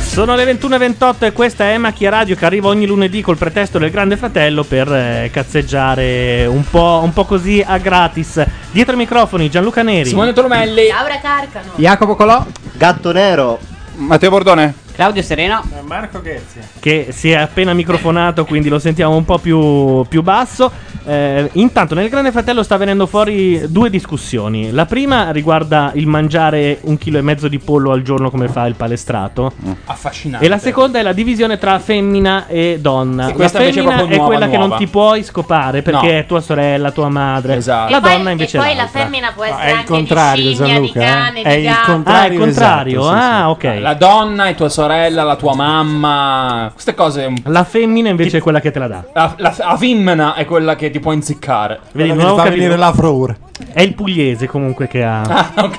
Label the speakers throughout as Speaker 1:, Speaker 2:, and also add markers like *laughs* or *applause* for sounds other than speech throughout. Speaker 1: Sono le 21.28 e questa è Macchia Radio che arriva ogni lunedì col pretesto del Grande Fratello per eh, cazzeggiare un po', un po' così a gratis. Dietro i microfoni Gianluca Neri,
Speaker 2: Simone Tolomelli,
Speaker 3: Laura Carcano.
Speaker 2: Jacopo Colò,
Speaker 4: Gatto Nero,
Speaker 2: Matteo Bordone.
Speaker 5: Claudio Sereno.
Speaker 6: Marco Ghezzi.
Speaker 1: che si è appena microfonato, quindi lo sentiamo un po' più, più basso. Eh, intanto nel Grande Fratello sta venendo fuori due discussioni. La prima riguarda il mangiare un chilo e mezzo di pollo al giorno come fa il palestrato.
Speaker 6: Mm.
Speaker 2: Affascinante.
Speaker 1: E la seconda è la divisione tra femmina e donna.
Speaker 2: Sì,
Speaker 1: la
Speaker 2: questa invece è
Speaker 1: femmina è,
Speaker 2: proprio nuova,
Speaker 1: quella che non
Speaker 2: nuova.
Speaker 1: ti puoi scopare perché
Speaker 2: No.
Speaker 1: è tua sorella, tua madre.
Speaker 2: Esatto.
Speaker 1: La
Speaker 3: Poi-
Speaker 1: donna invece
Speaker 3: Ah. e poi
Speaker 1: è
Speaker 3: la
Speaker 1: l'altra.
Speaker 3: femmina può essere
Speaker 6: è il
Speaker 3: anche
Speaker 6: contrario,
Speaker 3: di scimmia,
Speaker 6: Gianluca,
Speaker 3: di
Speaker 6: eh.
Speaker 3: cane,
Speaker 6: È
Speaker 3: di
Speaker 6: il
Speaker 3: gatto.
Speaker 1: Ah,
Speaker 6: contrario.
Speaker 1: è il contrario.
Speaker 6: esatto, sì,
Speaker 1: ah,
Speaker 6: sì.
Speaker 1: ok.
Speaker 2: La
Speaker 1: La...
Speaker 2: donna è tua sorella, la tua mamma. Queste cose. un-
Speaker 1: femmina invece è quella che te la dà.
Speaker 2: La, la, la femmina è quella che ti può inziccare.
Speaker 1: Vedi,
Speaker 6: Quella
Speaker 1: non
Speaker 6: che
Speaker 1: avevo
Speaker 6: fa
Speaker 1: capito.
Speaker 6: venire la frour.
Speaker 1: È il pugliese comunque che ha.
Speaker 2: Ah, ok.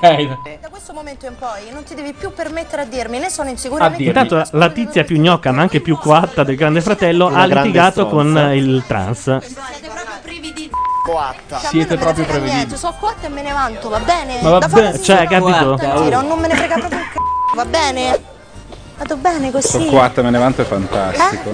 Speaker 7: Da questo momento in poi non ti devi più permettere a dirmi, ne sono
Speaker 2: A
Speaker 7: insicura. né-
Speaker 2: dirmi.
Speaker 1: Intanto la- la tizia più gnocca, ma anche più coatta del Grande Fratello,
Speaker 4: Una
Speaker 1: ha
Speaker 4: grande
Speaker 1: litigato con
Speaker 4: stronza.
Speaker 1: eh, il trans.
Speaker 3: Siete proprio privi di
Speaker 4: coatta.
Speaker 7: Cioè, a me
Speaker 2: Siete
Speaker 7: non me ne frega
Speaker 2: proprio prevedibili.
Speaker 7: niente, Sono cotta e me ne vanto, va bene?
Speaker 1: Ma
Speaker 7: Da
Speaker 1: vabbè,
Speaker 7: fare
Speaker 1: cioè,
Speaker 7: sì, sono
Speaker 1: capito?
Speaker 7: cotta in giro, non me ne frega proprio un c***o, va bene? Vado bene così.
Speaker 8: me ne vanto è fantastico.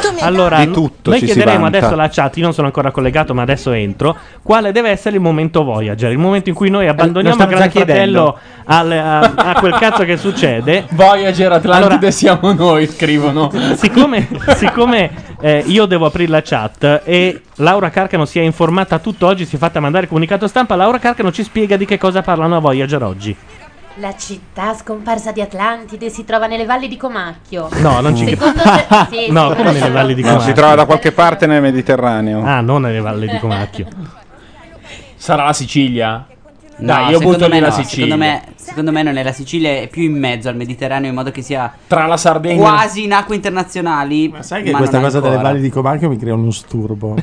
Speaker 7: Tu mi
Speaker 1: Allora,
Speaker 8: Di tutto
Speaker 1: noi
Speaker 8: ci si
Speaker 1: chiederemo
Speaker 8: vanta.
Speaker 1: adesso alla chat, io non sono ancora collegato, ma adesso entro, quale deve essere il momento Voyager, il momento in cui noi abbandoniamo il
Speaker 5: stiamo
Speaker 1: Grande
Speaker 5: già
Speaker 1: Fratello al- a, a quel cazzo che succede.
Speaker 2: Voyager Atlantide
Speaker 1: Allora-
Speaker 2: siamo noi, scrivono.
Speaker 1: Siccome, siccome, eh, io devo aprire la chat e Laura Carcano si è informata tutto oggi, si è fatta mandare il comunicato stampa, Laura Carcano ci spiega di che cosa parlano a Voyager oggi.
Speaker 3: La città scomparsa di Atlantide si trova nelle valli di Comacchio.
Speaker 1: No, non ci credo.
Speaker 3: Secondo te- sì,
Speaker 1: Eh? No,
Speaker 3: sì,
Speaker 1: come nelle
Speaker 3: sono-
Speaker 1: valli di
Speaker 8: No,
Speaker 1: Comacchio?
Speaker 8: si trova da qualche parte nel Mediterraneo.
Speaker 1: Ah, non nelle valli di Comacchio.
Speaker 2: Sarà la Sicilia? Dai,
Speaker 5: No,
Speaker 2: io
Speaker 5: secondo
Speaker 2: butto
Speaker 5: me
Speaker 2: lì la
Speaker 5: no,
Speaker 2: Sicilia.
Speaker 5: Secondo me, secondo me non è la Sicilia, è più in mezzo al Mediterraneo, in modo che sia
Speaker 2: Tra la Sardegna.
Speaker 5: quasi in acque internazionali.
Speaker 6: Ma sai che
Speaker 5: non
Speaker 6: questa cosa delle
Speaker 5: ancora.
Speaker 6: valli di Comacchio mi crea uno sturbo.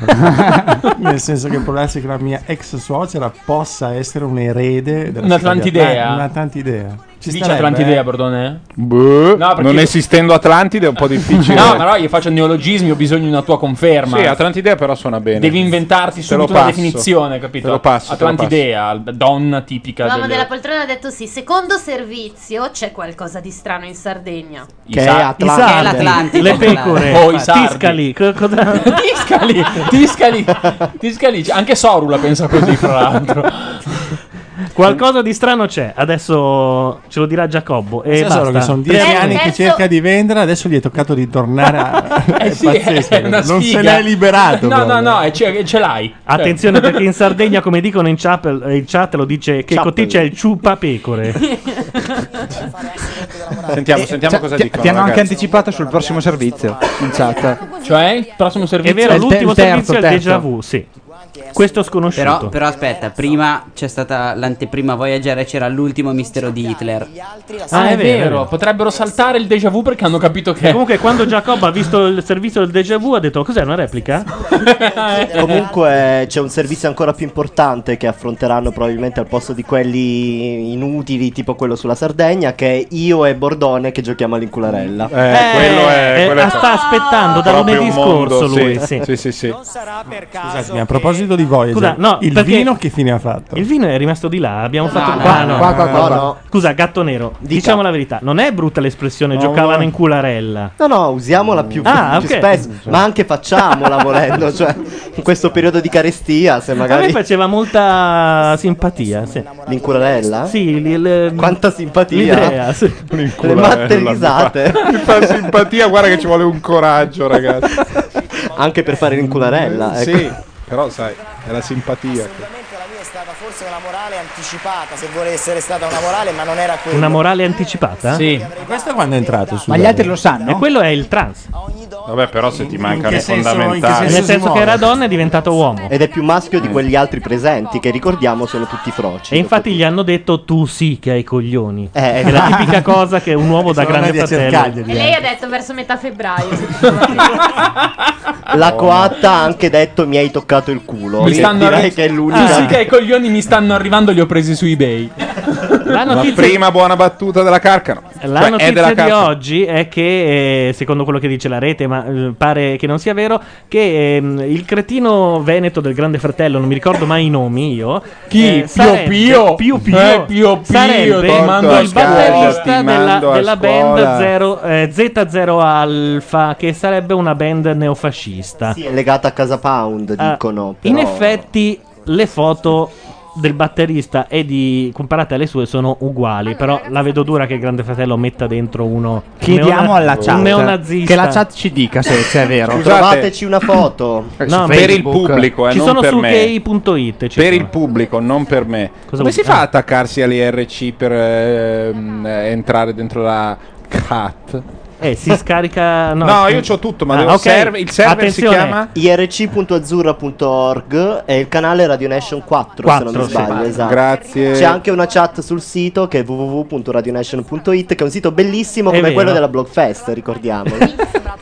Speaker 6: Nel senso che può darsi che la mia ex suocera possa essere un erede della
Speaker 2: Un'Atlantidea?
Speaker 6: Sicilia. Ma- Un'Atlantidea. Ci
Speaker 2: Si dice
Speaker 6: starebbe,
Speaker 2: Atlantidea,
Speaker 6: eh?
Speaker 2: perdone?
Speaker 8: Boh,
Speaker 2: No, perché-
Speaker 8: non esistendo Atlantide è un po'
Speaker 4: *laughs*
Speaker 8: difficile.
Speaker 2: No, ma no, io faccio neologismi, ho bisogno di una tua conferma.
Speaker 8: Cioè, eh. Sì, Atlantidea però suona bene.
Speaker 2: Devi inventarti
Speaker 8: Te lo
Speaker 2: subito una
Speaker 8: passo.
Speaker 2: definizione, capito?
Speaker 8: Te lo passo, te lo
Speaker 2: Atlantidea, donna tipica
Speaker 3: L'uomo
Speaker 2: delle-
Speaker 3: della poltrona ha detto sì, secondo servizio c'è qualcosa di strano in Sardegna.
Speaker 2: i
Speaker 4: Che è
Speaker 2: sa-
Speaker 1: I
Speaker 4: Atlantide.
Speaker 1: sardi,
Speaker 5: l'Atlantico.
Speaker 1: le pecore,
Speaker 2: Oh, i sardi.
Speaker 1: tiscali, co- cosa- *laughs*
Speaker 2: Tiscali, tiscali, tiscali. Anche Soru la pensa così, fra l'altro.
Speaker 1: qualcosa di strano c'è. Adesso ce lo dirà Giacobbo. E
Speaker 6: Sai solo
Speaker 1: basta.
Speaker 6: che sono dieci
Speaker 3: Tre
Speaker 6: anni che
Speaker 3: terzo-
Speaker 6: cerca di vendere, adesso gli è toccato di tornare a...
Speaker 2: Eh sì,
Speaker 6: è pazzesco,
Speaker 2: è una
Speaker 6: non
Speaker 2: sfiga.
Speaker 6: se n'è liberato.
Speaker 2: No, no,
Speaker 6: proprio.
Speaker 2: no, e ce, ce l'hai. Cioè.
Speaker 1: Attenzione
Speaker 2: *laughs*
Speaker 1: perché in Sardegna, come dicono in chat, in chat lo dice che
Speaker 8: Chapel.
Speaker 1: cotì c'è il ciupa pecore.
Speaker 8: Sentiamo, sentiamo cosa
Speaker 9: cioè, Ti,
Speaker 8: dicono.
Speaker 9: ti hanno anche
Speaker 8: ragazzi.
Speaker 9: anticipato sul prossimo servizio in chat.
Speaker 2: Cioè, cioè, il prossimo
Speaker 1: È
Speaker 2: servizio.
Speaker 1: vero,
Speaker 9: il te-
Speaker 1: l'ultimo
Speaker 9: il terzo,
Speaker 1: servizio è il déjà
Speaker 9: terzo.
Speaker 1: vu, sì. Questo sconosciuto.
Speaker 5: Però, però aspetta, prima c'è stata l'anteprima Voyager e c'era l'ultimo mistero di Hitler.
Speaker 1: Ah, è vero.
Speaker 2: Potrebbero saltare il déjà vu perché hanno capito che.
Speaker 1: Comunque, quando Giacobbo ha visto il servizio del déjà vu, ha detto: Cos'è una replica?
Speaker 4: Comunque c'è un servizio ancora più importante che affronteranno probabilmente al posto di quelli inutili, tipo quello sulla Sardegna, che è io e Bordone che giochiamo all'incularella.
Speaker 8: Eh, quello è...
Speaker 1: Eh,
Speaker 8: quello è
Speaker 1: sta aspettando da
Speaker 8: proprio
Speaker 1: lunedì
Speaker 8: un mondo,
Speaker 1: scorso lui.
Speaker 8: sì.
Speaker 1: sì.
Speaker 8: Sì, sì, sì.
Speaker 6: Scusatemi, a proposito di Voyager,
Speaker 1: Scusa, no,
Speaker 6: il
Speaker 1: perché-
Speaker 6: vino che fine ha fatto?
Speaker 1: Il vino è rimasto di là. Abbiamo fatto
Speaker 5: no,
Speaker 1: qua.
Speaker 5: no,
Speaker 1: No,
Speaker 9: Qua, qua, qua,
Speaker 4: No,
Speaker 9: qua.
Speaker 4: no.
Speaker 1: Scusa, gatto nero.
Speaker 4: Dica.
Speaker 1: Diciamo la verità: non è brutta l'espressione,
Speaker 8: No,
Speaker 1: giocavano
Speaker 8: no.
Speaker 1: in cularella.
Speaker 4: No, no, usiamola più,
Speaker 1: Ah,
Speaker 4: più
Speaker 1: ok.
Speaker 4: spesso, ma anche facciamola volendo, cioè in questo periodo di carestia, se
Speaker 1: A me
Speaker 4: magari
Speaker 1: faceva molta simpatia. Sì,
Speaker 4: l'incularella.
Speaker 1: Sì, l- l-
Speaker 4: Quanta simpatia.
Speaker 1: l'idea. sì.
Speaker 4: Le matte risate,
Speaker 8: Mi fa simpatia, guarda che ci vuole un coraggio, ragazzi. Eh,
Speaker 4: anche per fare l'incularella. ecco.
Speaker 8: Sì, però sai, è la simpatia. che-
Speaker 10: La mia è stata forse una morale anticipata, se vuole essere stata una morale, ma non era quella.
Speaker 1: Una morale anticipata?
Speaker 2: Sì.
Speaker 6: Questo quando è entrato?
Speaker 9: Ma gli altri lo sanno?
Speaker 1: E quello è il trans.
Speaker 10: A ogni donna
Speaker 11: Vabbè, però se ti manca
Speaker 4: che
Speaker 11: le
Speaker 4: senso- in che
Speaker 11: fondamentali.
Speaker 1: Nel senso che era donna è diventato uomo.
Speaker 4: Ed è più maschio di quegli altri presenti, che ricordiamo sono tutti froci.
Speaker 1: E infatti gli hanno detto tu sì che hai i coglioni.
Speaker 4: Eh,
Speaker 1: è
Speaker 2: esatto.
Speaker 1: la tipica cosa che un
Speaker 2: *laughs*
Speaker 1: uomo da
Speaker 4: Sono
Speaker 1: grande
Speaker 4: andati a
Speaker 1: fratello.
Speaker 4: cercarglieli.
Speaker 3: E lei ha detto verso metà febbraio.
Speaker 9: Ah,
Speaker 4: La coatta ha anche detto mi hai toccato il culo.
Speaker 2: Mi
Speaker 4: Che
Speaker 2: stanno
Speaker 4: direi
Speaker 2: arri-
Speaker 4: che è
Speaker 2: Tu
Speaker 1: Ah,
Speaker 4: l'unica.
Speaker 2: sì che i coglioni mi stanno arrivando, li ho presi su
Speaker 12: *laughs*
Speaker 2: eBay.
Speaker 1: La notizia-
Speaker 11: prima buona battuta della Carcano.
Speaker 1: La
Speaker 11: Cioè, è della
Speaker 1: notizia di
Speaker 11: Carcano.
Speaker 1: oggi è che, eh, secondo quello che dice la rete, ma eh, pare che non sia vero, che ehm, il cretino veneto del Grande Fratello, non mi ricordo mai i nomi io,
Speaker 2: Chi?
Speaker 1: eh,
Speaker 2: Pio
Speaker 1: sarebbe-
Speaker 2: Pio?
Speaker 1: Pio Pio,
Speaker 2: Eh, Pio Pio,
Speaker 1: sarebbe
Speaker 2: ti mando a
Speaker 1: il
Speaker 2: scuola,
Speaker 1: batterista
Speaker 2: ti
Speaker 1: della,
Speaker 2: mando a
Speaker 1: della
Speaker 2: scuola.
Speaker 1: band zero- eh, Z0 Alpha, che sarebbe una band neofascista.
Speaker 4: Sì, è legata a Casa Pound,
Speaker 1: Ah,
Speaker 4: dicono.
Speaker 1: In
Speaker 4: però-
Speaker 1: effetti, le foto del batterista e di comparate alle sue sono uguali. Però la vedo dura che il Grande Fratello metta dentro uno.
Speaker 9: Chiediamo
Speaker 1: neona-
Speaker 9: alla
Speaker 1: Un
Speaker 9: chat
Speaker 1: neonazista.
Speaker 9: che la chat ci dica se, se è vero.
Speaker 4: Trovateci una foto.
Speaker 1: No,
Speaker 11: per il
Speaker 1: Facebook.
Speaker 11: pubblico, eh,
Speaker 1: Ci
Speaker 11: non
Speaker 1: sono
Speaker 11: per
Speaker 1: su
Speaker 11: me.
Speaker 1: gay.it, ci
Speaker 11: per
Speaker 1: sono.
Speaker 11: il pubblico, non per me.
Speaker 1: Cosa
Speaker 11: Come
Speaker 1: vuol
Speaker 11: si
Speaker 1: dire?
Speaker 11: fa ad attaccarsi all'IRC per ehm, eh, entrare dentro la CAT?
Speaker 1: Eh,
Speaker 11: *laughs*
Speaker 1: si scarica. No, Ah,
Speaker 11: No, io c'ho tutto, ma devo-
Speaker 1: ok.
Speaker 11: serve- il server si Attenzione. chiama?
Speaker 4: irc.azzurra.org e il canale Radio Nation 4, se non mi
Speaker 11: Quattro, sì.
Speaker 4: sbaglio, esatto.
Speaker 11: Grazie.
Speaker 4: C'è anche una chat sul sito che è www.radionation.it che è un sito bellissimo
Speaker 9: È
Speaker 4: come
Speaker 9: vero.
Speaker 4: quello della Blogfest,
Speaker 3: *laughs*
Speaker 4: ricordiamolo.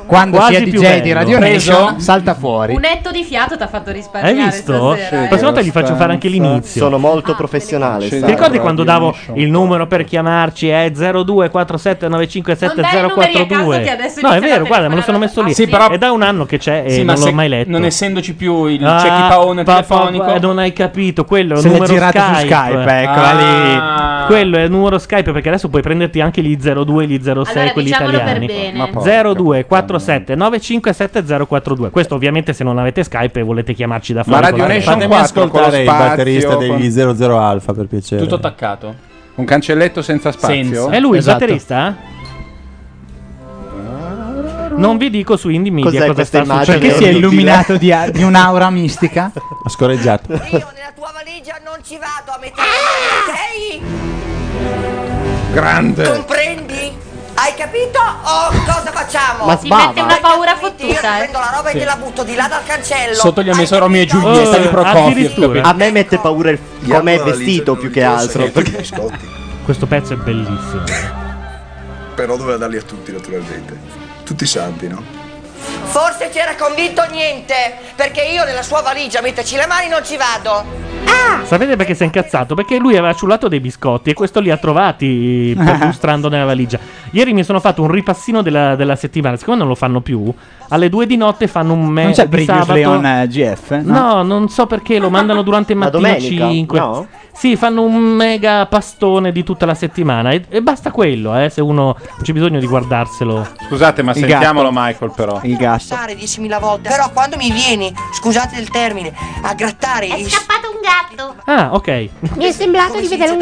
Speaker 9: Quando
Speaker 4: Quasi
Speaker 9: si è
Speaker 4: più
Speaker 9: DJ di
Speaker 4: bello.
Speaker 9: Radio Nation,
Speaker 4: Preso?
Speaker 9: salta fuori.
Speaker 3: Un etto di fiato ti ha fatto risparmiare
Speaker 1: Hai visto?
Speaker 3: stasera, eh.
Speaker 1: La prossima volta gli faccio fare anche l'inizio.
Speaker 4: Sono molto
Speaker 11: Ah,
Speaker 4: professionale.
Speaker 1: Ti
Speaker 4: sai.
Speaker 1: ricordi quando davo il numero per chiamarci? È 0247957042.
Speaker 3: che adesso
Speaker 1: No, è
Speaker 3: iniziano
Speaker 1: vero,
Speaker 3: a
Speaker 1: guarda, me lo sono messo lì.
Speaker 2: Ah, Sì, però-
Speaker 1: È da un anno che c'è e
Speaker 2: Sì, ma
Speaker 1: non l'ho
Speaker 2: se-
Speaker 1: mai letto.
Speaker 2: Non essendoci più il
Speaker 1: Ah,
Speaker 2: c'è chi paone
Speaker 1: pa- pa-
Speaker 2: telefonico.
Speaker 1: eh, non hai capito, quello è un
Speaker 9: Se l'è
Speaker 1: numero
Speaker 9: girato su
Speaker 1: Skype.
Speaker 9: Skype,
Speaker 2: ecco,
Speaker 9: eccola
Speaker 1: Ah. Quello è il numero Skype perché adesso puoi prenderti anche gli 02 e gli 06
Speaker 3: Allora,
Speaker 1: quelli
Speaker 3: diciamolo per
Speaker 1: italiani.
Speaker 3: bene. Ma porca
Speaker 1: 02 47 95 7042. Questo ovviamente se non avete Skype e volete chiamarci da fuori. con la rete.
Speaker 12: Fatemi ascoltare il batterista degli 00 Alfa per piacere.
Speaker 11: Tutto
Speaker 2: attaccato.
Speaker 11: Un cancelletto senza spazio.
Speaker 1: È lui il batterista? Non vi dico su Indie Media
Speaker 9: Cos'è
Speaker 1: cosa
Speaker 9: questa
Speaker 1: sta
Speaker 9: immagine?
Speaker 1: succedendo.
Speaker 9: Perché si è illuminato di, di un'aura
Speaker 1: *laughs*
Speaker 9: mistica? Ha scorreggiato.
Speaker 11: Grande.
Speaker 13: Comprendi? Hai capito? O cosa facciamo?
Speaker 11: Ma Ti sbava. mette una
Speaker 13: paura fottuta. Io prendo la roba
Speaker 11: Sì.
Speaker 13: e te la butto di là dal cancello.
Speaker 2: Sotto gli ha messo Romeo e
Speaker 4: Oh,
Speaker 2: Giulietta di Prokofiev.
Speaker 4: addirittura. A me mette paura il come è vestito più che altro.
Speaker 11: *laughs*
Speaker 4: perché-
Speaker 1: Questo pezzo è bellissimo.
Speaker 6: Però doveva darli a tutti, naturalmente. Tutti i santi, no?
Speaker 13: Forse ti era convinto niente, perché io nella sua valigia a metterci le mani non ci vado.
Speaker 1: Sapete perché si è incazzato? Perché lui aveva ciullato dei biscotti e questo li ha trovati perlustrando nella valigia. Ieri mi sono fatto un ripassino della, della settimana. Siccome non lo fanno più, alle due di notte fanno un me
Speaker 9: Non c'è
Speaker 1: di
Speaker 9: British
Speaker 1: sabato.
Speaker 9: Leon eh, GF?
Speaker 1: No, non so perché lo mandano durante il
Speaker 9: La
Speaker 1: mattino
Speaker 9: domenica?
Speaker 1: 5.
Speaker 9: No?
Speaker 1: Sì, fanno un mega pastone di tutta la settimana. E, e basta quello, eh, se uno non c'è bisogno di guardarselo.
Speaker 11: Scusate, ma
Speaker 1: Il
Speaker 11: sentiamolo,
Speaker 1: gatto.
Speaker 11: Michael, però.
Speaker 1: Il gatto.
Speaker 13: Grattare 10.000 volte. Però quando mi vieni, scusate il termine, a grattare È scappato un gatto.
Speaker 1: Ah, ok.
Speaker 13: Mi è sembrato
Speaker 14: di vedere un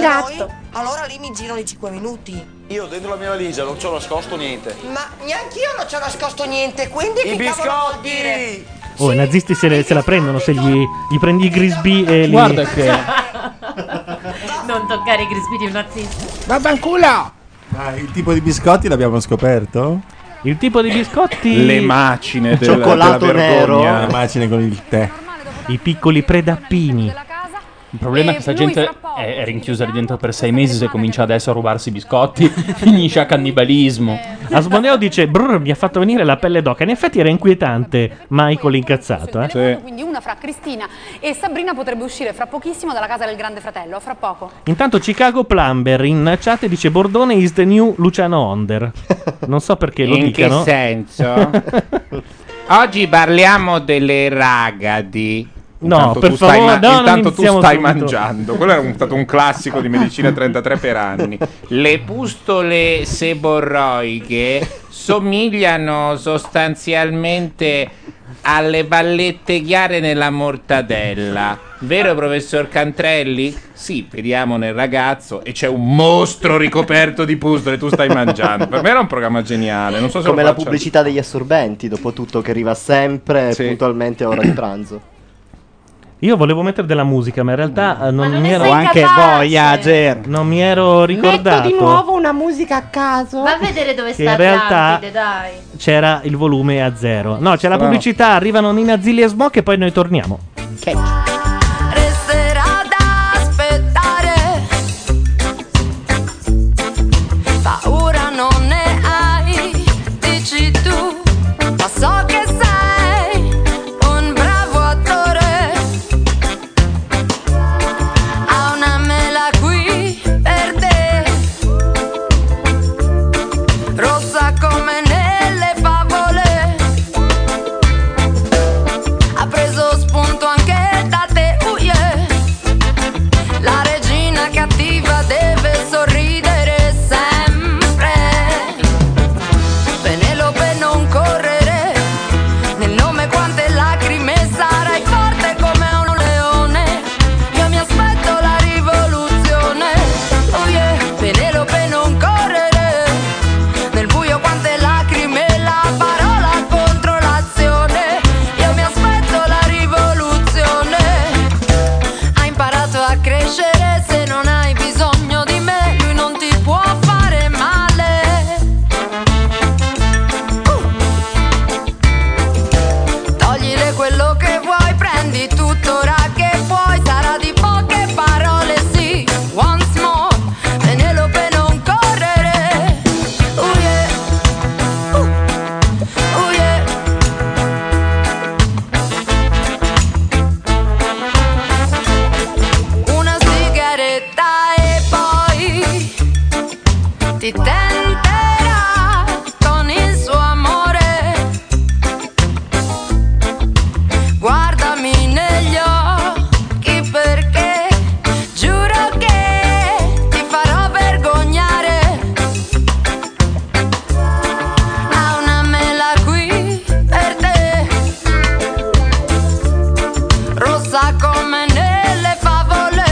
Speaker 13: allora lì mi girano i 5 minuti.
Speaker 14: Io dentro la mia valigia non ci ho nascosto niente.
Speaker 13: Ma neanche io non ci ho nascosto niente, quindi I che cavolo vuol dire?
Speaker 1: Oh, i nazisti se, le- se la prendono se gli, gli prendi i Grisby e li...
Speaker 2: Guarda che-
Speaker 3: *laughs* Non toccare i Grisby di un nazista.
Speaker 12: Vaffanculo! Ah, il tipo di biscotti l'abbiamo scoperto?
Speaker 1: Il tipo di biscotti.
Speaker 11: Le macine del-
Speaker 12: Cioccolato
Speaker 11: della vergogna.
Speaker 12: nero. Le macine con il tè.
Speaker 1: I piccoli predappini.
Speaker 2: Il problema è che questa gente è, è rinchiusa lì dentro per sei mesi. Se comincia adesso a rubarsi i biscotti, finisce a cannibalismo.
Speaker 1: Asmodeo dice: Brr, mi ha fatto venire la pelle d'oca. In effetti era inquietante. Michael incazzato, eh?
Speaker 15: Quindi una fra Cristina e Sabrina potrebbe uscire fra pochissimo dalla casa del Grande Fratello, fra poco.
Speaker 1: Intanto Chicago Plumber in chat dice Bordone is the new Luciano Onder. Non so perché lo
Speaker 16: In
Speaker 1: dicano.
Speaker 16: che
Speaker 1: *laughs*
Speaker 16: senso? Oggi parliamo delle ragadi.
Speaker 1: No,
Speaker 11: Intanto
Speaker 1: per
Speaker 11: tu stai
Speaker 1: favore, no, non
Speaker 11: intanto tu
Speaker 1: iniziamo
Speaker 11: stai
Speaker 1: subito.
Speaker 11: mangiando. Quello era un- stato un classico
Speaker 1: *laughs*
Speaker 11: di medicina 33 per anni.
Speaker 16: Le pustole seborroiche
Speaker 2: *laughs*
Speaker 16: somigliano sostanzialmente alle pallette chiare nella mortadella. Vero professor Cantrelli? Sì, vediamo nel ragazzo e c'è un mostro ricoperto di pustole, tu stai mangiando. Per me era un programma geniale, non so se
Speaker 4: Come
Speaker 11: lo
Speaker 4: la
Speaker 11: faccia-
Speaker 4: pubblicità degli assorbenti, dopo tutto, che arriva sempre puntualmente a ora di pranzo.
Speaker 1: Io volevo mettere della musica, ma in realtà eh, non,
Speaker 17: non
Speaker 1: mi
Speaker 17: ne
Speaker 1: ero
Speaker 17: sei Anche capace.
Speaker 1: Voyager. Non mi ero ricordato.
Speaker 17: Metto di nuovo una musica a caso.
Speaker 3: Va a vedere dove
Speaker 1: Che
Speaker 3: sta
Speaker 1: in realtà-
Speaker 3: Atlantide, dai.
Speaker 1: C'era il volume a zero. No, c'è la
Speaker 3: Strano.
Speaker 1: pubblicità, arrivano Nina Zilli e Smoke e poi noi torniamo.
Speaker 18: Resterà da aspettare. Paura non ne hai, dici tu, ma so che sei un bravo attore. Ha una mela qui per te, rossa come nelle favole. Ha preso spunto anche da te, uh, yeah. La regina cattiva deve sorridere sempre. Penelope non correre, nel nome quante lacrime sarai forte come un leone. Io mi aspetto la rivoluzione, oh yeah. Penelope non correre, nel buio quante lacrime la parola contro l'azione. Io mi aspetto la rivoluzione. Hai imparato a crescere se non hai bisogno di me, lui non ti può fare male. Uh! Toglile quello che vuoi, prendi tutto ora che puoi, sarà di poche parole, sì, once more. Penelope non correre. Uh, yeah. Uh, uh, yeah. una sigaretta e poi ti tenterà con il suo amore. Guardami negli occhi perché giuro che ti farò vergognare. Ha una mela qui per te rossa come nelle favole.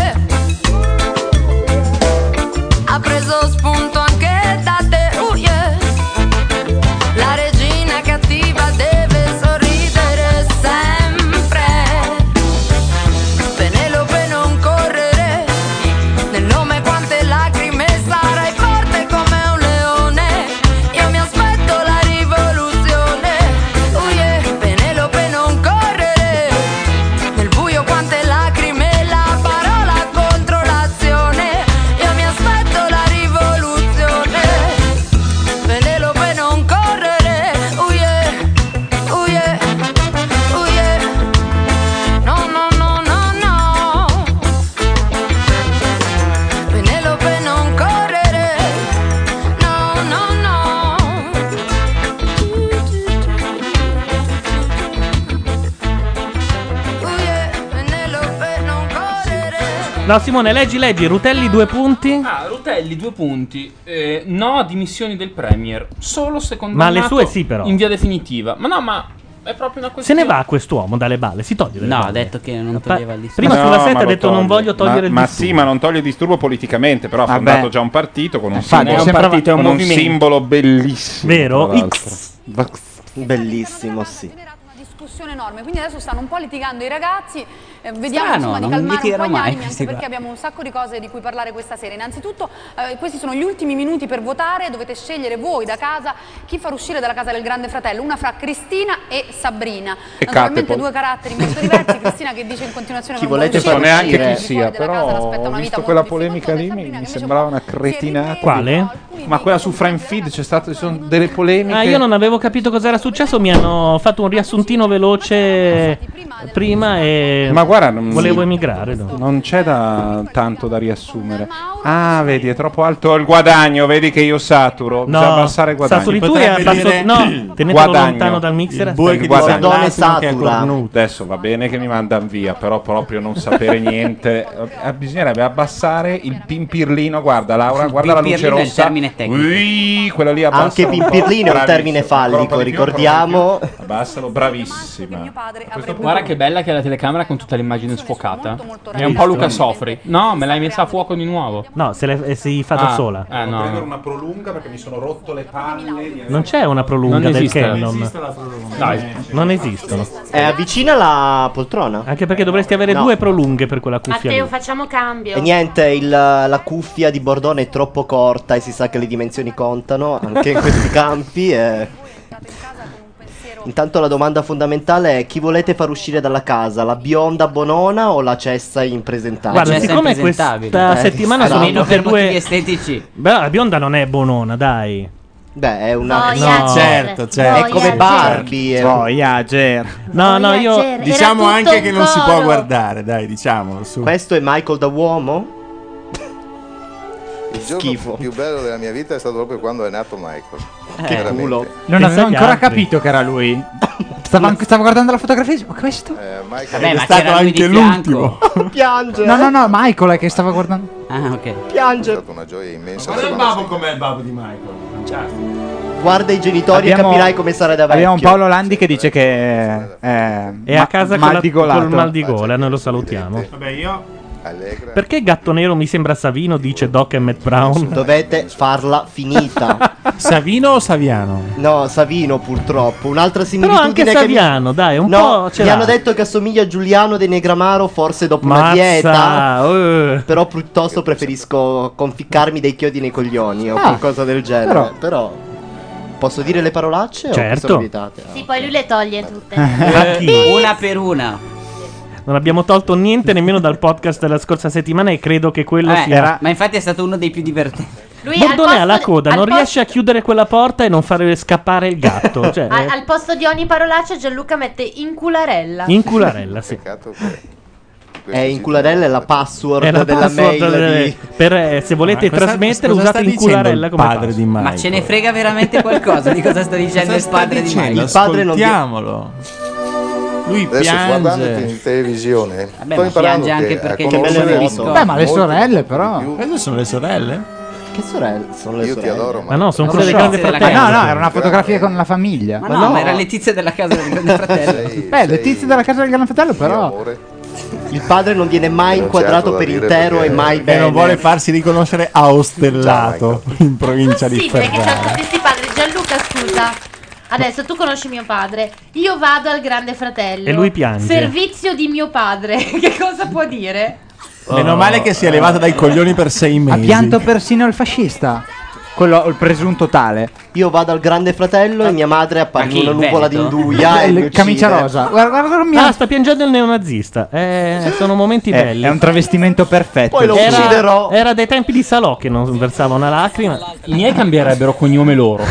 Speaker 18: Ha preso spunto anche da te, uh, yeah. La regina cattiva deve sorridere sempre. Penelope non correre, nel nome quante lacrime sarai forte come un leone. Io mi aspetto la rivoluzione, uh, yeah. Penelope non correre. Nel buio quante lacrime la parola contro l'azione Io mi aspetto la rivoluzione Penelope non correre Oh yeah, oh yeah, oh yeah No, no, no, no, no Penelope non correre No, no, no Oh yeah, Penelope non correre
Speaker 1: No, Simone, leggi, leggi. Rutelli due punti.
Speaker 2: Ah, Rutelli, due punti. Eh, no a dimissioni del Premier. Solo secondo
Speaker 1: Ma le sue sì, però.
Speaker 2: In via definitiva. Ma no, ma è proprio una
Speaker 1: Se
Speaker 2: questione.
Speaker 1: ne va quest'uomo dalle balle, si toglie dalle
Speaker 5: No,
Speaker 1: balle.
Speaker 5: ha detto che non
Speaker 1: Pa-
Speaker 5: toglieva lì.
Speaker 1: Prima
Speaker 8: No,
Speaker 1: sulla
Speaker 8: ma
Speaker 1: setta ha
Speaker 8: lo
Speaker 1: detto non
Speaker 8: toglie.
Speaker 1: voglio togliere
Speaker 8: ma,
Speaker 1: il
Speaker 8: ma
Speaker 1: disturbo.
Speaker 8: sì, ma non toglie il disturbo politicamente, però ha
Speaker 1: Vabbè.
Speaker 8: fondato già un partito con un
Speaker 1: Infatti,
Speaker 8: simbolo,
Speaker 1: è un partito, è un
Speaker 8: con un
Speaker 1: movimento.
Speaker 8: simbolo bellissimo.
Speaker 1: Vero?
Speaker 8: tra l'altro.
Speaker 4: Bellissimo, sì.
Speaker 15: discussione enorme, quindi adesso stanno un po' litigando i ragazzi, eh, vediamo
Speaker 4: Strano,
Speaker 15: insomma di
Speaker 4: non
Speaker 15: calmare un po'
Speaker 4: litigherò
Speaker 15: gli
Speaker 4: mai
Speaker 15: animi
Speaker 4: questi
Speaker 15: anche perché
Speaker 4: qua.
Speaker 15: abbiamo un sacco di cose di cui parlare questa sera. Innanzitutto eh, questi sono gli ultimi minuti per votare, dovete scegliere voi da casa chi far uscire dalla casa del grande fratello, una fra Cristina e Sabrina.
Speaker 8: E
Speaker 15: Naturalmente
Speaker 8: Catepol.
Speaker 15: due caratteri molto
Speaker 8: *laughs*
Speaker 15: diversi, Cristina che dice in continuazione
Speaker 8: Chi
Speaker 15: che non vuole
Speaker 8: volete
Speaker 15: uscire,
Speaker 8: far neanche
Speaker 15: uscire
Speaker 8: chi sia, però ho visto quella polemica lì mi, mi sembrava una cretinata.
Speaker 1: Quale?
Speaker 8: Ma quella su Frame Feed c'è stato, ci sono delle polemiche.
Speaker 1: Ah, io non avevo capito cosa era successo, mi hanno fatto un riassuntino veloce prima e
Speaker 8: Ma guarda, non-
Speaker 1: volevo
Speaker 8: Sì.
Speaker 1: emigrare. no.
Speaker 8: Non c'è da tanto da riassumere. Ah, vedi, è troppo alto il guadagno, vedi che io saturo. Bisogna abbassare il guadagno.
Speaker 1: Sassoli tu e
Speaker 8: Potrebbe
Speaker 1: abbasso...
Speaker 8: dire-
Speaker 1: No, tenetelo
Speaker 8: Guadagno.
Speaker 1: lontano dal mixer.
Speaker 8: Il guadagno. Adesso va bene che mi mandano via, però proprio non sapere niente. Eh, Bisognerebbe abbassare il pimpirlino. Guarda Laura, guarda la luce
Speaker 5: pimpirlino è il
Speaker 8: rossa.
Speaker 5: termine termine tecnico.
Speaker 8: Ui, quella lì abbassa
Speaker 4: Anche
Speaker 8: un po'.
Speaker 4: pimpirlino è un
Speaker 8: Bravissimo.
Speaker 4: termine fallico,
Speaker 8: Ancora un po' di più,
Speaker 4: ricordiamo.
Speaker 8: Abbassalo, bravissima.
Speaker 2: Guarda che bella che è la telecamera con tutta l'immagine sfocata. È un po' Luca Sofri. No, me l'hai messa a fuoco di nuovo.
Speaker 1: No, se, le- eh, si fa da
Speaker 2: Ah,
Speaker 1: sola.
Speaker 2: eh, no.
Speaker 8: Devo prendere una prolunga perché mi sono rotto le palle. di-
Speaker 1: Non c'è una prolunga
Speaker 2: Non
Speaker 1: del
Speaker 2: esiste.
Speaker 1: Canon.
Speaker 8: Non esiste la prolunga.
Speaker 1: Dai. Non esistono.
Speaker 4: È Eh, avvicina la poltrona.
Speaker 1: Anche perché dovresti avere
Speaker 4: No.
Speaker 1: due prolunghe per quella cuffia.
Speaker 3: Matteo,
Speaker 1: lì.
Speaker 3: facciamo cambio.
Speaker 4: E niente, il- la cuffia di Bordone è troppo corta e si sa che le dimensioni contano anche in *laughs* questi campi. e- Intanto la domanda fondamentale è chi volete far uscire dalla casa, la bionda Bonona o la cessa impresentabile? Eh,
Speaker 1: Guarda, siccome questa settimana
Speaker 5: Eh,
Speaker 1: sono
Speaker 4: Almeno
Speaker 1: tutte e
Speaker 4: per motivi
Speaker 1: due
Speaker 5: estetici.
Speaker 1: Beh, la bionda non è bonona, dai.
Speaker 4: Beh, è
Speaker 1: una
Speaker 4: Voyager. Certo, certo. È come Barbie, è un-
Speaker 1: Voyager. No, no, io
Speaker 4: Voyager, era
Speaker 6: Diciamo
Speaker 4: tutto
Speaker 6: anche
Speaker 4: un
Speaker 6: che non si può
Speaker 4: coro.
Speaker 6: guardare, dai, diciamolo. Su.
Speaker 4: Questo è Michael da uomo?
Speaker 13: Il giorno più bello della mia vita è stato proprio quando è nato Michael.
Speaker 9: Che
Speaker 13: Veramente.
Speaker 9: culo. Non avevo ancora capito che era lui. Stavo, stavo guardando la fotografia e dicevo, ma questo?
Speaker 13: Eh, Michael
Speaker 9: Vabbè, ma stato
Speaker 13: anche
Speaker 9: l'ultimo.
Speaker 4: *laughs* Piange.
Speaker 9: No, no, no, Michael è che stava guardando.
Speaker 5: Ah, ok.
Speaker 4: Piange.
Speaker 13: È stata una gioia immensa.
Speaker 6: Guarda il
Speaker 13: Quando-
Speaker 6: babbo com'è il babbo di Michael. Fantastico.
Speaker 4: Guarda i genitori
Speaker 9: Abbiamo-
Speaker 4: e capirai come sarà da vecchio.
Speaker 9: Abbiamo un Paolo Landi che dice che è,
Speaker 1: È a casa
Speaker 9: mal
Speaker 1: con la-
Speaker 9: di golato.
Speaker 1: col mal di gola, noi lo salutiamo.
Speaker 6: Vabbè, io.
Speaker 13: Allegra.
Speaker 1: Perché Gatto Nero mi sembra Savino, dice Doc e Matt Brown? *laughs*
Speaker 4: Dovete farla finita.
Speaker 6: Savino o Saviano?
Speaker 4: No, Savino purtroppo. Un'altra
Speaker 1: Però
Speaker 4: similitudine
Speaker 1: anche
Speaker 4: che mi-
Speaker 1: Saviano, dai, un
Speaker 4: No,
Speaker 1: po' ce
Speaker 4: mi
Speaker 1: l'ha.
Speaker 4: hanno detto che assomiglia a Giuliano De Negramaro, forse dopo una
Speaker 1: Mazza,
Speaker 4: dieta.
Speaker 6: oh.
Speaker 4: Però piuttosto preferisco
Speaker 5: Cioè,
Speaker 4: conficcarmi dei chiodi nei coglioni o
Speaker 3: Ah,
Speaker 4: qualcosa del genere.
Speaker 3: però-
Speaker 4: Però, posso dire le parolacce o
Speaker 1: Certo.
Speaker 4: sono vietate?
Speaker 3: Sì, poi lui le toglie tutte.
Speaker 5: Una per una.
Speaker 1: Non abbiamo tolto niente nemmeno dal podcast della scorsa settimana e credo che quello
Speaker 5: Eh,
Speaker 1: sia...
Speaker 5: Ma infatti è stato uno dei più divertenti.
Speaker 3: Lui al
Speaker 1: Bordone
Speaker 3: posto,
Speaker 1: ha la coda,
Speaker 3: al
Speaker 1: non
Speaker 3: posto-
Speaker 1: riesce a chiudere quella porta e non fare scappare il
Speaker 3: *laughs*
Speaker 1: gatto. cioè,
Speaker 3: al, al posto di ogni parolaccia Gianluca mette incularella.
Speaker 1: in cularella, sì.
Speaker 4: È in cularella è la password
Speaker 1: È la
Speaker 4: della
Speaker 1: password
Speaker 4: mail
Speaker 1: delle-
Speaker 4: di-
Speaker 1: per, eh, se volete
Speaker 4: Ma cosa-
Speaker 1: trasmettere,
Speaker 4: cosa sta
Speaker 1: usate in
Speaker 4: dicendo il
Speaker 1: cularella come
Speaker 4: padre
Speaker 1: password.
Speaker 4: di Mike?
Speaker 5: Ma ce ne frega veramente qualcosa di cosa sta dicendo il padre di Michael?
Speaker 4: Cioè, Il padre non vi-
Speaker 6: Lui
Speaker 13: Adesso
Speaker 5: piange.
Speaker 13: guardandoti in televisione.
Speaker 5: Vabbè,
Speaker 13: sto
Speaker 5: ma
Speaker 13: imparando
Speaker 5: piange anche
Speaker 13: che eh,
Speaker 5: perché
Speaker 13: a
Speaker 5: che
Speaker 13: conoscere
Speaker 5: belle
Speaker 13: il
Speaker 5: risposte.
Speaker 13: mondo
Speaker 9: Beh, ma le
Speaker 13: molto
Speaker 9: sorelle però.
Speaker 6: Queste sono le sorelle?
Speaker 4: Che sorelle? Sono le
Speaker 13: Io ti
Speaker 4: sorelle.
Speaker 13: adoro,
Speaker 1: Ma no, sono
Speaker 9: Non
Speaker 1: quelle del
Speaker 9: so.
Speaker 1: Grande
Speaker 9: Della
Speaker 1: Fratello.
Speaker 9: casa. No, no, era una fotografia con la famiglia.
Speaker 5: Ma no, ma era le tizie della casa del
Speaker 6: *laughs*
Speaker 5: grande fratello.
Speaker 9: Beh, le tizie della casa del Gran Fratello, però.
Speaker 4: Il padre non viene mai inquadrato
Speaker 6: certo
Speaker 4: per intero e mai
Speaker 6: E
Speaker 4: bene.
Speaker 6: non vuole farsi riconoscere a Ostellato in provincia di
Speaker 3: Possibile certo che c'hanno
Speaker 6: Ferrara.
Speaker 3: tutti sti padri. Gianluca, scusa. Adesso tu conosci mio padre. Io vado al grande fratello.
Speaker 6: E lui piange.
Speaker 3: Servizio di mio padre. *laughs* che cosa può dire?
Speaker 6: Meno male che si è levato dai coglioni per sei
Speaker 9: Ha
Speaker 6: mesi.
Speaker 9: pianto persino il fascista. Quello, il presunto tale.
Speaker 4: Io vado al grande fratello e mia madre appare
Speaker 9: chi?
Speaker 4: in una nuvola
Speaker 9: Veneto?
Speaker 4: d'induia e
Speaker 9: *laughs* Il
Speaker 4: mi uccide.
Speaker 9: camicia rosa.
Speaker 1: Ah, sta piangendo il neonazista. Eh, sono momenti
Speaker 9: È,
Speaker 1: belli.
Speaker 9: è un travestimento perfetto.
Speaker 1: era, era dai tempi di Salò che non versava una lacrima.
Speaker 2: I miei cambierebbero cognome loro.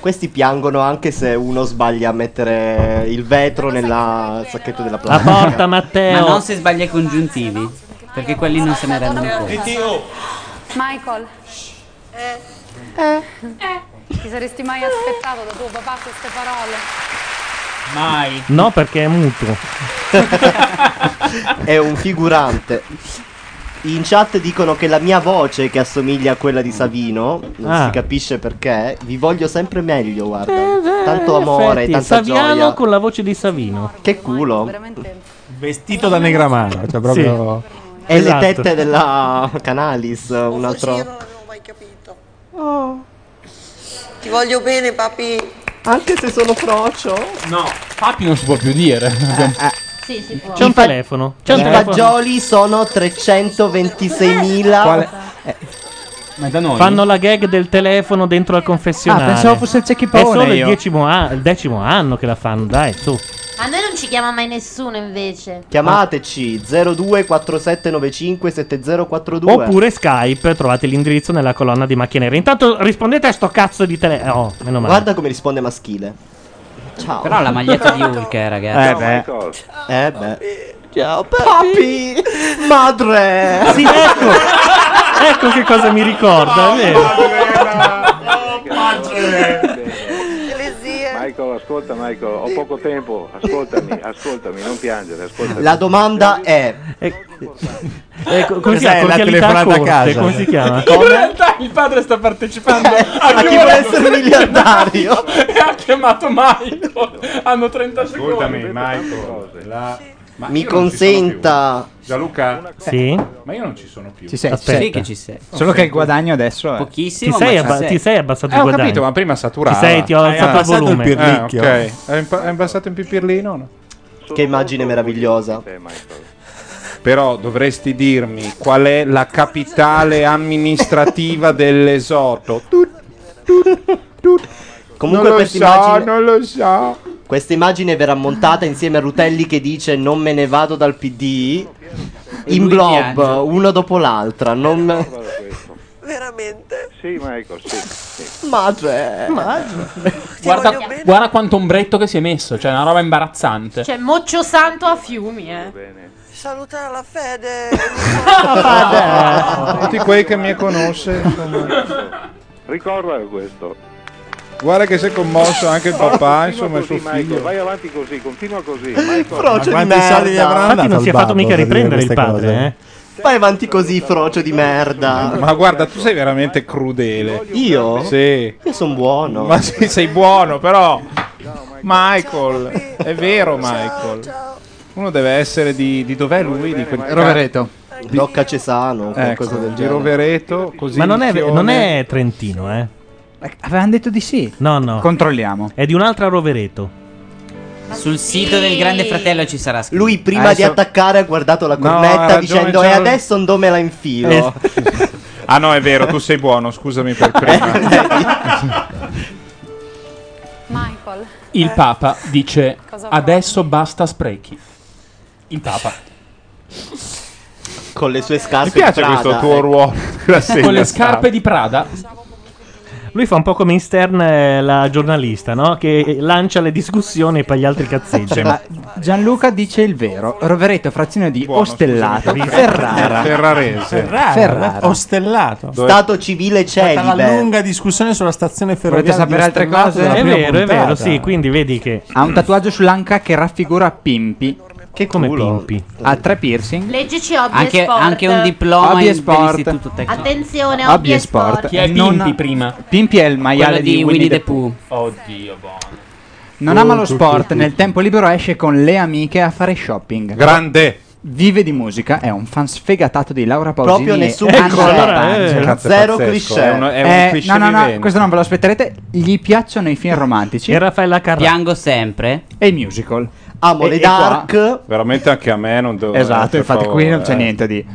Speaker 4: Questi piangono anche se uno sbaglia a mettere il vetro nel sacchetto della
Speaker 1: La
Speaker 4: plastica.
Speaker 1: porta, Matteo.
Speaker 5: Ma non se sbaglia i congiuntivi, perché quelli non se ne rendono conto.
Speaker 15: Michael. Eh. Eh. Ti saresti mai aspettato da tuo papà queste parole?
Speaker 2: Mai.
Speaker 1: No, perché è mutuo.
Speaker 4: *laughs*
Speaker 1: *laughs*
Speaker 4: È un figurante. In chat dicono che la mia voce che assomiglia a quella di Savino, non
Speaker 1: Ah.
Speaker 4: si capisce perché, vi voglio sempre meglio, guarda.
Speaker 9: Eh,
Speaker 4: Tanto amore,
Speaker 1: Effetti,
Speaker 4: tanta
Speaker 1: Saviano
Speaker 4: gioia.
Speaker 1: con la voce di Savino.
Speaker 4: Che culo.
Speaker 6: Vestito da negramano, cioè proprio... Esatto.
Speaker 4: E
Speaker 9: Esatto.
Speaker 4: le tette della Canalis, un altro... Oh.
Speaker 7: Ti voglio bene, papi.
Speaker 4: Anche se sono frocio.
Speaker 2: No, papi non si può più
Speaker 1: Eh,
Speaker 2: dire. Cioè,
Speaker 3: Sì, si può.
Speaker 1: C'è un telefono. C'è
Speaker 4: I
Speaker 1: un
Speaker 4: Eh,
Speaker 1: telefono.
Speaker 4: fagioli sono Eh, 326.000.
Speaker 2: Ma da noi.
Speaker 1: Fanno la gag del telefono dentro al confessionale.
Speaker 9: Ah, pensavo fosse il Cecchi
Speaker 1: È
Speaker 9: Paone,
Speaker 1: solo il,
Speaker 9: io.
Speaker 1: decimo a- il decimo anno che la fanno, dai, su.
Speaker 3: A noi non ci chiama mai nessuno invece.
Speaker 4: Chiamateci 0247957042.
Speaker 1: Oppure Skype, trovate l'indirizzo nella colonna di macchia nera. Intanto rispondete a sto cazzo di telefono. Oh, meno male.
Speaker 4: Guarda come risponde maschile. Ciao.
Speaker 5: Però la maglietta
Speaker 4: *laughs*
Speaker 5: di Hulk,
Speaker 1: Eh,
Speaker 5: ragazzi.
Speaker 4: Eh beh. Ciao papi. Madre.
Speaker 1: Sì, ecco. ecco che cosa mi
Speaker 4: *laughs*
Speaker 6: Oh,
Speaker 1: ricorda, è vero.
Speaker 13: Michael ha
Speaker 19: ascolta Michael, ho poco tempo, ascoltami, ascoltami, non piangere, ascoltami.
Speaker 4: La domanda è... *laughs*
Speaker 1: Eh, co- come si
Speaker 4: Questa è
Speaker 1: chiama?
Speaker 4: la
Speaker 1: Cordialità
Speaker 4: telefonata a
Speaker 1: corte,
Speaker 4: casa.
Speaker 1: Come si
Speaker 19: Ah,
Speaker 1: chiama?
Speaker 4: Come?
Speaker 20: In realtà il padre sta
Speaker 1: *laughs*
Speaker 20: partecipando a
Speaker 4: chi vuole essere
Speaker 2: *laughs*
Speaker 20: miliardario e ha chiamato
Speaker 1: *laughs*
Speaker 20: Michael. Hanno 30 secondi.
Speaker 11: Ascoltami, Michael. la- ma
Speaker 4: Mi
Speaker 11: io non ci sono
Speaker 4: consenta.
Speaker 11: più. Gianluca,
Speaker 1: Sì?
Speaker 11: ma io non ci sono più.
Speaker 9: Ci sei, sì che ci sei. Solo che il guadagno adesso è
Speaker 11: Pochissimo,
Speaker 1: Ti sei ma ci abba- sei. ti sei abbassato
Speaker 11: Eh,
Speaker 1: il
Speaker 11: ho
Speaker 1: guadagno.
Speaker 11: capito, ma prima saturava.
Speaker 1: Ti sei- ti ho
Speaker 11: Eh,
Speaker 1: alzato il
Speaker 11: abbassato
Speaker 1: volume.
Speaker 4: pirlicchio.
Speaker 11: Eh, ok. Hai impa- hai abbassato un pipirlino? No?
Speaker 4: Che immagine meravigliosa.
Speaker 11: Però dovresti dirmi qual è la capitale amministrativa dell'esoto.
Speaker 4: Comunque
Speaker 11: non lo
Speaker 4: questa
Speaker 11: so,
Speaker 4: immagine-
Speaker 11: non lo so.
Speaker 4: Questa immagine verrà montata insieme a Rutelli che dice non me ne vado dal PD in
Speaker 19: lui
Speaker 4: blob,
Speaker 19: piange.
Speaker 4: uno dopo l'altra. Non...
Speaker 19: Veramente? Sì, Michael, sì. sì.
Speaker 4: Ma cioè...
Speaker 2: Guarda,
Speaker 3: voglio bene.
Speaker 2: guarda quanto ombretto che si è messo, cioè è una roba imbarazzante.
Speaker 3: Cioè, moccio santo a fiumi, eh.
Speaker 21: Saluta la fede.
Speaker 1: *laughs*
Speaker 11: *laughs* Tutti quei che mi conosce.
Speaker 19: Ricordalo questo.
Speaker 11: Guarda che si è commosso anche il papà, insomma, il suo
Speaker 19: Continua così, Michael,
Speaker 11: figlio.
Speaker 19: vai avanti così, continua così. Michael.
Speaker 4: Frocio di
Speaker 11: quanti
Speaker 4: merda.
Speaker 11: soldi gli avrà
Speaker 1: Infatti non si è fatto mica riprendere il padre, eh.
Speaker 4: Vai avanti così, frocio di merda.
Speaker 11: Ma guarda, tu sei veramente crudele.
Speaker 4: Io?
Speaker 11: Sì.
Speaker 4: Io sono buono.
Speaker 11: Ma sì, sei buono, però. Michael, è vero, Michael. Uno deve essere di, di dov'è lui? Di quel-
Speaker 9: Rovereto.
Speaker 4: Blocca Cesano, qualcosa
Speaker 11: Ecco,
Speaker 4: del
Speaker 11: di
Speaker 4: genere.
Speaker 11: Rovereto, così.
Speaker 1: Ma non è,
Speaker 11: Fione.
Speaker 1: non è Trentino, eh?
Speaker 9: Avevano detto di sì.
Speaker 1: No, no.
Speaker 9: Controlliamo.
Speaker 1: È di un'altra Rovereto.
Speaker 5: Sul sito del Grande Fratello ci sarà scritto.
Speaker 4: Lui prima di
Speaker 5: Adesso-
Speaker 4: attaccare ha guardato la
Speaker 11: ha
Speaker 4: cornetta
Speaker 11: ragione,
Speaker 4: dicendo e
Speaker 11: Gianlu-
Speaker 4: adesso dove me la
Speaker 2: Eh.
Speaker 4: infilo?
Speaker 1: *laughs*
Speaker 11: Ah no, è vero, tu sei buono, scusami per
Speaker 1: Eh,
Speaker 11: *laughs* prima.
Speaker 15: Michael.
Speaker 4: Eh.
Speaker 2: Il Papa dice:
Speaker 15: Cosa fa?
Speaker 2: Adesso basta sprechi. Il Papa.
Speaker 4: Con le sue
Speaker 11: Mi
Speaker 4: scarpe
Speaker 11: piace
Speaker 4: Prada,
Speaker 11: questo tuo
Speaker 9: ecco.
Speaker 4: eh.
Speaker 11: ruolo.
Speaker 2: Con le scarpe di Prada.
Speaker 1: Lui fa un po' come in Stern eh, la giornalista, no? Che eh, lancia le discussioni e poi gli altri cazzeggiano.
Speaker 9: Ma Gianluca dice il vero. Rovereto, frazione di Ostellato,
Speaker 1: scusami.
Speaker 9: Ferrara.
Speaker 11: Ferrarese.
Speaker 9: Ferrara.
Speaker 6: Ferrara. Ostellato.
Speaker 4: Stato civile
Speaker 6: Stata
Speaker 4: celibe.
Speaker 6: la lunga discussione sulla stazione ferroviaria. di Ostellato della
Speaker 1: È
Speaker 6: prima
Speaker 1: vero, è
Speaker 6: puntata.
Speaker 1: vero, sì, quindi vedi che...
Speaker 9: Ha un tatuaggio sull'anca che raffigura Pimpi.
Speaker 1: Che come Pimpi?
Speaker 9: Ha tre piercing.
Speaker 3: Leggici Hobby
Speaker 9: Anche-
Speaker 3: e Sport.
Speaker 9: anche un diploma
Speaker 5: Hobby
Speaker 9: in-
Speaker 5: e sport.
Speaker 9: dell'Istituto Tecnico.
Speaker 3: Attenzione, Hobby,
Speaker 9: Hobby e sport.
Speaker 2: Chi è
Speaker 9: Non
Speaker 2: Pimpi
Speaker 9: ha-
Speaker 2: prima?
Speaker 9: Pimpi è il maiale
Speaker 2: Quello
Speaker 9: di, Winnie the Pooh.
Speaker 2: Oddio, buono.
Speaker 11: Oh,
Speaker 9: Non ama lo sport, nel tempo libero esce con le amiche a fare shopping.
Speaker 11: Grande.
Speaker 9: Vive di musica, è un fan sfegatato di Laura Pausini.
Speaker 4: Proprio
Speaker 9: e
Speaker 4: nessun
Speaker 9: Anna
Speaker 4: cliché.
Speaker 9: Lattanzio.
Speaker 4: Allora, eh, Zero pazzesco, cliché. è uno- è un
Speaker 9: Eh,
Speaker 4: cliché
Speaker 9: No, no, no,
Speaker 4: vivente.
Speaker 9: questo non ve lo aspetterete. Gli piacciono i film romantici.
Speaker 1: E Raffaella Carrà.
Speaker 9: Piango sempre. E i musical.
Speaker 4: Amo
Speaker 9: E-
Speaker 4: le
Speaker 9: e qua-
Speaker 4: dark.
Speaker 11: Veramente anche a me non devo.
Speaker 9: Esatto,
Speaker 11: per
Speaker 9: infatti
Speaker 11: favore,
Speaker 9: qui non c'è
Speaker 11: eh.
Speaker 9: niente di.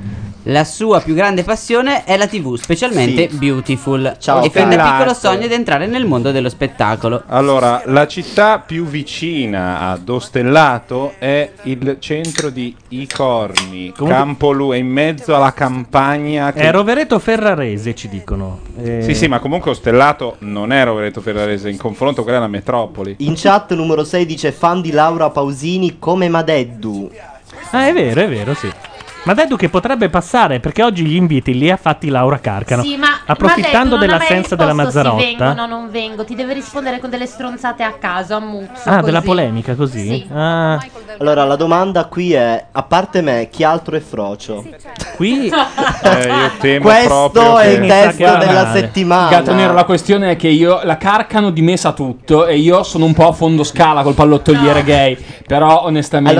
Speaker 5: La sua più grande passione è la TV, specialmente
Speaker 11: Sì.
Speaker 5: Beautiful.
Speaker 11: Ciao,
Speaker 5: e fin da
Speaker 11: Carlo.
Speaker 5: piccolo sogno di entrare nel mondo dello spettacolo.
Speaker 11: Allora, la città più vicina ad Ostellato è il centro di Icorni,
Speaker 1: Comunque-
Speaker 11: Campolu, è in mezzo alla campagna che
Speaker 1: È Rovereto Ferrarese, ci dicono. Eh,
Speaker 11: Sì, sì, ma comunque Ostellato non è Rovereto Ferrarese, in confronto quella è la metropoli.
Speaker 4: In chat numero 6 dice fan di Laura Pausini come Madeddu.
Speaker 1: Ah, è vero, è vero, sì. Ma Deddu che potrebbe passare, perché oggi gli inviti li ha fatti Laura Carcano.
Speaker 3: Sì, ma
Speaker 1: approfittando
Speaker 3: ma detto, non ha mai
Speaker 1: dell'assenza della
Speaker 3: risposto
Speaker 1: Mazzarotta.
Speaker 3: Se vengo o non vengo, ti deve rispondere con delle stronzate a caso, a muzzo.
Speaker 1: Ah,
Speaker 3: così.
Speaker 1: della polemica, così?
Speaker 3: Sì.
Speaker 1: Ah.
Speaker 4: Allora la domanda qui è, a parte me, chi altro è frocio?
Speaker 3: certo.
Speaker 1: Qui
Speaker 11: Eh, io temo
Speaker 4: Questo è il testo della
Speaker 2: Il
Speaker 4: settimana.
Speaker 2: Gatto nero, la questione è che io la carcano di me sa tutto e io sono un po' a fondo scala col pallottoliere gay, però onestamente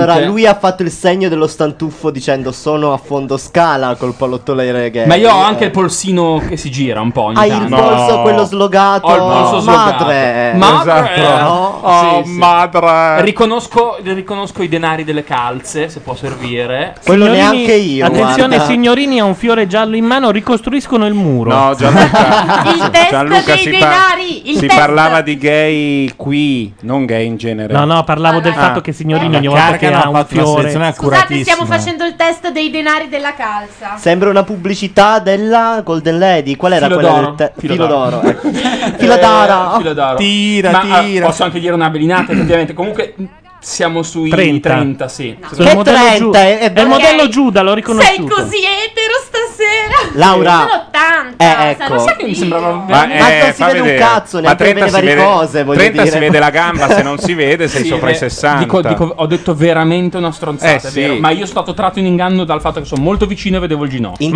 Speaker 4: *laughs* Allora, lui ha fatto il segno dello stantuffo dicendo sono a fondo scala col pallottoliere gay.
Speaker 2: ma io ho
Speaker 4: Eh,
Speaker 2: anche il polsino che si gira un po' ogni
Speaker 4: Hai il
Speaker 2: tanto.
Speaker 4: polso quello slogato.
Speaker 2: Ho il polso slogato.
Speaker 4: Madre.
Speaker 2: Madre.
Speaker 4: Esatto.
Speaker 2: Oh,
Speaker 4: Sì, sì.
Speaker 2: madre. Riconosco, riconosco i denari delle calze, se può servire.
Speaker 1: Signorini- Attenzione, signorini ha un fiore giallo in mano, ricostruiscono il muro.
Speaker 11: No, Gianluca,
Speaker 3: Il test
Speaker 11: Gianluca
Speaker 3: dei
Speaker 11: si,
Speaker 3: denari, il
Speaker 11: si
Speaker 3: test.
Speaker 11: parlava di gay qui, non gay in genere.
Speaker 1: No, no, parlavo del fatto che Signorini ogni volta che ha un fiore.
Speaker 3: Ah. Scusate, stiamo facendo il test dei denari della calza.
Speaker 4: Sembra una pubblicità della Golden Lady. Qual era
Speaker 2: Filo
Speaker 4: quella
Speaker 2: d'oro.
Speaker 4: del te-
Speaker 2: Filo
Speaker 4: filo
Speaker 2: *laughs* d'oro. Eh,
Speaker 4: d'oro? ecco. Filo d'oro.
Speaker 2: Filo d'oro.
Speaker 4: Tira,
Speaker 2: Ma, ah,
Speaker 4: tira.
Speaker 2: posso anche dire
Speaker 4: *clears throat*
Speaker 2: una belinata, effettivamente. Comunque, siamo sui
Speaker 1: 30.
Speaker 2: 30, sì. Cioè,
Speaker 1: Sono il modello
Speaker 2: Eh,
Speaker 1: Giu- è il modello Giuda, l'ho
Speaker 3: Sei
Speaker 1: riconosciuto.
Speaker 3: così etero stasera.
Speaker 1: Laura.
Speaker 3: Sono 80.
Speaker 4: Eh, ecco.
Speaker 19: Ma sai che mi sembrava
Speaker 4: Ma,
Speaker 19: veramente-
Speaker 4: eh, non si
Speaker 8: fa
Speaker 4: vede un
Speaker 8: vedere.
Speaker 4: cazzo,
Speaker 8: Ma
Speaker 4: neanche
Speaker 8: 30
Speaker 4: bene
Speaker 8: si
Speaker 4: varie
Speaker 8: vede-
Speaker 4: cose, voglio
Speaker 8: 30 si
Speaker 4: dire.
Speaker 8: vede la gamba, se non si vede sei
Speaker 2: Sì,
Speaker 8: sopra i
Speaker 2: eh,
Speaker 8: 60.
Speaker 2: Dico, dico, ho detto veramente una stronzata,
Speaker 8: Eh,
Speaker 2: è
Speaker 8: sì.
Speaker 2: vero, ma io sono stato tratto in inganno dal fatto che sono molto vicino e vedevo il ginocchio.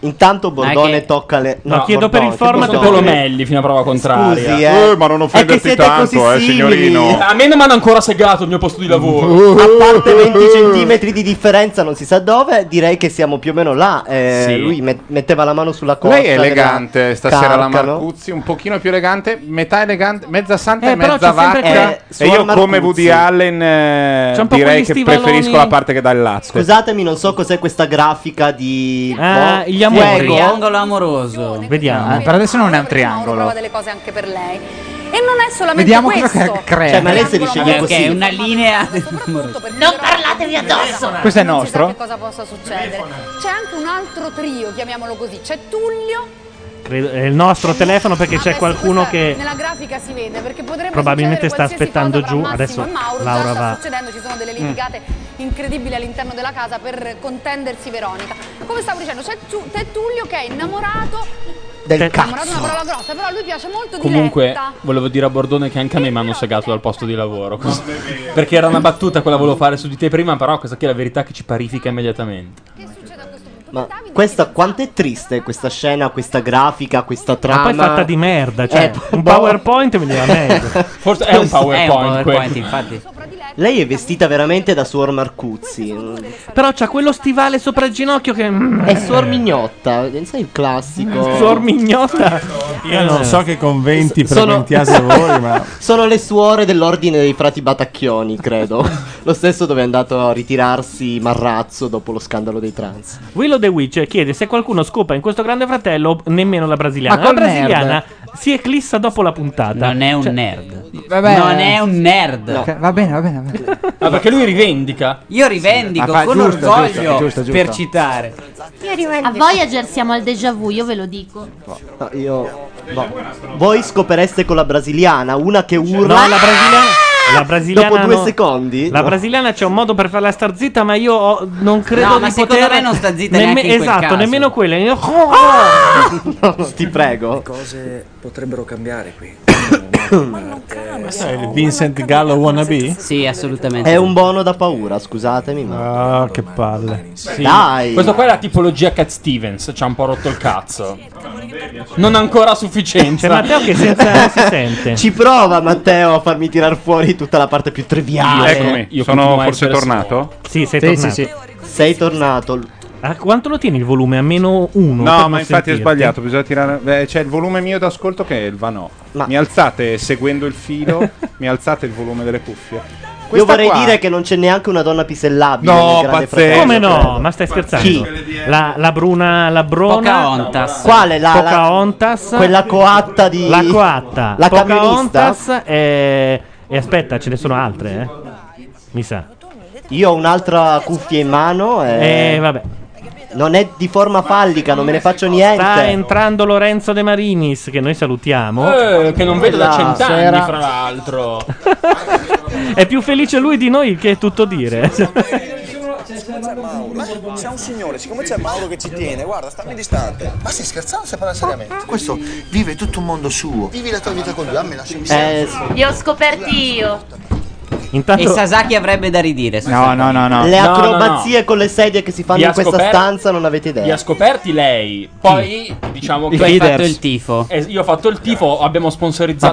Speaker 4: Intanto Bordone
Speaker 2: Dai che-
Speaker 4: tocca le.
Speaker 2: No, chiedo per il
Speaker 4: Bordone,
Speaker 2: format
Speaker 4: Bordone.
Speaker 2: Colomelli fino a prova contraria.
Speaker 4: Scusi, eh. Eh, ma non
Speaker 2: offenderti
Speaker 4: È che siete tanto, così eh, simili. signorino.
Speaker 2: A me non mi hanno ancora segato il mio posto di lavoro.
Speaker 4: A parte
Speaker 1: Uh-huh.
Speaker 4: 20 centimetri di differenza, non si sa dove, direi che siamo più o meno là. Eh,
Speaker 8: Sì.
Speaker 4: Lui met- metteva la mano sulla costa.
Speaker 8: Lei è elegante
Speaker 4: della
Speaker 8: stasera la
Speaker 4: Carcano.
Speaker 8: Marcuzzi, un pochino più elegante, metà elegante, mezza santa
Speaker 4: Eh,
Speaker 8: e
Speaker 4: però
Speaker 8: mezza
Speaker 4: c'è sempre
Speaker 8: vacca.
Speaker 4: quel-
Speaker 8: e io
Speaker 4: Suor
Speaker 8: come
Speaker 4: Marcuzzi.
Speaker 8: Woody Allen eh,
Speaker 4: C'è un po'
Speaker 8: direi
Speaker 4: quegli
Speaker 8: che
Speaker 4: stivaloni-
Speaker 8: preferisco la parte che dà il latte.
Speaker 4: Scusatemi, non so cos'è questa grafica di.
Speaker 1: Eh,
Speaker 8: Ah,
Speaker 4: boh,
Speaker 8: gli amori.
Speaker 4: fuego.
Speaker 5: Triangolo amoroso.
Speaker 4: Vediamo.
Speaker 5: per adesso non è un
Speaker 15: Prova
Speaker 5: triangolo.
Speaker 15: delle cose anche per lei. E non è solamente
Speaker 5: Vediamo cosa
Speaker 15: questo.
Speaker 5: che crea.
Speaker 4: Cioè, ma lei se li sceglie
Speaker 5: Ok,
Speaker 4: così.
Speaker 5: una *laughs* linea.
Speaker 15: Non parlatevi addosso!
Speaker 5: Questo è nostro?
Speaker 15: che cosa possa succedere. C'è anche un altro trio, chiamiamolo così. C'è Tullio.
Speaker 1: *laughs* Credo- è il nostro telefono perché c'è
Speaker 15: Adesso
Speaker 1: qualcuno
Speaker 15: questa
Speaker 1: che
Speaker 15: Nella grafica si vede perché potrebbe
Speaker 1: probabilmente sta
Speaker 15: succedere
Speaker 1: aspettando
Speaker 15: qualsiasi
Speaker 1: giù.
Speaker 15: cosa tra
Speaker 1: Adesso
Speaker 15: Massimo e Mauro
Speaker 1: Laura
Speaker 15: già sta
Speaker 1: va. Mm.
Speaker 15: succedendo, ci sono delle litigate incredibili all'interno della casa per contendersi Veronica. Come stavo dicendo, c'è, Tu- c'è Tullio che è innamorato,
Speaker 4: del
Speaker 15: innamorato è una parola grossa, però a lui piace molto di
Speaker 2: Comunque,
Speaker 15: Letta.
Speaker 2: volevo dire a Bordone che anche a me mi hanno segato dal posto di lavoro. così. *laughs* Perché era una battuta quella volevo fare su di te prima, però questa qui è la verità che ci parifica immediatamente.
Speaker 4: Ma questa quanto è triste questa scena, questa grafica, questa
Speaker 1: Ma
Speaker 4: trama.
Speaker 1: poi è fatta di merda, cioè
Speaker 4: Ah, Eh,
Speaker 1: un
Speaker 4: boh.
Speaker 1: PowerPoint veniva meglio.
Speaker 2: *laughs* Forse è un PowerPoint, quello.
Speaker 4: Lei è vestita veramente da suor Marcuzzi.
Speaker 1: Però c'ha quello stivale sopra il ginocchio che mm,
Speaker 4: È suor
Speaker 1: *laughs*
Speaker 4: Mignotta, sai il classico.
Speaker 1: Suor Mignotta.
Speaker 6: Io non so che conventi
Speaker 4: Sono- *laughs*
Speaker 6: frequentiate
Speaker 1: *laughs*
Speaker 6: voi, ma
Speaker 4: Sono le suore dell'ordine dei frati Batacchioni,
Speaker 6: *laughs*
Speaker 4: credo. Lo stesso dove è andato a ritirarsi Marrazzo dopo lo scandalo dei trans.
Speaker 1: Willow The Witch chiede se qualcuno scopa in questo grande fratello nemmeno la brasiliana.
Speaker 4: Ma
Speaker 1: la
Speaker 4: col
Speaker 1: brasiliana si eclissa dopo la puntata. Cioè, Non
Speaker 5: è un nerd. Non è un nerd.
Speaker 9: Ok, Va bene, va bene, va bene.
Speaker 2: Ah, perché lui rivendica?
Speaker 5: Io rivendico
Speaker 2: Sì, ma fa-
Speaker 5: con
Speaker 2: giusto,
Speaker 5: orgoglio
Speaker 2: giusto, giusto, giusto.
Speaker 5: per citare.
Speaker 3: A Voyager siamo al déjà vu, io ve lo dico.
Speaker 4: No, io. no. Voi scopereste con la brasiliana, una che urla.
Speaker 1: No, la brasiliana. La brasiliana
Speaker 4: Dopo due
Speaker 1: no.
Speaker 4: secondi.
Speaker 1: La
Speaker 4: No.
Speaker 1: brasiliana c'è un modo per farla star zitta, ma io ho- non credo
Speaker 5: No,
Speaker 1: di
Speaker 5: ma secondo
Speaker 1: poter.
Speaker 5: me non sta zitta neanche in quel
Speaker 1: Esatto,
Speaker 5: caso. Oh!
Speaker 1: nemmeno quella. Io- Oh!
Speaker 4: Ti prego.
Speaker 14: cose potrebbero cambiare qui.
Speaker 6: questo è Eh, il Vincent Gallo wannabe?
Speaker 5: Sì, assolutamente.
Speaker 4: È un bono da paura, scusatemi. Ma...
Speaker 6: Ah, che palle.
Speaker 2: Sì.
Speaker 4: Dai.
Speaker 2: Questo qua è la tipologia Cat Stevens, ci ha un po' rotto il cazzo. Non ancora a sufficienza.
Speaker 4: C'è Matteo che
Speaker 2: *laughs*
Speaker 4: senza- non si
Speaker 2: sente.
Speaker 4: Ci prova Matteo a farmi tirar fuori tutta la parte più triviale.
Speaker 8: Ah,
Speaker 1: Eh,
Speaker 8: Eccomi, sono forse tornato?
Speaker 1: Sì, sei tornato.
Speaker 4: Sei tornato.
Speaker 1: Ah, quanto lo tieni il volume? A meno uno. per
Speaker 8: No,
Speaker 1: non
Speaker 8: ma infatti è
Speaker 1: sentirti.
Speaker 8: sbagliato, bisogna tirare beh, c'è il volume mio d'ascolto che è il vanò. Mi alzate seguendo il
Speaker 4: *laughs*
Speaker 8: filo, mi alzate il volume delle cuffie.
Speaker 4: Io
Speaker 8: Questa
Speaker 4: vorrei
Speaker 8: qua-
Speaker 4: dire che non c'è neanche una donna pisellabile.
Speaker 8: No,
Speaker 4: nel Grande
Speaker 8: pazzesco.
Speaker 4: Fratello,
Speaker 1: Come no?
Speaker 4: credo.
Speaker 1: Ma stai scherzando?
Speaker 4: Chi?
Speaker 1: La, la bruna, la brona.
Speaker 4: Pocahontas. Quale? La- la-
Speaker 1: Pocahontas.
Speaker 4: Quella coatta di-
Speaker 1: La coatta.
Speaker 4: La
Speaker 1: Pocahontas e... e aspetta, ce ne sono altre, eh. Mi sa.
Speaker 4: Io ho un'altra cuffia in mano. E...
Speaker 1: Eh, vabbè.
Speaker 4: Non è di forma fallica, non me ne faccio niente.
Speaker 1: Sta Ah, entrando Lorenzo De Marinis, che noi salutiamo.
Speaker 2: Eh, che non vedo da
Speaker 1: Quella
Speaker 2: cent'anni,
Speaker 1: sera.
Speaker 2: fra l'altro.
Speaker 1: *laughs* È più felice lui di noi che è tutto dire.
Speaker 22: Ma c'è un signore, siccome c'è Mauro che ci tiene, guarda, stammi distante. Ma stai scherzando se parla seriamente? Questo vive tutto un mondo suo. Vivi la tua vita con lui, a me lascia
Speaker 4: Eh,
Speaker 22: in
Speaker 6: Eh,
Speaker 3: Li ho scoperti io.
Speaker 5: E Sasaki avrebbe da ridire. su questa cosa.
Speaker 4: Le acrobazie con le sedie che si fanno
Speaker 5: Li ha
Speaker 4: in questa
Speaker 5: scoperti-
Speaker 4: stanza non avete idea.
Speaker 2: Li ha scoperti lei. Poi, diciamo che
Speaker 5: Tu hai fatto il tifo.
Speaker 2: Eh, io ho fatto il tifo, abbiamo sponsorizzato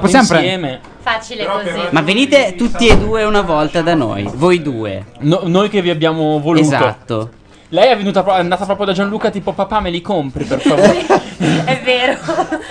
Speaker 5: Ma possiamo
Speaker 2: insieme.
Speaker 3: Facile così.
Speaker 5: Ma venite tutti e due una volta da noi, voi due.
Speaker 2: noi che vi abbiamo voluto.
Speaker 5: Esatto.
Speaker 2: Lei è, venuta, pro- è andata proprio da Gianluca, tipo papà me li compri per favore.
Speaker 3: È vero.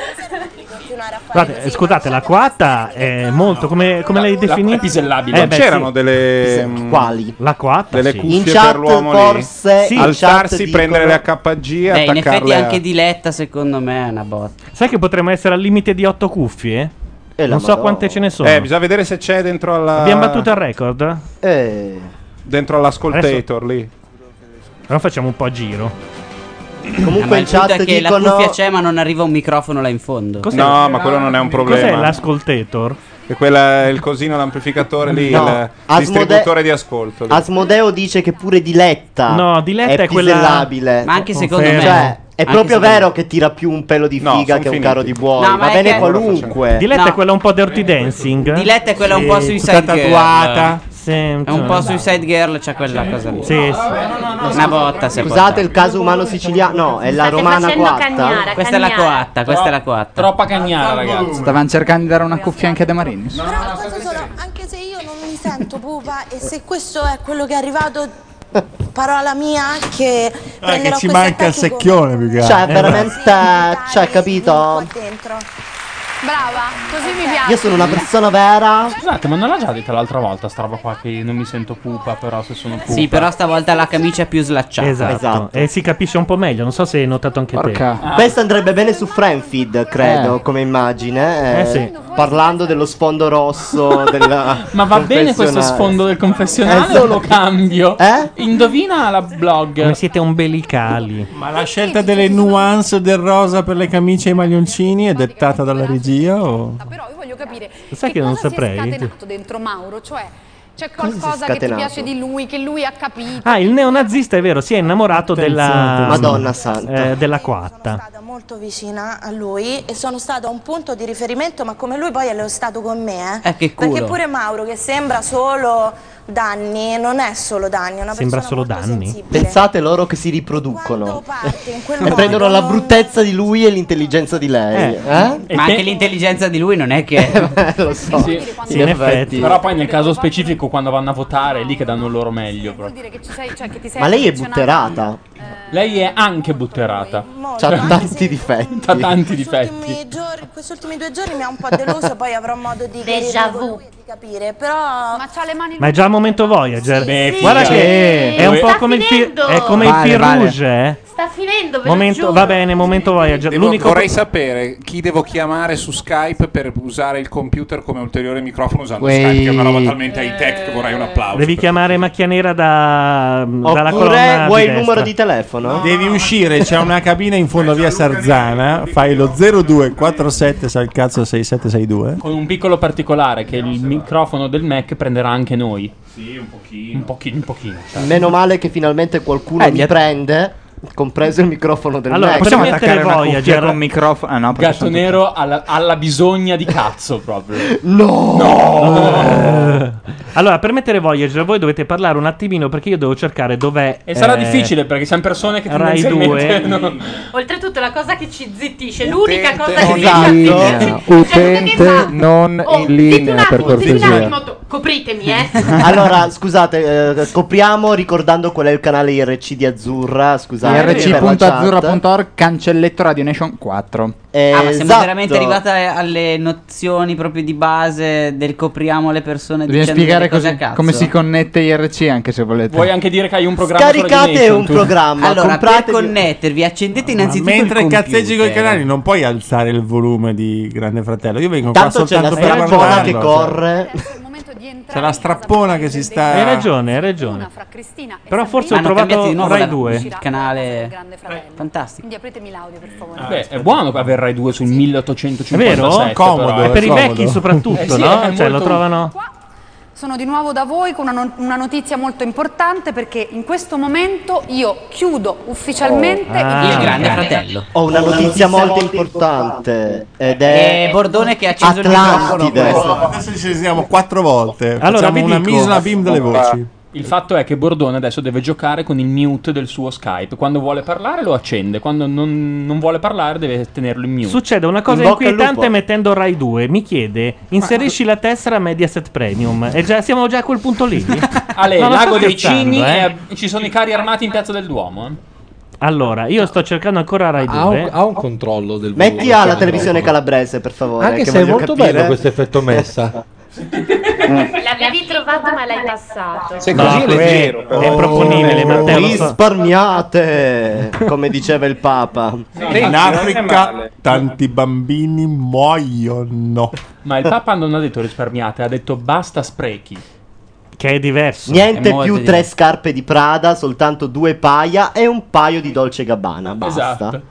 Speaker 1: Guardate, eh, scusate, la coatta è molto come, come l'hai definita?
Speaker 2: Pisellabile.
Speaker 8: Non c'erano delle
Speaker 1: Pise-
Speaker 8: mm,
Speaker 1: quali? La coatta.
Speaker 8: delle
Speaker 1: sì.
Speaker 8: cuffie per l'uomo lì.
Speaker 1: Sì.
Speaker 8: alzarsi, prendere le AKG,
Speaker 5: Beh, Eh, in effetti
Speaker 8: attaccarle. a-
Speaker 5: anche di Letta secondo me è una botta.
Speaker 1: Sai che potremmo essere al limite di 8 cuffie?
Speaker 5: Eh, la
Speaker 1: non so
Speaker 5: Madonna.
Speaker 1: quante ce ne sono.
Speaker 8: Eh, bisogna vedere se c'è dentro alla
Speaker 1: Abbiamo battuto il record?
Speaker 5: Eh.
Speaker 8: dentro all'ascoltator lì.
Speaker 1: Però facciamo un po' a giro.
Speaker 5: Ah, ma
Speaker 4: Comunque in
Speaker 5: il punto
Speaker 4: chat
Speaker 5: è che la
Speaker 4: dicono
Speaker 5: cuffia c'è ma non arriva un microfono là in fondo.
Speaker 8: Cos'è? No, ma quello non è un problema.
Speaker 1: Cos'è l'ascoltator?
Speaker 8: E quella, il cosino, l'amplificatore lì,
Speaker 4: No,
Speaker 8: il
Speaker 4: Asmode-
Speaker 8: distributore di ascolto. lì.
Speaker 4: Asmodeo dice che pure Diletta
Speaker 1: No, Diletta è quella-
Speaker 4: pisellabile.
Speaker 1: Ma anche secondo me.
Speaker 4: Cioè, È proprio vero che tira più un pelo di
Speaker 1: No,
Speaker 4: figa
Speaker 1: son
Speaker 4: che un
Speaker 1: finiti.
Speaker 4: caro di buoi.
Speaker 1: No, ma
Speaker 4: Va
Speaker 1: è
Speaker 4: bene
Speaker 1: che-
Speaker 4: qualunque.
Speaker 1: Diletta è quella un po' dirty dancing.
Speaker 5: Diletta è quella un po'
Speaker 1: Sì,
Speaker 5: suicide
Speaker 1: tutta
Speaker 5: girl.
Speaker 1: tatuata. Sì,
Speaker 5: è un po' suicide girl, c'è quella cosa lì.
Speaker 1: Cioè, Sì,
Speaker 5: Una botta, si è
Speaker 4: Scusate il caso umano siciliano. No, è la
Speaker 5: State
Speaker 4: romana
Speaker 5: facendo
Speaker 4: coatta.
Speaker 5: cagnara, *laughs* Questa è la cagnara. coatta, questa è la coatta.
Speaker 9: Troppa cagnara, ragazzi. Stavano cercando di dare una cuffia anche a De Marini.
Speaker 17: Anche se io non mi sento buba e se questo è quello che è arrivato, parola mia, che
Speaker 6: Ah, che
Speaker 17: prenderò
Speaker 6: ci
Speaker 17: questa
Speaker 6: manca il secchione più che altro.
Speaker 1: Eh,
Speaker 4: Cioè, veramente. Cioè, capito?
Speaker 17: dentro.
Speaker 15: Brava, così mi piace.
Speaker 4: Io sono una persona vera.
Speaker 2: Scusate, ma non l'ha già detta l'altra volta sta roba qua che non mi sento pupa, però se sono pupa.
Speaker 5: Sì, però stavolta la camicia è più slacciata.
Speaker 1: Esatto. E si capisce un po' meglio. Non so se hai notato anche te.
Speaker 5: Ah.
Speaker 4: Questo andrebbe bene su Friendfeed, credo, come immagine.
Speaker 1: Eh, sì.
Speaker 4: Parlando dello sfondo
Speaker 1: *laughs*
Speaker 4: rosso della
Speaker 2: Ma va bene questo
Speaker 4: confessionale.
Speaker 2: sfondo del confessionale
Speaker 4: Eh,
Speaker 2: o lo cambio?
Speaker 4: Eh?
Speaker 2: Indovina la blog.
Speaker 1: Come siete umbilicali.
Speaker 6: Ma la scelta delle nuance del rosa per le camicie e i maglioncini è dettata dalla regia o...
Speaker 15: Però io voglio capire
Speaker 6: Sai
Speaker 15: che,
Speaker 6: che non
Speaker 15: cosa
Speaker 6: saprei?
Speaker 15: si è scatenato dentro Mauro, cioè c'è
Speaker 6: Cosa si è
Speaker 15: qualcosa che ti
Speaker 6: scatenato?
Speaker 15: piace di lui, che lui ha capcapito.
Speaker 1: Ah, il neonazista è vero, si è innamorato della
Speaker 4: Attenzione. Madonna santa.
Speaker 1: eh, della coatta.
Speaker 17: Molto vicina a lui e sono stata un punto di riferimento, ma come lui poi è lo stato con me. Eh.
Speaker 1: Eh, che
Speaker 17: Perché
Speaker 1: culo.
Speaker 17: pure Mauro, che sembra solo Danni, non è solo Danni, è una
Speaker 4: Sembra
Speaker 17: persona
Speaker 4: solo danni.
Speaker 17: sensibile.
Speaker 4: Pensate loro che si riproducono.
Speaker 17: parte in quel
Speaker 4: E prendono la bruttezza di lui e l'intelligenza di lei. eh?
Speaker 5: Ma anche l'intelligenza di lui non è
Speaker 4: *laughs*
Speaker 5: che.
Speaker 4: lo so.
Speaker 1: in effetti.
Speaker 2: Però poi nel caso specifico quando vanno a votare è lì che danno il loro meglio. proprio.
Speaker 15: Dire che ci sei, cioè che ti sei
Speaker 2: Ma lei è
Speaker 15: affezionato.
Speaker 2: Lei è anche butterata.
Speaker 4: C'ha tanti difetti.
Speaker 2: Ha tanti difetti.
Speaker 17: Questi ultimi due giorni mi ha un po' deluso, poi avrò modo di
Speaker 3: Déjà
Speaker 17: chiarirmi con lui e di capire, però...
Speaker 15: Ma c'ha le mani
Speaker 1: Ma è già al momento Voyager.
Speaker 2: Beh,
Speaker 1: Guarda
Speaker 2: figa.
Speaker 1: che
Speaker 2: Sì.
Speaker 1: è un po'
Speaker 3: Sta
Speaker 1: come il, fi-
Speaker 3: finendo.
Speaker 1: è come il
Speaker 3: Vale,
Speaker 1: fil
Speaker 3: vale.
Speaker 1: rouge, eh.
Speaker 3: Sta finendo, ve lo
Speaker 1: Momento,
Speaker 3: giuro.
Speaker 1: va bene, momento Voyager.
Speaker 8: Devo-
Speaker 1: L'unico
Speaker 8: vorrei sapere chi devo chiamare su Skype per usare il computer come ulteriore microfono usando
Speaker 1: Wey.
Speaker 8: Skype, che è una roba talmente high tech che vorrei un applauso.
Speaker 1: Devi chiamare macchia nera da, mm, dalla colonna
Speaker 4: Oppure vuoi il
Speaker 1: destra.
Speaker 4: numero di telefono?
Speaker 6: Devi uscire, c'è una cabina in fondo a via Sarzana, fai lo 0247 sai il cazzo 6762.
Speaker 2: Con un piccolo particolare che il microfono del Mac prenderà anche noi.
Speaker 8: Sì, un pochino.
Speaker 2: Un pochino, un pochino. cioè.
Speaker 4: Meno male che finalmente qualcuno mi prende, compreso il microfono del
Speaker 2: Eh, Allora,
Speaker 4: Mac.
Speaker 2: possiamo attaccare una cuffia con un
Speaker 9: microfono? no,
Speaker 4: perché
Speaker 2: Gatto
Speaker 4: sono
Speaker 2: nero alla, alla bisogna di cazzo proprio.
Speaker 4: No!
Speaker 1: *laughs* Allora, per mettere Voyager, voi dovete parlare un attimino perché io devo cercare dov'è. eh,
Speaker 2: E sarà difficile perché siamo persone che
Speaker 1: Rai 2. *laughs*
Speaker 2: tendenzialmente non-
Speaker 23: Oltretutto la cosa che ci zittisce, l'unica cosa
Speaker 1: non
Speaker 23: che
Speaker 1: in
Speaker 23: ci
Speaker 1: linea.
Speaker 23: zittisce.
Speaker 9: Utente non
Speaker 23: Oh,
Speaker 9: in
Speaker 23: dite un
Speaker 9: linea, per
Speaker 23: attimo, dite un
Speaker 9: cortesia.
Speaker 23: attimo, to- copritemi, eh.
Speaker 4: *laughs* Allora, scusate, eh, scopriamo ricordando qual è il canale IRC di Azzurra. Scusate, per la chat.
Speaker 9: IRC.azzurra.org cancelletto Radio Nation 4.
Speaker 5: Ah, ma siamo
Speaker 4: Esatto.
Speaker 5: veramente arrivati alle nozioni proprio di base del copriamo le persone
Speaker 9: Bisogna
Speaker 5: dicendo
Speaker 9: spiegare
Speaker 5: le cose a
Speaker 9: così-
Speaker 5: cazzo.
Speaker 9: come si connette IRC anche se volete.
Speaker 2: Vuoi anche dire che hai un programma
Speaker 9: Scaricate
Speaker 2: su Radio Nation,
Speaker 9: un
Speaker 2: tu?
Speaker 9: programma,
Speaker 5: Allora,
Speaker 9: compratevi-
Speaker 5: per connettervi, accendete
Speaker 6: Ma
Speaker 5: innanzitutto
Speaker 6: mentre
Speaker 5: il
Speaker 6: cazzeggi con i
Speaker 5: computer.
Speaker 6: canali non puoi alzare il volume di Grande Fratello. Io vengo
Speaker 4: Tanto
Speaker 6: qua
Speaker 4: c'è la
Speaker 6: soltanto per
Speaker 4: strappona
Speaker 6: guardarlo.
Speaker 4: che
Speaker 6: cioè.
Speaker 4: corre.
Speaker 6: C'è la strappona che si sta
Speaker 1: Hai ragione, hai ragione. Però forse ho
Speaker 5: Hanno cambiato di
Speaker 1: trovato
Speaker 5: nuovo
Speaker 1: Rai
Speaker 5: la-
Speaker 1: 2.
Speaker 5: il canale. Fantastico.
Speaker 15: Quindi apritemi l'audio, per favore.
Speaker 2: Beh, è buono avere Rai 2 sul 1857.
Speaker 1: È vero? Comodo,
Speaker 2: però, eh.
Speaker 1: per i vecchi soprattutto,
Speaker 2: Eh sì,
Speaker 1: no?
Speaker 2: è
Speaker 1: Cioè,
Speaker 2: molto-
Speaker 1: lo trovano...
Speaker 15: Sono di nuovo da voi con una, no- una notizia molto importante perché in questo momento io chiudo
Speaker 5: Eh,
Speaker 2: Oh.
Speaker 15: ufficialmente
Speaker 4: Ah.
Speaker 15: il
Speaker 4: Ho una notizia molto importante. Ed
Speaker 15: è
Speaker 4: è.
Speaker 5: Eh, Bordone che ha acceso il
Speaker 4: Atlantide.
Speaker 6: Adesso ci sentiamo quattro volte.
Speaker 2: Allora,
Speaker 6: Eh, Facciamo
Speaker 2: vi
Speaker 6: una
Speaker 2: dico-
Speaker 6: misla bim delle voci.
Speaker 2: Il fatto è che Bordone adesso deve giocare con il mute del suo Skype. Quando vuole parlare lo accende, quando non, non vuole parlare deve tenerlo in mute.
Speaker 1: Succede una cosa
Speaker 2: In bocca al
Speaker 1: inquietante
Speaker 2: lupo.
Speaker 1: mettendo Rai 2. Mi chiede, inserisci la tessera Mediaset Premium. E già, siamo già a quel punto
Speaker 2: *laughs*
Speaker 1: lì.
Speaker 2: Ale,
Speaker 1: No, non sto
Speaker 2: Lago dei
Speaker 1: scherzando,
Speaker 2: Cigni
Speaker 1: eh.
Speaker 2: e- e ci sono i carri armati in Piazza del Duomo. eh.
Speaker 1: Allora, io sto cercando ancora Rai 2.
Speaker 24: Ha un, ha un controllo del
Speaker 4: Metti
Speaker 24: volume,
Speaker 4: alla
Speaker 24: sì,
Speaker 4: televisione
Speaker 24: no.
Speaker 4: calabrese, per favore.
Speaker 24: Anche
Speaker 4: che
Speaker 24: se è
Speaker 4: voglio
Speaker 24: molto
Speaker 4: capire.
Speaker 24: bello
Speaker 4: *laughs*
Speaker 24: questo effetto messa.
Speaker 23: L'avevi trovato ma l'hai passato.
Speaker 4: è
Speaker 1: proponibile, Matteo, lo so.
Speaker 4: Eh, Risparmiate, come diceva il Papa.
Speaker 6: In Africa tanti bambini muoiono.
Speaker 2: Ma il Papa non ha detto risparmiate, ha detto basta sprechi.
Speaker 1: Che è diverso.
Speaker 4: Niente più tre scarpe di Prada, soltanto due paia e un paio di Dolce Gabbana. Basta.
Speaker 2: Esatto.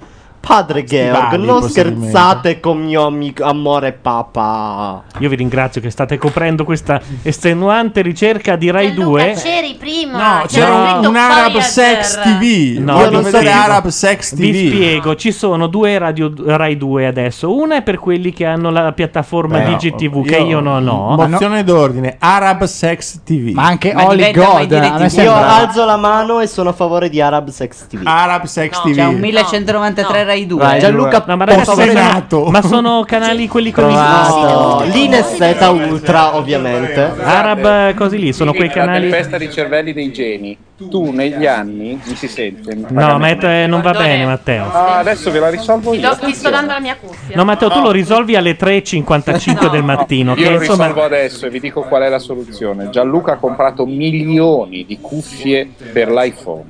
Speaker 4: Padre Georg,
Speaker 1: Stivali,
Speaker 4: non
Speaker 1: possibilmente.
Speaker 4: scherzate con mio amico amore papa.
Speaker 1: Io vi ringrazio che state coprendo questa estenuante ricerca di Rai 2.
Speaker 25: c'eri prima.
Speaker 1: No,
Speaker 25: c'era
Speaker 1: c'era
Speaker 25: scritto
Speaker 1: un Arab
Speaker 25: Voyager.
Speaker 1: Sex
Speaker 6: TV.
Speaker 1: No,
Speaker 6: Voglio vedere Arab Sex TV.
Speaker 1: Vi spiego, ci sono due radio, Rai 2 adesso. Una è per quelli che hanno la piattaforma
Speaker 6: Beh, no,
Speaker 1: DigiTV, che io non ho.
Speaker 6: Mozione d'ordine, Arab Sex TV. Ma
Speaker 9: anche
Speaker 4: Io alzo la mano e sono a favore di Arab Sex TV.
Speaker 6: Arab Sex
Speaker 5: No, c'è un 1193 Rai 2.
Speaker 4: Rai Gianluca
Speaker 1: No, ma ragazzi,
Speaker 4: Posso-
Speaker 1: sono- ma sono canali quelli con
Speaker 4: Provato.
Speaker 1: i
Speaker 4: L'Ines Zeta Ultra, ovviamente.
Speaker 1: Arab eh, cose lì, sono quei canali.
Speaker 11: festa di cervelli dei geni. Tu negli anni mi si sente.
Speaker 1: No, Matt, eh, non va bene, Matteo.
Speaker 11: Ah, adesso ve la risolvo
Speaker 3: Ti, do-
Speaker 11: io.
Speaker 3: ti sto dando la mia cuffia.
Speaker 1: No, Matteo, tu lo risolvi alle 3.55 del mattino.
Speaker 11: Io
Speaker 1: Che
Speaker 11: lo
Speaker 1: insomma.
Speaker 11: risolvo adesso e vi dico qual è la soluzione. Gianluca ha comprato milioni di cuffie per l'iPhone.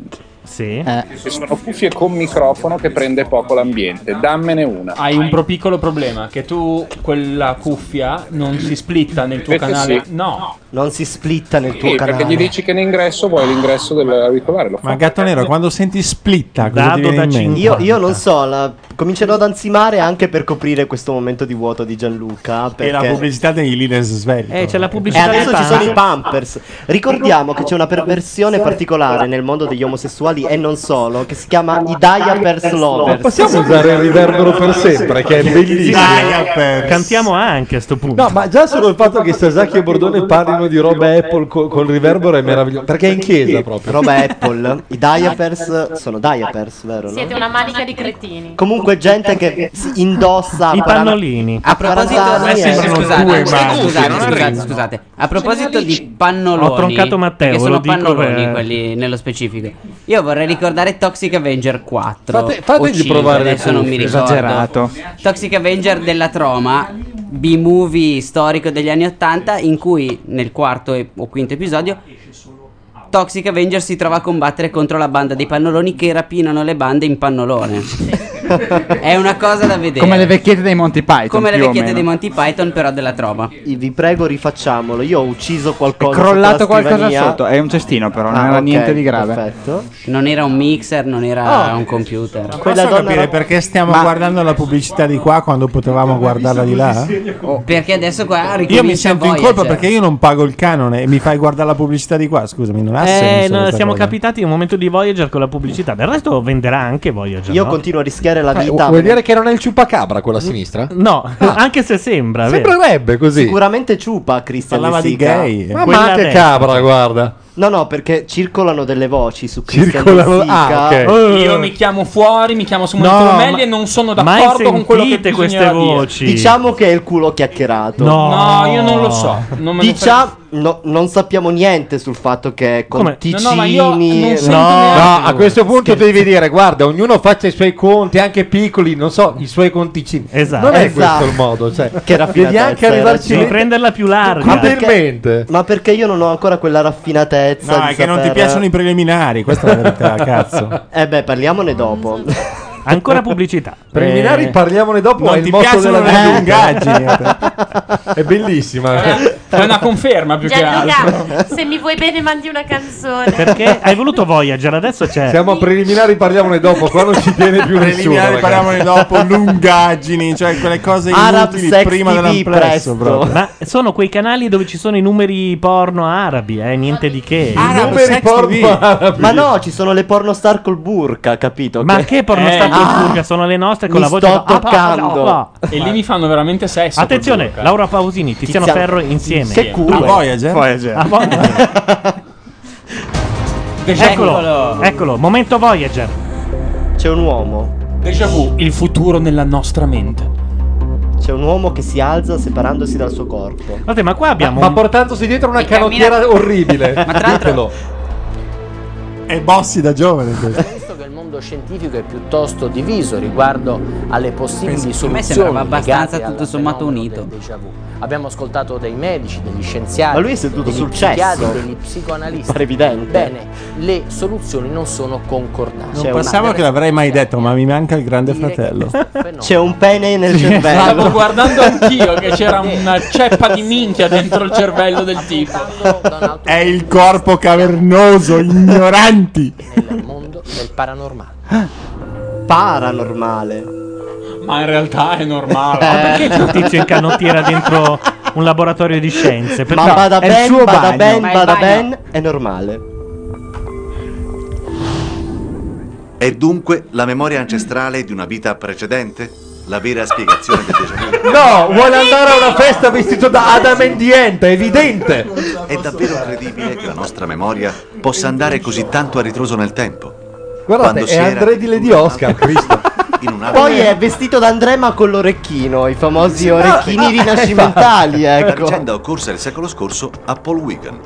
Speaker 1: Sì.
Speaker 4: Eh,
Speaker 11: E sono cuffie con microfono che prende poco l'ambiente. Dammene una.
Speaker 2: Hai un pro- piccolo problema, che tu quella cuffia non si splitta nel tuo
Speaker 11: Invece
Speaker 2: canale.
Speaker 11: sì.
Speaker 2: No.
Speaker 4: Non si splitta nel
Speaker 11: Sì, perché gli dici che in ingresso vuoi l'ingresso dell'auricolare. Lo fa.
Speaker 6: Ma gatto nero, quando senti splitta, cosa ti viene in mente?
Speaker 4: Io, io non so, la- comincerò ad ansimare anche per coprire questo momento di vuoto di Gianluca.
Speaker 6: E la
Speaker 4: perché-
Speaker 6: pubblicità degli Lines Svelto.
Speaker 4: Eh, c'è
Speaker 1: la
Speaker 4: E
Speaker 1: pubblicità.
Speaker 4: adesso
Speaker 1: dei
Speaker 4: ci sono i
Speaker 1: Pampers.
Speaker 4: Pampers. Ricordiamo che c'è una perversione particolare nel mondo degli omosessuali e non solo, che si chiama i Diapers
Speaker 19: Ma
Speaker 4: Lovers.
Speaker 19: possiamo usare il riverbero per sempre, che è bellissimo.
Speaker 1: Cantiamo anche a sto punto.
Speaker 19: No, ma già solo il fatto che Sasaki e Bordone parlino di roba Apple co- col riverbero è meraviglioso. Perché è in chiesa proprio.
Speaker 4: Roba Apple. I Diapers sono Diapers, vero?
Speaker 3: Siete
Speaker 4: No?
Speaker 3: una manica di cretini.
Speaker 4: Comunque gente che si indossa
Speaker 1: I
Speaker 4: a quaranta-
Speaker 1: pannolini.
Speaker 5: A proposito,
Speaker 4: quaranta anni, eh.
Speaker 5: scusate,
Speaker 4: Due, ma-
Speaker 5: scusate,
Speaker 4: non
Speaker 5: scusate,
Speaker 4: arrivano.
Speaker 5: scusate. A proposito di pannoloni,
Speaker 1: Ho troncato Matteo,
Speaker 5: perché
Speaker 1: ve
Speaker 5: sono
Speaker 1: lo dico eh.
Speaker 5: pannoloni
Speaker 1: per-
Speaker 5: quelli nello specifico. Io vorrei ricordare Toxic Avenger 4.
Speaker 9: Fate- fategli
Speaker 5: o 5,
Speaker 9: provare le
Speaker 5: adesso non mi
Speaker 9: cuffie,
Speaker 5: ricordo.
Speaker 9: esagerato.
Speaker 5: Toxic Avenger della Troma, B-movie storico degli anni 80 in cui nel quarto e- o quinto episodio Toxic Avenger si trova a combattere contro la banda dei pannoloni che rapinano le bande in
Speaker 4: *laughs*
Speaker 5: pannolone. È una cosa da vedere.
Speaker 9: Come le vecchiette dei Monty Python.
Speaker 5: Come le
Speaker 9: più o
Speaker 5: vecchiette
Speaker 9: meno.
Speaker 5: dei Monty Python, però della trova.
Speaker 4: Vi prego, rifacciamolo. Io ho ucciso
Speaker 9: È
Speaker 4: qualcosa.
Speaker 9: crollato
Speaker 4: sulla
Speaker 9: qualcosa
Speaker 4: scrivania.
Speaker 9: sotto. È un cestino, però, non
Speaker 4: Ah,
Speaker 9: era
Speaker 4: ok,
Speaker 9: niente di grave.
Speaker 4: Perfetto.
Speaker 5: Non era un mixer, non era
Speaker 4: Oh.
Speaker 5: un computer.
Speaker 6: Posso capire perché stiamo guardando la pubblicità di qua quando potevamo guardarla di là?
Speaker 5: Oh, Perché adesso qua
Speaker 6: Io
Speaker 5: ricomincia
Speaker 6: mi sento in
Speaker 5: Voyager.
Speaker 6: colpa perché io non pago il canone e mi fai guardare la pubblicità di qua. Scusami, non ha
Speaker 1: Eh,
Speaker 6: senso.
Speaker 1: no,
Speaker 6: questa
Speaker 1: siamo
Speaker 6: cosa.
Speaker 1: capitati in un momento di Voyager con la pubblicità. Del resto venderà anche Voyager.
Speaker 4: Io
Speaker 1: no?
Speaker 4: continuo a rischiare la
Speaker 1: Eh,
Speaker 4: vita.
Speaker 1: vuol dire
Speaker 19: che non è il ciupacabra quella a sinistra?
Speaker 1: No, *laughs* anche se sembra. vero.
Speaker 19: Sembrerebbe così.
Speaker 4: Sicuramente ciupa Christian
Speaker 19: Parlava
Speaker 4: De
Speaker 19: di
Speaker 4: Sica.
Speaker 19: gay. Ma Quella manca adesso. cabra, guarda.
Speaker 4: No, no, perché circolano delle voci su Christian
Speaker 19: Circolano-
Speaker 4: De Sica.
Speaker 19: ah, ok.
Speaker 2: Io mi chiamo fuori, mi chiamo Simone
Speaker 4: No,
Speaker 2: Colomelli
Speaker 4: ma-
Speaker 2: e non sono d'accordo con quello che
Speaker 4: sentite
Speaker 2: bisognava dire.
Speaker 4: Diciamo che è il culo chiacchierato.
Speaker 2: No. No, io non lo so, non me ne
Speaker 4: Diciamo, no, non sappiamo niente sul fatto che con
Speaker 19: Come?
Speaker 4: Ticini.
Speaker 19: No, no, ma io non sento No, neanche no, a loro. questo punto devi dire, guarda, ognuno faccia i suoi conti, anche piccoli, non so, i suoi conticini.
Speaker 1: Esatto.
Speaker 19: Non è
Speaker 1: Esatto.
Speaker 19: questo il modo, cioè,
Speaker 4: Che
Speaker 19: devi
Speaker 4: raffinatezza.
Speaker 19: anche arrivarci
Speaker 1: Devi
Speaker 19: lì.
Speaker 1: prenderla più larga.
Speaker 4: Ma perché, ma perché io non ho ancora quella raffinatezza?
Speaker 6: No,
Speaker 4: di
Speaker 6: è che non ti
Speaker 4: sapere-
Speaker 6: piacciono i preliminari. Questa è
Speaker 19: *laughs*
Speaker 6: la verità, cazzo.
Speaker 4: Eh beh, parliamone dopo. Eh.
Speaker 1: Ancora pubblicità.
Speaker 19: Preliminari, parliamone dopo.
Speaker 6: Non
Speaker 19: è il
Speaker 6: ti
Speaker 19: motto della
Speaker 6: piacciono le
Speaker 19: vita.
Speaker 1: Eh,
Speaker 19: *laughs*
Speaker 6: lungaggini,
Speaker 19: è bellissima.
Speaker 2: È una conferma più che altro.
Speaker 3: Gianluca, se mi vuoi bene mandi una canzone.
Speaker 1: Perché hai voluto Voyager, adesso c'è.
Speaker 19: Siamo a preliminari, parliamone dopo. Qua non ci tiene più nessuno.
Speaker 6: Preliminari,
Speaker 19: ragazzi.
Speaker 6: parliamone dopo. Lungaggini, cioè quelle cose
Speaker 1: Arab
Speaker 6: inutili
Speaker 1: Sex
Speaker 6: prima
Speaker 1: TV
Speaker 6: dell'amplesso. proprio.
Speaker 1: Ma sono quei canali dove ci sono i numeri porno arabi, eh, niente di che.
Speaker 4: Arab Sex TV. Ma no, ci sono le pornostar col burka, capito?
Speaker 1: Ma che porno sta
Speaker 4: Ah,
Speaker 1: Turca? Sono le nostre con
Speaker 4: mi
Speaker 1: la voce
Speaker 4: sto
Speaker 1: Ah, ah, ah,
Speaker 4: toccando.
Speaker 1: ah, ah.
Speaker 2: E lì mi fanno veramente sesso. eh.
Speaker 1: Attenzione,
Speaker 2: proprio,
Speaker 1: Laura Pausini, Tiziano
Speaker 2: Tiziano.
Speaker 1: Ferro insieme.
Speaker 2: Che culo.
Speaker 1: A
Speaker 2: Voyager? Voyager.
Speaker 1: A Voyager. *laughs* Eccolo, eccolo, momento Voyager.
Speaker 4: C'è un uomo.
Speaker 2: Déjà vu, il futuro nella nostra mente.
Speaker 4: C'è un uomo che si alza separandosi dal suo corpo.
Speaker 1: Guardate, ma qua abbiamo.
Speaker 19: Ma portandosi dietro una
Speaker 4: cammina-
Speaker 19: canottiera
Speaker 2: *laughs*
Speaker 19: orribile.
Speaker 4: Ma tra l'altro-
Speaker 6: E Bossi da *laughs* giovane questo.
Speaker 26: Visto che il mondo scientifico è piuttosto diviso riguardo alle possibili
Speaker 5: Penso- a me
Speaker 26: soluzioni
Speaker 5: sembrava abbastanza
Speaker 26: legate al
Speaker 5: tutto sommato
Speaker 26: fenomeno
Speaker 5: unito.
Speaker 26: del déjà vu. Abbiamo ascoltato dei medici, degli scienziati,
Speaker 4: Ma lui è seduto
Speaker 26: degli
Speaker 4: sul
Speaker 26: psichiatri,
Speaker 4: cesso.
Speaker 26: degli psicoanalisti.
Speaker 4: Pare evidente.
Speaker 26: Bene, le soluzioni non sono concordanti.
Speaker 14: Cioè,
Speaker 6: Non pensavo che l'avrei mai detto, ma mi manca il grande fratello.
Speaker 4: C'è un pene nel cervello.
Speaker 2: Stavo guardando anch'io che c'era una ceppa di minchia dentro il cervello del tipo.
Speaker 6: È il corpo cavernoso, ignoranti.
Speaker 26: nel mondo del paranormale.
Speaker 4: paranormale.
Speaker 27: Ma in realtà è normale.
Speaker 1: Ma perché c'è un tizio in canottiera dentro un laboratorio di scienze? Perché
Speaker 4: Ma bada
Speaker 1: è il
Speaker 4: ben,
Speaker 1: suo
Speaker 4: bada
Speaker 1: bagno.
Speaker 4: ben,
Speaker 1: Ma è il
Speaker 4: bada
Speaker 1: bagno.
Speaker 4: ben, è normale.
Speaker 14: È dunque la memoria ancestrale di una vita precedente? La vera spiegazione
Speaker 4: *laughs*
Speaker 14: del déjà vu?
Speaker 28: No, vuole andare a una festa vestito da Adam Endiente, è evidente.
Speaker 14: È davvero credibile che la nostra memoria possa andare così tanto a ritroso nel tempo?
Speaker 28: Guardate,
Speaker 14: Quando
Speaker 28: è
Speaker 14: si era
Speaker 28: André di Lady Oscar, Cristo.
Speaker 14: *laughs* in un altro
Speaker 4: Poi è vestito da Andrea ma con l'orecchino, i famosi
Speaker 14: Ah,
Speaker 4: orecchini
Speaker 1: *laughs*
Speaker 14: *laughs*
Speaker 4: rinascimentali,
Speaker 14: La
Speaker 4: ecco.
Speaker 14: vicenda occorsa il secolo scorso a Paul Wigan.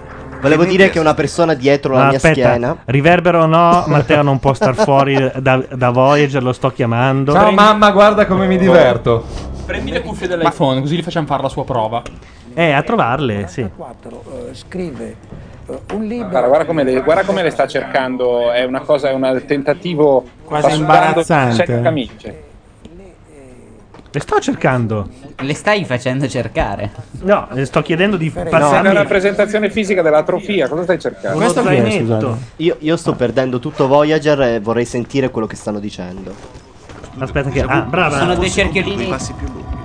Speaker 4: Volevo dire che una persona dietro la
Speaker 1: Ah,
Speaker 4: mia
Speaker 1: aspetta,
Speaker 4: schiena.
Speaker 1: riverbero
Speaker 4: *laughs*
Speaker 1: no, Matteo non può star fuori da, da Voyager, lo sto chiamando.
Speaker 28: Ciao mamma, guarda come mi diverto.
Speaker 27: Prendi le cuffie dell'iPhone, così gli facciamo fare la sua prova.
Speaker 1: Eh, a trovarle, sì.
Speaker 29: scrive eh, un libro.
Speaker 11: Guarda, guarda come, le, guarda come le sta cercando, è una cosa, è un tentativo
Speaker 6: Quasi
Speaker 11: sta
Speaker 6: imbarazzante.
Speaker 11: sudando- cerca camicie.
Speaker 1: Le sto cercando.
Speaker 5: Le stai facendo cercare.
Speaker 1: No, le sto chiedendo di
Speaker 11: È una
Speaker 1: passarmi.
Speaker 11: rappresentazione fisica dell'atrofia, cosa stai cercando?
Speaker 1: Questo chi è, Ah. zainetto. scusate?
Speaker 4: Io, io sto perdendo tutto Voyager e vorrei sentire quello che stanno dicendo.
Speaker 1: Aspetta che... Ah, brava.
Speaker 5: Sono due cerchiolini.
Speaker 14: Dei passi più lunghi.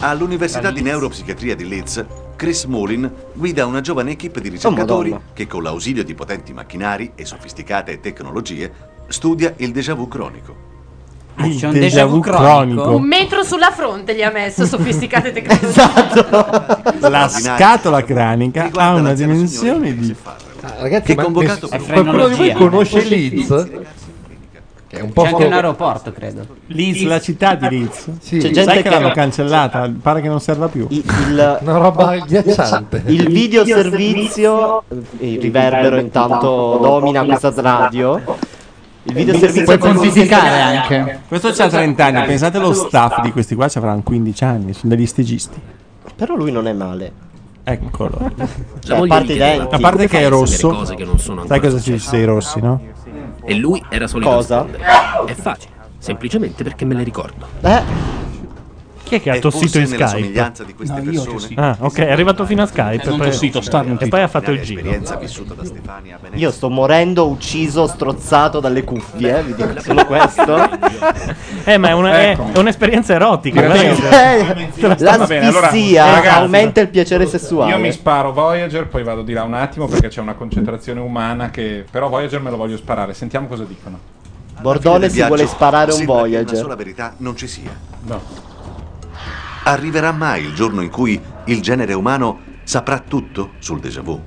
Speaker 14: All'Università di Neuropsichiatria di Leeds, Chris Mullin guida una giovane equipe di ricercatori
Speaker 4: Madonna.
Speaker 14: che con l'ausilio di potenti macchinari e sofisticate tecnologie studia il déjà vu cronico.
Speaker 5: Il
Speaker 14: c'è
Speaker 5: un déjà déjà vu vu cronico? cronico?
Speaker 3: Un metro sulla fronte gli ha messo sofisticate tecnologie.
Speaker 6: La scatola cranica ha una dimensione di.
Speaker 28: Ah, Ragazzi,
Speaker 6: eh, Che
Speaker 28: ma
Speaker 6: convocato
Speaker 28: ness-
Speaker 6: per-
Speaker 28: qualcuno di voi
Speaker 6: frenologia.
Speaker 28: conosce
Speaker 6: Conosce
Speaker 28: Leeds? Che è un Eh,
Speaker 5: C'è anche
Speaker 28: posto
Speaker 5: un aeroporto, credo.
Speaker 6: Leeds, la città di Leeds.
Speaker 28: Sì.
Speaker 4: C'è
Speaker 6: Sai
Speaker 4: gente
Speaker 6: che
Speaker 4: che-
Speaker 6: l'hanno cancellata, pare che non serva più.
Speaker 28: *laughs*
Speaker 4: Una
Speaker 6: Oh,
Speaker 28: roba ghiacciante.
Speaker 4: Oh, Il video servizio, il riverbero intanto domina questa radio. Il video servizio
Speaker 6: Puoi
Speaker 4: è così-
Speaker 6: quantificare
Speaker 30: anche.
Speaker 6: Questo c'ha 30 anni, pensate allo staff di questi qua, ci avranno 15 anni, sono degli stegisti.
Speaker 4: Però lui non è male.
Speaker 6: Eccolo.
Speaker 4: Cioè, a parte i denti.
Speaker 6: A parte che è rosso.
Speaker 2: cose che non sono ancora
Speaker 6: Sai cosa ci dice i rossi, no?
Speaker 2: E lui era solito
Speaker 6: Cosa?
Speaker 2: rispondere. È facile, semplicemente perché me le ricordo.
Speaker 28: Eh?
Speaker 1: Chi è che ha
Speaker 2: E
Speaker 1: tossito
Speaker 2: forse
Speaker 1: in
Speaker 2: nella
Speaker 1: Skype?
Speaker 2: somiglianza di queste
Speaker 1: persone. Ah, ok, è arrivato fino a Skype. poi- Eh, e poi ha fatto il giro.
Speaker 14: vissuta da Stefania a Venezia.
Speaker 4: Io sto morendo, ucciso, strozzato dalle cuffie, eh, vi dico solo questo.
Speaker 1: Eh, ma è, una- è-
Speaker 4: Ecco.
Speaker 1: è un'esperienza erotica.
Speaker 28: Ecco. *laughs*
Speaker 4: Ma
Speaker 1: guarda
Speaker 4: perché?
Speaker 1: che-
Speaker 4: Eh, La
Speaker 11: Va bene, allora,
Speaker 4: sfissia
Speaker 11: ragazzi,
Speaker 4: aumenta il piacere sessuale.
Speaker 11: Io mi sparo Voyager, poi vado di là un attimo perché c'è una concentrazione umana che... Però Voyager me lo voglio sparare, sentiamo cosa dicono.
Speaker 4: Bordone si vuole sparare un
Speaker 14: sembra che Una
Speaker 4: Voyager.
Speaker 14: sola verità Ah, non ci sia.
Speaker 11: No.
Speaker 14: Arriverà mai il giorno in cui il genere umano saprà tutto sul déjà vu?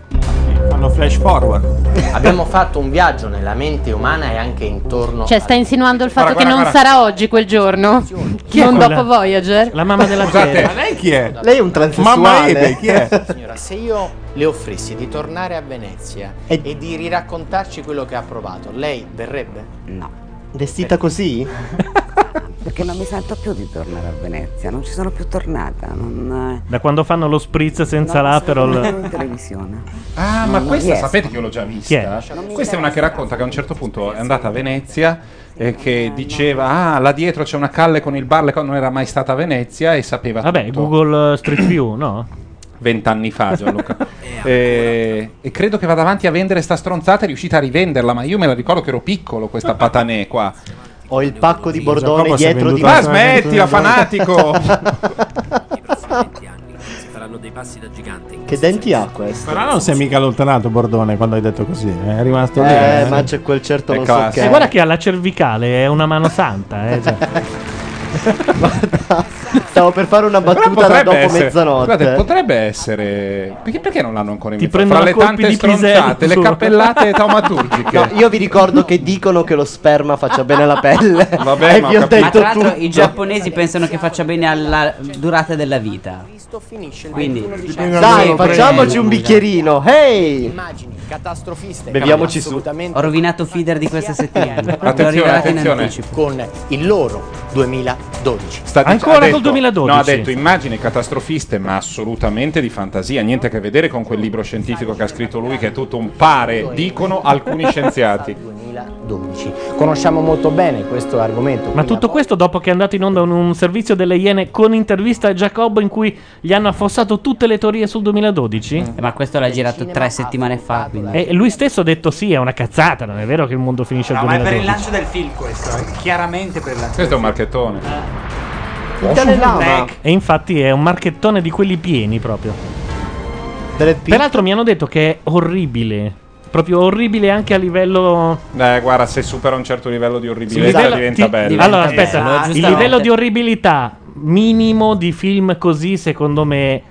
Speaker 6: Fanno flash forward.
Speaker 9: Abbiamo fatto un viaggio nella mente umana e anche intorno.
Speaker 3: Cioè, sta insinuando il fatto
Speaker 9: Guarda,
Speaker 3: che non
Speaker 9: guarda, guarda.
Speaker 3: sarà oggi quel giorno?
Speaker 9: Chi è
Speaker 3: non
Speaker 9: quella?
Speaker 3: dopo Voyager?
Speaker 1: La mamma della
Speaker 9: terra.
Speaker 6: lei chi è?
Speaker 4: Lei è un transessuale.
Speaker 9: Mamma Ede,
Speaker 6: chi è?
Speaker 9: Signora, se io le offrissi di tornare a Venezia e, di riraccontarci quello che ha provato, lei verrebbe? No.
Speaker 4: Vestita così?
Speaker 13: Perché non mi sento più di tornare a Venezia, non ci sono più tornata. Non,
Speaker 9: eh.
Speaker 1: Da quando fanno lo spritz senza
Speaker 13: No,
Speaker 1: l'aperol. *laughs*
Speaker 13: sono in televisione.
Speaker 11: Ah,
Speaker 13: Non
Speaker 11: ma
Speaker 13: l'ho
Speaker 11: questa
Speaker 13: chiesto.
Speaker 11: sapete che io l'ho già vista? Questa è una che racconta che a un certo punto è andata a Venezia e che diceva "Ah, là dietro c'è una calle con il bar", le cose", non era mai stata a Venezia e sapeva
Speaker 1: Vabbè,
Speaker 11: tutto.
Speaker 1: Google Street View, no?
Speaker 11: *clears throat* Vent'anni fa, Gianluca. e, e credo che vada avanti a vendere sta stronzata e è riuscita a rivenderla, ma io me la ricordo che ero piccolo questa patanè qua.
Speaker 4: Ho il pacco di
Speaker 11: Giacomo
Speaker 4: Bordone
Speaker 11: si è
Speaker 4: dietro di
Speaker 11: venduto Ma
Speaker 4: *laughs*
Speaker 11: Ah, smettila, fanatico!
Speaker 2: I prossimi 20 anni si faranno dei passi da gigante. in
Speaker 4: Che denti ha questo?
Speaker 6: Però non si è mica allontanato Bordone quando hai detto così, eh, è rimasto lì.
Speaker 4: Eh, ma c'è quel certo non so che.
Speaker 1: E guarda che alla cervicale è una mano santa.
Speaker 4: *laughs*
Speaker 1: Eh, cioè.
Speaker 4: Stavo per fare una
Speaker 11: Però
Speaker 4: battuta da
Speaker 11: potrebbe
Speaker 4: dopo
Speaker 11: essere,
Speaker 4: mezzanotte.
Speaker 11: guardate, potrebbe essere perché, perché non l'hanno ancora
Speaker 4: Ti
Speaker 11: inventato?
Speaker 4: prendono
Speaker 11: Fra le
Speaker 4: a colpi
Speaker 11: tante
Speaker 4: di pisello
Speaker 11: stronzate, le
Speaker 4: su. *laughs*
Speaker 11: cappellate taumaturgiche.
Speaker 4: No, io vi ricordo che dicono che lo sperma faccia bene alla
Speaker 11: *laughs*
Speaker 4: pelle. *laughs*
Speaker 11: Vabbè,
Speaker 4: e
Speaker 11: ma
Speaker 4: vi ho
Speaker 11: ho capito.
Speaker 5: Ma
Speaker 4: detto
Speaker 5: tra l'altro
Speaker 4: tutto.
Speaker 5: i giapponesi pensano che faccia bene alla durata della vita. Quindi
Speaker 4: Dai, facciamoci un bicchierino. Hey!
Speaker 9: Immagini catastrofiste.
Speaker 4: Beviamoci su.
Speaker 9: Assolutamente. Ho rovinato Feeder di
Speaker 26: *laughs*
Speaker 9: questa settimana.
Speaker 11: Attenzione,
Speaker 9: L'ho rivelata in
Speaker 11: attenzione.
Speaker 9: anticipo. Con il loro 2012.
Speaker 11: Sta dic-
Speaker 9: Ancora
Speaker 11: ha
Speaker 9: col
Speaker 11: detto-
Speaker 9: 2012.
Speaker 11: No, ha detto immagini catastrofiste, ma assolutamente di fantasia. Niente a che vedere con quel libro scientifico che ha scritto lui, che è tutto un pare, dicono alcuni scienziati.
Speaker 31: 2012. Conosciamo molto bene questo argomento.
Speaker 1: Ma tutto questo dopo che è andato in onda un, un servizio delle Iene con intervista a Giacobbo in cui gli hanno affossato tutte le teorie sul 2012?
Speaker 5: Eh, Ma questo l'ha girato tre settimane fa. quindi.
Speaker 1: E lui stesso ha detto sì, è una cazzata, non è vero che il mondo finisce al
Speaker 9: No, ma è per il
Speaker 1: 2012.
Speaker 9: lancio del film questo, eh. chiaramente per il lancio.
Speaker 11: Questo è un marchettone.
Speaker 9: Il Dalai Lama.
Speaker 1: E infatti è un marchettone di quelli pieni proprio. Peraltro mi hanno detto che è orribile. Proprio orribile anche a livello.
Speaker 11: Beh, Eh, guarda, se supera un certo livello di
Speaker 1: il
Speaker 11: orribilità
Speaker 1: livello-
Speaker 11: diventa
Speaker 1: ti-
Speaker 11: bello.
Speaker 1: Allora, aspetta, il livello di orribilità minimo di film così, secondo me,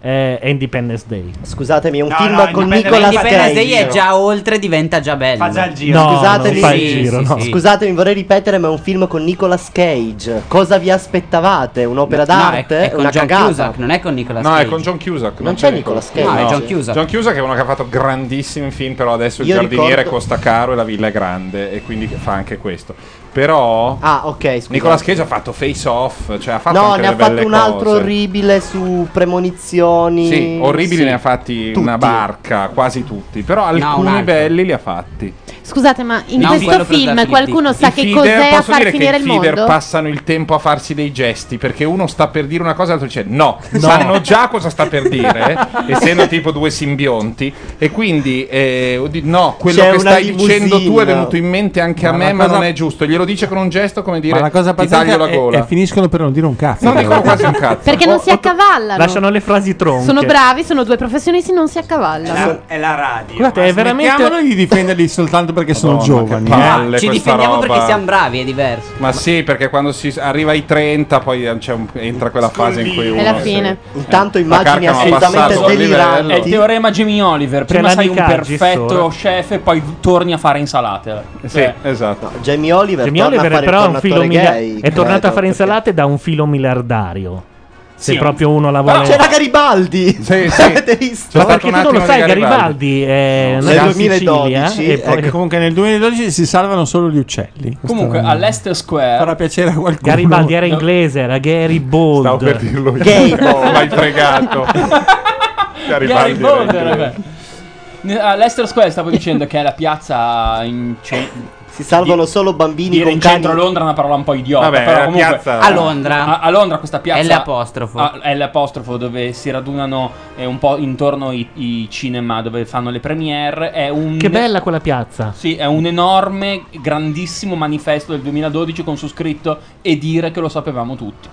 Speaker 1: eh, è Independence Day.
Speaker 4: Scusatemi, è un film
Speaker 5: no,
Speaker 4: con
Speaker 5: Independence-
Speaker 4: Nicolas
Speaker 5: Independence Day
Speaker 4: Cage.
Speaker 5: è già oltre, diventa già bello.
Speaker 4: No,
Speaker 5: Sì,
Speaker 4: Scusatemi,
Speaker 5: sì, sì, sì.
Speaker 4: Scusatemi, vorrei ripetere, ma è un film con Nicolas Cage. Cosa vi aspettavate? Un'opera
Speaker 5: No, è-
Speaker 4: d'arte?
Speaker 5: è con
Speaker 4: una
Speaker 5: John
Speaker 4: cagata?
Speaker 5: Cusack, non è con Nicolas
Speaker 11: No,
Speaker 5: Cage.
Speaker 11: è con John Cusack.
Speaker 4: Non c'è Nicolas Cage.
Speaker 11: No,
Speaker 4: No, è
Speaker 5: John Cusack.
Speaker 11: John Cusack è uno che ha fatto grandissimi film, però adesso il
Speaker 4: Io
Speaker 11: giardiniere
Speaker 4: ricordo-
Speaker 11: costa caro e la villa è grande e quindi fa anche questo. Però
Speaker 4: Ah, ok, scusa.
Speaker 11: Nicolas Cage ha fatto Face Off, cioè ha fatto
Speaker 4: no,
Speaker 11: anche
Speaker 4: ne ha
Speaker 11: delle
Speaker 4: fatto
Speaker 11: belle
Speaker 4: un altro
Speaker 11: cose.
Speaker 4: orribile su premonizioni.
Speaker 11: Sì, orribili
Speaker 4: Sì.
Speaker 11: ne ha fatti una barca, quasi tutti, però
Speaker 4: No, un
Speaker 11: alcuni
Speaker 4: altro.
Speaker 11: belli li ha fatti.
Speaker 3: Scusate, ma in
Speaker 11: No,
Speaker 3: questo
Speaker 11: quello
Speaker 3: film
Speaker 11: protagonista.
Speaker 3: qualcuno sa
Speaker 11: I
Speaker 3: che
Speaker 11: feeder-
Speaker 3: cos'è a
Speaker 11: posso
Speaker 3: far
Speaker 11: dire
Speaker 3: finire
Speaker 11: che
Speaker 3: il
Speaker 11: i feeder
Speaker 3: mondo?
Speaker 11: passano il tempo a farsi dei gesti perché uno sta per dire una cosa e l'altro dice no, sanno già cosa sta per dire essendo tipo due simbionti e quindi eh, di- no quello
Speaker 26: C'è
Speaker 11: che
Speaker 26: una
Speaker 11: stai
Speaker 26: limousina.
Speaker 11: dicendo tu è venuto in mente anche a
Speaker 26: Ma
Speaker 11: me
Speaker 26: la
Speaker 11: ma
Speaker 26: cosa-
Speaker 11: non è giusto glielo dice con un gesto come dire
Speaker 6: Ma la cosa
Speaker 11: ti taglio la
Speaker 6: pazzesca è,
Speaker 11: gola
Speaker 6: è finiscono per non dire un cazzo.
Speaker 11: non dicono
Speaker 6: però.
Speaker 11: quasi un cazzo
Speaker 3: Perché non si accavallano.
Speaker 1: Lasciano le frasi tronche.
Speaker 3: Sono bravi, sono due professionisti, non si accavallano.
Speaker 9: È la radio.
Speaker 6: Guardate,
Speaker 9: Ma
Speaker 6: è veramente.
Speaker 9: smettiamolo
Speaker 6: di difenderli soltanto perché
Speaker 11: sono giovani. eh.
Speaker 6: giovani.
Speaker 11: che palle
Speaker 5: Ci
Speaker 11: questa
Speaker 5: difendiamo
Speaker 11: roba.
Speaker 5: perché siamo bravi, è diverso.
Speaker 11: ma sì perché quando si arriva ai 30 poi c'è un- entra quella fase in cui uno Eh.
Speaker 5: È la fine.
Speaker 4: Intanto
Speaker 11: La
Speaker 4: immagini
Speaker 11: carcano ha
Speaker 4: assolutamente
Speaker 11: passato il livello.
Speaker 4: deliranti.
Speaker 2: È il teorema Jamie Oliver.
Speaker 4: C'è
Speaker 6: Cioè,
Speaker 2: Prima
Speaker 4: la
Speaker 2: sei un
Speaker 4: Nicaggi
Speaker 2: perfetto
Speaker 4: solo.
Speaker 2: chef e poi torni a fare insalate. Cioè,
Speaker 11: esatto.
Speaker 4: Jamie Oliver,
Speaker 1: Jamie
Speaker 4: torna
Speaker 1: Oliver
Speaker 4: a fare
Speaker 1: Cioè, però è
Speaker 4: il
Speaker 1: un filo
Speaker 4: tornatore
Speaker 1: mila-
Speaker 4: gay, Eh,
Speaker 1: è tornato
Speaker 4: credo.
Speaker 1: a fare insalate da un filo miliardario. Se
Speaker 4: Sì.
Speaker 1: proprio uno la vuole.
Speaker 4: Ah, c'era Garibaldi!
Speaker 11: Sì, sì.
Speaker 4: *laughs* Avete visto?
Speaker 6: Cioè,
Speaker 1: Ma perché tu non lo sai, Garibaldi, eh, è
Speaker 6: No,
Speaker 1: nato in
Speaker 6: nel 2012
Speaker 1: Sicilia, eh? e poi-
Speaker 6: ecco, comunque nel 2012 si salvano solo gli uccelli Questa
Speaker 2: Comunque,
Speaker 6: è una-
Speaker 2: all'Ester Square.
Speaker 6: farà piacere a qualcuno
Speaker 1: Garibaldi era inglese, era Gary Bold. Stavo
Speaker 11: per dirlo io.
Speaker 6: *laughs*
Speaker 2: Garibaldi.
Speaker 11: l'hai fregato
Speaker 2: Gary
Speaker 11: Garibaldi
Speaker 2: Boulder,
Speaker 11: era inglese.
Speaker 2: vabbè. All'Ester ah, Square stavo dicendo che è la piazza in
Speaker 4: Si salvano solo bambini
Speaker 2: Dire
Speaker 4: con
Speaker 2: in
Speaker 4: cani.
Speaker 2: centro Londra è una parola un po' idiota.
Speaker 4: Vabbè,
Speaker 2: però
Speaker 4: la
Speaker 2: comunque, Ah.
Speaker 4: piazza- A Londra.
Speaker 2: A, a Londra questa piazza
Speaker 5: L'apostrofo.
Speaker 2: Ah, è l'apostrofo dove si radunano eh, un po' intorno i, i cinema dove fanno le premiere. È un
Speaker 1: Che bella quella piazza.
Speaker 2: Sì, è un enorme, grandissimo manifesto del 2012 con su scritto e dire che lo sapevamo tutti.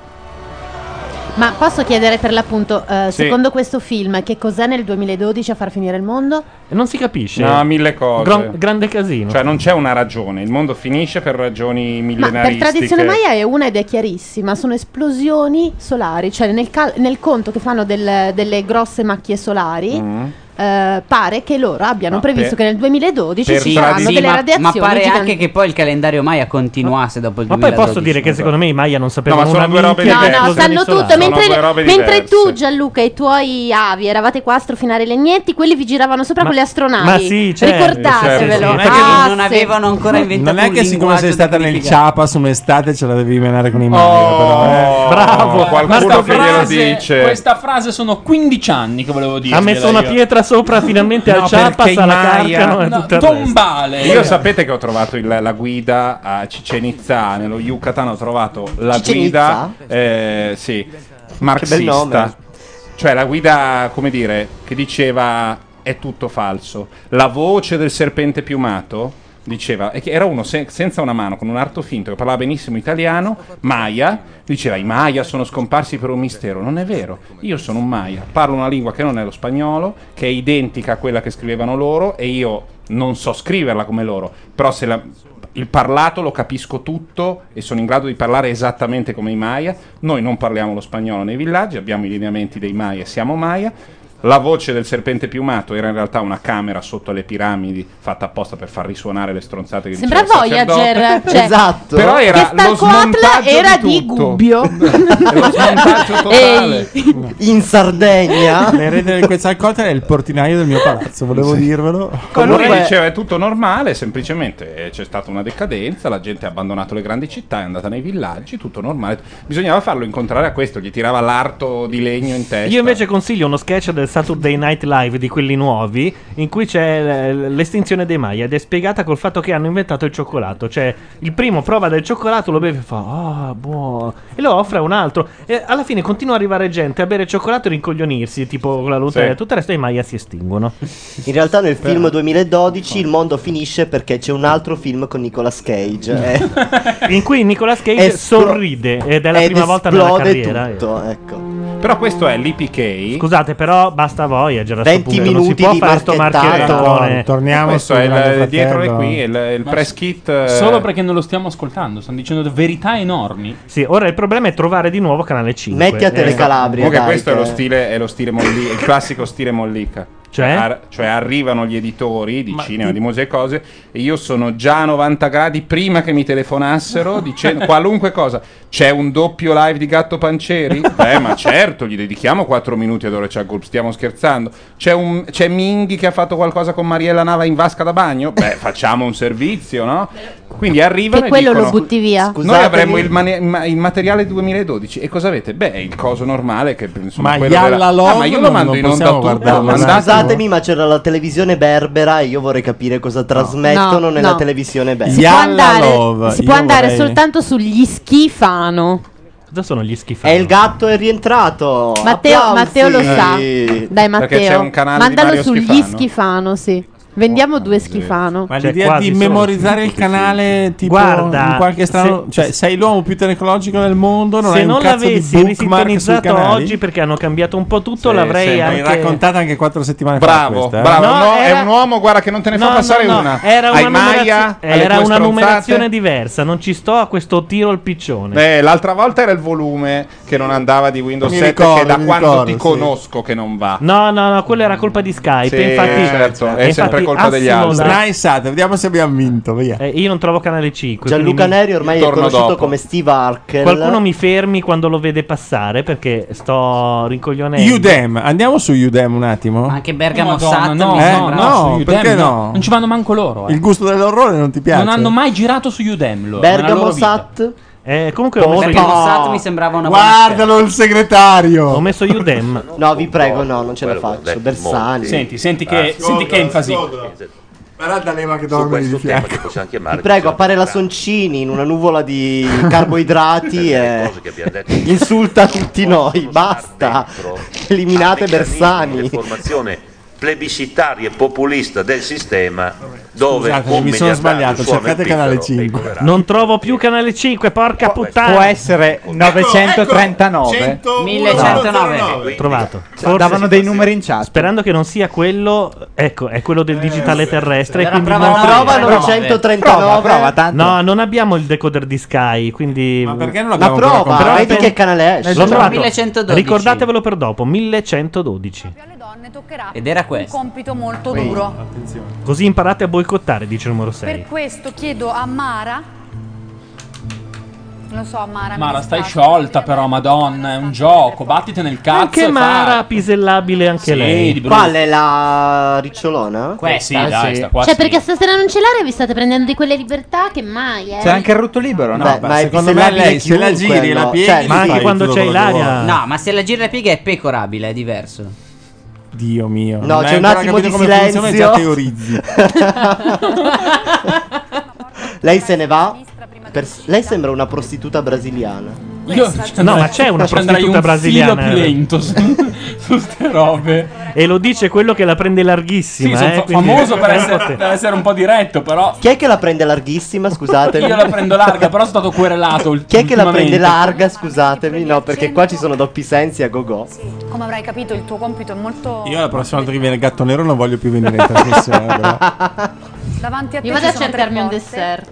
Speaker 3: Ma posso chiedere per l'appunto, eh,
Speaker 2: Sì.
Speaker 3: secondo questo film, che cos'è nel 2012 a far finire il mondo?
Speaker 1: Non si capisce.
Speaker 11: No, mille cose.
Speaker 1: Gran- grande casino.
Speaker 11: Cioè, non c'è una ragione. Il mondo finisce per ragioni
Speaker 3: Ma per
Speaker 11: millenaristiche.
Speaker 3: tradizione maya è una ed è chiarissima, sono esplosioni solari, cioè nel, cal- nel conto che fanno del- delle grosse macchie solari.
Speaker 11: Mm.
Speaker 3: eh, pare che loro abbiano
Speaker 5: Ma
Speaker 3: previsto
Speaker 5: per-
Speaker 3: che nel 2012
Speaker 5: Per
Speaker 3: ci saranno
Speaker 5: tradizione-
Speaker 3: delle
Speaker 5: ma- ma
Speaker 3: radiazioni.
Speaker 5: pare
Speaker 3: giganti-
Speaker 5: anche che poi il calendario Maya continuasse dopo il
Speaker 1: Ma
Speaker 5: 2012.
Speaker 1: poi posso dire che secondo me i Maya non sapevano
Speaker 5: No, ma sono
Speaker 1: una
Speaker 5: due robe
Speaker 1: minchia di
Speaker 5: diverse.
Speaker 3: No,
Speaker 1: cosa
Speaker 3: sanno
Speaker 1: solare.
Speaker 3: tutto. Mentre,
Speaker 11: due robe
Speaker 3: mentre
Speaker 11: diverse.
Speaker 3: tu, Gianluca, e i tuoi avi eravate qua a strofinare i legnetti, quelli vi giravano sopra
Speaker 6: Ma-
Speaker 3: con le astronavi.
Speaker 6: ma sì, certo.
Speaker 3: Ricordatevelo.
Speaker 6: Sì, sì, sì. Non è che
Speaker 3: Ah,
Speaker 5: non
Speaker 3: sì.
Speaker 5: avevano ancora inventato
Speaker 6: non è che
Speaker 5: un
Speaker 6: siccome sei
Speaker 5: linguaggio
Speaker 6: stata nel
Speaker 5: decodificato.
Speaker 6: Chiapas un'estate ce la devi menare con i Mario però, eh.
Speaker 11: Oh, Bravo,
Speaker 2: Questa
Speaker 11: qualcuno che glielo
Speaker 2: frase,
Speaker 11: dice.
Speaker 2: questa frase sono 15 anni che volevo dire.
Speaker 1: Ha messo una pietra sopra finalmente al Chiapas, alla carcano e tutto il resto.
Speaker 2: Tombale.
Speaker 11: Io sapete che ho trovato il- la guida a Chichen Itza, nello Yucatan ho trovato la
Speaker 4: Chichen
Speaker 11: guida eh, sì,
Speaker 4: Che bel nome.
Speaker 11: marxista. Cioè la guida, come dire, che diceva è tutto falso. La voce del serpente piumato diceva e che era uno se- senza una mano con un arto finto che parlava benissimo italiano, Maya, diceva i Maya sono scomparsi per un mistero. Non è vero. Io sono un Maya, parlo una lingua che non è lo spagnolo, che è identica a quella che scrivevano loro e io non so scriverla come loro, però se la- il parlato lo capisco tutto e sono in grado di parlare esattamente come i Maya. Noi non parliamo lo spagnolo nei villaggi, abbiamo i lineamenti dei Maya e siamo Maya. La voce del serpente piumato era in realtà una camera sotto le piramidi fatta apposta per far risuonare le stronzate che
Speaker 3: Sembra
Speaker 11: diceva il *laughs*
Speaker 3: Voyager.
Speaker 11: sacerdote.
Speaker 3: cioè,
Speaker 11: certo, Però era
Speaker 3: che
Speaker 11: lo
Speaker 3: Stalcoatla
Speaker 11: smontaggio
Speaker 3: era
Speaker 11: di,
Speaker 3: di,
Speaker 11: tutto.
Speaker 3: Gubbio.
Speaker 11: Esatto.
Speaker 3: *laughs*
Speaker 11: totale.
Speaker 4: In
Speaker 6: *laughs*
Speaker 4: Sardegna
Speaker 6: l'erede del Quetzalcoatl è il portinaio del mio palazzo volevo dirvelo
Speaker 11: Comunque... Lui
Speaker 6: Comunque-
Speaker 11: diceva è tutto normale, semplicemente eh, c'è stata una decadenza, la gente ha abbandonato le grandi città, è andata nei villaggi, tutto normale. Bisognava farlo incontrare a questo, gli tirava l'arto di legno in testa.
Speaker 1: Io invece consiglio uno sketch del Saturday Night Live di quelli nuovi, in cui c'è l- l'estinzione dei Maya ed è spiegata col fatto che hanno inventato il cioccolato. Cioè, il primo prova del cioccolato, lo beve e fa, ah, buono, e lo offre a un altro. E alla fine continua a arrivare gente a bere cioccolato e rincoglionirsi, tipo con la lontana
Speaker 4: Sì.
Speaker 1: e tutto il resto, e i Maya si estinguono.
Speaker 4: In realtà nel
Speaker 1: Però-
Speaker 4: film 2012 il mondo finisce perché c'è un altro film con Nicolas
Speaker 1: *laughs*
Speaker 4: Cage. eh.
Speaker 1: in cui Nicolas Cage
Speaker 4: Esplo-
Speaker 1: sorride ed è la
Speaker 4: ed
Speaker 1: prima volta nella
Speaker 4: esplode
Speaker 1: carriera. eh.
Speaker 4: tutto, ecco.
Speaker 11: Però questo è l'IPK.
Speaker 1: Scusate, però basta voi. È già
Speaker 11: 20 minuti
Speaker 1: non si
Speaker 11: di
Speaker 1: può fare sto
Speaker 11: marchettata.
Speaker 1: marchettone.
Speaker 6: Eh,
Speaker 11: No, torniamo Eh, Questo su è il- Grande dietro Fratello. è qui, il- il
Speaker 2: Ma
Speaker 11: press
Speaker 2: s-
Speaker 11: kit, eh.
Speaker 2: Solo perché non lo stiamo ascoltando, stanno dicendo verità enormi.
Speaker 1: Sì, ora il problema è trovare di nuovo canale Ecco. 5.
Speaker 11: Eh, Comunque, questo è lo stile, è lo stile Molli- il classico stile Mollica.
Speaker 1: Cioè?
Speaker 11: Ar- cioè arrivano gli editori di
Speaker 1: Ma
Speaker 11: cinema,
Speaker 1: ti-
Speaker 11: di musica e cose, e io sono già a 90 gradi prima che mi telefonassero dicendo qualunque cosa. C'è un doppio live di Gatto Panceri? Beh, ma certo, gli dedichiamo 4 minuti ad ora c'è Gulp, stiamo scherzando. C'è, un, c'è Minghi che ha fatto qualcosa con Mariella Nava in vasca da bagno? Beh, facciamo un servizio, no? Quindi arrivano
Speaker 3: Che
Speaker 11: e
Speaker 3: quello
Speaker 11: dicono,
Speaker 3: lo butti via.
Speaker 11: noi avremmo il, mane- ma- il materiale 2012 e cosa avete? Beh, il coso normale che insomma,
Speaker 4: Ma
Speaker 11: quello della-
Speaker 4: Yalla Love
Speaker 11: Ah, ma io lo
Speaker 4: non-
Speaker 11: mando
Speaker 4: non
Speaker 11: in onda
Speaker 4: possiamo
Speaker 11: tutto.
Speaker 4: guardarlo,
Speaker 13: eh.
Speaker 11: mandate-
Speaker 4: Scusatemi, ma c'era la televisione berbera e io vorrei capire cosa trasmettono
Speaker 3: No,
Speaker 4: nella
Speaker 3: no.
Speaker 4: televisione berbera.
Speaker 3: Si può andare, si può andare soltanto sugli schifano.
Speaker 1: Cosa sono gli schifani?
Speaker 4: E il gatto è rientrato.
Speaker 3: Matteo,
Speaker 4: Applausi.
Speaker 3: Matteo lo sa. Dai, Matteo, mandalo sugli
Speaker 4: Schifano.
Speaker 3: schifano. Sì. Vendiamo due schifano.
Speaker 2: Cioè,
Speaker 6: Ma l'idea di memorizzare il canale tipo
Speaker 1: Guarda,
Speaker 6: in qualche strano.
Speaker 1: se-
Speaker 6: cioè, sei l'uomo più tecnologico del mondo. Non
Speaker 1: Se
Speaker 6: hai un
Speaker 1: eh, non
Speaker 6: cazzo di
Speaker 1: l'avessi
Speaker 6: bookmark sui
Speaker 1: risincronizzato
Speaker 6: canali.
Speaker 1: oggi perché hanno cambiato un po' tutto,
Speaker 6: Sì,
Speaker 1: l'avrei
Speaker 6: sì,
Speaker 1: anche
Speaker 6: l'hai raccontata anche quattro settimane
Speaker 11: Bravo,
Speaker 6: fa. questa, eh.
Speaker 11: bravo.
Speaker 1: No,
Speaker 11: No,
Speaker 1: era-
Speaker 11: È un uomo, guarda, che non te ne fa
Speaker 1: No,
Speaker 11: passare
Speaker 1: no, no,
Speaker 11: una.
Speaker 1: Era
Speaker 11: Ai
Speaker 1: una,
Speaker 11: Maya,
Speaker 1: numerazio-
Speaker 11: alle
Speaker 1: era
Speaker 11: tue
Speaker 1: una
Speaker 11: stronzate.
Speaker 1: numerazione diversa. Non ci sto a questo tiro al piccione.
Speaker 11: Eh, l'altra volta era il volume che non andava di Windows
Speaker 1: Mi
Speaker 11: 7,
Speaker 1: ricordo,
Speaker 11: che da
Speaker 1: mi
Speaker 11: quando
Speaker 1: ricordo,
Speaker 11: ti
Speaker 1: sì.
Speaker 11: conosco che non va.
Speaker 1: No, no, no, quello era colpa di Skype.
Speaker 11: Sì,
Speaker 1: infatti,
Speaker 11: certo, è sempre colpa degli altri.
Speaker 6: Snaissate, vediamo se abbiamo vinto. Via.
Speaker 1: Eh, io non trovo canale 5.
Speaker 4: Gianluca
Speaker 1: quindi mi-
Speaker 4: Neri ormai è conosciuto come Steve Arkel.
Speaker 1: Qualcuno mi fermi quando lo vede passare perché sto rincoglionendo.
Speaker 6: Udem, andiamo su Udem un attimo.
Speaker 5: Anche Bergamo
Speaker 6: Madonna,
Speaker 5: Sat
Speaker 6: no,
Speaker 5: mi
Speaker 6: eh,
Speaker 5: sembra-
Speaker 6: no, su Udem perché no? no?
Speaker 2: Non ci vanno manco loro. eh.
Speaker 6: Il gusto dell'orrore non ti piace.
Speaker 2: Non hanno mai girato su Udem loro. nella loro vita.
Speaker 1: Eh, comunque
Speaker 2: ho messo- Bergamo Sat mi
Speaker 5: sembrava una
Speaker 6: Guardalo il segretario. Ho
Speaker 1: messo Udem.
Speaker 4: No, vi prego, no, non ce la faccio. Bersani.
Speaker 2: Senti, senti
Speaker 9: Ah,
Speaker 2: che, senti che enfasi.
Speaker 6: Guarda leva che
Speaker 4: dorme
Speaker 6: di
Speaker 14: fianco. Ti possiamo chiamare.
Speaker 4: Vi prego, appare la Soncini in una nuvola
Speaker 14: *laughs*
Speaker 4: di carboidrati e
Speaker 14: cose che abbiamo detto.
Speaker 4: insulta tutti noi. Basta. Eliminate Bersani.
Speaker 14: Formazione plebiscitaria e populista del sistema dove
Speaker 6: Scusatemi, mi sono sbagliato, cercate canale
Speaker 14: 5.
Speaker 1: Non trovo più canale 5, porca puttana.
Speaker 9: Può essere
Speaker 4: Ecco,
Speaker 9: 939.
Speaker 1: 1109. Trovato. Forse-
Speaker 9: davano dei numeri in chat.
Speaker 1: Sperando che non sia quello, ecco, è quello
Speaker 4: Eh,
Speaker 1: del digitale terrestre.
Speaker 4: Era
Speaker 1: quindi
Speaker 4: prova-
Speaker 1: non
Speaker 4: prova
Speaker 1: frega.
Speaker 4: 939. Prova, prova, tanto.
Speaker 1: No, non abbiamo il decoder di Sky, quindi. Ma
Speaker 4: perché non l'abbiamo Ma prova, ancora comprato? vedi che canale esce.
Speaker 1: L'ho trovato.
Speaker 5: 1112.
Speaker 1: Ricordatevelo per dopo, 1112.
Speaker 15: donne toccherà
Speaker 1: Ed era
Speaker 15: un
Speaker 1: questo.
Speaker 15: compito molto duro.
Speaker 1: Così imparate a boicottare, dice il numero 6.
Speaker 15: Per questo chiedo a Mara. Lo so, Mara. mi
Speaker 2: Mara, stai
Speaker 15: dispiace.
Speaker 2: sciolta però, madonna, è un gioco. Battite nel cazzo
Speaker 1: Anche
Speaker 2: e
Speaker 1: Mara pisellabile anche
Speaker 2: Sì,
Speaker 1: lei.
Speaker 2: di brutto.
Speaker 4: Qual è la ricciolona?
Speaker 2: Questa, Eh sì, dai, sì. sta qua
Speaker 3: Cioè, perché stasera non ce l'area vi state prendendo di quelle libertà che mai, eh.
Speaker 9: C'è anche il rutto libero, no?
Speaker 4: Beh, ma
Speaker 9: secondo me lei se la giri, la pieghi,
Speaker 1: Cioè,
Speaker 9: gli fai tutto quello che vuole.
Speaker 5: No, ma se la gira e la piega è pecorabile, è diverso.
Speaker 6: Dio mio.
Speaker 5: No,
Speaker 6: non
Speaker 5: c'è
Speaker 6: hai
Speaker 5: un
Speaker 6: ancora
Speaker 5: attimo
Speaker 6: capito
Speaker 5: di
Speaker 6: come funziona e
Speaker 5: silenzio.
Speaker 6: Già teorizzi.
Speaker 4: *laughs* Lei se ne va. per- Lei sembra una prostituta brasiliana.
Speaker 2: Io- cioè,
Speaker 1: No, ma c'è una
Speaker 2: Ci andrai
Speaker 1: prostituta
Speaker 2: un
Speaker 1: brasiliana.
Speaker 2: filo più lento su, *laughs* su ste robe.
Speaker 1: E lo dice quello che la prende
Speaker 2: Sì,
Speaker 1: larghissima.
Speaker 2: sono
Speaker 1: eh,
Speaker 2: fa-
Speaker 1: quindi- *laughs*
Speaker 2: famoso per essere, *laughs* per essere un po' diretto, però.
Speaker 4: Chi è che la prende larghissima? Scusatemi.
Speaker 2: Io la prendo larga, però sono stato querelato.
Speaker 4: *laughs* Chi è che la prende
Speaker 2: ultimamente.
Speaker 4: larga? Scusatemi, no, perché qua ci sono doppi sensi a go-go.
Speaker 15: Come avrai capito, il tuo compito è molto.
Speaker 2: *laughs*
Speaker 6: Io la prossima volta che viene il gatto nero non voglio più venire in
Speaker 4: *laughs*
Speaker 6: trasmissione. però.
Speaker 15: Davanti a te.
Speaker 3: Io vado a
Speaker 15: ci sono tre
Speaker 3: cercarmi un
Speaker 15: porte.
Speaker 3: dessert.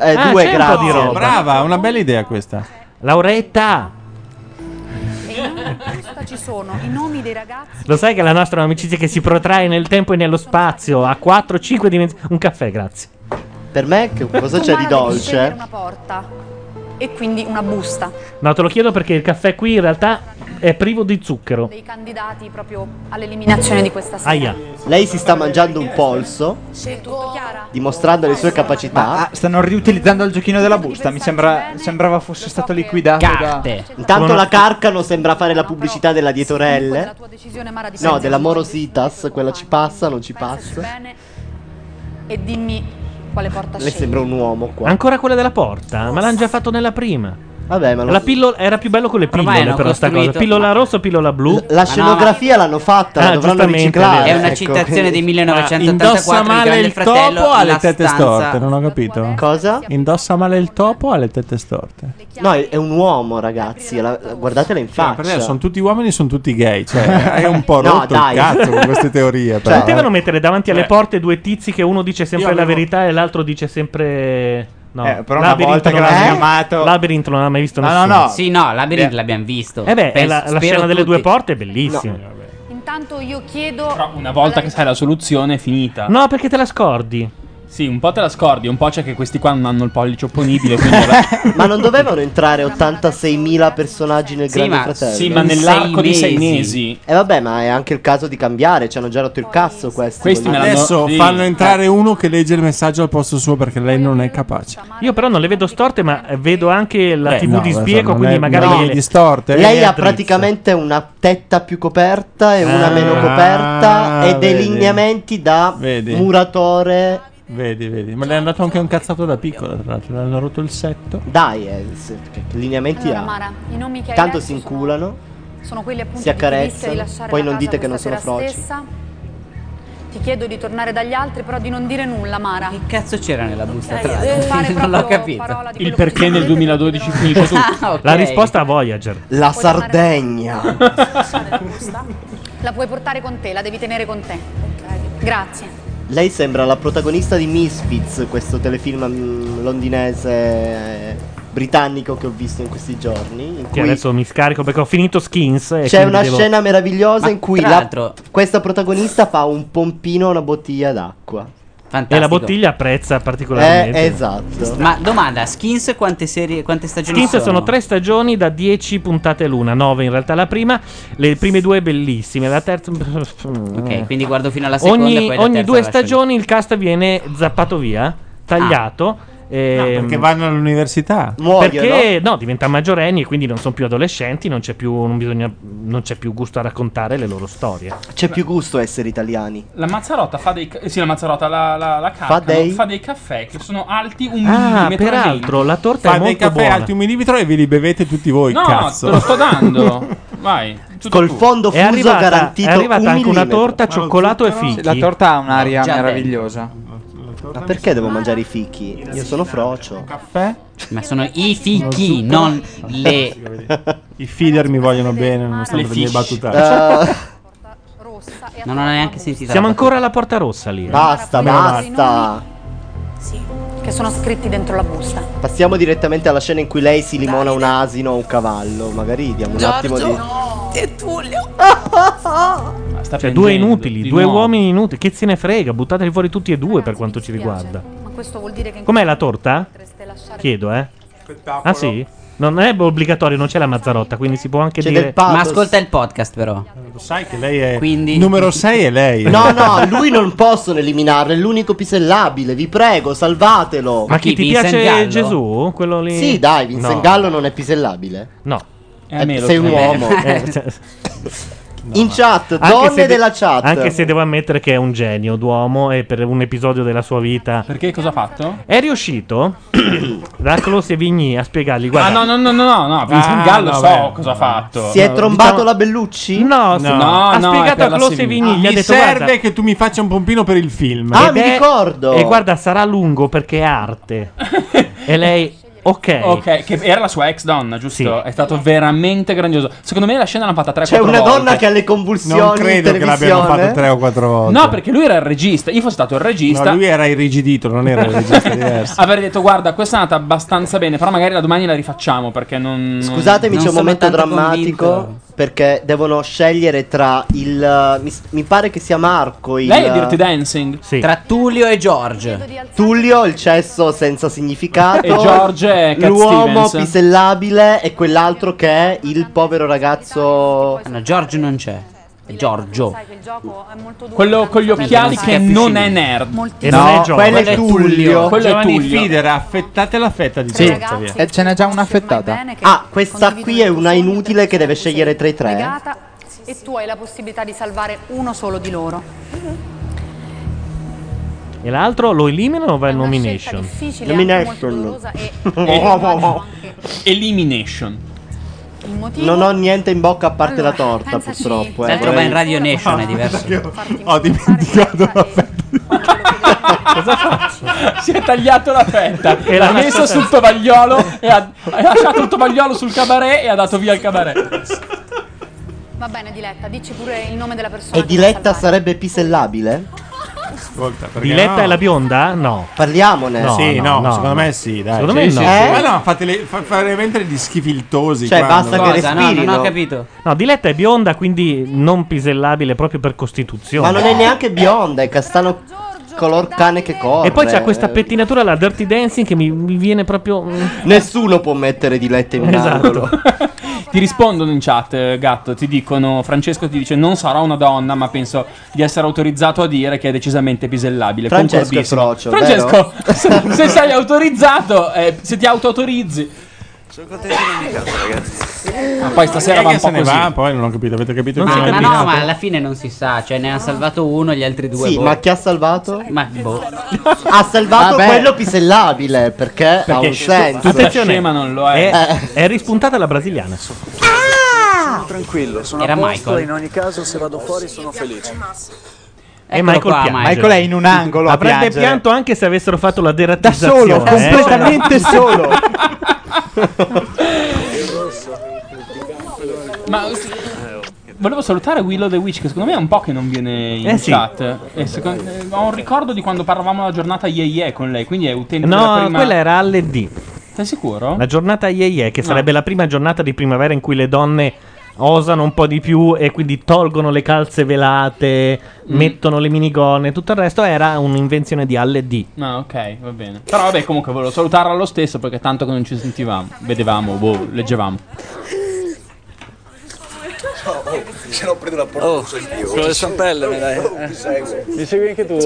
Speaker 6: Eh,
Speaker 1: Ah,
Speaker 6: due
Speaker 1: c'è un
Speaker 6: grazie.
Speaker 1: po' di roba.
Speaker 6: Brava, una bella idea questa.
Speaker 1: Lauretta,
Speaker 15: E in ogni posta ci sono i nomi dei ragazzi.
Speaker 1: lo sai che la nostra è un'amicizia che si protrae nel tempo e nello spazio a 4-5 dimensioni. Un caffè, grazie.
Speaker 4: Per me, che cosa
Speaker 15: Tu,
Speaker 4: c'è di
Speaker 15: Mara, devi scegliere
Speaker 4: dolce?
Speaker 15: Una porta e quindi una busta.
Speaker 1: No, te lo chiedo perché il caffè qui in realtà è privo di zucchero.
Speaker 15: dei candidati proprio all'eliminazione di questa sera.
Speaker 4: Lei si sta mangiando un polso,
Speaker 15: È tutto chiara?
Speaker 4: dimostrando le sue capacità.
Speaker 9: Ah, stanno riutilizzando il giochino della busta. Mi sembra, sembrava fosse stato liquidato.
Speaker 4: Carte.
Speaker 9: Da...
Speaker 4: Intanto la Carcano sembra fare la pubblicità della Dietorelle.
Speaker 15: Decisione Mara di
Speaker 4: No,
Speaker 15: Senza
Speaker 4: della Morositas, quella ci passa, non ci passa.
Speaker 15: bene e dimmi quale porta
Speaker 4: Le
Speaker 15: scegli.
Speaker 4: sembra un uomo qua.
Speaker 1: Ancora quella della porta, ma l'hanno già fatto nella prima.
Speaker 4: Vabbè, ma lo-
Speaker 1: la pillola era più bello con le
Speaker 4: Ormai
Speaker 1: pillole
Speaker 4: hanno
Speaker 1: però sta cosa.
Speaker 4: costruito-
Speaker 1: Pillola rossa o pillola blu?
Speaker 4: La scenografia l'hanno fatta, la
Speaker 1: Ah,
Speaker 4: dovranno
Speaker 1: giustamente, ecco.
Speaker 4: riciclare. ecco.
Speaker 1: è vero. È una
Speaker 4: quindi-
Speaker 5: citazione di 1984
Speaker 13: Indossa
Speaker 5: di Grande
Speaker 13: male il
Speaker 5: Fratello,
Speaker 13: topo alle
Speaker 5: la
Speaker 13: tette
Speaker 5: stanza-
Speaker 13: storte, non ho capito.
Speaker 4: Cosa?
Speaker 13: Indossa male il topo alle tette storte.
Speaker 4: No, è, è un uomo, ragazzi. la- guardatela in
Speaker 13: Cioè, Per me
Speaker 4: faccia. *laughs*
Speaker 13: sono tutti uomini, sono tutti gay. Cioè,
Speaker 11: *laughs*
Speaker 13: è un po'
Speaker 4: No,
Speaker 13: rotto
Speaker 4: dai.
Speaker 13: il
Speaker 9: Ah,
Speaker 13: cazzo con queste teorie. però,
Speaker 1: Cioè, Potevano
Speaker 13: eh.
Speaker 1: mettere davanti alle
Speaker 13: Beh.
Speaker 1: porte due tizi che uno dice sempre
Speaker 13: Io
Speaker 1: la
Speaker 13: avevo-
Speaker 1: verità e l'altro dice sempre. No,
Speaker 9: Eh, però una volta che
Speaker 1: non
Speaker 9: l'hanno
Speaker 1: l'ha-
Speaker 9: chiamato-
Speaker 1: Labyrinth non l'ha mai visto
Speaker 9: No,
Speaker 1: nessuno.
Speaker 9: no, no.
Speaker 5: Sì, no, Labyrinth l'abbiamo visto.
Speaker 1: Eh beh, è la,
Speaker 5: Penso-
Speaker 1: la
Speaker 5: Esatto. spero
Speaker 1: scena delle
Speaker 5: tutti.
Speaker 1: due porte è bellissima.
Speaker 15: Intanto io chiedo
Speaker 2: Una volta che sai la soluzione è finita.
Speaker 1: No, perché te la scordi.
Speaker 2: Sì, un po' te la scordi, un po' c'è che questi qua non hanno il pollice
Speaker 4: *laughs*
Speaker 2: opponibile. Quindi la-
Speaker 4: Ma non dovevano entrare 86.000 personaggi nel
Speaker 2: Sì,
Speaker 4: Grande
Speaker 2: ma-
Speaker 4: Fratello?
Speaker 2: sì, ma nell'arco di sei mesi.
Speaker 4: E vabbè, ma è anche il caso di cambiare. Ci hanno già rotto il cazzo questi. voglio dire.
Speaker 13: Adesso fanno entrare uno che legge il messaggio al posto suo perché lei non è capace.
Speaker 1: Io però non le vedo storte, ma eh, vedo anche la
Speaker 13: Beh,
Speaker 1: TV
Speaker 13: no,
Speaker 1: di
Speaker 13: adesso
Speaker 1: sbieco,
Speaker 13: non
Speaker 1: quindi
Speaker 2: Eh,
Speaker 13: è-
Speaker 1: magari.
Speaker 13: non
Speaker 1: le-
Speaker 13: è distorte?
Speaker 4: Lei
Speaker 1: le
Speaker 4: ha
Speaker 1: addrizza.
Speaker 4: praticamente una tetta più coperta e una
Speaker 13: Ah,
Speaker 4: meno coperta e dei
Speaker 13: vedi.
Speaker 4: lineamenti da
Speaker 13: Vedi.
Speaker 4: muratore.
Speaker 13: Vedi, vedi. Ma le è andato anche un cazzato da piccola, tra l'altro. Le hanno rotto il setto.
Speaker 4: Dai, lineamenti
Speaker 15: allora Mara, i nomi che hai
Speaker 4: Tanto
Speaker 15: letto
Speaker 4: si inculano.
Speaker 15: sono quelli appunto
Speaker 4: Si
Speaker 15: di chi rischia
Speaker 4: accarezzano,
Speaker 15: di lasciare
Speaker 4: poi
Speaker 15: la
Speaker 4: non
Speaker 15: casa
Speaker 4: dite che non
Speaker 15: questa
Speaker 4: sono
Speaker 15: sera
Speaker 4: froci.
Speaker 15: stessa. Ti chiedo di tornare dagli altri, però di non dire nulla,
Speaker 4: *laughs*
Speaker 15: Mara. Che
Speaker 5: cazzo c'era nella busta? Tra
Speaker 15: Eh,
Speaker 5: l'altro? *laughs*
Speaker 15: fare
Speaker 5: non l'ho
Speaker 15: proprio
Speaker 5: capito.
Speaker 2: il perché nel 2012 finisce tutto.
Speaker 5: *laughs* Ah, ok.
Speaker 1: La risposta a Voyager.
Speaker 4: La Sardegna.
Speaker 15: La puoi portare con te, la devi tenere con te. Grazie.
Speaker 4: Lei sembra la protagonista di Misfits, questo telefilm mm, londinese eh, britannico che ho visto in questi giorni. In
Speaker 1: Che
Speaker 4: cui
Speaker 1: adesso mi scarico perché ho finito Skins. E
Speaker 4: c'è
Speaker 1: quindi
Speaker 4: una
Speaker 1: devo-
Speaker 4: scena meravigliosa
Speaker 1: Ma
Speaker 4: in cui
Speaker 1: tra
Speaker 4: la-
Speaker 1: l'altro-
Speaker 4: questa protagonista fa un pompino a una bottiglia d'acqua.
Speaker 1: E la bottiglia apprezza particolarmente.
Speaker 4: Eh, esatto.
Speaker 5: Ma domanda, Skins quante serie, quante stagioni
Speaker 1: Skins
Speaker 5: sono?
Speaker 1: sono tre stagioni da 10 puntate l'una, 9 in realtà la prima, le prime due bellissime, la terza...
Speaker 5: *laughs* Ok, quindi guardo fino alla seconda
Speaker 1: ogni
Speaker 5: e poi la terza
Speaker 1: ogni due
Speaker 5: la lascio lì.
Speaker 1: stagioni il cast viene zappato via, tagliato.
Speaker 5: Ah.
Speaker 1: ehm,
Speaker 13: Perché vanno all'università.
Speaker 1: perché no, diventa maggiorenni e quindi non sono più adolescenti, non c'è più, non bisogna- non c'è più gusto a raccontare le loro storie.
Speaker 4: C'è più gusto a essere italiani.
Speaker 2: La Mazzarotta fa dei. eh, Sì, la Mazzarotta, la, la, la Carcano,
Speaker 4: Fa dei-
Speaker 2: caffè che sono alti un
Speaker 1: Ah,
Speaker 2: millimetro. e
Speaker 1: peraltro
Speaker 2: venti.
Speaker 1: la torta
Speaker 13: Fa
Speaker 1: è
Speaker 13: dei
Speaker 1: molto
Speaker 13: caffè
Speaker 1: buona.
Speaker 13: alti un millimetro e ve li bevete tutti voi.
Speaker 2: No,
Speaker 13: cazzo.
Speaker 2: te lo sto
Speaker 13: *laughs*
Speaker 2: dando. Vai. tutto
Speaker 4: Col
Speaker 2: tu.
Speaker 4: fondo
Speaker 1: È arrivata, è arrivata anche una torta, cioccolato e
Speaker 9: Sì,
Speaker 1: fichi.
Speaker 9: La torta ha un'aria
Speaker 4: Già
Speaker 9: meravigliosa.
Speaker 4: Ma perché devo mangiare i fichi? Io sono frocio.
Speaker 9: Caffè?
Speaker 5: Ma sono i fichi, non
Speaker 2: *laughs*
Speaker 5: le...
Speaker 13: I feeder mi vogliono bene, nonostante
Speaker 5: Le
Speaker 13: le mie
Speaker 5: fish.
Speaker 13: battutacce.
Speaker 5: Non ho neanche sentito.
Speaker 1: Siamo ancora alla Porta Rossa lì. eh.
Speaker 4: Basta,
Speaker 1: Meno male.
Speaker 4: basta.
Speaker 15: Sì, che sono scritti dentro la busta.
Speaker 4: Passiamo direttamente alla scena in cui lei si limona un asino o un cavallo. Magari diamo un attimo di.
Speaker 17: E Tullio.
Speaker 2: Sta
Speaker 1: Cioè,
Speaker 2: piangendo,
Speaker 1: due inutili,
Speaker 2: di
Speaker 1: due
Speaker 2: nuovo.
Speaker 1: uomini inutili. Che se ne frega, buttateli fuori tutti e due per quanto ci riguarda.
Speaker 15: Ma questo vuol dire che in
Speaker 1: Com'è la torta? Chiedo, eh. Ah, sì? Non è obbligatorio, non c'è la Mazzarotta, quindi si può anche
Speaker 4: C'è
Speaker 1: dire.
Speaker 4: del pathos. Ma ascolta
Speaker 5: il podcast, però.
Speaker 13: Lo sai che lei è.
Speaker 5: Quindi...
Speaker 13: Numero 6 è lei.
Speaker 4: No, no, lui non possono eliminarlo, è l'unico pisellabile, vi prego, salvatelo.
Speaker 1: Ma chi ti piace Gesù? Quello lì?
Speaker 4: Sì, dai, Vincent
Speaker 1: No.
Speaker 4: Gallo non è pisellabile.
Speaker 1: No.
Speaker 4: Eh, Eh, me lo sei un credo.
Speaker 2: *laughs*
Speaker 4: uomo.
Speaker 1: Eh, cioè-
Speaker 4: In chat,
Speaker 1: Anche
Speaker 4: donne
Speaker 1: se de-
Speaker 4: della chat.
Speaker 1: Anche se devo ammettere che è un genio d'uomo e per un episodio della sua vita.
Speaker 2: Perché cosa ha fatto?
Speaker 1: È riuscito *coughs* Raclo Sevigny a spiegargli. Guarda,
Speaker 2: Ah, no, no, no, no, no, no. Vincent
Speaker 1: Ah,
Speaker 2: Gallo
Speaker 1: no,
Speaker 2: so
Speaker 1: beh.
Speaker 2: cosa ha fatto.
Speaker 4: Si è
Speaker 2: No,
Speaker 4: trombato
Speaker 2: diciamo-
Speaker 4: la Bellucci?
Speaker 1: No,
Speaker 2: No, no,
Speaker 1: ha
Speaker 2: no, è
Speaker 1: spiegato
Speaker 2: per
Speaker 1: a
Speaker 2: la Ah,
Speaker 1: Close
Speaker 2: Sevigny.
Speaker 1: Vigny. Gli ha
Speaker 13: Mi
Speaker 1: detto:
Speaker 13: serve
Speaker 1: guarda,
Speaker 13: che tu mi faccia
Speaker 1: *laughs*
Speaker 13: un pompino per il film.
Speaker 4: Ah,
Speaker 1: ed è- E guarda, sarà lungo perché è arte. e lei, ok.
Speaker 2: Ok, che era la sua ex donna, giusto? È stato veramente grandioso. Secondo me la scena l'hanno fatta 3-4 volte.
Speaker 4: C'è una donna che ha le convulsioni
Speaker 13: Non credo
Speaker 4: in
Speaker 13: che l'abbiano
Speaker 4: televisione.
Speaker 13: fatto tre o quattro volte.
Speaker 2: No, perché lui era il regista. Io fossi stato il regista.
Speaker 13: No, lui era irrigidito, non era il
Speaker 2: *laughs*
Speaker 13: regista diverso.
Speaker 2: Avrei detto, guarda, questa è andata abbastanza bene, però magari la domani la rifacciamo perché non...
Speaker 4: Scusatemi,
Speaker 2: non
Speaker 4: c'è un
Speaker 2: sono
Speaker 4: momento
Speaker 2: tanto
Speaker 4: drammatico.
Speaker 2: convinto.
Speaker 4: Perché devono scegliere tra il. eh, Mi, s- mi pare che sia Marco. Il,
Speaker 2: Lei è Dirty Dancing? Sì.
Speaker 4: Tra
Speaker 5: Tullio e George.
Speaker 4: eh, Tullio, il cesso senza significato.
Speaker 2: E George è Cat
Speaker 4: L'uomo
Speaker 2: Stevens.
Speaker 4: pisellabile e quell'altro che è il povero ragazzo.
Speaker 2: Ah,
Speaker 5: No, George non c'è. È Giorgio.
Speaker 15: Sai che il gioco è molto duro. eh,
Speaker 2: Quello con gli occhiali
Speaker 15: si
Speaker 2: che
Speaker 15: capisce
Speaker 2: non
Speaker 15: niente.
Speaker 2: è nerd.
Speaker 15: Molti-
Speaker 2: E
Speaker 4: No,
Speaker 2: non è Giorgio.
Speaker 4: quello è
Speaker 2: Quello è Tullio.
Speaker 4: Tullio.
Speaker 2: Quello è
Speaker 11: Giovanni
Speaker 2: Tullio.
Speaker 11: Fidera, affettate la fetta di
Speaker 4: Sì.
Speaker 11: forza, via.
Speaker 4: E
Speaker 19: Eh, ce n'è già una affettata.
Speaker 4: Ah, questa qui è una inutile che deve scegliere tra i tre.
Speaker 15: Legata, e tu hai la possibilità di salvare uno solo di loro.
Speaker 4: Mm-hmm.
Speaker 1: E l'altro lo eliminano o va in
Speaker 15: Scelta
Speaker 1: nomination?
Speaker 15: difficile, anche molto dolorosa e e-
Speaker 2: Elimination.
Speaker 15: il motivo
Speaker 4: Non ho niente in bocca a parte
Speaker 15: Allora,
Speaker 4: la torta,
Speaker 15: pensaci.
Speaker 4: purtroppo. eh.
Speaker 5: L'altro va in Radio Nation,
Speaker 4: *laughs*
Speaker 5: è diverso.
Speaker 4: Ho dimenticato la
Speaker 2: *laughs*
Speaker 15: *laughs*
Speaker 2: *laughs* Si è tagliato la fetta.
Speaker 4: E
Speaker 2: l'ha
Speaker 4: l'ha
Speaker 2: messa
Speaker 4: lasciata-
Speaker 2: sul tovagliolo e ha, ha lasciato il tovagliolo sul cabaret e ha dato via il cabaret.
Speaker 15: Va bene, Diletta, dici pure il nome della persona.
Speaker 4: E Diletta sarebbe pisellabile?
Speaker 23: Ascolta, perché
Speaker 1: Diletta
Speaker 23: no?
Speaker 1: è la bionda? No.
Speaker 4: Parliamone.
Speaker 1: No,
Speaker 23: sì,
Speaker 1: no,
Speaker 23: no,
Speaker 1: no,
Speaker 23: secondo
Speaker 1: no.
Speaker 23: me sì, dai.
Speaker 1: Secondo me no.
Speaker 23: Ma
Speaker 1: Eh?
Speaker 23: no, fate, le, fa- fare veramente gli schifiltosi.
Speaker 4: Cioè,
Speaker 23: qua,
Speaker 4: basta
Speaker 23: no?
Speaker 4: che Cosa? No, respirino. non ho
Speaker 5: capito.
Speaker 1: No, Diletta è bionda, quindi non pisellabile proprio per costituzione.
Speaker 4: Ma non è neanche bionda, è castano color cane che corre. Eh,
Speaker 1: E poi c'ha questa pettinatura alla Dirty Dancing che mi, mi viene proprio.
Speaker 4: Nessuno può mettere Diletta in un
Speaker 1: Esatto.
Speaker 4: angolo.
Speaker 2: *laughs* Ti rispondono in chat, eh, gatto. Ti dicono: Francesco ti dice: Non sarò una donna, ma penso di essere autorizzato a dire che è decisamente pisellabile.
Speaker 4: Francesco
Speaker 2: Concordissimo.
Speaker 4: è frocio,
Speaker 2: Francesco,
Speaker 14: *laughs*
Speaker 2: se, se sei autorizzato, eh, se ti autoautorizzi.
Speaker 6: Sono contento di invitarlo, ragazzi.
Speaker 2: Ma poi
Speaker 1: Eh,
Speaker 2: stasera
Speaker 23: Chi è
Speaker 2: va
Speaker 23: che
Speaker 2: un po'
Speaker 23: se ne
Speaker 2: così.
Speaker 23: va, poi non ho capito, avete capito?
Speaker 5: Ma,
Speaker 23: che
Speaker 5: ma
Speaker 23: non ho
Speaker 5: no,
Speaker 23: capito?
Speaker 5: ma alla fine non si sa. Cioè, ne ha salvato uno, gli altri due.
Speaker 4: Sì,
Speaker 5: boh.
Speaker 4: ma chi ha salvato?
Speaker 5: Ma boh.
Speaker 4: Ha salvato
Speaker 5: Vabbè.
Speaker 4: quello pisellabile perché, ha un senso.
Speaker 1: Attenzione,
Speaker 2: non lo
Speaker 1: è. È, rispuntata la brasiliana.
Speaker 14: Ah! Sono tranquillo, sono
Speaker 1: Era
Speaker 14: a posto
Speaker 1: Michael.
Speaker 14: e in ogni caso se vado fuori sono felice.
Speaker 1: E Michael,
Speaker 14: qua,
Speaker 4: eh.
Speaker 1: piange.
Speaker 14: Michael è in un angolo a
Speaker 1: Avrebbe
Speaker 14: piangere.
Speaker 1: pianto anche se avessero fatto la eh. deratizzazione.
Speaker 19: Da
Speaker 1: *laughs*
Speaker 19: solo, completamente solo.
Speaker 2: Ma volevo salutare Willow the Witch, che secondo me è un po' che non viene in
Speaker 1: Eh sì.
Speaker 2: chat. E secondo- eh, ho un ricordo di quando parlavamo la giornata Ye Ye con lei, quindi è utente della
Speaker 1: No,
Speaker 2: prima.
Speaker 1: quella era alle D.
Speaker 2: Sei sicuro?
Speaker 1: La giornata Ye Ye, che
Speaker 2: No.
Speaker 1: sarebbe la prima giornata di primavera in cui le donne osano un po' di più e quindi tolgono le calze velate,
Speaker 2: Mm.
Speaker 1: mettono le minigonne, tutto il resto era un'invenzione di Alle D.
Speaker 2: No, Ah, ok, va bene. Però vabbè, comunque volevo salutarla lo stesso perché tanto che non ci sentivamo, vedevamo, boh, leggevamo.
Speaker 14: Oh, se no prendo la porta oh, Con le stampelle mi dai. Mi segui anche tu?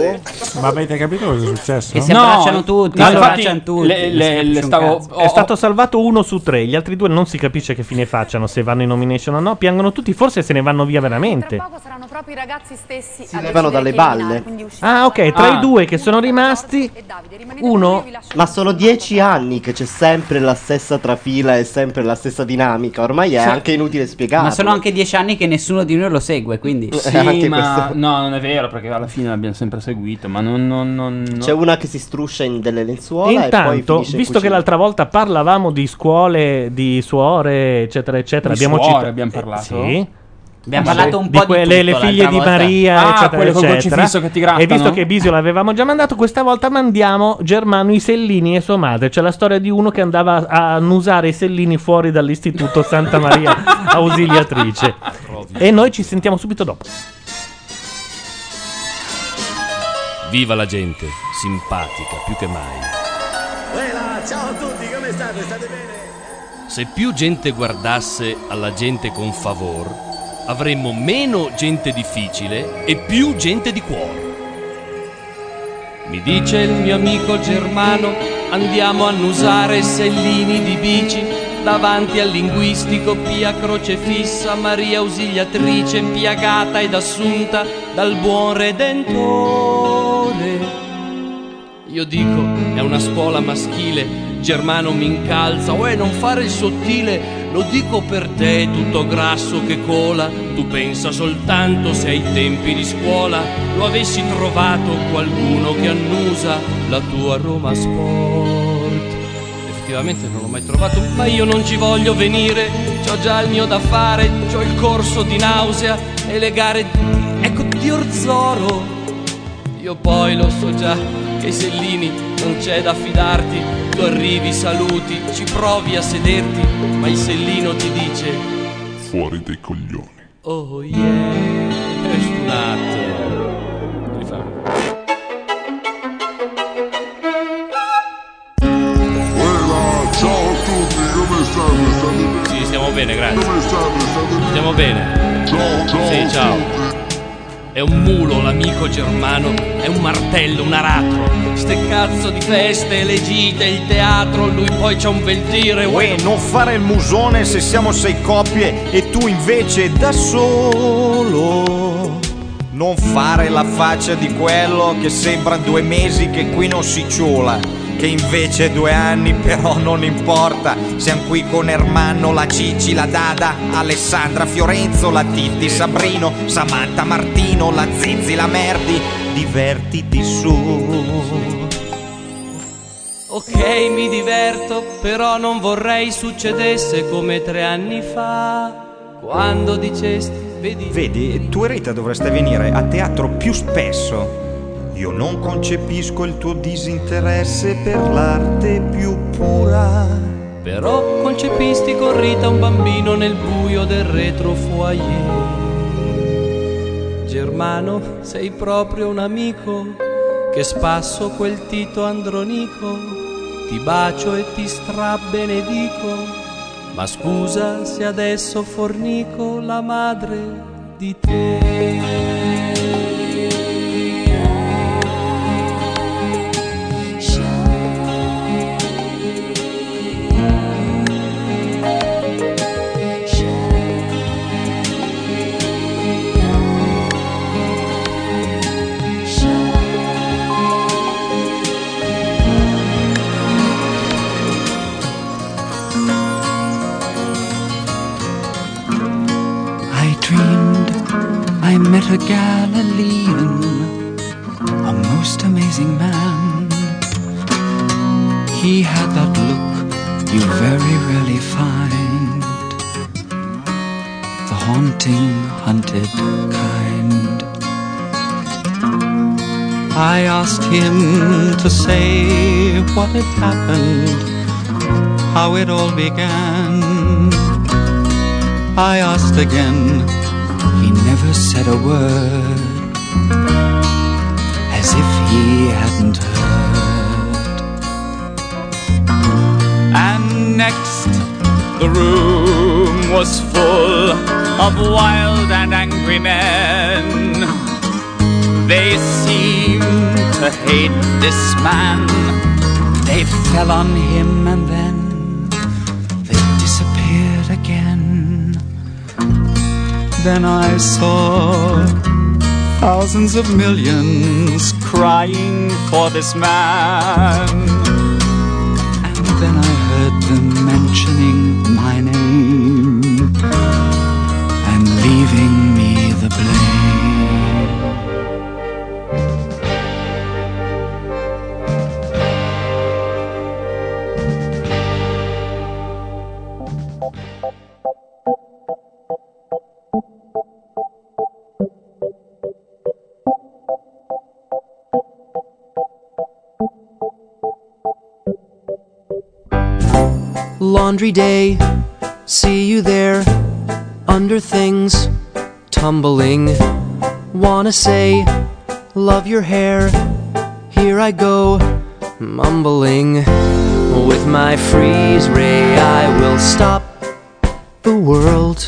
Speaker 23: Ma avete capito cosa è successo?
Speaker 14: Che si
Speaker 2: No,
Speaker 14: abbracciano tutti,
Speaker 2: no,
Speaker 14: si
Speaker 2: infatti,
Speaker 14: abbracciano tutti,
Speaker 2: le-
Speaker 14: non
Speaker 2: le-
Speaker 14: si capisce
Speaker 2: le
Speaker 14: un
Speaker 2: stavo-
Speaker 14: cazzo.
Speaker 2: ho-
Speaker 1: È stato salvato uno su tre, gli altri due non si capisce che fine facciano, se vanno in nomination o no, piangono tutti, forse se ne vanno via veramente.
Speaker 15: Saranno proprio i ragazzi stessi a
Speaker 4: Levano dalle
Speaker 15: decidere chi eliminare,
Speaker 4: balle.
Speaker 15: quindi
Speaker 1: Ah, ok, tra
Speaker 4: Ah.
Speaker 1: i due che sono rimasti, uno...
Speaker 4: Ma sono dieci anni che c'è sempre la stessa trafila e sempre la stessa dinamica. Ormai è
Speaker 2: Cioè,
Speaker 5: Sì.
Speaker 4: anche inutile spiegarlo.
Speaker 5: Ma sono anche dieci anni che nessuno di noi lo segue, quindi.
Speaker 4: Eh,
Speaker 2: Sì, ma no, non è vero perché alla fine l'abbiamo sempre seguito, ma non... non, non, non-
Speaker 4: C'è una che si struscia in delle lenzuola e poi
Speaker 1: Intanto,
Speaker 4: finisce in
Speaker 1: visto che
Speaker 4: cucina.
Speaker 1: l'altra volta parlavamo di scuole, di suore, eccetera, eccetera,
Speaker 2: Di
Speaker 1: abbiamo
Speaker 2: suore
Speaker 1: citato.
Speaker 2: abbiamo parlato?
Speaker 1: Sì.
Speaker 2: Abbiamo parlato un
Speaker 1: di
Speaker 2: po' di
Speaker 1: quelle,
Speaker 2: tutto
Speaker 1: le figlie
Speaker 2: l'altra
Speaker 1: di
Speaker 2: volta.
Speaker 1: Maria,
Speaker 2: Ah,
Speaker 1: eccetera,
Speaker 2: quelle col
Speaker 1: eccetera.
Speaker 2: crocifisso che ti grattano?
Speaker 1: E visto che Bisio l'avevamo già mandato, questa volta mandiamo Germano i sellini e sua madre. C'è la storia di uno che andava a annusare i sellini fuori dall'istituto Santa
Speaker 2: *laughs*
Speaker 1: Maria Ausiliatrice. e noi ci sentiamo subito dopo.
Speaker 26: Viva la gente, simpatica più che mai.
Speaker 14: ciao a tutti, come state? State bene?
Speaker 26: Se più gente guardasse alla gente con favor, avremmo meno gente difficile e più gente di cuore. Mi dice il mio amico Germano, andiamo a annusare sellini di bici davanti al linguistico Pia Crocefissa, Maria Ausiliatrice, piagata ed assunta dal buon Redentore. Io dico, è una scuola maschile, Germano mi incalza, uè non fare il sottile, lo dico per te tutto grasso che cola, tu pensa soltanto se ai tempi di scuola lo avessi trovato qualcuno che annusa la tua Roma Sport. Effettivamente non l'ho mai trovato, ma io non ci voglio venire, c'ho già il mio da fare, c'ho il corso di nausea e le gare, ecco di Orzoro. Io poi lo so già che Sellini non c'è da fidarti, tu arrivi, saluti, ci provi a sederti, ma il Sellino ti dice
Speaker 18: fuori dei coglioni.
Speaker 26: Oh yeah, è stunato. Rifamo.
Speaker 18: Ah, Ciao a tutti, come state? State bene?
Speaker 26: Sì, stiamo bene, grazie.
Speaker 18: Come state? State bene?
Speaker 26: Stiamo bene.
Speaker 18: Ciao, ciao.
Speaker 26: Sì, ciao. È un mulo l'amico germano, è un martello, un aratro. Ste cazzo di feste, le gite, il teatro, lui poi c'ha un bel dire.
Speaker 9: Uè, non fare il musone se siamo sei coppie e tu invece da solo. Non fare la faccia di quello che sembra due mesi che qui non si ciula. Che invece è due anni però non importa. Siamo qui con Ermanno, la Cici, la Dada, Alessandra, Fiorenzo, la Titti, Sabrino, Samantha, Martino, la Zizi, la Merdi. Divertiti su.
Speaker 26: Ok, mi diverto, però non vorrei succedesse come tre anni fa, quando dicesti, vedi,
Speaker 9: Vedi, tu e Rita dovreste venire a teatro più spesso. Io non concepisco il tuo disinteresse per l'arte più pura.
Speaker 26: però concepisti con Rita un bambino nel buio del retro foyer. Germano, sei proprio un amico, che spasso quel Tito Andronico, ti bacio e ti strabenedico, ma scusa se adesso fornico la madre di te.
Speaker 22: I dreamed I met a Galilean, a most amazing man. He had that look you very rarely find, the haunting, hunted kind. I asked him to say what had happened, how it all began. I asked again. He never said a word, as if he hadn't heard.
Speaker 6: And next, the room was full of wild and angry men. They seemed to hate this man.
Speaker 22: They fell on him and then they disappeared again. Then I saw thousands of millions crying for this man. And then I heard them mentioning my name and leaving me the blame.
Speaker 32: Laundry day, see you there. Under things, tumbling. Wanna say, love your hair. Here I go, mumbling. With my freeze ray, I will stop the world.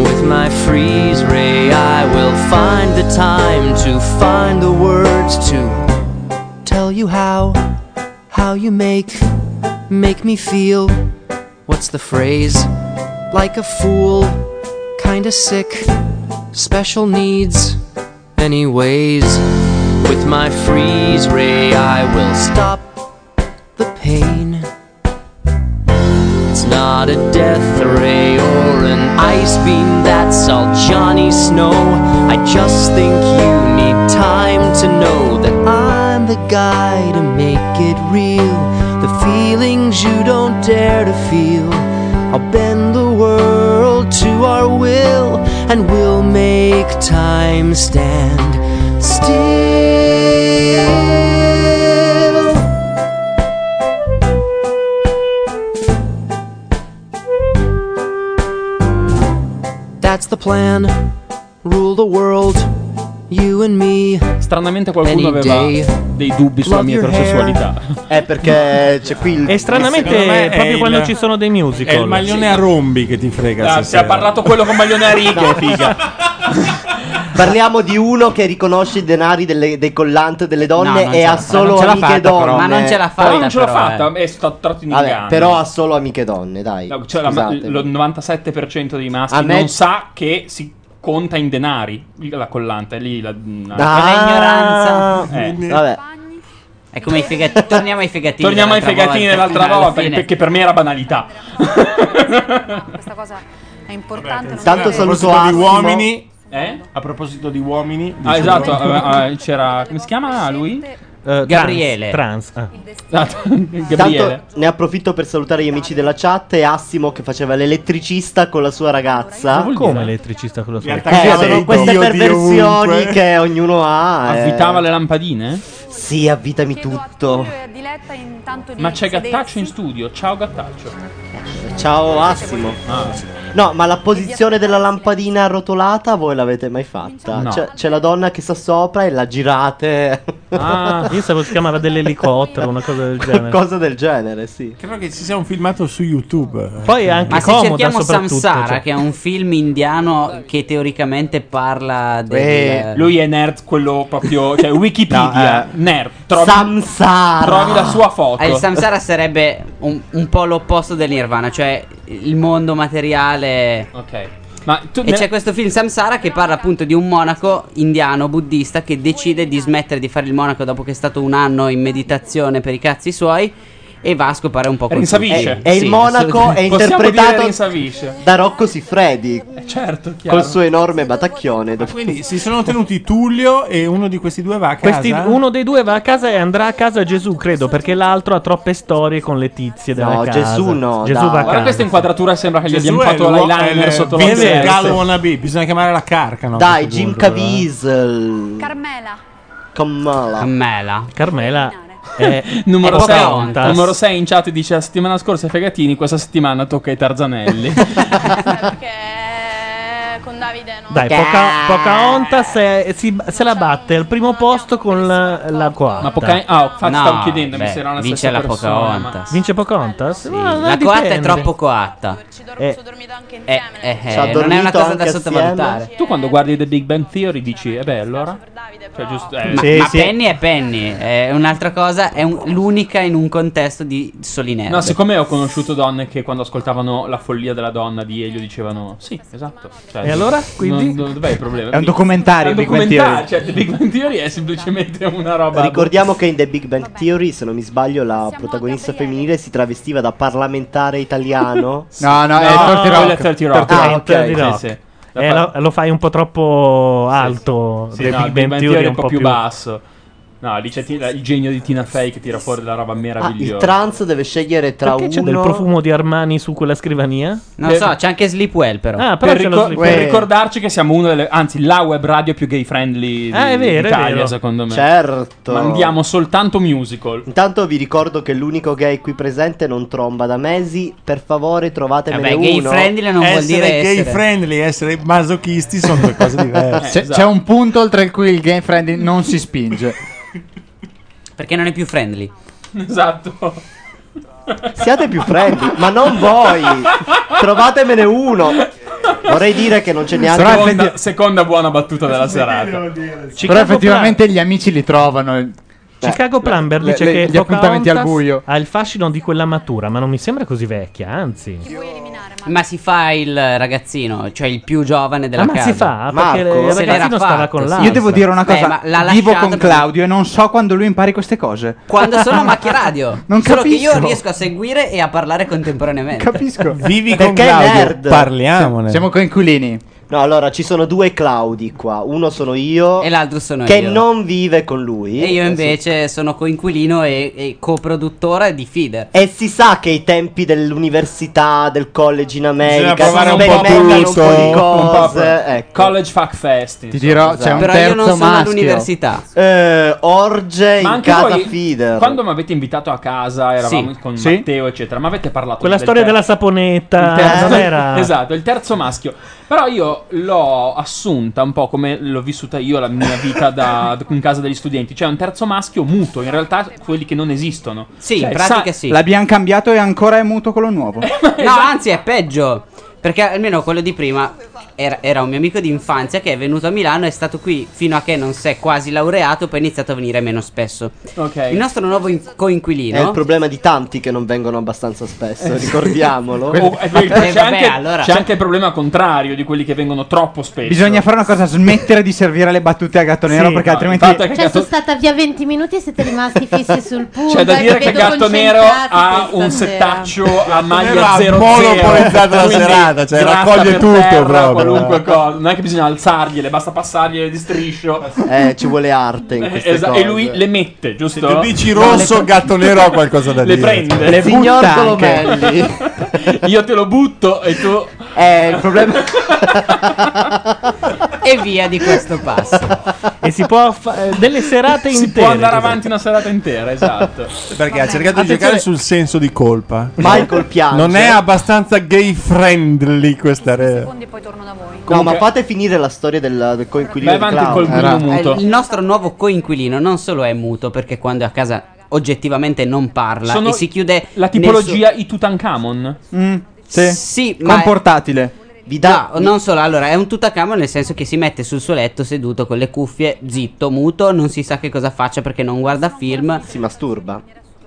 Speaker 32: With my freeze ray, I will find the time to find the words to tell you how, how you make, make me feel. What's the phrase? Like a fool, kinda sick, special needs. Anyways, with my freeze ray, I will stop the pain. It's not a death ray or an ice beam, that's all Johnny Snow. I just think you need time to know that I'm the guy to make it real. The feelings you don't dare to feel. I'll bend the world to our will, and we'll make time stand still. the plan. Rule the world, you and me.
Speaker 2: Stranamente qualcuno
Speaker 32: Any
Speaker 2: aveva
Speaker 32: day.
Speaker 2: dei dubbi sulla
Speaker 32: Love
Speaker 2: mia
Speaker 32: your
Speaker 2: eterosessualità.
Speaker 4: È Eh, perché c'è qui il.
Speaker 1: E stranamente,
Speaker 2: Secondo me è
Speaker 1: proprio
Speaker 2: il-
Speaker 1: quando ci sono dei musical.
Speaker 13: È il maglione a rombi che ti frega.
Speaker 2: Ah, si è
Speaker 13: stasera.
Speaker 2: parlato quello con maglione a righe, figa.
Speaker 4: Parliamo di uno che riconosce i denari delle- dei collant delle donne
Speaker 2: No, non
Speaker 4: e
Speaker 2: ce
Speaker 4: ha
Speaker 2: la fa-
Speaker 4: solo
Speaker 2: non ce l'ha
Speaker 4: amiche
Speaker 2: fatta,
Speaker 4: donne.
Speaker 2: però. Ma non ce l'ha fatta,
Speaker 4: Poi-
Speaker 2: Ma non ce l'ho però, fatta, eh. è stato tratto in
Speaker 4: eh. Vabbè,
Speaker 2: inganno.
Speaker 4: Però ha solo amiche donne, dai.
Speaker 2: No, cioè la-
Speaker 4: Scusate.
Speaker 2: lo 97% dei
Speaker 4: A
Speaker 2: maschi
Speaker 4: me-
Speaker 2: non sa che si conta in denari la collante lì la, la-
Speaker 4: Ah,
Speaker 2: Eh.
Speaker 4: Vabbè.
Speaker 5: È come i figati. Torniamo ai figatini.
Speaker 2: torniamo ai
Speaker 5: dell'altra
Speaker 2: fegatini
Speaker 5: volta,
Speaker 2: dell'altra
Speaker 5: alla
Speaker 2: volta
Speaker 5: fine.
Speaker 2: perché per me era banalità
Speaker 15: Questa cosa è importante. non
Speaker 2: Tanto
Speaker 15: deve-
Speaker 13: A proposito di
Speaker 2: Assimo.
Speaker 13: uomini.
Speaker 2: Eh?
Speaker 13: A proposito di uomini.
Speaker 2: ah
Speaker 13: dicevo-
Speaker 2: esatto eh, eh, c'era come si chiama lui
Speaker 13: Eh,
Speaker 4: Gabriele.
Speaker 1: Trans.
Speaker 13: ah.
Speaker 2: Esatto, *laughs* Gabriele
Speaker 4: Tanto ne approfitto per salutare gli amici della chat e Assimo che faceva l'elettricista con la sua ragazza.
Speaker 1: Come elettricista con la sua
Speaker 4: Eh,
Speaker 1: ragazza?
Speaker 4: sono queste perversioni che ognuno ha. eh.
Speaker 2: Avvitava le lampadine?
Speaker 4: Sì, avvitami tutto.
Speaker 15: Diletta intanto di
Speaker 2: ma c'è
Speaker 15: sedersi.
Speaker 2: Gattaccio in studio ciao Gattaccio Ah.
Speaker 4: Ciao Assimo. No, ma la posizione della lampadina arrotolata voi l'avete mai fatta? Cioè,
Speaker 1: No.
Speaker 4: C'è, c'è la donna che sta sopra e la girate.
Speaker 1: Ah, io sapevo si chiamava dell'elicottero, una cosa del genere.
Speaker 4: Cosa del genere, sì.
Speaker 13: Credo che ci sia un filmato su YouTube.
Speaker 1: Poi è anche
Speaker 5: Ma se
Speaker 1: comoda,
Speaker 5: cerchiamo
Speaker 1: soprattutto,
Speaker 5: Samsara,
Speaker 1: cioè.
Speaker 5: che è un film indiano che teoricamente parla del.
Speaker 2: Eh, lui è nerd quello
Speaker 4: *laughs*
Speaker 2: proprio cioè
Speaker 4: eh.
Speaker 2: Wikipedia nerd trovi,
Speaker 4: Samsara
Speaker 2: trovi la sua foto
Speaker 5: Eh, il samsara sarebbe un, un po' l'opposto del nirvana, cioè il mondo materiale.
Speaker 2: Ok. Ma tu
Speaker 5: e
Speaker 2: ne-
Speaker 5: c'è questo film Samsara che parla appunto di un monaco indiano buddista che decide di smettere di fare il monaco dopo che è stato un anno in meditazione per i cazzi suoi e va a scopare un po' col
Speaker 4: È, è il monaco è interpretato da Rocco Siffredi.
Speaker 2: certo,
Speaker 13: chiaro.
Speaker 4: Col suo enorme batacchione.
Speaker 13: Quindi si sono tenuti Tullio e uno di questi due va a casa.
Speaker 1: Questi- uno dei due va a casa e andrà a casa Gesù, credo, perché l'altro ha troppe storie con le tizie della
Speaker 4: No,
Speaker 1: casa.
Speaker 4: Gesù no,
Speaker 1: Gesù
Speaker 4: dai.
Speaker 1: va a
Speaker 2: Guarda
Speaker 1: casa.
Speaker 2: questa inquadratura sembra che gli
Speaker 13: Gesù
Speaker 2: abbiamo
Speaker 13: è
Speaker 2: fatto
Speaker 13: l'uo- è
Speaker 2: l'eyeliner
Speaker 13: il
Speaker 2: sotto
Speaker 13: Vince
Speaker 2: l'occhio.
Speaker 13: Gallo wannabe, bisogna chiamare la carcano.
Speaker 4: Dai, Jim
Speaker 2: Mm.
Speaker 4: Caviezel.
Speaker 15: Carmela.
Speaker 4: Carmela.
Speaker 5: Carmela.
Speaker 1: Carmela
Speaker 5: *laughs*
Speaker 1: è
Speaker 2: numero
Speaker 1: è
Speaker 2: 6,
Speaker 1: Pocahontas.
Speaker 2: numero 6 in chat dice la settimana scorsa ai fegatini, questa settimana tocca ai
Speaker 5: *laughs*
Speaker 2: tarzanelli.
Speaker 33: Eh, con Davide no.
Speaker 1: Dai, Poca- Pocahontas è- si- se la batte al primo posto con la, la quarta.
Speaker 2: Ma Poca- ah, infatti
Speaker 1: No,
Speaker 2: stavo chiedendomi
Speaker 1: beh,
Speaker 2: se era la
Speaker 1: vince
Speaker 2: stessa
Speaker 1: la
Speaker 2: persona,
Speaker 1: Pocahontas. Vince Pocahontas?
Speaker 2: Ma-
Speaker 5: La
Speaker 2: dipende.
Speaker 5: coatta è troppo coatta.
Speaker 1: Eh,
Speaker 5: Eh, eh, eh,
Speaker 2: Ci ha
Speaker 5: non è una
Speaker 2: dormito
Speaker 5: cosa
Speaker 2: anche
Speaker 5: da sottovalutare.
Speaker 2: assieme. Tu quando guardi The Big Bang Theory dici, eh beh, allora cioè giusto eh,
Speaker 5: Ma, ma Penny è Penny, è un'altra cosa, è un- l'unica in un contesto di soli nerd.
Speaker 2: No, siccome ho conosciuto donne che quando ascoltavano La follia della donna di Elio dicevano "Sì, esatto". Cioè,
Speaker 5: E allora?
Speaker 2: non-
Speaker 5: Quindi?
Speaker 2: non- dov'è il problema?
Speaker 5: È un documentario,
Speaker 2: È un
Speaker 5: Big Bang
Speaker 2: documentario,
Speaker 5: Theory.
Speaker 2: cioè The Big Bang Theory è semplicemente una roba boh,
Speaker 4: Ricordiamo che in The Big Bang Theory, se non mi sbaglio, la protagonista femminile si travestiva da parlamentare italiano.
Speaker 1: *laughs* No, no, è No, 30 Rock. quello è 30 Rock.
Speaker 4: Ah,
Speaker 1: Ah,
Speaker 4: ok.
Speaker 1: 30 Rock. Eh, lo, lo fai un po' troppo alto.
Speaker 2: Sì,
Speaker 1: The
Speaker 2: no,
Speaker 1: Big
Speaker 2: il
Speaker 1: Bang Theory è un po'
Speaker 2: più
Speaker 1: più
Speaker 2: basso. No, lì c'è Tina- il genio di Tina Fey che tira fuori della roba
Speaker 4: Ah, il
Speaker 2: meravigliosa.
Speaker 4: trans deve scegliere tra
Speaker 1: Perché c'è
Speaker 4: uno
Speaker 1: del profumo di Armani su quella scrivania?
Speaker 5: Non
Speaker 2: Per-
Speaker 5: so, c'è anche Sleepwell però.
Speaker 1: Ah, però
Speaker 2: per,
Speaker 1: c'è lo
Speaker 2: ricor-
Speaker 1: slip-
Speaker 2: per
Speaker 1: eh.
Speaker 2: ricordarci che siamo una delle, anzi, la web radio più gay friendly
Speaker 5: Eh,
Speaker 4: Ah, è vero, è
Speaker 2: d'Italia,
Speaker 4: vero.
Speaker 2: secondo me.
Speaker 4: Certo.
Speaker 2: Mandiamo soltanto musical.
Speaker 4: Intanto vi ricordo che l'unico gay qui presente non tromba da mesi. Per favore,
Speaker 5: Vabbè,
Speaker 4: trovatemene uno.
Speaker 5: gay friendly non
Speaker 13: essere gay friendly e essere masochisti sono
Speaker 5: *laughs*
Speaker 13: due cose diverse.
Speaker 9: C'è, c'è un punto oltre il cui il game friendly non si spinge.
Speaker 5: Perché non è più friendly.
Speaker 2: *laughs* Esatto.
Speaker 4: Siate più friendly, ma non voi. Trovatemene uno. Vorrei dire che non ce n'è
Speaker 2: Seconda-
Speaker 4: altro.
Speaker 2: seconda, buona battuta della serata.
Speaker 9: Però effettivamente gli amici li trovano.
Speaker 1: Chicago Plumber
Speaker 9: le-
Speaker 1: dice
Speaker 9: le-
Speaker 1: che
Speaker 9: gli appuntamenti al
Speaker 1: Pocahontas
Speaker 9: buio.
Speaker 1: ha il fascino di quella matura, ma non mi sembra così vecchia, anzi.
Speaker 5: Ma si fa il ragazzino, cioè il più giovane della
Speaker 1: Ah, ma
Speaker 5: casa.
Speaker 1: si fa? Perché il
Speaker 5: Se
Speaker 1: ragazzino
Speaker 5: l'era
Speaker 1: stava
Speaker 5: fatto,
Speaker 1: con
Speaker 5: sì.
Speaker 1: l'altra.
Speaker 9: Io devo dire una
Speaker 5: Beh,
Speaker 9: cosa:
Speaker 5: ma l'ha
Speaker 9: vivo
Speaker 5: lasciato
Speaker 9: con
Speaker 5: per-
Speaker 9: Claudio e non so quando lui impari queste cose. *laughs*
Speaker 5: Quando sono a macchia radio.
Speaker 9: Non
Speaker 5: Solo che io
Speaker 9: capisco.
Speaker 5: riesco a seguire e a parlare contemporaneamente.
Speaker 9: Capisco.
Speaker 13: Vivi
Speaker 4: con Perché Claudio, nerd?
Speaker 13: parliamone.
Speaker 9: Siamo coinquilini.
Speaker 4: No, allora ci sono due Claudi qua. Uno sono io.
Speaker 5: E l'altro sono
Speaker 4: che
Speaker 5: io.
Speaker 4: non vive con lui.
Speaker 5: E io invece sono coinquilino e, e coproduttore di Feeder.
Speaker 4: E si sa che i tempi dell'università, del college in
Speaker 5: Bisogna
Speaker 4: America,
Speaker 5: provare un po'
Speaker 4: sperimentano
Speaker 5: tutto,
Speaker 4: un po' di
Speaker 5: un po'
Speaker 4: cose. esatto.
Speaker 2: Eh, College Fuck Fest. Ti
Speaker 9: dirò, c'è un Però io non terzo sono maschio. all'università.
Speaker 4: Eh, orge
Speaker 2: Ma
Speaker 4: in
Speaker 2: anche
Speaker 4: casa
Speaker 2: voi,
Speaker 4: feeder.
Speaker 2: Quando mi avete invitato a casa, eravamo
Speaker 1: Sì.
Speaker 2: con
Speaker 1: Sì.
Speaker 2: Matteo, eccetera. Ma avete parlato
Speaker 1: Quella
Speaker 2: del
Speaker 1: storia
Speaker 2: terzo- Esatto,
Speaker 1: della saponetta
Speaker 2: *laughs* il terzo-
Speaker 1: non era
Speaker 2: esatto, il terzo maschio. Però io io l'ho assunta un po' come l'ho vissuta io la mia vita da, in casa degli studenti. Cioè, un terzo maschio muto, in realtà quelli che non esistono.
Speaker 5: Sì,
Speaker 2: Cioè,
Speaker 5: in pratica
Speaker 2: sa-
Speaker 5: sì.
Speaker 9: L'abbiamo cambiato e ancora è muto quello nuovo.
Speaker 5: No,
Speaker 2: Esatto.
Speaker 5: anzi è peggio. Perché almeno quello di prima era, era un mio amico di infanzia che è venuto a Milano, è stato qui fino a che non si è quasi laureato, poi è iniziato a venire meno spesso.
Speaker 2: Ok.
Speaker 5: Il nostro nuovo in- coinquilino.
Speaker 4: È il problema di tanti che non vengono abbastanza spesso,
Speaker 5: Eh, sì.
Speaker 4: ricordiamolo.
Speaker 2: Oh, eh, poi c'è, anche,
Speaker 5: allora.
Speaker 2: c'è anche il problema contrario di quelli che vengono troppo spesso.
Speaker 9: Bisogna fare una cosa, smettere di servire le battute a gatto nero
Speaker 2: Sì,
Speaker 9: perché
Speaker 2: no,
Speaker 9: altrimenti...
Speaker 2: infatti è che
Speaker 3: Cioè,
Speaker 2: gatto-
Speaker 3: sono stata via 20 minuti e siete rimasti fissi sul punto.
Speaker 2: C'è da
Speaker 3: eh,
Speaker 2: dire
Speaker 3: vi
Speaker 2: che
Speaker 3: vedo
Speaker 2: Gatto Nero ha
Speaker 3: concentrati
Speaker 2: un
Speaker 3: questa sera.
Speaker 2: settaccio a maglia
Speaker 13: Era
Speaker 2: 00
Speaker 13: monopolizzata la
Speaker 2: quindi
Speaker 13: serata, cioè,
Speaker 2: gratta
Speaker 13: raccoglie
Speaker 2: per
Speaker 13: tutto
Speaker 2: terra,
Speaker 13: proprio. eh.
Speaker 2: Qualunque cosa. Non è che bisogna alzargliele, basta passargliele di striscio.
Speaker 4: Eh, ci vuole arte in queste
Speaker 2: Esatto,
Speaker 4: cose.
Speaker 2: e lui le mette, giusto?
Speaker 4: Se tu dici
Speaker 13: rosso, gatto nero ha qualcosa da
Speaker 2: le
Speaker 13: dire.
Speaker 2: Prende.
Speaker 13: Le Signor butta anche.
Speaker 4: Colomelli.
Speaker 2: Io te lo butto e tu...
Speaker 4: Eh, il problema...
Speaker 5: e via di questo passo.
Speaker 1: *laughs* E si può fa- eh, delle serate
Speaker 2: Si
Speaker 1: intere.
Speaker 2: può andare avanti una serata intera, esatto.
Speaker 13: Perché ha cercato di giocare sul senso di colpa.
Speaker 4: Michael piange.
Speaker 13: Non è abbastanza gay friendly questa re.
Speaker 4: No, ma fate finire la storia del, del coinquilino di Clown.
Speaker 5: Eh, Il nostro nuovo coinquilino non solo è muto perché quando è a casa oggettivamente non parla
Speaker 2: Sono
Speaker 5: e si chiude
Speaker 2: *laughs* La tipologia i Tutankhamon.
Speaker 13: Mm,
Speaker 5: sì. ma
Speaker 9: portatile.
Speaker 5: Vi dà, non solo, allora è un tutacamo nel senso che si mette sul suo letto seduto con le cuffie, zitto, muto, non si sa che cosa faccia perché non guarda film. *laughs*
Speaker 4: Si masturba.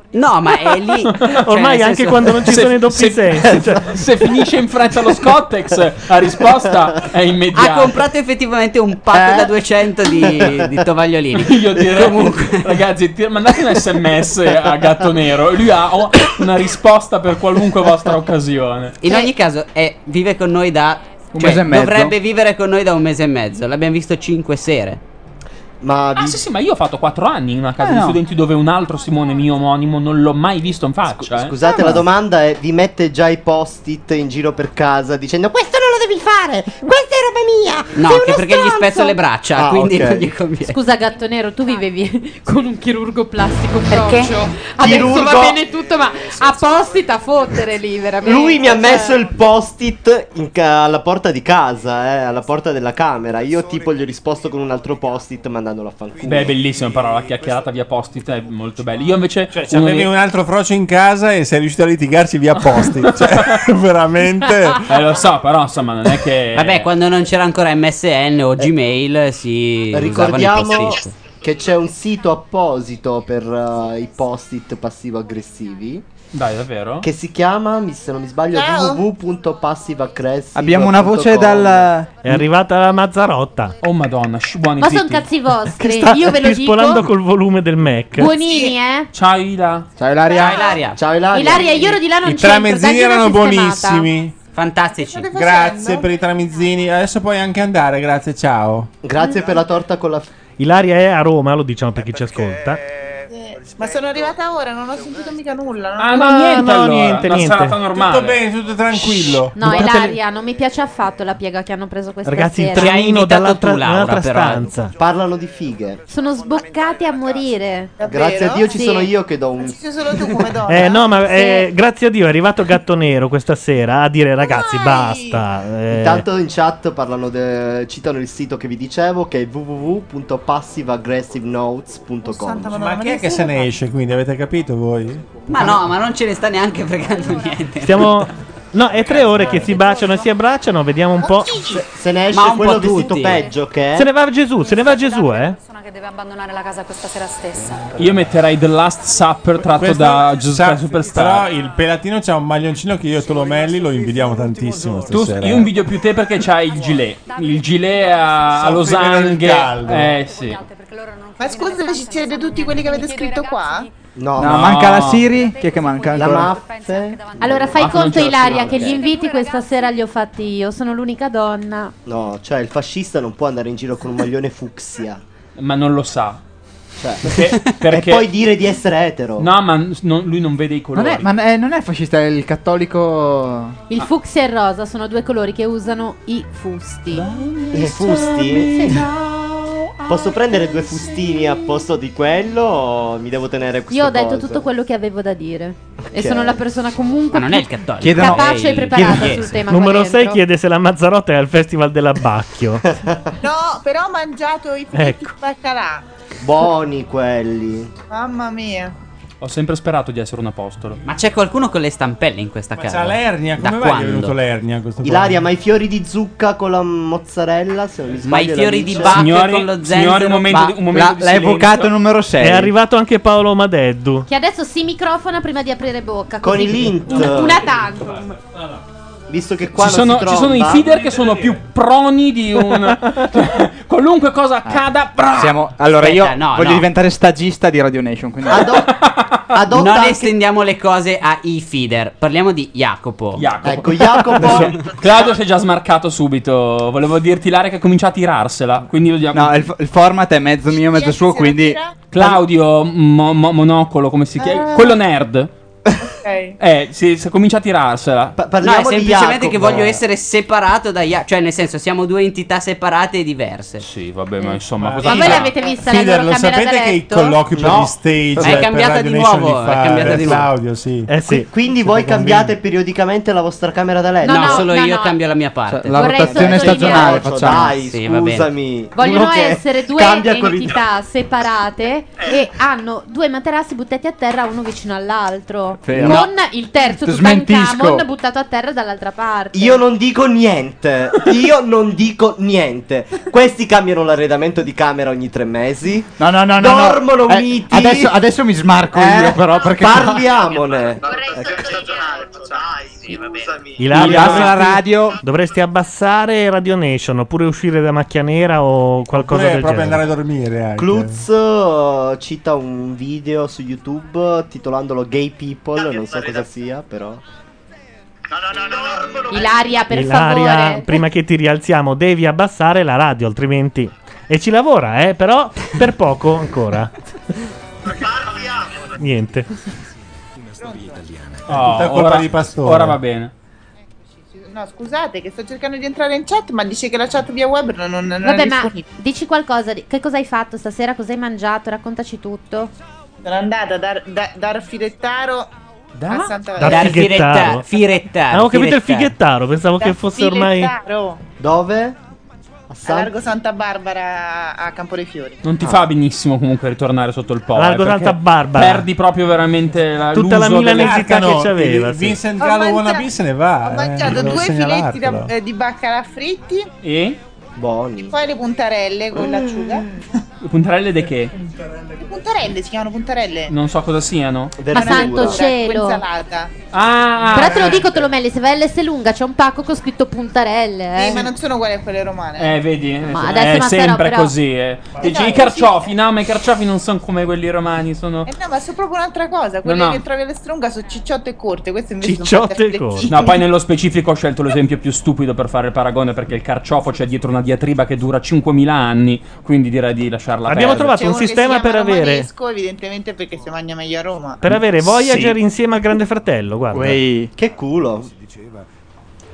Speaker 5: No, ma è
Speaker 1: *laughs*
Speaker 5: lì. Cioè,
Speaker 1: Ormai
Speaker 5: nel
Speaker 1: anche quando
Speaker 2: *laughs*
Speaker 1: non ci
Speaker 5: Se-
Speaker 1: sono i doppi
Speaker 5: se-
Speaker 1: sensi. cioè-
Speaker 2: Se finisce in fretta lo Scottex, la risposta è immediata. Eh?
Speaker 5: Ha comprato effettivamente un pacco da 200 di, di tovagliolini.
Speaker 2: *laughs* Io direi ragazzi, ti- mandate un sms a Gatto Nero. Lui ha o- una risposta per qualunque vostra occasione.
Speaker 5: In ogni caso, è- vive con noi da.
Speaker 2: Un
Speaker 5: cioè,
Speaker 2: mese e mezzo.
Speaker 5: Dovrebbe vivere con noi da un mese e mezzo. L'abbiamo visto cinque sere.
Speaker 4: Ma
Speaker 2: Ah, sì, sì, ma io ho fatto 4 anni in una casa
Speaker 5: Eh,
Speaker 2: di
Speaker 5: no.
Speaker 2: studenti dove un altro Simone mio omonimo non l'ho mai visto in faccia. eh.
Speaker 4: Scusate,
Speaker 5: Ah.
Speaker 4: la domanda è: vi mette già i post-it in giro per casa dicendo questo non lo devi fare, questa è roba mia?
Speaker 5: No,
Speaker 4: sei
Speaker 5: anche
Speaker 4: uno
Speaker 5: perché gli
Speaker 4: stronzo!"
Speaker 5: spezzo le braccia,
Speaker 4: Ah,
Speaker 5: quindi
Speaker 4: ok.
Speaker 5: non gli conviene.
Speaker 3: Scusa Gatto Nero, tu vivevi *laughs* con un chirurgo plastico frocio. Adesso
Speaker 4: Chirurgo-
Speaker 3: va bene tutto, ma apposita a fottere lì, veramente.
Speaker 4: Lui mi ha
Speaker 3: Cioè,
Speaker 4: messo il post-it in ca- alla porta di casa, eh, alla porta della camera. Io, tipo, gli ho risposto con un altro post-it mandandolo a fanculo.
Speaker 2: Beh, è bellissima però la chiacchierata via post-it è molto bella. Io invece
Speaker 11: Cioè,
Speaker 13: Se avevi un altro frocio in casa e sei riuscito a litigarci via posti. Cioè, *laughs* veramente.
Speaker 5: *laughs*
Speaker 2: Eh lo so, però insomma, non è che
Speaker 5: Vabbè, quando non c'era ancora MSN o Gmail si usavano i
Speaker 4: Ricordiamo
Speaker 5: post-it.
Speaker 4: che c'è un sito apposito per eh, i post-it passivo-aggressivi.
Speaker 2: Dai, davvero?
Speaker 4: Che si chiama, mi- se non mi sbaglio, www.passiveaggressive.com
Speaker 9: Abbiamo una voce dal...
Speaker 1: È arrivata la Mazzarotta.
Speaker 2: Oh madonna, sci- buoni
Speaker 3: Ma sono cazzi
Speaker 1: Che
Speaker 3: vostri,
Speaker 1: sta
Speaker 3: io ve lo
Speaker 1: spolando
Speaker 3: dico.
Speaker 1: col volume del Mac.
Speaker 3: Buonini, eh.
Speaker 2: Ciao Ila.
Speaker 9: Ciao
Speaker 3: Ciao, Ilaria.
Speaker 4: Ciao
Speaker 3: Ilaria, io ero di là non
Speaker 13: I
Speaker 3: c'entro, dagli
Speaker 13: tramezzini
Speaker 3: una
Speaker 13: erano
Speaker 3: sistemata.
Speaker 13: buonissimi.
Speaker 5: Fantastici.
Speaker 13: Grazie per i tramezzini. Adesso puoi anche andare, grazie, ciao.
Speaker 4: Grazie per la torta con la
Speaker 1: Ilaria è a Roma, lo diciamo per chi ci ascolta.
Speaker 33: Ma sono arrivata ora, non ho sentito mica nulla. non-
Speaker 2: Ah, no,
Speaker 1: No,
Speaker 2: niente,
Speaker 1: no,
Speaker 2: allora.
Speaker 1: niente,
Speaker 2: una
Speaker 1: niente.
Speaker 2: serata normale.
Speaker 13: Tutto bene, tutto tranquillo.
Speaker 3: No,
Speaker 1: Buttate
Speaker 3: Ilaria, non mi piace affatto la piega che hanno preso questa
Speaker 1: Ragazzi, il
Speaker 3: sera.
Speaker 1: trenino dall'altra, dall'altra
Speaker 5: eh.
Speaker 1: stanza.
Speaker 4: Parlano di fighe.
Speaker 3: Sono sboccati a morire.
Speaker 4: Grazie a Dio ci
Speaker 3: Sì.
Speaker 4: sono io che do un.
Speaker 3: Ci
Speaker 33: solo tu
Speaker 3: *laughs*
Speaker 33: come donna.
Speaker 1: Eh no, ma eh, grazie a Dio è arrivato Gatto Nero questa sera a dire ragazzi basta. eh.
Speaker 4: Intanto in chat parlano de- citano il sito che vi dicevo che è
Speaker 3: Oh,
Speaker 4: www.passiveaggressivenotes.com.
Speaker 13: Ma chi è che se ne esce quindi? Avete capito voi?
Speaker 5: Ma no, ma non ce ne sta neanche fregando niente.
Speaker 1: Stiamo... *laughs* No, è tre ore che si baciano e si abbracciano, vediamo un po'. Se,
Speaker 4: ne
Speaker 15: esce Ma un quello po' vestito tutti.
Speaker 1: peggio
Speaker 4: che
Speaker 1: Se ne va Gesù, se ne va Gesù, eh.
Speaker 15: persona che deve abbandonare la casa questa sera stessa.
Speaker 2: Io metterei The Last Supper tratto
Speaker 13: Questo
Speaker 2: da
Speaker 13: sa-
Speaker 2: Giuseppe Superstar.
Speaker 13: Però il pelatino c'ha un maglioncino che io e Tolomelli lo invidiamo tantissimo
Speaker 2: Tu,
Speaker 13: stasera. eh.
Speaker 2: io invidio più te perché c'hai il gilet. Il gilet a, a
Speaker 13: Soffri
Speaker 2: Losanghe.
Speaker 13: del caldo.
Speaker 2: Eh sì.
Speaker 33: Ma scusate, ci siete tutti quelli che avete scritto qua?
Speaker 4: No,
Speaker 9: No,
Speaker 2: No.
Speaker 9: manca la Siri. Chi è che manca
Speaker 4: La
Speaker 9: ancora?
Speaker 3: Allora fai
Speaker 4: Ah, non
Speaker 3: conto
Speaker 4: c'è la
Speaker 3: Ilaria
Speaker 4: finale,
Speaker 3: che
Speaker 4: ok.
Speaker 3: gli inviti questa sera li ho fatti io, sono l'unica donna.
Speaker 4: No, cioè il fascista non può andare in giro con un maglione fucsia.
Speaker 2: Ma non lo sa.
Speaker 4: Cioè,
Speaker 2: perché, perché-
Speaker 4: E poi dire di essere etero.
Speaker 2: No, ma n- non- lui non vede i
Speaker 9: Non
Speaker 2: colori.
Speaker 9: è, ma eh, non è fascista, è il cattolico...
Speaker 4: Ah.
Speaker 3: Il fucsia e il rosa sono due colori che usano i
Speaker 4: *laughs*
Speaker 3: fusti.
Speaker 4: I fusti?
Speaker 3: Sì.
Speaker 4: Posso prendere due fustini a posto di quello o mi devo tenere questo
Speaker 3: Io ho detto tutto quello che avevo da dire. E
Speaker 4: Ok.
Speaker 3: sono la persona comunque
Speaker 4: Ma non è
Speaker 3: più
Speaker 4: il cattolico.
Speaker 1: Chiedono-
Speaker 3: capace
Speaker 1: Ehi,
Speaker 3: e preparata
Speaker 1: chiedono-
Speaker 3: sul tema. qua
Speaker 1: Numero 6
Speaker 3: dentro.
Speaker 1: chiede se la Mazzarotta è al Festival
Speaker 5: *laughs*
Speaker 1: dell'Abbacchio.
Speaker 33: No, però ho mangiato i filetti
Speaker 1: Ecco.
Speaker 33: di baccalà.
Speaker 4: Buoni quelli.
Speaker 33: Mamma mia.
Speaker 2: Ho sempre sperato di essere un apostolo.
Speaker 5: Ma c'è qualcuno con le stampelle in questa casa?
Speaker 4: c'ha l'ernia,
Speaker 5: Da
Speaker 4: come mai gli è
Speaker 5: quando?
Speaker 4: venuto
Speaker 13: l'ernia questo
Speaker 4: Ilaria, ma i fiori di zucca con la mozzarella? Se non mi sbaglio,
Speaker 5: Ma i fiori di Bacche Signori- con lo zenzero, signori, un momento di- un momento di silenzio.
Speaker 1: È arrivato anche Paolo Madeddu.
Speaker 3: Che adesso si microfona prima di aprire bocca.
Speaker 1: Con
Speaker 3: così.
Speaker 1: i lint.
Speaker 3: Una, una tantum.
Speaker 4: Ah. Visto che
Speaker 2: Ci sono, ci sono i feeder che sono più proni di un.
Speaker 9: *laughs*
Speaker 2: *laughs* Qualunque cosa
Speaker 9: Eh.
Speaker 2: accada. bra-
Speaker 9: Siamo- allora
Speaker 5: Aspetta,
Speaker 9: io
Speaker 5: no,
Speaker 9: voglio
Speaker 5: no.
Speaker 9: diventare stagista di Radio Nation. Quindi
Speaker 5: non estendiamo le cose a i feeder. Parliamo di Jacopo.
Speaker 2: Jacopo.
Speaker 5: Ecco,
Speaker 2: Adesso, Claudio si è già smarcato subito. Volevo dirti, Ilaria, che comincia a tirarsela. Quindi lo diamo.
Speaker 9: No, il, il format è mezzo mio, mezzo suo. Quindi
Speaker 2: Claudio Mo- Mo- Monocolo, come si
Speaker 3: Ah.
Speaker 2: chiama? Quello nerd.
Speaker 33: Ok.
Speaker 2: Eh, si, si comincia a tirarsela.
Speaker 5: No, è semplicemente che voglio essere separato da Jacopo. Cioè, nel senso, siamo due entità separate e diverse.
Speaker 2: Sì, vabbè, ma insomma.
Speaker 5: cosa
Speaker 3: Eh. Ma voi l'avete vista la
Speaker 5: Fider,
Speaker 3: loro
Speaker 5: lo
Speaker 3: camera da
Speaker 5: sapete che i
Speaker 3: letto?
Speaker 13: colloqui per
Speaker 4: No.
Speaker 13: gli stage
Speaker 4: Ma è
Speaker 13: eh, per
Speaker 4: cambiata
Speaker 13: Radio
Speaker 4: di
Speaker 13: Nation
Speaker 4: nuovo,
Speaker 13: li
Speaker 4: è
Speaker 13: fa,
Speaker 4: cambiata
Speaker 13: eh,
Speaker 4: di nuovo.
Speaker 13: Claudio sì
Speaker 1: eh
Speaker 4: Qui- Quindi voi cambiate periodicamente la vostra camera da letto?
Speaker 5: No, No, no, solo no, io no. cambio la mia parte. Cioè, la
Speaker 3: Vorrei rotazione
Speaker 5: stagionale facciamo.
Speaker 4: Dai,
Speaker 5: Sì, va bene.
Speaker 4: scusami.
Speaker 3: Vogliono
Speaker 4: Uno che
Speaker 3: essere due
Speaker 4: cambia con i-
Speaker 3: entità separate
Speaker 1: Eh.
Speaker 3: e hanno due materassi buttati a terra uno vicino all'altro.
Speaker 4: Fermo.
Speaker 3: Con il terzo
Speaker 4: Te smentisco.
Speaker 3: Tutankhamon buttato a terra dall'altra parte.
Speaker 4: Io non dico niente. Io non dico niente. Questi cambiano l'arredamento di camera ogni tre mesi.
Speaker 9: No, no, no, no, no.
Speaker 4: Dormono
Speaker 9: Eh,
Speaker 4: miti.
Speaker 9: adesso, adesso mi smarco
Speaker 4: Eh,
Speaker 9: io, però. Perché
Speaker 4: Parliamone.
Speaker 7: cioè,
Speaker 1: Ilaria,
Speaker 9: Abbassa la
Speaker 1: dovresti-
Speaker 9: radio.
Speaker 1: Dovresti abbassare Radio Nation oppure uscire da macchia nera o qualcosa
Speaker 13: Oppure
Speaker 1: del
Speaker 13: proprio
Speaker 1: genere.
Speaker 13: andare a dormire
Speaker 9: Eh,
Speaker 13: anche.
Speaker 4: Cluz eh, cita un video su YouTube titolandolo Gay People, non so cosa sia, però.
Speaker 3: Ilaria, per
Speaker 1: Ilaria,
Speaker 3: favore.
Speaker 1: prima che ti rialziamo, devi abbassare la radio, altrimenti. E ci lavora, eh, però per poco ancora. Niente.
Speaker 2: Oh,
Speaker 13: Tutta colpa
Speaker 2: ora,
Speaker 13: di Pastore.
Speaker 2: ora va bene.
Speaker 33: No, scusate che sto cercando di entrare in chat, ma dice che la chat via web non, non, non
Speaker 3: Vabbè,
Speaker 33: è
Speaker 3: ma
Speaker 33: disponibile.
Speaker 3: dici qualcosa. di- Che cosa hai fatto stasera? Cosa hai mangiato? Raccontaci tutto.
Speaker 33: Sono andata da, da, da Filettaro a Santa
Speaker 1: Da
Speaker 33: Dal
Speaker 1: fighettaro.
Speaker 5: Firettaro.
Speaker 1: Avevo capito il
Speaker 33: Firettaro.
Speaker 1: fighettaro, pensavo che fosse ormai.
Speaker 33: Filettaro,
Speaker 4: Dove? A
Speaker 33: A
Speaker 4: San-
Speaker 33: largo Santa Barbara a Campo dei Fiori.
Speaker 2: Non ti fa benissimo comunque ritornare sotto il po'.
Speaker 1: Largo
Speaker 2: eh, perché
Speaker 1: Santa Barbara.
Speaker 2: Perdi proprio veramente la,
Speaker 1: Tutta la
Speaker 2: l'uso delle-
Speaker 1: milanesità che c'aveva. sì.
Speaker 13: Vincent
Speaker 33: Ho
Speaker 13: Gallo
Speaker 33: mangiato-
Speaker 13: Wannabe se ne va.
Speaker 11: Eh,
Speaker 13: eh.
Speaker 33: Ho mangiato due filetti da- eh, di baccalà fritti,
Speaker 2: E?
Speaker 4: Buoni.
Speaker 33: poi le puntarelle con l'acciuga.
Speaker 2: Le puntarelle de che?
Speaker 33: Le puntarelle si chiamano puntarelle.
Speaker 2: Non so cosa siano.
Speaker 3: Ma santo cielo.
Speaker 33: Insalata.
Speaker 2: Ah,
Speaker 3: Però te lo dico, te lo meglio. Se vai all'S lunga c'è un pacco con scritto puntarelle. eh.
Speaker 33: Sì, ma non sono uguali a quelle romane.
Speaker 2: Eh, vedi, eh,
Speaker 3: Ma adesso
Speaker 2: è
Speaker 3: ma però,
Speaker 2: sempre
Speaker 3: però-
Speaker 2: così. eh. Dici,
Speaker 33: dai,
Speaker 2: I carciofi, no, ma i carciofi non sono come quelli romani, sono...
Speaker 33: Eh no, ma sono proprio un'altra cosa. Quelle
Speaker 2: no.
Speaker 33: che trovi alle strunga sono cicciotte e corte. Queste invece
Speaker 2: Cicciotte
Speaker 33: sono fatte a fleccine.
Speaker 2: No, poi nello specifico ho scelto l'esempio più stupido per fare il paragone perché il carciofo c'è dietro una diatriba che dura 5.000 anni, quindi direi di lasciarla
Speaker 1: *laughs* Abbiamo
Speaker 2: perdere.
Speaker 13: Cioè,
Speaker 1: trovato
Speaker 33: C'è
Speaker 1: un
Speaker 33: uno che
Speaker 1: sistema
Speaker 33: si chiama
Speaker 1: per avere-
Speaker 33: romanesco, evidentemente perché si mangia meglio a Roma.
Speaker 1: Per avere Voyager
Speaker 33: Sì.
Speaker 1: insieme al Grande Fratello, guarda.
Speaker 4: Che culo.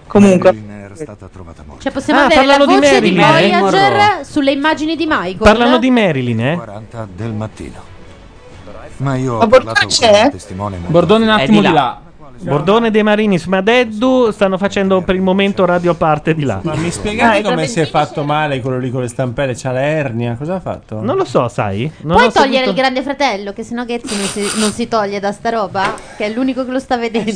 Speaker 1: Comunque.
Speaker 7: Era stata trovata morta.
Speaker 3: Cioè, possiamo
Speaker 1: Ah,
Speaker 3: avere la
Speaker 1: parlano di
Speaker 3: voce di,
Speaker 1: Marilyn
Speaker 3: Voyager
Speaker 1: Monroe.
Speaker 3: sulle immagini di Michael.
Speaker 1: Parlano di Marilyn, eh?
Speaker 7: 40 del mattino. Ma io
Speaker 1: Ma
Speaker 7: ho
Speaker 1: Bordone
Speaker 7: parlato con
Speaker 1: c'è?
Speaker 7: un testimone molto
Speaker 1: Bordone un
Speaker 7: affidabile.
Speaker 1: attimo di là. Bordone De Marinis, ma Deddu stanno facendo per il momento radio a parte di là.
Speaker 13: Ma mi
Speaker 3: Ah,
Speaker 13: spiegate come si è fatto male quello lì con le stampelle? C'ha l'ernia, cosa ha fatto?
Speaker 1: Non lo so, sai? Non ho
Speaker 3: Puoi togliere
Speaker 1: seguito-
Speaker 3: il grande fratello, che sennò Ghezzi non si, non si toglie da sta roba, che è l'unico che lo sta vedendo.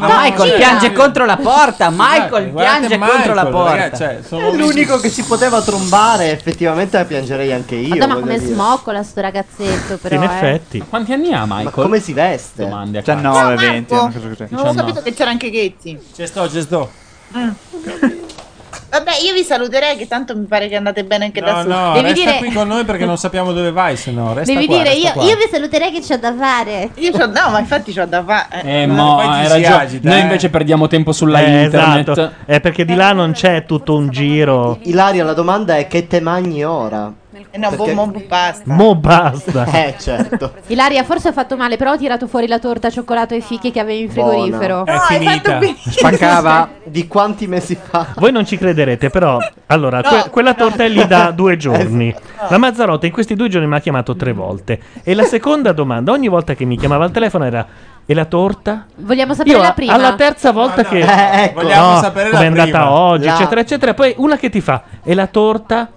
Speaker 5: Ah, Michael piange contro la
Speaker 9: *laughs*
Speaker 5: porta. Michael
Speaker 4: guardate
Speaker 5: piange
Speaker 4: Michael,
Speaker 5: contro la porta.
Speaker 4: ragazzi,
Speaker 2: cioè,
Speaker 4: cioè, È l'unico che si poteva trombare, effettivamente la piangerei anche io.
Speaker 3: Madonna,
Speaker 4: voglio
Speaker 3: come
Speaker 4: dire.
Speaker 3: smoccola sto ragazzetto, però. eh.
Speaker 2: Ma Quanti anni ha Michael?
Speaker 4: come si veste? Cioè,
Speaker 2: Domande a
Speaker 9: 19,
Speaker 2: caso.
Speaker 9: 20,
Speaker 4: Boh.
Speaker 9: una cosa così.
Speaker 33: Non ho
Speaker 13: Diciamo-
Speaker 33: capito che c'era anche Ghetti.
Speaker 13: C'è sto, c'è sto.
Speaker 33: Vabbè, io vi saluterei che tanto mi pare che andate bene anche da
Speaker 13: No,
Speaker 33: su.
Speaker 13: no,
Speaker 33: Devi
Speaker 13: resta
Speaker 33: dire,
Speaker 13: qui con noi perché non sappiamo dove vai, se no resta
Speaker 3: Devi
Speaker 13: qua,
Speaker 3: dire,
Speaker 13: resta
Speaker 3: io,
Speaker 13: qua.
Speaker 3: io vi saluterei che c'ho da fare.
Speaker 33: Io c'ho, no, ma infatti c'ho da fare.
Speaker 2: Eh, mo,
Speaker 13: Poi ci
Speaker 2: hai
Speaker 13: si
Speaker 2: ragione.
Speaker 13: agita,
Speaker 2: Noi
Speaker 13: eh.
Speaker 2: invece perdiamo tempo sulla
Speaker 1: Eh,
Speaker 2: internet.
Speaker 1: esatto. Eh, perché di là non c'è tutto un giro.
Speaker 4: Ilaria, la domanda è che te mangi ora?
Speaker 33: E no,
Speaker 4: Perché-
Speaker 33: boh, mo basta.
Speaker 1: Mo basta.
Speaker 4: Eh, certo.
Speaker 3: Ilaria, forse ho fatto male, però ho tirato fuori la torta cioccolato e fichi che avevi in frigorifero.
Speaker 4: Buona. *laughs* Di quanti mesi fa?
Speaker 1: Voi non ci crederete, però. Allora,
Speaker 4: No,
Speaker 1: que- quella torta è lì da
Speaker 4: Eh
Speaker 1: due giorni. La Mazzarotta in questi due giorni mi ha chiamato tre volte. E la seconda domanda, ogni volta che mi chiamava al telefono, era: E la torta?
Speaker 3: Vogliamo sapere
Speaker 1: Io
Speaker 3: la prima.
Speaker 1: Alla terza volta che
Speaker 4: Eh, ecco. Vogliamo sapere la
Speaker 1: come è andata
Speaker 4: prima.
Speaker 1: oggi,
Speaker 4: La-
Speaker 1: eccetera, eccetera. Poi una che ti fa: E la torta?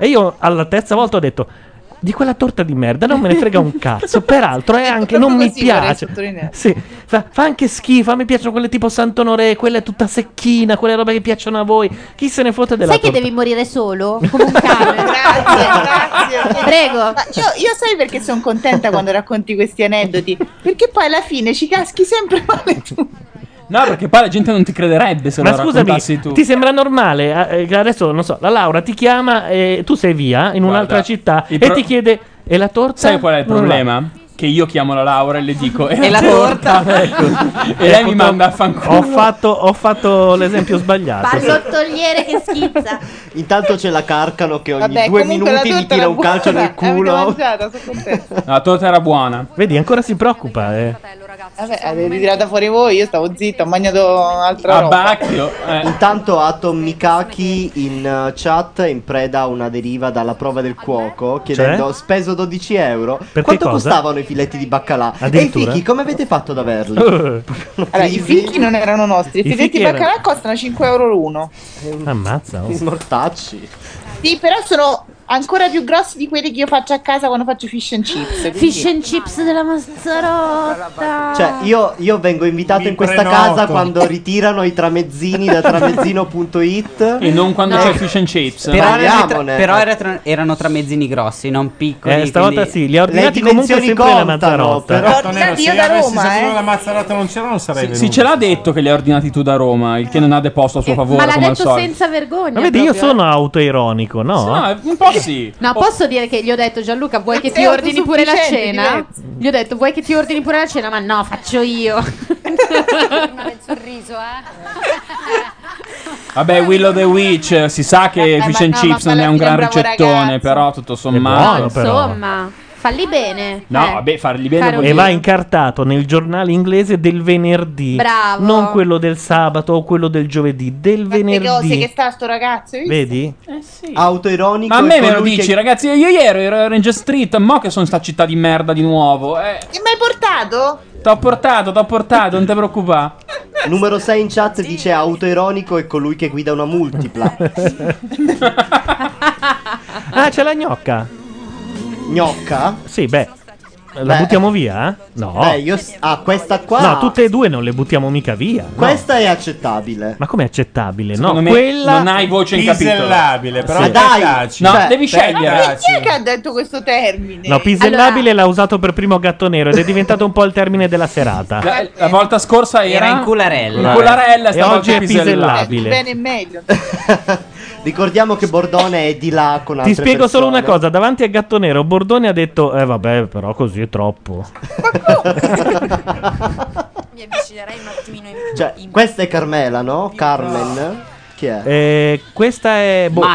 Speaker 1: E io alla terza volta ho detto. Di quella torta di merda non me ne frega un cazzo. Peraltro è anche. non mi
Speaker 33: Così vorrei
Speaker 1: piace.
Speaker 33: sottolineare.
Speaker 1: Sì, fa, fa anche schifo. A me piacciono quelle tipo Sant'Onore, quella tutta secchina, quelle robe che piacciono a voi. Chi se ne fotte della
Speaker 3: Sai che
Speaker 1: torta?
Speaker 3: devi morire
Speaker 1: *laughs*
Speaker 3: solo? Come un cane. *laughs* Prego.
Speaker 33: Ma io, io sai perché sono contenta quando racconti questi aneddoti? Perché poi alla fine ci caschi sempre
Speaker 13: *laughs*
Speaker 33: male tu.
Speaker 2: No, perché poi la gente non ti crederebbe se
Speaker 1: Ma
Speaker 2: lo raccontassi
Speaker 1: scusami,
Speaker 2: tu.
Speaker 1: ti sembra normale? Eh, eh, Adesso non so, la Laura ti chiama e tu sei via in un'altra città e
Speaker 2: pro-
Speaker 1: ti chiede e la torta?
Speaker 2: Sai qual è il
Speaker 1: Non va.
Speaker 2: problema? Che io chiamo la Laura e le dico
Speaker 1: E la
Speaker 2: ecco. e lei mi manda a fanculo.
Speaker 1: Ho fatto, ho fatto l'esempio sbagliato.
Speaker 3: Pallottoliere che schizza.
Speaker 4: Intanto c'è la carcano che ogni
Speaker 33: Vabbè,
Speaker 4: due
Speaker 33: comunque la
Speaker 4: minuti gli
Speaker 33: torta
Speaker 4: tira
Speaker 33: era
Speaker 4: un calcio
Speaker 33: buona. eh,
Speaker 4: nel culo.
Speaker 33: Avete mangiato, sono contenta.
Speaker 2: La torta era buona.
Speaker 1: Vedi, ancora si preoccupa. Eh.
Speaker 33: *laughs* Vabbè, avete tirata fuori voi, io stavo zitta, ho mangiato altra roba.
Speaker 2: Abbacchio.
Speaker 4: Intanto Atom Mikaki in eh, chat è in preda a una deriva dalla prova del cuoco chiedendo
Speaker 1: Cioè?
Speaker 4: speso 12 euro
Speaker 1: che
Speaker 4: quanto
Speaker 1: cosa?
Speaker 4: costavano i filetti di baccalà e i
Speaker 1: Addirittura?
Speaker 4: fichi come avete fatto ad
Speaker 1: *laughs*
Speaker 4: averli?
Speaker 33: Allora, i fichi non erano nostri, i
Speaker 4: I
Speaker 33: filetti
Speaker 4: fichi erano-
Speaker 33: baccalà costano 5 euro l'uno.
Speaker 1: Ammazza. oh.
Speaker 4: I mortacci.
Speaker 33: Sì, però sono ancora più grossi di quelli che io faccio a casa quando faccio fish and chips. quindi-
Speaker 3: Fish and chips della
Speaker 33: Ah.
Speaker 3: Mazzarotta.
Speaker 4: Cioè, io, io vengo invitato
Speaker 33: Mi
Speaker 4: in questa
Speaker 33: prenoto.
Speaker 4: casa quando ritirano i tramezzini da tramezzino.it
Speaker 2: E non quando
Speaker 4: No.
Speaker 2: c'è fish and chips.
Speaker 5: Però, erano, tra-
Speaker 4: Parliamone.
Speaker 5: però era tra- erano tramezzini grossi, non piccoli.
Speaker 1: Eh, stavolta
Speaker 5: quindi-
Speaker 1: sì, li ha ordinati comunque sempre la Mazzarotta.
Speaker 6: Tonero, se
Speaker 13: eh,
Speaker 6: avessi
Speaker 4: eh.
Speaker 6: saputo la mazzarotta non c'era, non sarei
Speaker 2: Sì,
Speaker 6: venuto.
Speaker 2: sì, ce l'ha detto che li ha ordinati tu da Roma, il che non ha deposto a suo favore
Speaker 3: Eh, Ma l'ha
Speaker 2: come al
Speaker 3: detto
Speaker 2: solito.
Speaker 3: senza vergogna.
Speaker 1: Ma vedi, io
Speaker 3: proprio, eh.
Speaker 1: sono autoironico, no?
Speaker 2: No, un po' sì. Oh.
Speaker 3: No, posso dire che gli ho detto Gianluca, vuoi che ti
Speaker 33: Sei
Speaker 3: ordini pure la
Speaker 33: autosufficiente,
Speaker 3: cena? Gli ho detto, vuoi che ti ordini pure la cena? Ma no, faccio io.
Speaker 15: del sorriso, eh.
Speaker 2: Vabbè, Willow the Witch, eh, si sa che
Speaker 3: Vabbè,
Speaker 2: fish
Speaker 3: ma
Speaker 2: and
Speaker 3: no,
Speaker 2: chips
Speaker 3: ma
Speaker 2: non è un gran
Speaker 3: alla fine è un bravo
Speaker 2: ricettone,
Speaker 3: ragazzo.
Speaker 2: però tutto
Speaker 1: buono,
Speaker 2: sommato.
Speaker 1: però.
Speaker 3: Insomma, falli bene.
Speaker 2: No,
Speaker 3: Eh.
Speaker 2: vabbè, farli bene
Speaker 3: Caro
Speaker 2: vuol
Speaker 1: E
Speaker 2: dire...
Speaker 1: va incartato nel giornale inglese del venerdì,
Speaker 3: Bravo.
Speaker 1: non quello del sabato o quello del giovedì, del
Speaker 33: Le cose
Speaker 1: venerdì.
Speaker 33: che sta sto ragazzo, hai visto?
Speaker 1: Vedi? Eh,
Speaker 4: Autoironico.
Speaker 2: Ma a me
Speaker 4: è
Speaker 2: me lo
Speaker 4: colui
Speaker 2: dici,
Speaker 4: che-
Speaker 2: ragazzi, io ieri ero a Ranger Street, mo che sono sta città di merda di nuovo. Eh,
Speaker 33: Ti hai mai portato?
Speaker 2: t'ho portato, t'ho portato, non ti preoccupare.
Speaker 4: Numero 6 in chat dice autoironico è colui che guida una multipla.
Speaker 1: *laughs* Ah, c'è la gnocca.
Speaker 4: Gnocca?
Speaker 1: Sì, beh. La
Speaker 4: Beh.
Speaker 1: buttiamo via? No.
Speaker 4: Beh, io s- ah, questa qua.
Speaker 1: No, tutte e due non le buttiamo mica via. no.
Speaker 4: Questa è accettabile.
Speaker 1: Ma com'è accettabile?
Speaker 2: Secondo
Speaker 1: no,
Speaker 2: me
Speaker 1: quella
Speaker 2: non hai voce in capitolo.
Speaker 6: Pisellabile, però
Speaker 1: Sì.
Speaker 6: dai, dai,
Speaker 2: No, devi scegliere.
Speaker 33: Ma chi è che ha detto questo termine?
Speaker 1: No, pisellabile l'ha usato per primo gatto nero ed è diventato un po' il termine della serata.
Speaker 2: La, la volta scorsa era,
Speaker 5: Era in cularella.
Speaker 2: In cularella,
Speaker 1: e
Speaker 2: stavolta
Speaker 1: oggi è pisellabile.
Speaker 33: Bene e meglio.
Speaker 4: Ricordiamo che Bordone è di là con altre
Speaker 1: Ti spiego solo
Speaker 4: persone.
Speaker 1: una cosa, davanti a Gatto Nero Bordone ha detto "Eh vabbè, però così
Speaker 4: *laughs*
Speaker 1: è troppo".
Speaker 17: *laughs* Mi avvicinerei un attimino in
Speaker 4: Cioè, questa è Carmela, no? Carmen. Chi è?
Speaker 1: Eh, questa è boh.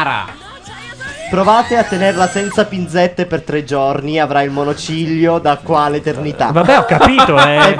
Speaker 4: Provate a tenerla senza pinzette per tre giorni, avrà il monociglio da qua all'eternità.
Speaker 1: Vabbè, ho capito, eh.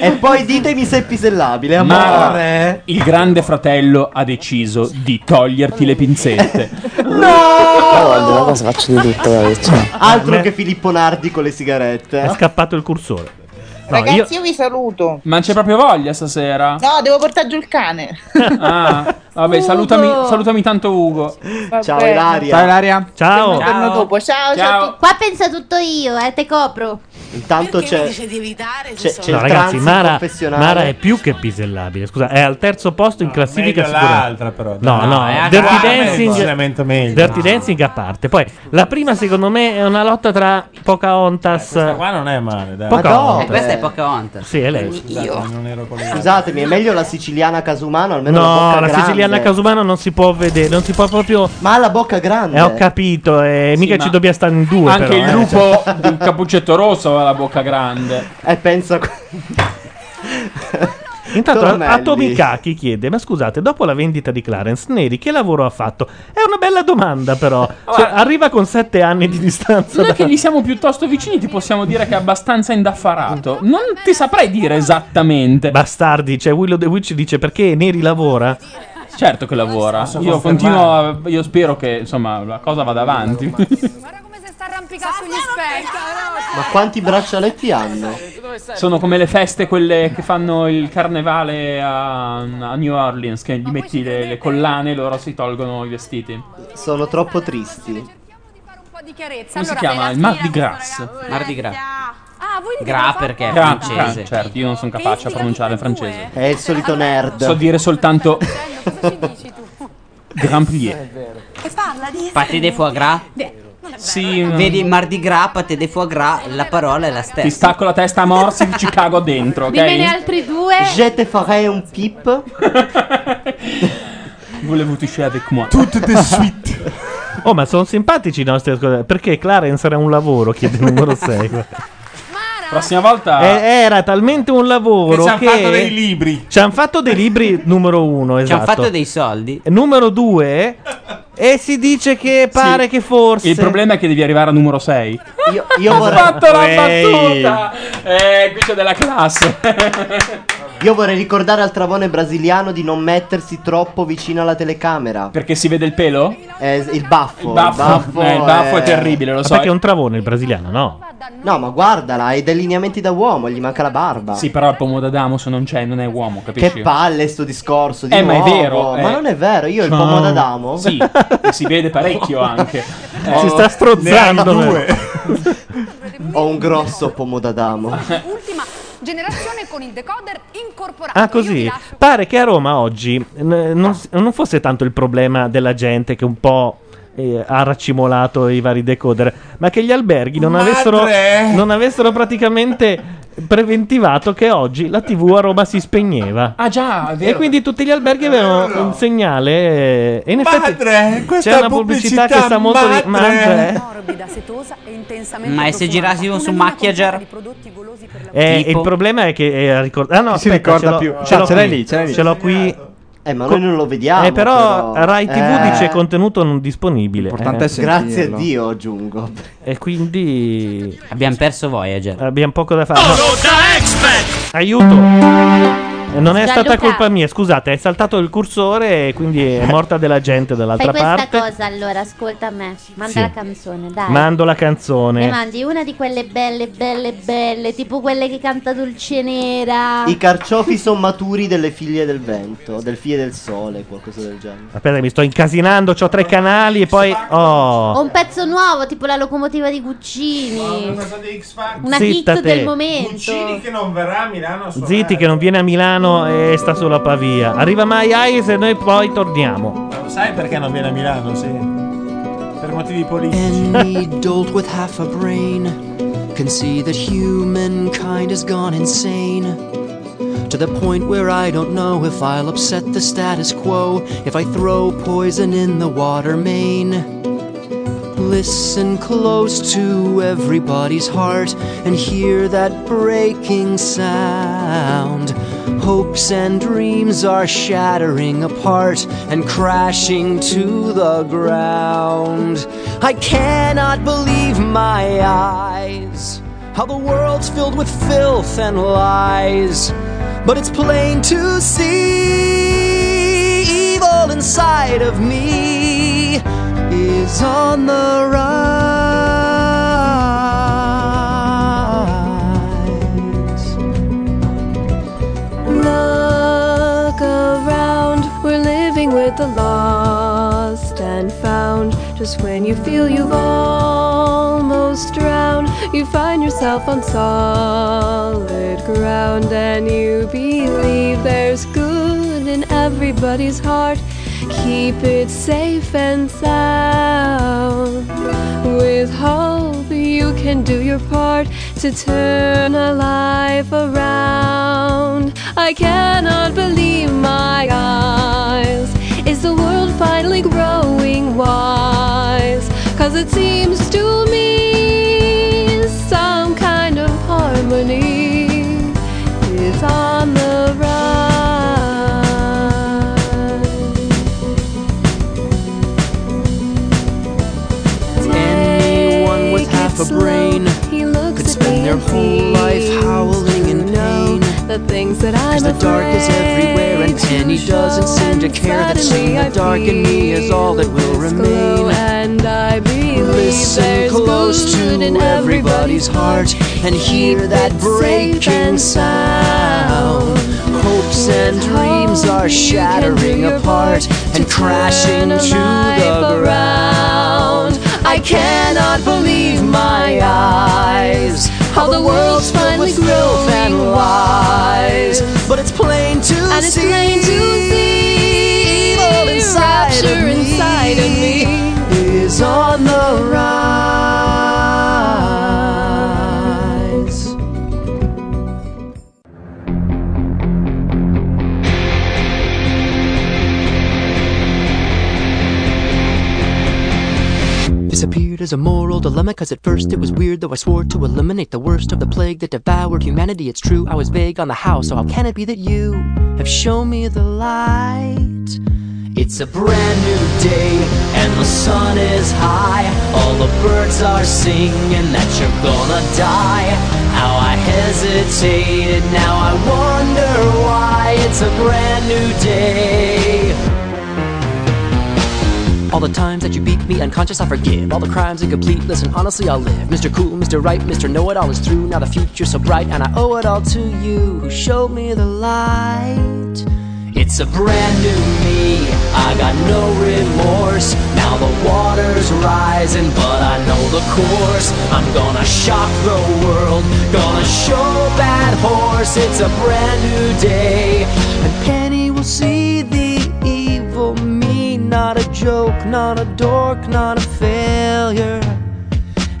Speaker 4: e poi ditemi se è pisellabile, amore.
Speaker 2: *laughs* Ma
Speaker 1: Eh,
Speaker 2: il grande fratello ha deciso di toglierti le pinzette.
Speaker 4: No!
Speaker 8: cosa faccio di tutto,
Speaker 22: *laughs*
Speaker 4: Altro che Filippo Nardi con le sigarette.
Speaker 1: È scappato il cursore.
Speaker 33: Ragazzi, io... vi saluto.
Speaker 2: Ma non c'è proprio voglia stasera?
Speaker 33: No, devo portare giù il cane.
Speaker 2: Ah, vabbè,
Speaker 33: Ugo.
Speaker 2: salutami, salutami tanto Ugo.
Speaker 33: Vabbè. Ciao, Ilaria. Ciao,
Speaker 2: Ilaria.
Speaker 33: Ciao. Torno dopo. Ciao, ciao. a tutti.
Speaker 3: Qua penso tutto io, eh, te copro.
Speaker 4: Intanto c'è. C'è, c'è
Speaker 1: No,
Speaker 4: il
Speaker 1: ragazzi,
Speaker 4: transit
Speaker 1: Mara,
Speaker 4: confessionale.
Speaker 1: Mara è più che pisellabile. Scusa, è al terzo posto in classifica
Speaker 6: meglio
Speaker 1: sicuramente.
Speaker 6: l'altra, però, dai.
Speaker 1: No, no,
Speaker 6: No, è anche
Speaker 1: Dirty
Speaker 6: qua,
Speaker 1: Dancing.
Speaker 6: meglio, si lamenta meglio.
Speaker 1: Dirty Dancing a parte. Poi la prima secondo me è una lotta tra Pocahontas Questa
Speaker 6: Eh, qua non è male, dai.
Speaker 5: Eh, questa è Pocahontas.
Speaker 1: Sì, è lei.
Speaker 4: Scusately, è meglio la siciliana Casumano, almeno
Speaker 1: No,
Speaker 4: la bocca
Speaker 1: la
Speaker 4: grande.
Speaker 1: siciliana Casumano non si può vedere, non si può proprio
Speaker 4: Ma ha la bocca grande.
Speaker 1: Eh, ho capito, eh, mica
Speaker 2: ma-
Speaker 1: ci dobbiamo stare in due
Speaker 2: Anche
Speaker 1: però,
Speaker 2: il
Speaker 1: eh,
Speaker 2: lupo
Speaker 4: Eh,
Speaker 2: del cappuccetto rosso aveva la bocca grande.
Speaker 4: E pensa
Speaker 1: Intanto
Speaker 4: Tornelli.
Speaker 1: Atomikaki chiede: Ma scusate, dopo la vendita di Clarence Neri, che lavoro ha fatto? È una bella domanda,
Speaker 2: *laughs*
Speaker 1: però. Cioè, arriva con sette anni di distanza.
Speaker 2: Noi
Speaker 1: da-
Speaker 2: che gli siamo piuttosto vicini, ti possiamo dire che è abbastanza indaffarato. Non ti saprei dire esattamente.
Speaker 1: Bastardi, cioè Willow the Witch dice perché Neri lavora?
Speaker 2: Certo che lavora.
Speaker 1: Posso
Speaker 2: Io
Speaker 1: confermare.
Speaker 2: continuo a- Io spero che insomma la cosa vada avanti.
Speaker 15: sta arrampicando sugli specchi.
Speaker 4: Ma quanti braccialetti hanno?
Speaker 2: Sono come le feste quelle che fanno il carnevale a, a New Orleans, che gli metti le, le collane e loro si tolgono i vestiti.
Speaker 4: Sono troppo tristi.
Speaker 15: Un po' di chiarezza.
Speaker 2: Come si
Speaker 15: allora,
Speaker 2: chiama?
Speaker 15: beh,
Speaker 2: Il
Speaker 15: la
Speaker 2: Mar di
Speaker 15: fine-
Speaker 2: Gras.
Speaker 5: Mar di Gras.
Speaker 15: Ah, voi dite
Speaker 5: Gra
Speaker 15: lo fa-
Speaker 5: perché è
Speaker 2: Gra-
Speaker 5: francese.
Speaker 2: Gra- certo, io non sono capace a pronunciare il francese.
Speaker 4: È il solito nerd.
Speaker 2: So dire soltanto Grand Plié.
Speaker 17: E parla di
Speaker 5: Pate de foie gras?
Speaker 2: Sì.
Speaker 5: Vedi, Mardi Gras, pate de foie
Speaker 4: Eh,
Speaker 5: gras, la parola è la
Speaker 2: Ti
Speaker 5: stessa.
Speaker 2: stacco la testa a morsi ci cago dentro,
Speaker 3: Dimmene
Speaker 2: ok?
Speaker 3: altri due.
Speaker 4: Je te farei un pip.
Speaker 2: Volevo toucher avec moi.
Speaker 1: Tutte
Speaker 2: *laughs*
Speaker 1: de suite. Oh, ma sono simpatici i nostri ascoltatori. Perché Clarence era un lavoro, chiede il numero
Speaker 2: *laughs*
Speaker 1: 6.
Speaker 2: Prossima volta.
Speaker 4: Eh,
Speaker 1: era talmente un lavoro
Speaker 2: Che ci
Speaker 1: che
Speaker 2: han fatto dei libri.
Speaker 1: Ci hanno fatto dei libri, numero uno, esatto.
Speaker 5: Ci hanno fatto dei soldi.
Speaker 1: Numero due. E si dice che pare che forse.
Speaker 2: Il problema è che devi arrivare a numero 6.
Speaker 4: Io,
Speaker 2: Ho
Speaker 4: vorrei-
Speaker 2: fatto la
Speaker 4: Ehi.
Speaker 2: battuta! Eh, qui c'è della classe.
Speaker 4: Io vorrei ricordare al travone brasiliano di non mettersi troppo vicino alla telecamera. Eh,
Speaker 2: Perché si vede il pelo?
Speaker 4: il baffo.
Speaker 2: Il baffo- eh, il baffo è terribile, lo
Speaker 1: Ma
Speaker 2: so. eh.
Speaker 1: perché è un travone il brasiliano, no?
Speaker 4: No, ma guardala, hai dei lineamenti da uomo, gli manca la barba.
Speaker 2: Sì, però il pomodadamo se non c'è, non è uomo, capisci?
Speaker 4: Che palle sto discorso di
Speaker 2: Eh, ma è
Speaker 4: nuovo.
Speaker 2: vero,
Speaker 4: Ma
Speaker 2: eh.
Speaker 4: non è vero, io il
Speaker 2: Ciao.
Speaker 4: pomodadamo.
Speaker 2: Sì, si
Speaker 4: *laughs*
Speaker 2: vede parecchio anche.
Speaker 4: Eh,
Speaker 1: Si sta
Speaker 4: ne
Speaker 1: strozzando.
Speaker 4: hanno due. Ho un grosso pomodadamo.
Speaker 15: Ultima generazione con il decoder incorporato.
Speaker 1: Ah, così? Pare che a Roma oggi n- non, s- non fosse tanto il problema della gente che un po'. eh, ha raccimolato i vari decoder, ma che gli alberghi non avessero,
Speaker 13: Madre!
Speaker 1: non avessero praticamente preventivato che oggi la TV a Roma si spegneva.
Speaker 2: Ah già, è vero.
Speaker 1: E quindi tutti gli alberghi avevano un segnale. eh, E in effetti
Speaker 13: Madre, questa
Speaker 1: c'è una pubblicità, che sta molto eh. di- Madre.
Speaker 15: Morbida, setosa e intensamente
Speaker 5: Ma e se
Speaker 15: profumata.
Speaker 5: girassimo su
Speaker 15: Una linea
Speaker 5: Macchiager?
Speaker 15: completa di prodotti golosi per la
Speaker 1: Eh,
Speaker 5: Tipo?
Speaker 1: il problema è che eh, ricorda- ah, no,
Speaker 5: Non si
Speaker 1: aspetta,
Speaker 5: ricorda
Speaker 1: ce l'ho-
Speaker 5: più.
Speaker 1: Ce
Speaker 5: Ah,
Speaker 1: l'ho
Speaker 5: ce
Speaker 1: qui,
Speaker 5: l'hai lì, ce l'hai lì.
Speaker 1: Ce l'ho qui.
Speaker 4: Eh, ma noi non lo vediamo,
Speaker 1: Eh, però,
Speaker 4: però.
Speaker 1: Rai TV
Speaker 4: Eh.
Speaker 1: dice contenuto non disponibile.
Speaker 4: L'importante
Speaker 1: Eh.
Speaker 4: è sentirlo. Grazie a Dio, aggiungo.
Speaker 1: E quindi.
Speaker 5: Abbiamo perso Voyager.
Speaker 1: Abbiamo poco da fare. Aiuto! Eh, Non è stata
Speaker 8: Gianluca.
Speaker 1: colpa mia, scusate, è saltato il cursore e quindi
Speaker 8: *laughs*
Speaker 1: è morta della gente
Speaker 8: Fai
Speaker 1: dall'altra
Speaker 8: questa
Speaker 1: parte.
Speaker 8: cosa allora, ascolta me. Manda
Speaker 1: Sì.
Speaker 8: la canzone, dai.
Speaker 1: Mando la
Speaker 8: Ne
Speaker 1: canzone.
Speaker 8: mandi una di quelle belle, belle, belle, tipo quelle che canta Dolce
Speaker 3: Ah.
Speaker 8: Nera.
Speaker 4: I carciofi sono maturi delle figlie del vento, del figlie del sole, qualcosa del genere.
Speaker 1: Aspetta, mi sto incasinando, ho tre canali e poi.
Speaker 8: O
Speaker 1: Oh.
Speaker 8: un pezzo nuovo, tipo la locomotiva di Guccini. Una
Speaker 1: Zitta
Speaker 8: hit
Speaker 1: te.
Speaker 8: del momento.
Speaker 6: che non verrà a Milano a suonare.
Speaker 1: Zitti che non viene a Milano e sta solo a Pavia. Arriva Mai Eyes e noi poi torniamo.
Speaker 6: Ma lo sai perché non viene a Milano, sì? Per motivi
Speaker 32: Any
Speaker 6: politici.
Speaker 32: dolt with half a brain can see that humankind has gone insane. To the point where I don't know if I'll upset the status quo, if I throw poison in the water main. Listen close to everybody's heart and hear that breaking sound. Hopes and dreams are shattering apart and crashing to the ground. I cannot believe my eyes. How the world's filled with filth and lies. But it's plain to see evil inside of me is on the rise.
Speaker 34: Look around, we're living with the lost and found. Just when you feel you've almost drowned, you find yourself on solid ground and you believe there's good in everybody's heart. Keep it safe and sound. With hope, you can do your part to turn our life around. I cannot believe my eyes. Is the world finally growing wise? Cause it seems to me some kind of harmony is on the rise.
Speaker 32: the dark is everywhere, and Penny doesn't seem to care that seeing the dark in me is all that will
Speaker 34: glow,
Speaker 32: remain.
Speaker 34: and I believe
Speaker 32: Listen
Speaker 34: there's
Speaker 32: close
Speaker 34: good
Speaker 32: to
Speaker 34: in
Speaker 32: everybody's heart and hear that breaking sound. Hopes and dreams are shattering apart and crashing to the ground.
Speaker 34: I cannot believe my eyes how the world's finally growth and wise.
Speaker 32: But it's plain to
Speaker 34: and it's plain to see evil inside of me. Inside of me.
Speaker 32: Is on the rise. This appeared as a moral dilemma, cause at first it was weird, though I swore to eliminate the worst of the plague that devoured humanity. It's true, I was vague on the how, so how can it be that you have shown me the light? It's a brand new day, and the sun is high. All the birds are singing that you're gonna die. How I hesitated, now I wonder why. It's a brand new day. All the times that you beat me unconscious, I forgive. All the crimes incomplete, listen, honestly, I'll live. Mr. Cool, Mr. Right, Mr. Know It All is through. Now the future's so bright, and I owe it all to you who showed me the light. It's a brand new me, I got no remorse. Now the water's rising, but I know the course. I'm gonna shock the world, gonna show that horse. It's a brand new day, and Penny will see the evil me. Not a joke, not a dork, not a failure.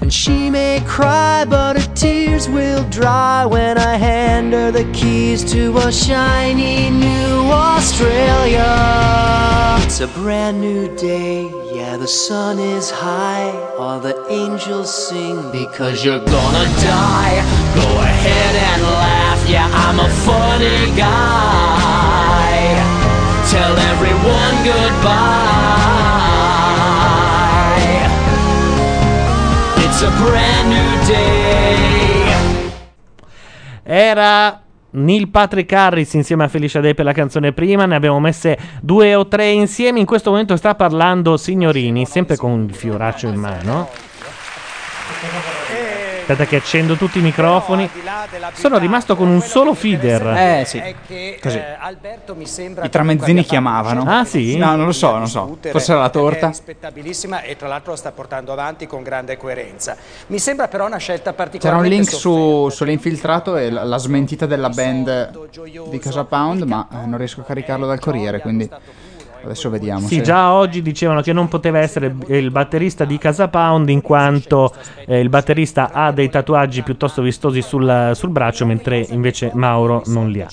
Speaker 32: And she may cry, but her tears will dry when I hand her the keys to a shiny new Australia. It's a brand new day, yeah, the sun is high. All the angels sing because you're gonna die. Go ahead and laugh, yeah, I'm a funny guy. Tell everyone goodbye. It's a brand new day.
Speaker 1: Era Neil Patrick Harris insieme a Felicia Day per la canzone prima, ne abbiamo messe due o tre insieme. In questo momento sta parlando Signorini, sempre con il fioraccio in mano.
Speaker 10: Eh,
Speaker 1: Aspetta che accendo tutti i microfoni. Sono rimasto con un solo feeder.
Speaker 9: Eh, sì. Così.
Speaker 10: Alberto mi sembra
Speaker 9: I tramezzini chiamavano.
Speaker 1: Ah, sì?
Speaker 9: No, non lo so, non lo so. Forse era la
Speaker 10: Perché
Speaker 9: torta.
Speaker 10: È rispettabilissima e tra l'altro la sta portando avanti con grande coerenza. Mi sembra però una scelta
Speaker 9: C'era un
Speaker 10: particolarmente
Speaker 9: link su, sull'infiltrato e la, la smentita della band di Casa Pound, ma eh, non riesco a caricarlo dal corriere, quindi adesso vediamo.
Speaker 1: Sì,
Speaker 9: se-
Speaker 1: già oggi dicevano che non poteva essere il- il batterista di Casa Pound in quanto eh, il batterista ha dei tatuaggi piuttosto vistosi sul, sul braccio, mentre invece Mauro non li ha.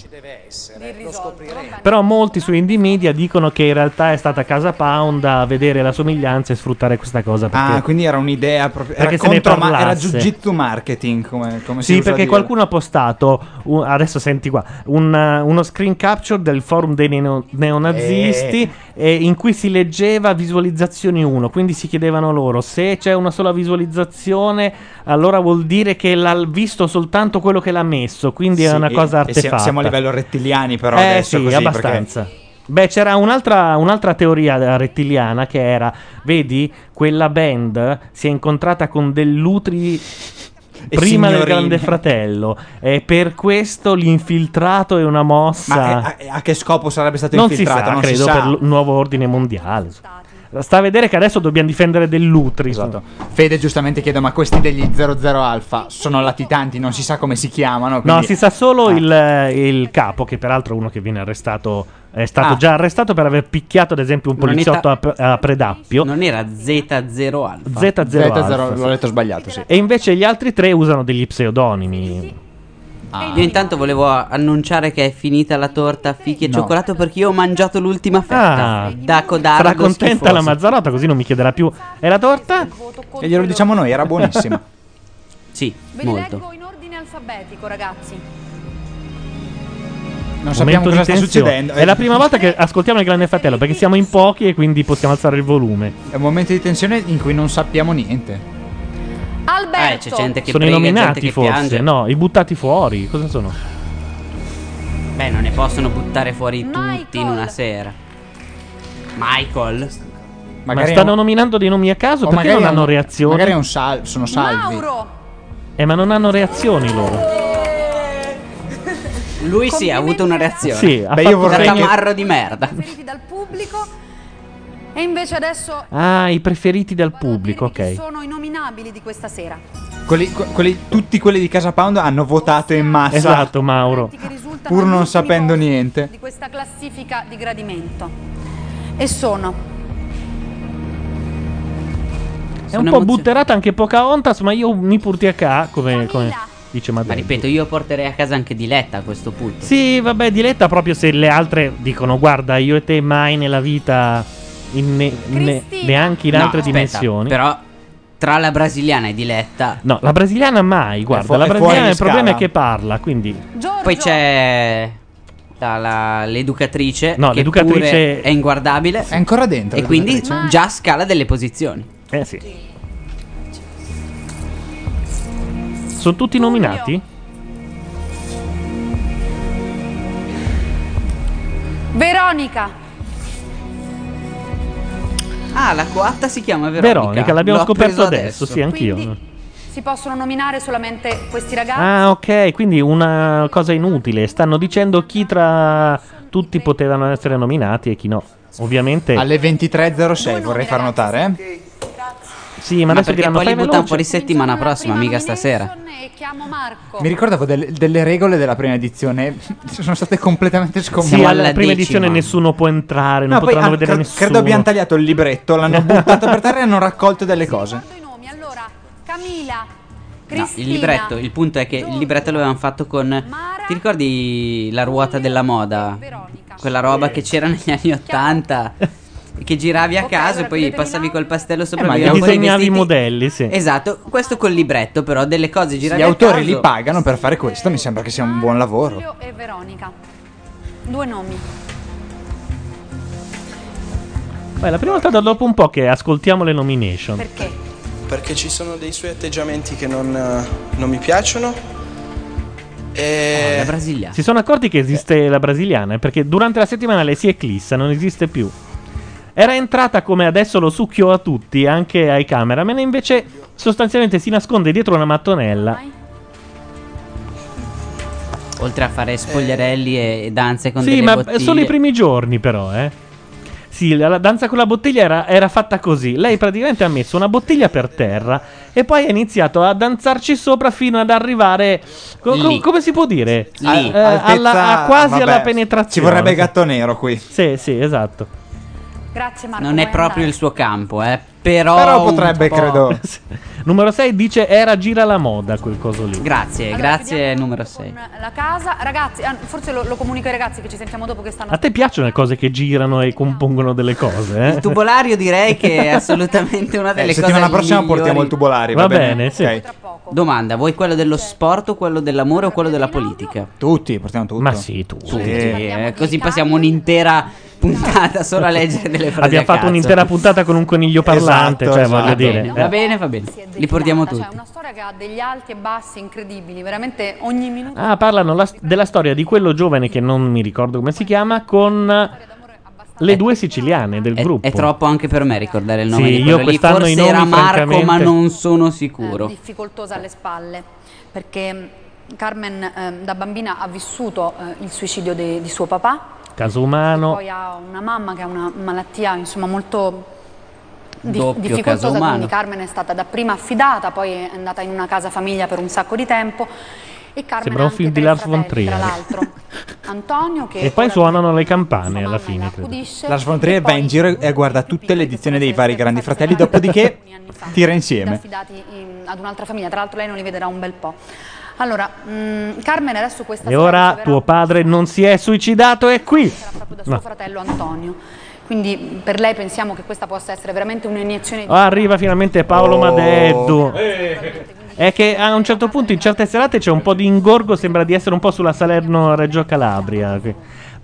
Speaker 1: Però molti su Indie Media dicono che in realtà è stata Casa Pound a vedere la somiglianza e sfruttare questa cosa. Perché...
Speaker 9: Ah, quindi era un'idea proprio. Era,
Speaker 1: Perché se ne
Speaker 9: contro, ma era
Speaker 1: parlasse.
Speaker 9: jiu-jitsu marketing, come, come si
Speaker 1: Sì,
Speaker 9: usa
Speaker 1: perché
Speaker 9: dire.
Speaker 1: qualcuno ha postato, un- adesso senti qua, un, eh, uno screen capture del forum dei neo- neonazisti eh, in cui si leggeva visualizzazioni 1, quindi si chiedevano loro se c'è una sola visualizzazione, allora vuol dire che l'ha visto soltanto quello che l'ha messo, quindi è
Speaker 9: Sì,
Speaker 1: una
Speaker 9: e-
Speaker 1: cosa
Speaker 9: e siamo-
Speaker 1: artefatta.
Speaker 9: Siamo a livello rettiliani, però.
Speaker 1: eh
Speaker 9: adesso
Speaker 1: sì,
Speaker 9: così, perché-
Speaker 1: abbastanza. Beh, c'era un'altra, un'altra teoria eh, rettiliana che era, vedi, quella band si è incontrata con dell'utri prima del
Speaker 9: signorine.
Speaker 1: Grande Fratello e per questo l'infiltrato è una mossa...
Speaker 9: Ma eh, a, a che scopo sarebbe stato
Speaker 1: non si
Speaker 9: infiltrato?
Speaker 1: sa,
Speaker 9: non
Speaker 1: credo,
Speaker 9: si sa.
Speaker 1: per il nuovo ordine mondiale. Sta a vedere che adesso dobbiamo difendere dell'utri.
Speaker 9: Esatto. Fede giustamente chiede, ma questi degli 00 Alfa sono latitanti, non si sa come si chiamano.
Speaker 1: No,
Speaker 9: quindi- Ah.
Speaker 1: si sa solo il, eh, il capo, che peraltro è uno che viene arrestato, è stato
Speaker 5: Ah.
Speaker 1: già arrestato per aver picchiato, ad esempio, un
Speaker 5: Non
Speaker 1: poliziotto
Speaker 5: era-
Speaker 1: a, pre- a Predappio.
Speaker 5: Non era Z0 Alfa.
Speaker 1: Z0, Alpha, sì.
Speaker 5: Alfa.
Speaker 1: E invece gli altri tre usano degli pseudonimi. Ah.
Speaker 5: Io intanto volevo annunciare che è finita la torta a fichi e
Speaker 1: No.
Speaker 5: cioccolato perché io ho mangiato l'ultima fetta.
Speaker 1: Ah.
Speaker 5: da codardo
Speaker 1: Sarà contenta
Speaker 5: schifoso.
Speaker 1: la Mazzarotta, così non mi chiederà più. E la torta?
Speaker 9: E glielo diciamo noi, era buonissima.
Speaker 5: *laughs* sì,
Speaker 15: *laughs* Ve li leggo in ordine alfabetico, ragazzi.
Speaker 9: Non sappiamo
Speaker 1: Momento
Speaker 9: cosa
Speaker 1: di
Speaker 9: sta
Speaker 1: tensione.
Speaker 9: succedendo.
Speaker 1: È la prima volta che ascoltiamo il Grande Fratello perché siamo in pochi e quindi possiamo alzare il volume.
Speaker 9: È un momento di tensione in cui non sappiamo niente.
Speaker 15: Alberto,
Speaker 5: Eh, c'è gente che
Speaker 1: sono
Speaker 5: prega,
Speaker 1: i nominati
Speaker 5: gente che
Speaker 1: forse,
Speaker 5: piange.
Speaker 1: no, i buttati fuori. Cosa sono?
Speaker 5: Beh, non ne possono buttare fuori tutti in una sera. Michael.
Speaker 1: Ma stanno nominando dei nomi a caso
Speaker 5: O
Speaker 1: perché
Speaker 5: magari
Speaker 1: non
Speaker 5: è un-
Speaker 1: hanno reazioni?
Speaker 5: magari è un
Speaker 9: sal- sono salvi.
Speaker 1: Eh, ma non hanno reazioni loro.
Speaker 5: Lui sì, ha avuto una reazione.
Speaker 1: Sì, ha
Speaker 5: Beh,
Speaker 1: fatto-
Speaker 5: io vorrei
Speaker 1: vorrei che-
Speaker 5: camarro di merda.
Speaker 15: preferiti dal pubblico. E invece adesso
Speaker 1: Ah, i preferiti dal pubblico, ok.
Speaker 15: sono i nominabili di questa sera.
Speaker 9: Quelli- que- quelli- tutti quelli di Casa Pound hanno votato in massa.
Speaker 1: Esatto, Mauro.
Speaker 9: Pur non sapendo niente.
Speaker 15: Di questa classifica di gradimento. E sono.
Speaker 1: È un po' butterata anche Pocahontas, ma io mi purti a ca, come, come dice
Speaker 5: Ma
Speaker 1: Madonna.
Speaker 5: ripeto, io porterei a casa anche Diletta a questo punto.
Speaker 1: Sì, vabbè, diletta proprio se le altre dicono guarda, io e te mai nella vita in ne- ne- neanche in
Speaker 5: No,
Speaker 1: altre
Speaker 5: aspetta,
Speaker 1: dimensioni.
Speaker 5: Però tra la brasiliana e Diletta.
Speaker 1: No, la brasiliana mai, guarda,
Speaker 5: fu-
Speaker 1: la
Speaker 5: è fuori
Speaker 1: brasiliana
Speaker 5: di
Speaker 1: il problema è
Speaker 5: scala.
Speaker 1: che parla, quindi
Speaker 5: Poi c'è la- la- l'educatrice.
Speaker 1: No,
Speaker 5: che
Speaker 1: l'educatrice-
Speaker 5: pure è inguardabile. È
Speaker 9: ancora dentro.
Speaker 5: E quindi
Speaker 9: l'educatrice.
Speaker 5: già scala delle posizioni.
Speaker 1: Eh sì. sono tutti nominati?
Speaker 5: Ah,
Speaker 15: Veronica.
Speaker 5: Ah, la coatta si chiama Veronica.
Speaker 1: Veronica, l'abbiamo
Speaker 5: L'ho
Speaker 1: scoperto
Speaker 5: appreso
Speaker 1: adesso, sì, anch'io.
Speaker 15: Si possono nominare solamente questi ragazzi.
Speaker 1: Ah, ok, quindi una cosa inutile. Stanno dicendo chi tra tutti potevano essere nominati e chi no. Ovviamente.
Speaker 9: Alle 23.06 vorrei far notare. eh.
Speaker 1: Sì, ma
Speaker 5: Ma
Speaker 1: adesso
Speaker 5: perché
Speaker 1: diranno
Speaker 5: poi li
Speaker 1: fai
Speaker 5: buttano
Speaker 1: veloce.
Speaker 5: fuori settimana prossima, mica stasera.
Speaker 9: Mi ricordavo del- delle regole della prima edizione. *laughs* Sono state completamente sconvolte.
Speaker 1: Sì, alla prima edizione nessuno può entrare, non
Speaker 9: No, poi,
Speaker 1: potranno
Speaker 9: ah,
Speaker 1: vedere
Speaker 9: cre-
Speaker 1: nessuno.
Speaker 9: Credo abbiamo tagliato il
Speaker 1: *laughs*
Speaker 9: libretto, l'hanno buttato per terra e hanno raccolto delle cose.
Speaker 5: No,
Speaker 15: Camila. Cristina.
Speaker 5: il libretto, il punto è che il libretto l'avevamo fatto con. Ti ricordi la ruota della moda? Quella roba che c'era negli anni 80 che giravi a caso e poi passavi col pastello
Speaker 1: Eh,
Speaker 5: sopra
Speaker 1: ma
Speaker 5: e
Speaker 1: gli disegnavi i modelli, sì.
Speaker 5: Esatto, questo col libretto, però delle cose girate
Speaker 9: Gli
Speaker 5: a
Speaker 9: autori
Speaker 5: caso.
Speaker 9: li pagano per fare questo, mi sembra che sia un buon lavoro.
Speaker 15: Giulio e Veronica. Due nomi.
Speaker 1: Beh, è la prima volta da dopo un po' che ascoltiamo le nomination.
Speaker 15: Perché?
Speaker 22: Perché ci sono dei suoi atteggiamenti che non, eh, non mi piacciono. E... la
Speaker 5: brasiliana.
Speaker 1: Si sono accorti che esiste la brasiliana, eh, perché durante la settimana lei si eclissa, non esiste più. Era entrata come adesso lo succhio a tutti, anche ai cameraman, e invece sostanzialmente si nasconde dietro una mattonella.
Speaker 5: Oltre a fare spogliarelli e, e danze con
Speaker 1: Eh. Sì,
Speaker 5: delle
Speaker 1: ma
Speaker 5: bottiglie.
Speaker 1: solo i primi giorni, però, eh. Sì, la, la danza con la bottiglia era, era fatta così. Lei praticamente ha messo una bottiglia per terra e poi ha iniziato a danzarci sopra fino ad arrivare. co- co-
Speaker 9: Lì.
Speaker 1: come si può dire?
Speaker 9: Lì.
Speaker 1: Eh,
Speaker 9: Altezza-
Speaker 1: alla- a- quasi
Speaker 9: Ah, vabbè,
Speaker 1: alla penetrazione.
Speaker 9: ci vorrebbe gatto nero qui.
Speaker 1: Sì, sì, esatto.
Speaker 15: Grazie Marco.
Speaker 5: Non è proprio il suo campo, eh. Però,
Speaker 1: Però
Speaker 5: un
Speaker 1: potrebbe,
Speaker 5: po'-
Speaker 1: credo.
Speaker 5: *laughs*
Speaker 1: Numero 6 dice era gira la moda quel coso lì.
Speaker 5: Grazie, grazie numero 6.
Speaker 15: La casa, ragazzi, ah, forse lo, lo comunico ai ragazzi che ci sentiamo dopo che stanno
Speaker 1: A te piacciono le cose che girano e compongono delle cose, eh?
Speaker 5: Il tubolario direi che è
Speaker 1: *laughs*
Speaker 5: assolutamente una delle
Speaker 1: Eh,
Speaker 5: cose
Speaker 1: settimana prossima
Speaker 5: migliori.
Speaker 1: portiamo il tubolario, va Va bene? bene, sì. Ok.
Speaker 5: Domanda, vuoi quello dello sport o quello dell'amore o quello della politica?
Speaker 9: Tutti, portiamo tutto.
Speaker 1: Ma sì, tutti.
Speaker 5: eh, così passiamo un'intera puntata solo a leggere delle frasi
Speaker 1: Abbiamo
Speaker 5: a
Speaker 1: fatto
Speaker 5: cazzo.
Speaker 1: un'intera puntata con un coniglio parlante,
Speaker 5: Esatto,
Speaker 1: cioè
Speaker 5: esatto.
Speaker 1: voglio dire.
Speaker 5: Va bene, va bene. Li portiamo tutti.
Speaker 15: Cioè, una storia che ha degli alti e bassi incredibili, veramente ogni minuto.
Speaker 1: Ah, parlano la- della storia di quello giovane che non mi ricordo come si chiama con eh, le due siciliane del gruppo.
Speaker 5: È troppo anche per me ricordare il nome
Speaker 1: Sì,
Speaker 5: di
Speaker 1: io
Speaker 5: quello lì.
Speaker 1: quest'anno
Speaker 5: Forse
Speaker 1: i nomi,
Speaker 5: era Marco, ma
Speaker 1: francamente-
Speaker 5: non sono sicuro.
Speaker 15: difficoltosa alle spalle, perché mh, Carmen ehm, da bambina ha vissuto eh, il suicidio de- di suo papà,
Speaker 1: Caso umano.
Speaker 15: poi ha una mamma che ha una malattia insomma molto dif-
Speaker 1: Doppio caso
Speaker 15: difficoltosa,
Speaker 1: umano.
Speaker 15: quindi Carmen è stata dapprima affidata, poi è andata in una casa famiglia per un sacco di tempo e Carmen
Speaker 1: Sembra
Speaker 15: ha
Speaker 1: un
Speaker 15: anche
Speaker 1: film di
Speaker 15: tre
Speaker 1: Lars von
Speaker 15: fratelli,
Speaker 1: Trier. *laughs*
Speaker 15: tra l'altro Antonio che
Speaker 1: E poi
Speaker 15: ora
Speaker 1: suonano le campane alla fine. credo.
Speaker 15: accudisce
Speaker 9: Lars von Trier va in giro e guarda tutte le edizioni dei vari Grandi Fratelli, dopodiché tira insieme.
Speaker 15: affidati in- ad un'altra famiglia, tra l'altro lei non li vedrà un bel po'. Allora, mh, Carmen adesso questa
Speaker 1: E
Speaker 15: sera
Speaker 1: ora
Speaker 15: riceverà
Speaker 1: tuo padre non si è suicidato, è qui.
Speaker 15: da suo
Speaker 1: No.
Speaker 15: fratello Antonio. Quindi mh, per lei pensiamo che questa possa essere veramente un'iniezione di
Speaker 1: Ah, Arriva finalmente Paolo
Speaker 15: Oh.
Speaker 1: Madeddu.
Speaker 22: Eh.
Speaker 1: È che a un certo punto in certe serate c'è un po' di ingorgo, sembra di essere un po' sulla Salerno-Reggio Calabria. Che-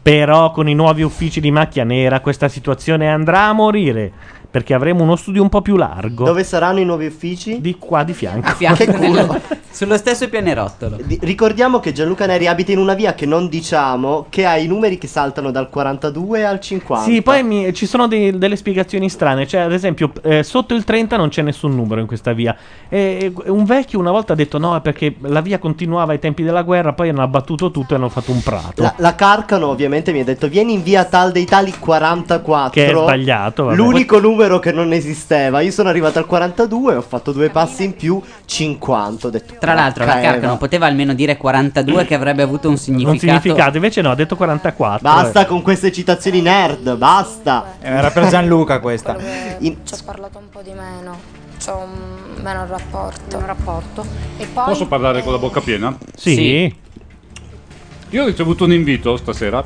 Speaker 1: Però con i nuovi uffici di macchia nera questa situazione andrà a morire. perché avremo uno studio un po' più largo.
Speaker 4: Dove saranno i nuovi uffici?
Speaker 1: Di qua di fianco.
Speaker 4: *laughs* Che culo.
Speaker 5: *laughs* Sullo stesso pianerottolo.
Speaker 4: Di- Ricordiamo che Gianluca Neri abita in una via che non diciamo, che ha i numeri che saltano dal 42 al 50.
Speaker 1: Sì, poi mi- ci sono dei- delle spiegazioni strane. Cioè, ad esempio, eh, sotto il 30 non c'è nessun numero in questa via. E, e un vecchio una volta ha detto no, è perché la via continuava ai tempi della guerra, poi hanno abbattuto tutto e hanno fatto un prato.
Speaker 4: La, la Carcano ovviamente mi ha detto vieni in via tal dei tali 44.
Speaker 1: Che è sbagliato, vabbè.
Speaker 4: L'unico numero che non esisteva. Io sono arrivato al 42 ho fatto due passi in più, 50. Ho detto,
Speaker 5: Tra l'altro, la
Speaker 4: "Porca
Speaker 5: Carca non
Speaker 4: Eva".
Speaker 5: poteva almeno dire 42 che avrebbe avuto un significato.
Speaker 1: non significato, invece no, ha detto 44.
Speaker 4: Basta con queste citazioni nerd, basta.
Speaker 1: Era per Gianluca questa.
Speaker 8: Ci ho parlato un po' di meno. C'ho un meno rapporto.
Speaker 15: Un rapporto. E poi.
Speaker 19: Posso parlare con la bocca piena?
Speaker 1: Sì.
Speaker 19: Io ho ricevuto un invito stasera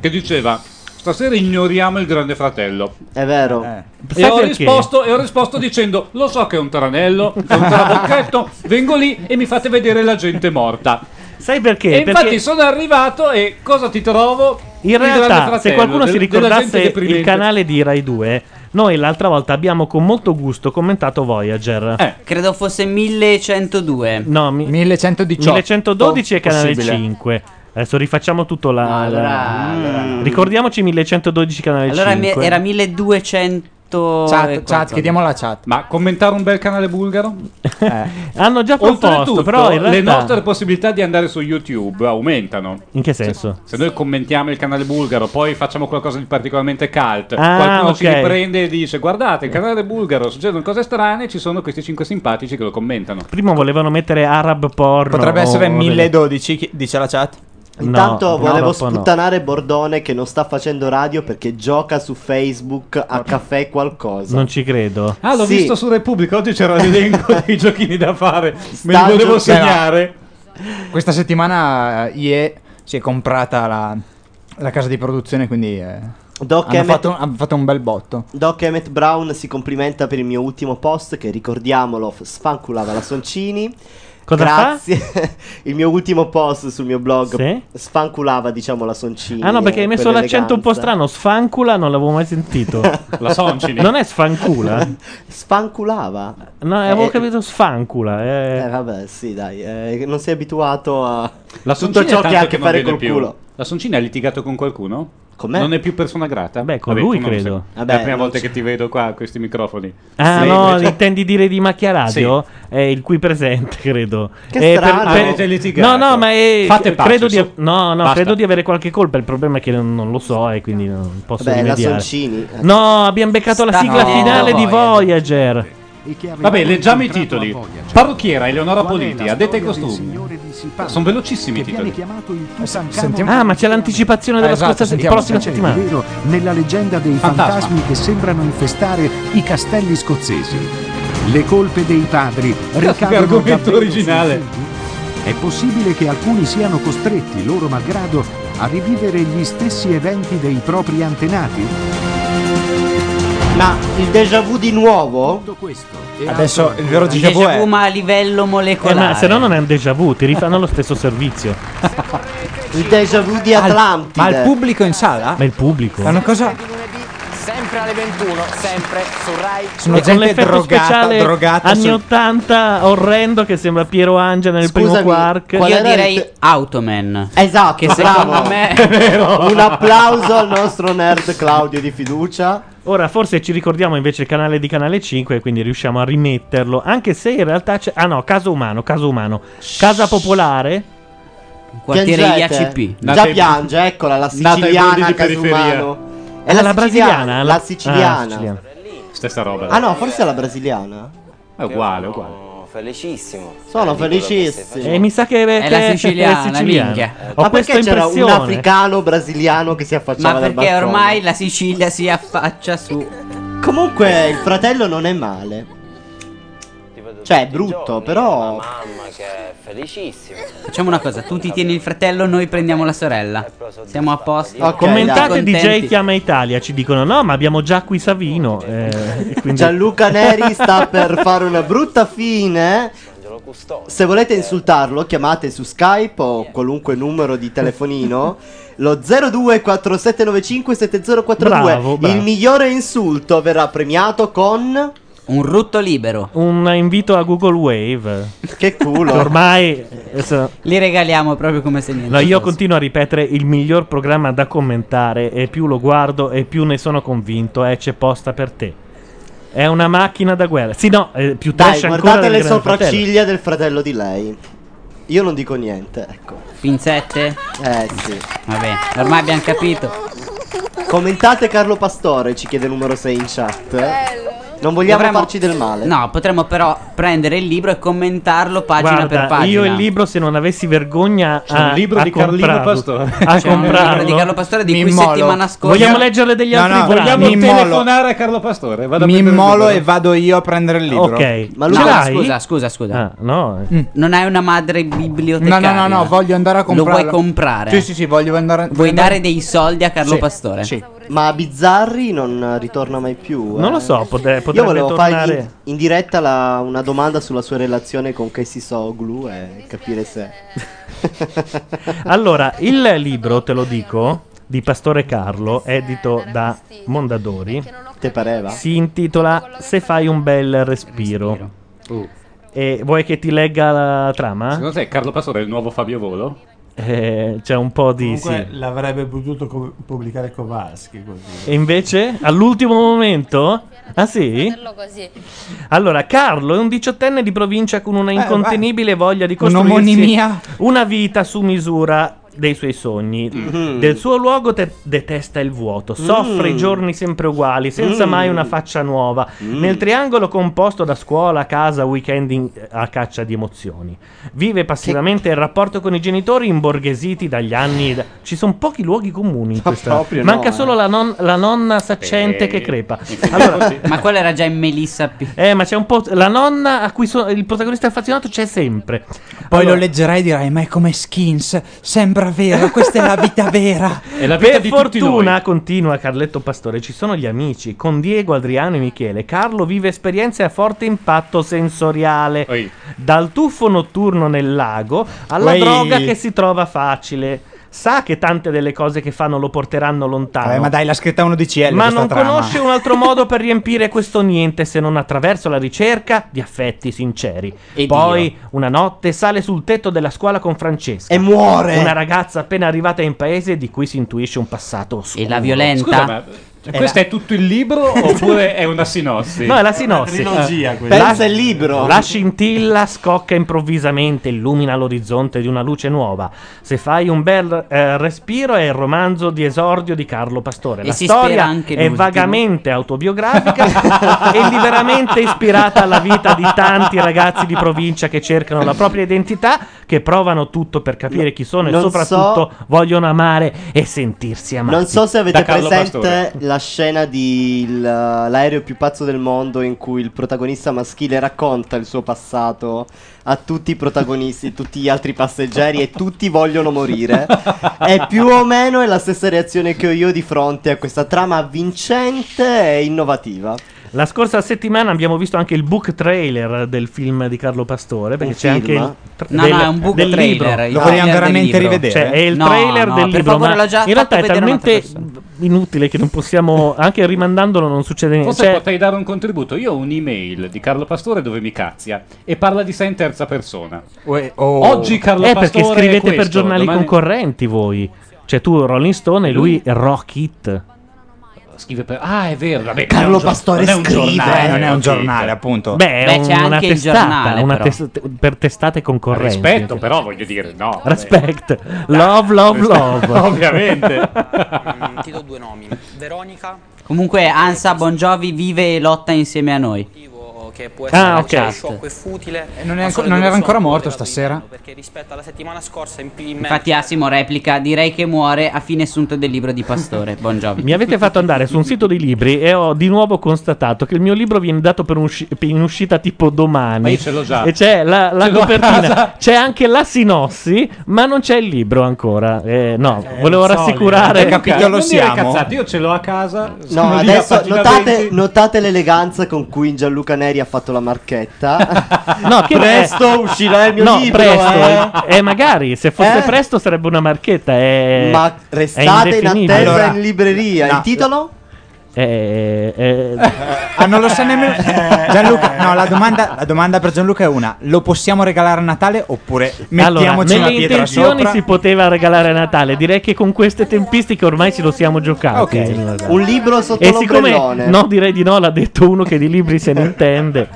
Speaker 19: che diceva stasera ignoriamo il grande fratello.
Speaker 4: È vero.
Speaker 1: Eh.
Speaker 19: E ho, risposto, e ho risposto dicendo lo so che è un taranello, è un trabocchetto, vengo lì e mi fate vedere la gente morta.
Speaker 1: Sai perché?
Speaker 19: E infatti
Speaker 1: Perché-
Speaker 19: sono arrivato e cosa ti trovo?
Speaker 1: In
Speaker 19: Il Grande
Speaker 1: realtà, se
Speaker 19: Fratello,
Speaker 1: qualcuno si
Speaker 19: del- della gente
Speaker 1: ricordasse il
Speaker 19: deprimente.
Speaker 1: canale di Rai 2, noi l'altra volta abbiamo con molto gusto commentato Voyager.
Speaker 19: Eh,
Speaker 5: Credo fosse 1102.
Speaker 1: No,
Speaker 5: 1118.
Speaker 1: 1112 e canale
Speaker 5: Possibile.
Speaker 1: 5. Adesso rifacciamo tutto la.
Speaker 5: allora-
Speaker 1: la-
Speaker 5: allora-
Speaker 1: Ricordiamoci 1112 canale
Speaker 5: Allora mi-
Speaker 1: 5.
Speaker 5: era 1200. e qualcosa.
Speaker 19: la chat. Eh. Ma commentare un bel canale bulgaro?
Speaker 1: *laughs* Hanno già proposto,
Speaker 19: Oltretutto,
Speaker 1: però in
Speaker 19: le
Speaker 1: realtà-
Speaker 19: nostre possibilità di andare su YouTube aumentano.
Speaker 1: In che senso?
Speaker 19: Se noi commentiamo il canale bulgaro, poi facciamo qualcosa di particolarmente cult,
Speaker 1: Ah,
Speaker 19: qualcuno ci
Speaker 1: ok.
Speaker 19: riprende e dice guardate, il canale bulgaro succedono cose strane, ci sono questi cinque simpatici che lo commentano.
Speaker 1: *laughs* Prima volevano mettere Arab porno. Oh,
Speaker 19: Potrebbe essere
Speaker 4: 1012,
Speaker 19: chi- dice la chat.
Speaker 4: Intanto
Speaker 1: No,
Speaker 4: volevo
Speaker 1: purtroppo no.
Speaker 4: sputtanare Bordone che non sta facendo radio perché gioca su Facebook a caffè qualcosa.
Speaker 1: Non ci credo.
Speaker 19: Ah, l'ho
Speaker 4: Sì.
Speaker 19: visto su Repubblica, oggi c'era *laughs* l'elenco dei giochini da fare, me
Speaker 4: Sta
Speaker 19: li volevo
Speaker 4: gio-
Speaker 19: segnare.
Speaker 9: Questa settimana eh, IE si è comprata la, la casa di produzione, quindi eh, hanno,
Speaker 4: Emmett-
Speaker 9: fatto, hanno fatto un bel botto.
Speaker 4: Doc Emmett Brown si complimenta per il mio ultimo post che ricordiamolo f- sfanculava la Soncini.
Speaker 1: Cosa fa?
Speaker 4: Grazie. *laughs* il mio ultimo post sul mio blog
Speaker 1: Sì?
Speaker 4: sfanculava diciamo la Soncini.
Speaker 1: Ah no, perché hai
Speaker 4: eh,
Speaker 1: messo
Speaker 4: quell'eleganza.
Speaker 1: l'accento un po' strano. Sfancula non l'avevo mai
Speaker 19: *laughs*
Speaker 1: sentito.
Speaker 4: La Soncini.
Speaker 1: Non è sfancula?
Speaker 4: *laughs* Sfanculava.
Speaker 1: No, avevo
Speaker 4: Eh,
Speaker 1: capito sfancula. eh.
Speaker 4: Eh vabbè, sì, dai, eh, non sei abituato a
Speaker 19: La
Speaker 4: tutto
Speaker 19: Soncini
Speaker 4: ciò che
Speaker 19: è tanto
Speaker 4: ha a che
Speaker 19: non
Speaker 4: fare
Speaker 19: viene
Speaker 4: col
Speaker 19: più.
Speaker 4: culo.
Speaker 19: La Soncini ha litigato con qualcuno?
Speaker 4: Con me?
Speaker 19: Non è più persona grata? Beh,
Speaker 1: con lui credo.
Speaker 4: Vabbè,
Speaker 19: è la prima
Speaker 4: non
Speaker 19: volta
Speaker 4: c'è-
Speaker 19: che ti vedo qua a questi microfoni.
Speaker 1: Ah
Speaker 19: Sì,
Speaker 1: no,
Speaker 19: invece-
Speaker 1: intendi dire di macchia radio? È il qui presente, credo.
Speaker 19: Che
Speaker 1: Eh,
Speaker 19: strano. Avete
Speaker 1: No,
Speaker 19: litigato.
Speaker 1: no, ma è...
Speaker 19: Fate pace,
Speaker 1: credo, di...
Speaker 19: su.
Speaker 1: No, no,
Speaker 19: Basta.
Speaker 1: credo di avere qualche colpa. Il problema è che non, non lo so e quindi non posso
Speaker 4: Vabbè, la
Speaker 1: rimediare.
Speaker 4: Soncini. eh.
Speaker 1: No, abbiamo beccato la
Speaker 4: Sta-
Speaker 1: sigla
Speaker 4: no,
Speaker 1: finale di Voyager.
Speaker 19: Vabbè, leggiamo i titoli. Parrucchiera Eleonora Politi, addetta ai costumi. Sono velocissimi i titoli.
Speaker 1: Ah, ma c'è l'anticipazione
Speaker 14: Ah,
Speaker 1: della scorsa se- prossima settimana.
Speaker 14: Vero, esatto, nella leggenda dei
Speaker 1: Fantasma.
Speaker 14: fantasmi che sembrano infestare i castelli scozzesi. Le colpe dei padri ricadono
Speaker 19: argomento
Speaker 14: davvero sui
Speaker 19: originale.
Speaker 14: figli? È possibile che alcuni siano costretti, loro malgrado, a rivivere gli stessi eventi dei propri antenati?
Speaker 4: Ma il déjà vu di nuovo?
Speaker 9: Adesso il vero
Speaker 5: déjà vu, ma a livello
Speaker 1: Eh,
Speaker 5: molecolare.
Speaker 1: ma se no non è un déjà vu, ti rifanno lo stesso servizio.
Speaker 4: Il déjà vu di Atlantide.
Speaker 9: Ma il pubblico in sala?
Speaker 1: Ma il pubblico.
Speaker 9: È una cosa...
Speaker 24: Sempre alle 21, sempre su Rai.
Speaker 9: Sono
Speaker 10: Ecco.
Speaker 1: E con
Speaker 9: gente
Speaker 1: l'effetto
Speaker 9: drogata,
Speaker 1: speciale
Speaker 9: drogata
Speaker 1: anni
Speaker 9: sul-
Speaker 1: 80 orrendo che sembra Piero Angela nel primo
Speaker 5: Scusami,
Speaker 1: quark.
Speaker 5: Io direi Automan.
Speaker 4: Esatto,
Speaker 5: Che
Speaker 4: bravo.
Speaker 5: secondo
Speaker 4: *laughs*
Speaker 5: me
Speaker 1: *laughs*
Speaker 4: Un applauso al nostro nerd Claudio di fiducia.
Speaker 1: Ora forse ci ricordiamo invece il canale di Canale 5 e quindi riusciamo a rimetterlo, anche se in realtà c'è... Ah no, Caso Umano, Caso Umano. Casa Popolare.
Speaker 4: Piangete. Già piange, eccola la
Speaker 1: Nata ai bordi
Speaker 4: siciliana
Speaker 1: di
Speaker 4: Casumano.
Speaker 1: periferia.
Speaker 4: È
Speaker 1: Ah,
Speaker 4: la,
Speaker 1: la brasiliana?
Speaker 4: brasiliana,
Speaker 1: Ah,
Speaker 4: la siciliana.
Speaker 1: siciliana.
Speaker 19: Stessa roba.
Speaker 4: Ah no, forse è la brasiliana.
Speaker 19: È uguale, uguale.
Speaker 24: Felicissimo.
Speaker 6: Eh,
Speaker 4: Sono felicissimo.
Speaker 1: E Eh, mi sa che
Speaker 4: È la siciliana, minchia. Ma perché c'era un africano brasiliano che si affacciava
Speaker 5: Ma
Speaker 4: dal
Speaker 5: perché
Speaker 4: balcone?
Speaker 5: ormai la Sicilia si affaccia su.
Speaker 4: Comunque il fratello non è male. Cioè, è brutto, però.
Speaker 24: Mamma che è felicissimo.
Speaker 5: Facciamo una cosa, tu ti tieni il fratello, noi prendiamo la sorella. Siamo a posto.
Speaker 1: Ah, Commentate
Speaker 5: Contenti.
Speaker 1: DJ Chiama Italia, ci dicono no, ma abbiamo già qui Savino. eh, e quindi- *laughs*
Speaker 4: Gianluca Neri sta per fare una brutta fine.
Speaker 22: custode.
Speaker 4: Se volete insultarlo, chiamate su Skype o qualunque numero di telefonino lo 0247957042.
Speaker 1: Bravo, bravo.
Speaker 4: Il migliore insulto verrà premiato con
Speaker 5: un rutto libero.
Speaker 1: Un invito a Google Wave.
Speaker 4: Che culo.
Speaker 1: *laughs* Ormai. adesso-
Speaker 5: Li regaliamo proprio come se niente.
Speaker 1: No, io
Speaker 5: fosse.
Speaker 1: continuo a ripetere il miglior programma da commentare e più lo guardo e più ne sono convinto. Eh, c'è posta per te. È una macchina da guerra. Sì, no, eh, più
Speaker 4: Dai,
Speaker 1: trash ancora
Speaker 4: guardate
Speaker 1: del
Speaker 4: le
Speaker 1: Grande Fratello.
Speaker 4: sopracciglia del fratello di lei. Io non dico niente, ecco.
Speaker 5: Pinzette?
Speaker 4: Eh sì.
Speaker 5: Vabbè, ormai abbiamo capito.
Speaker 4: Commentate Carlo Pastore, ci chiede il numero 6 in chat. Non vogliamo
Speaker 5: Dovremmo-
Speaker 4: farci del male.
Speaker 5: No, potremmo però prendere il libro e commentarlo pagina per
Speaker 1: Guarda,
Speaker 5: pagina.
Speaker 1: io il libro, se non avessi vergogna,
Speaker 5: C'è un
Speaker 1: a-
Speaker 5: libro
Speaker 1: a
Speaker 5: di Carlino
Speaker 1: comprarlo.
Speaker 5: Pastore.
Speaker 1: A
Speaker 5: C'è un libro
Speaker 1: comprarlo.
Speaker 5: di Carlo Pastore di Mi cui immolo. settimana scorsa-
Speaker 1: Vogliamo leggere degli altri brani?
Speaker 19: vogliamo telefonare a Carlo Pastore. Vado a
Speaker 9: Mi
Speaker 19: prendere il
Speaker 9: immolo
Speaker 19: numero.
Speaker 9: e vado io a prendere il libro.
Speaker 1: Ok.
Speaker 5: Ma
Speaker 1: lui-
Speaker 5: no,
Speaker 1: Ce l'hai? Ah,
Speaker 5: scusa, scusa, scusa.
Speaker 1: no. eh.
Speaker 18: Mm.
Speaker 5: Non hai una madre
Speaker 9: No,
Speaker 5: bibliotecaria.
Speaker 9: no, no, no, voglio andare a comprare.
Speaker 5: Lo vuoi comprare?
Speaker 9: Sì, sì, sì, voglio andare.
Speaker 5: Vuoi dare dei soldi a Carlo Pastore?
Speaker 4: Sì. Ma Bizzarri non ritorna mai più. eh.
Speaker 1: Non lo so, potre-
Speaker 4: Io
Speaker 1: potrebbe
Speaker 4: volevo fargli in,
Speaker 1: tornare.
Speaker 4: in diretta la- una domanda sulla sua relazione con Casey Soglu e capire se.
Speaker 1: Allora, il libro, te lo dico, di Pastore Carlo, edito da Mondadori.
Speaker 4: Te pareva?
Speaker 1: Si intitola Se fai un bel respiro. E vuoi che ti legga la trama?
Speaker 19: Uh, Secondo te Carlo Pastore è il nuovo Fabio Volo?
Speaker 1: Eh, c'è un po' di
Speaker 6: Comunque
Speaker 1: sì.
Speaker 6: l'avrebbe potuto co- pubblicare Kowalski così.
Speaker 1: E invece, all'ultimo momento? Ah sì? Allora, Carlo è un diciottenne di provincia con una incontenibile voglia di costruirsi
Speaker 9: Un'omonimia.
Speaker 1: una vita su misura dei suoi sogni. Del suo luogo te- detesta il vuoto, soffre
Speaker 18: Mm.
Speaker 1: i giorni sempre uguali, senza
Speaker 18: Mm.
Speaker 1: mai una faccia nuova,
Speaker 18: Mm.
Speaker 1: nel triangolo composto da scuola, casa, weekend in- a caccia di emozioni. Vive passivamente il rapporto con i genitori imborghesiti dagli anni... da- Ci sono pochi luoghi comuni in questa...
Speaker 5: proprio no,
Speaker 1: Manca
Speaker 5: eh.
Speaker 1: solo la, non- la nonna saccente
Speaker 5: Eh,
Speaker 1: che crepa.
Speaker 5: ma quella era già in Melissa P.
Speaker 1: Eh, ma c'è un po'. La nonna a cui so- il protagonista è affazionato c'è sempre.
Speaker 18: Poi
Speaker 1: Allora-
Speaker 18: lo leggerai e dirai: Ma è come skins? Sembra vero, questa è la vita vera.
Speaker 1: per fortuna, continua Carletto Pastore, ci sono gli amici. Con Diego, Adriano e Michele, Carlo vive esperienze a forte impatto sensoriale. Dal tuffo notturno nel lago alla
Speaker 18: Oi.
Speaker 1: droga che si trova facile. Sa che tante delle cose che fanno lo porteranno lontano.
Speaker 18: Vabbè, Eh, ma dai, l'ha scritta uno di CL.
Speaker 1: Ma
Speaker 18: questa
Speaker 1: non
Speaker 18: trama.
Speaker 1: conosce un altro modo per riempire questo niente se non attraverso la ricerca di affetti sinceri. Poi, una notte, sale sul tetto della scuola con Francesca.
Speaker 4: E muore!
Speaker 1: Una ragazza appena arrivata in paese di cui si intuisce un passato oscuro. E la
Speaker 19: Scusa, ma cioè, questo è tutto il
Speaker 1: *laughs*
Speaker 19: libro oppure è una sinossi?
Speaker 1: No, è la sinossi. Eh. La- La scintilla scocca improvvisamente, illumina l'orizzonte di una luce nuova. Se fai un bel eh, respiro è il romanzo di esordio di Carlo Pastore.
Speaker 18: E
Speaker 1: La
Speaker 18: si
Speaker 1: storia
Speaker 18: spera anche
Speaker 1: è
Speaker 18: l'ultimo.
Speaker 1: vagamente
Speaker 4: *laughs*
Speaker 1: autobiografica e liberamente ispirata alla vita di tanti ragazzi di provincia che cercano la propria identità, che provano tutto per capire chi sono e
Speaker 4: Non
Speaker 1: soprattutto vogliono amare e sentirsi amati.
Speaker 4: Non so se avete
Speaker 1: Da Carlo
Speaker 4: presente
Speaker 1: Pastore.
Speaker 4: la scena di il- l'aereo più pazzo del mondo in cui il protagonista maschile racconta il suo passato a tutti i
Speaker 1: *laughs*
Speaker 4: protagonisti, tutti gli altri passeggeri e tutti vogliono morire. E più o meno è la stessa reazione che ho io di fronte a questa trama avvincente e innovativa.
Speaker 1: La scorsa settimana abbiamo visto anche il book trailer del film di Carlo Pastore. Perché
Speaker 4: Un
Speaker 1: c'è anche
Speaker 4: film?
Speaker 1: il tra-
Speaker 5: No, no, è un book
Speaker 1: del
Speaker 5: trailer,
Speaker 1: libro.
Speaker 5: il Lo vogliamo trailer veramente del libro. rivedere?
Speaker 1: Cioè, è il
Speaker 5: No,
Speaker 1: trailer
Speaker 5: no,
Speaker 1: del
Speaker 5: per
Speaker 1: libro.
Speaker 5: favore,
Speaker 1: ma
Speaker 5: l'ho già
Speaker 1: in
Speaker 5: fatto
Speaker 1: realtà è
Speaker 5: vedere a un'altra
Speaker 1: talmente inutile che non possiamo. Anche rimandandolo, non succede niente.
Speaker 19: Forse
Speaker 1: Cioè,
Speaker 19: potrei dare un contributo. Io ho un'email di Carlo Pastore dove mi cazzia e parla di sé in terza persona. Oggi Carlo
Speaker 1: eh,
Speaker 19: Pastore
Speaker 1: perché scrivete
Speaker 19: è questo,
Speaker 1: per giornali
Speaker 19: domani-
Speaker 1: concorrenti voi. Cioè, tu Rolling Stone e lui Rock It.
Speaker 19: Scrive per... Ah, è vero. Vabbè,
Speaker 1: Carlo
Speaker 19: non è un gio-
Speaker 1: Pastore
Speaker 19: non è un
Speaker 1: scrive.
Speaker 19: giornale,
Speaker 1: Eh, non è un
Speaker 19: ok.
Speaker 1: giornale,
Speaker 19: appunto.
Speaker 1: Beh, è una testata, una test- per testate concorrenti.
Speaker 19: Rispetto, però, voglio dire, no.
Speaker 1: Respect. Love, love, love. *laughs*
Speaker 19: Ovviamente.
Speaker 5: Mm, Ti do due nomi. Veronica. Comunque, Ansa Bongiovi vive e lotta insieme a noi.
Speaker 10: Che può
Speaker 5: Ah,
Speaker 10: essere
Speaker 5: ok.
Speaker 10: cioè, sciocco e futile.
Speaker 9: Non, è
Speaker 10: ma
Speaker 9: anco- non
Speaker 10: sono due
Speaker 9: era
Speaker 10: persone
Speaker 9: ancora morto stasera?
Speaker 10: Perché rispetto alla settimana scorsa in più in mezzo
Speaker 5: Infatti, Asimo replica: Direi che muore a fine assunto del libro di Pastore. Bongiovi.
Speaker 1: Mi avete fatto andare su un sito di libri e ho di nuovo constatato che il mio libro viene dato per usci- per in uscita tipo domani.
Speaker 19: Ma io ce l'ho già.
Speaker 1: E c'è la, la
Speaker 19: Ce l'ho a
Speaker 1: copertina,
Speaker 19: casa.
Speaker 1: c'è anche la sinossi, ma non c'è il libro ancora. Eh, no, volevo
Speaker 19: Solide.
Speaker 1: rassicurare.
Speaker 19: Non dire cazzate, Io ce l'ho a casa.
Speaker 4: No,
Speaker 19: sono lì a
Speaker 4: adesso
Speaker 19: pagina 20.
Speaker 4: notate, notate l'eleganza con cui Gianluca Neri ha fatto la marchetta.
Speaker 1: *laughs* No, che
Speaker 4: *laughs* presto uscirà il mio
Speaker 1: no,
Speaker 4: libro.
Speaker 1: Presto,
Speaker 4: eh.
Speaker 1: eh, eh, magari se fosse
Speaker 4: Eh?
Speaker 1: presto sarebbe una marchetta. È,
Speaker 4: Ma
Speaker 1: Eh, è
Speaker 4: restate in
Speaker 1: indefinibile.
Speaker 4: attesa in libreria.
Speaker 1: no.
Speaker 4: Il titolo?
Speaker 1: *laughs* Eh, eh,
Speaker 18: Ah, non lo sa
Speaker 19: *laughs*
Speaker 18: nemmeno Gianluca. No, la domanda, la domanda per Gianluca è una: lo possiamo regalare a Natale oppure
Speaker 1: allora,
Speaker 18: mettiamoci una
Speaker 1: nelle
Speaker 18: pietra
Speaker 1: intenzioni
Speaker 18: sopra?
Speaker 1: si poteva regalare a Natale. Direi che con queste tempistiche ormai ce lo siamo giocati. in realtà.
Speaker 4: Un libro sotto
Speaker 1: E siccome
Speaker 4: l'ombrellone.
Speaker 1: no, direi di no, l'ha detto uno che di libri se ne intende.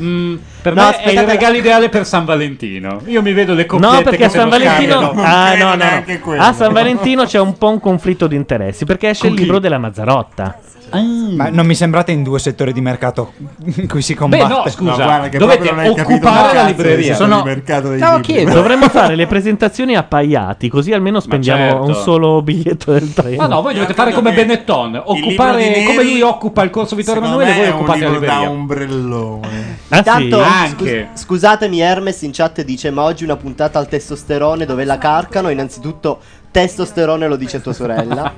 Speaker 19: Mm, per
Speaker 1: No,
Speaker 19: me è
Speaker 1: aspettate.
Speaker 19: il regalo ideale per San Valentino. Io mi vedo le coppiette
Speaker 1: No, perché
Speaker 19: che
Speaker 1: a
Speaker 19: se
Speaker 1: San
Speaker 19: lo
Speaker 1: Valentino,
Speaker 19: scambiano.
Speaker 1: Ah, no, no, no. a San Valentino c'è un po' un conflitto di interessi perché esce il
Speaker 18: Con chi?
Speaker 1: libro della Mazzarotta.
Speaker 4: Ah.
Speaker 18: Ma non mi sembrate in due settori di mercato in cui si combatte?
Speaker 19: no, scusa, No, guarda che dovete proprio non hai capito occupare un la cazzo di libreria. settore di mercato dei Stavo libri. chiedendo.
Speaker 1: Dovremmo fare le presentazioni a paiati, così almeno spendiamo
Speaker 19: certo.
Speaker 1: un solo biglietto del treno.
Speaker 19: Ma no, voi dovete fare come Benetton, occupare
Speaker 13: libro di
Speaker 19: come
Speaker 13: Neri,
Speaker 19: lui occupa il corso Vittorio
Speaker 13: secondo
Speaker 19: Emanuele,
Speaker 13: me
Speaker 19: voi
Speaker 13: è un
Speaker 19: occupate la
Speaker 13: libro da
Speaker 19: libreria.
Speaker 13: ombrellone.
Speaker 9: Ah,
Speaker 1: Ah,
Speaker 4: Intanto,
Speaker 19: anche.
Speaker 4: scus- scusatemi, Hermes in chat dice: Ma oggi una puntata al testosterone dove la carcano. Innanzitutto, testosterone lo dice tua
Speaker 1: *laughs*
Speaker 4: sorella.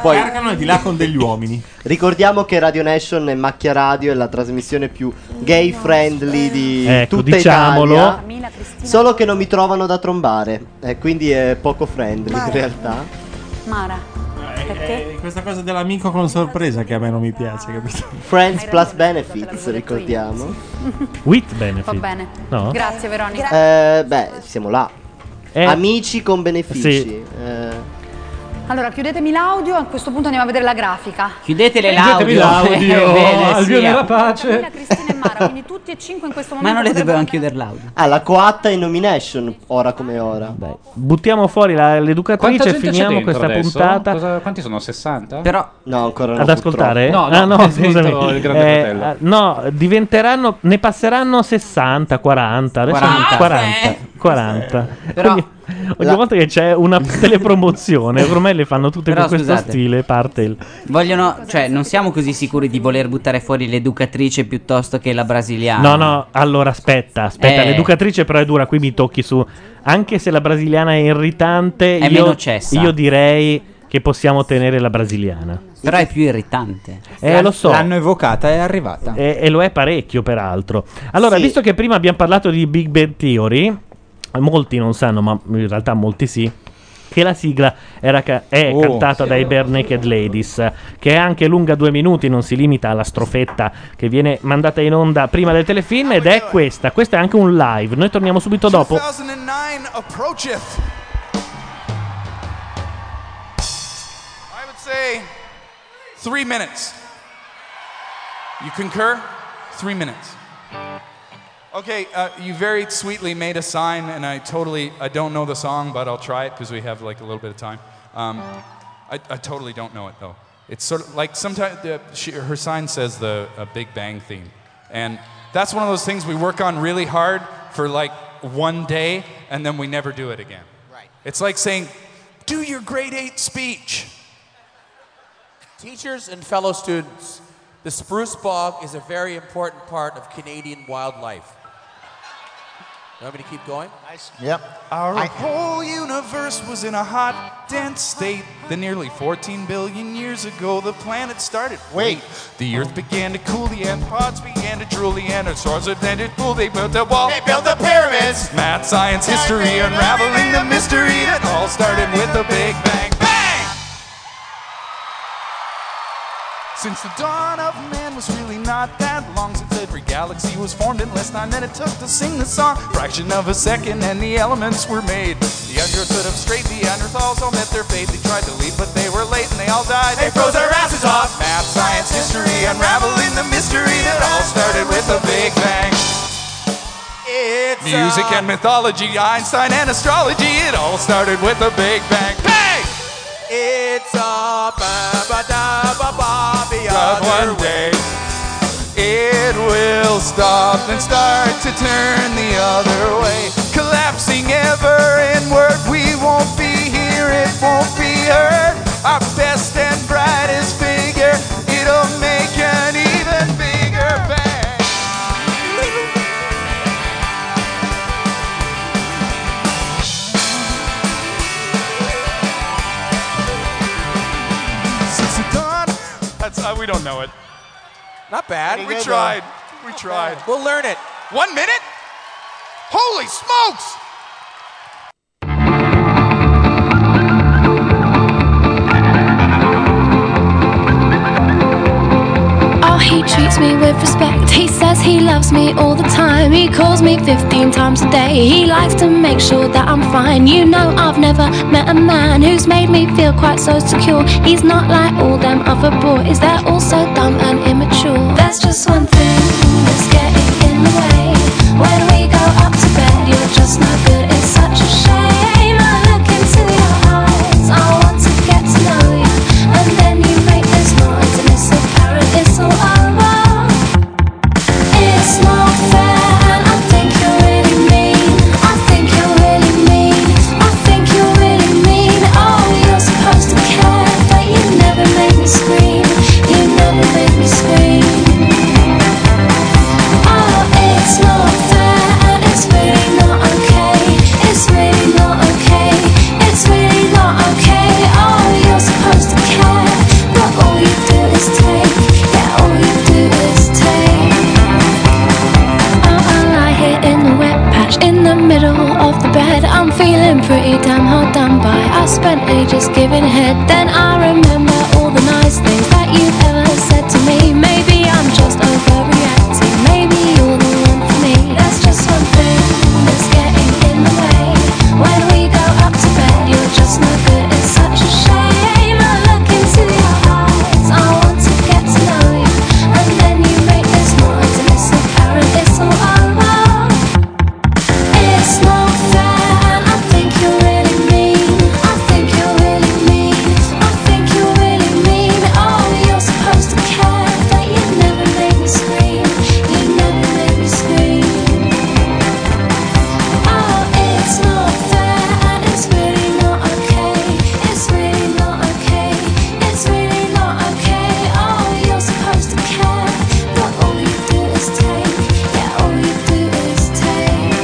Speaker 4: Poi
Speaker 13: Carcano è di là con degli uomini.
Speaker 4: Ricordiamo che Radio Nation e Macchia Radio è la trasmissione più gay friendly di
Speaker 1: Ecco,
Speaker 4: tutta
Speaker 1: diciamolo.
Speaker 4: Italia. Solo che non mi trovano da trombare, eh, quindi è poco friendly in realtà.
Speaker 15: Mara, perché?
Speaker 13: *laughs*
Speaker 6: eh,
Speaker 13: Questa cosa dell'amico
Speaker 9: *laughs*
Speaker 13: con sorpresa che a me non mi piace, capito?
Speaker 4: Friends plus benefits, ricordiamo.
Speaker 1: With
Speaker 6: eh.
Speaker 15: *laughs* Va bene.
Speaker 4: No?
Speaker 15: Grazie Veronica.
Speaker 4: Eh, beh, siamo là.
Speaker 1: Eh,
Speaker 4: Amici con benefici.
Speaker 1: sì.
Speaker 4: eh.
Speaker 15: Allora, chiudetemi l'audio, a questo punto andiamo a vedere la grafica.
Speaker 5: Chiudetele
Speaker 2: Chiudetemi l'audio.
Speaker 5: *laughs* Ebbene
Speaker 2: Alvio
Speaker 5: sia.
Speaker 2: nella
Speaker 15: Camilla, Cristina e Mara, quindi tutti e cinque in questo momento. potrebbero-
Speaker 4: chiudere l'audio. Ah, la coatta in nomination, ora come ora.
Speaker 1: Buttiamo fuori la-
Speaker 19: Quanta
Speaker 1: l'educatrice e
Speaker 19: gente c'è
Speaker 1: finiamo
Speaker 19: dentro
Speaker 1: questa
Speaker 19: adesso?
Speaker 1: puntata.
Speaker 19: Cosa- quanti sono? 60?
Speaker 5: Però
Speaker 4: No, ancora no.
Speaker 1: Ad ascoltare?
Speaker 19: purtroppo.
Speaker 1: Ah,
Speaker 19: No, no,
Speaker 1: no,
Speaker 19: *laughs* dentro
Speaker 1: scusami.
Speaker 19: il Grande
Speaker 1: Eh,
Speaker 19: Fratello.
Speaker 1: ah, no, diventeranno, ne passeranno 60, 40, adesso
Speaker 5: 40.
Speaker 1: 40. 40.
Speaker 5: Ah, Però-
Speaker 1: ogni ogni
Speaker 5: la-
Speaker 1: volta che c'è una telepromozione, ormai le fanno
Speaker 5: *laughs*
Speaker 1: tutte
Speaker 5: Però,
Speaker 1: con questo
Speaker 5: scusate.
Speaker 1: stile, parte il...
Speaker 5: Vogliono, cioè, non siamo così sicuri di voler buttare fuori l'educatrice piuttosto che la brasiliana.
Speaker 1: No, no, allora aspetta, aspetta,
Speaker 5: Ah. Eh.
Speaker 1: l'educatrice però è dura, qui mi tocchi su. Anche se la brasiliana è irritante,
Speaker 5: È
Speaker 1: io,
Speaker 5: meno cessa.
Speaker 1: io direi che possiamo tenere la brasiliana.
Speaker 5: Però è più irritante.
Speaker 1: Eh, lo so.
Speaker 18: L'hanno evocata, è arrivata.
Speaker 1: E, e lo è parecchio, peraltro. Allora,
Speaker 18: Sì.
Speaker 1: visto che prima abbiamo parlato di Big Bang Theory, molti non sanno, ma in realtà molti sì. Che la sigla era ca- è
Speaker 7: Oh,
Speaker 1: cantata
Speaker 7: sì.
Speaker 1: dai Bare Naked Ladies, che è anche lunga due minuti, non si limita alla strofetta che viene mandata in onda prima del telefilm. Ed è questa. Questo è anche un live. Noi torniamo subito dopo.
Speaker 23: 2009 approacheth. I would say three minutes. You concur? Three minutes. Okay, uh, you very sweetly made a sign, and I totally, I don't know the song, but I'll try it because we have like a little bit of time. Um, I, I totally don't know it though. It's sort of like sometimes uh, she, her sign says the uh, Big Bang theme, and that's one of those things we work on really hard for like one day, and then we never do it again. Right. It's like saying, "Do your grade eight speech."
Speaker 26: Teachers and fellow students, the spruce bog is a very important part of Canadian wildlife. You want me to keep going?
Speaker 23: Yep. Our whole universe was in a hot, dense state. Then, nearly 14 billion years ago, the planet started. Wait. The Earth began to cool, the anthropods began to drool, the stars landed full. They built a wall. They built the pyramids. Math, science, history, unraveling the mystery that all started with the Big Bang. Bang! Since the dawn of man was really not that long since every galaxy was formed in less time than it took to sing the song. Fraction of a second and the elements were made. The under stood up straight, the Neanderthals all met their fate. They tried to leave, but they were late and they all died. They froze their asses off. Math, science, history, unraveling the mystery that all started with the Big Bang. Music and mythology, Einstein and astrology, it all started with the Big Bang. Bang! It's a ba-ba-da-ba-ba, the other way. It will stop and start to turn the other way. Collapsing ever inward, we won't be here, it won't be heard. Our best and brightest figure, it'll make an even bigger bang. Since the dawn, that's uh, we don't know it. Not bad.
Speaker 11: Pretty
Speaker 23: We
Speaker 11: good,
Speaker 23: tried. We tried. We'll learn it. One minute? Holy smokes!
Speaker 6: Oh, he treats me with respect. He says he loves me all the time. He calls me 15 times a day. He likes to make sure that I'm fine. You know, I've never met a man who's made me feel quite so secure. He's not like all them other boys, they're all so dumb and immature. There's just one thing that's getting in the way. When we go up to bed, you're just no good. It's such a shame. I look into your eyes. I want to get to know you. And then you make this noise, and it's apparent it's all over. It's not fair, and I think you're really mean. I think you're really mean. I think you're really mean. Oh, you're supposed to care, but you never make me scream. You never make me scream. Oh, it's not fair, and it's really not okay. It's really not okay. It's really not okay. Oh, you're supposed to care, but all you do is take. Yeah, all you do is take. Out I lie here in the wet patch in the middle of the bed. I'm feeling pretty damn hard done by. I spent ages giving head. Then I remember all the nice things that you've ever said to me. Maybe I'm just overreacting. Maybe you're the one for me. There's just one thing that's getting in the way. When we go up to bed, you're just no good. It's such a shame. I look into your eyes. I want to get to know you. And then you make this noise, and it's apparent it's all over. It's not fair, and I think you're really mean. I think you're really mean. I think you're really mean. Oh, you're supposed to care, but you never make me scream. You never make me scream. Oh, it's not fair, and it's really not okay. It's really not okay. It's really not okay. Oh, you're supposed to care, but all you do is take. Yeah, all you do is take.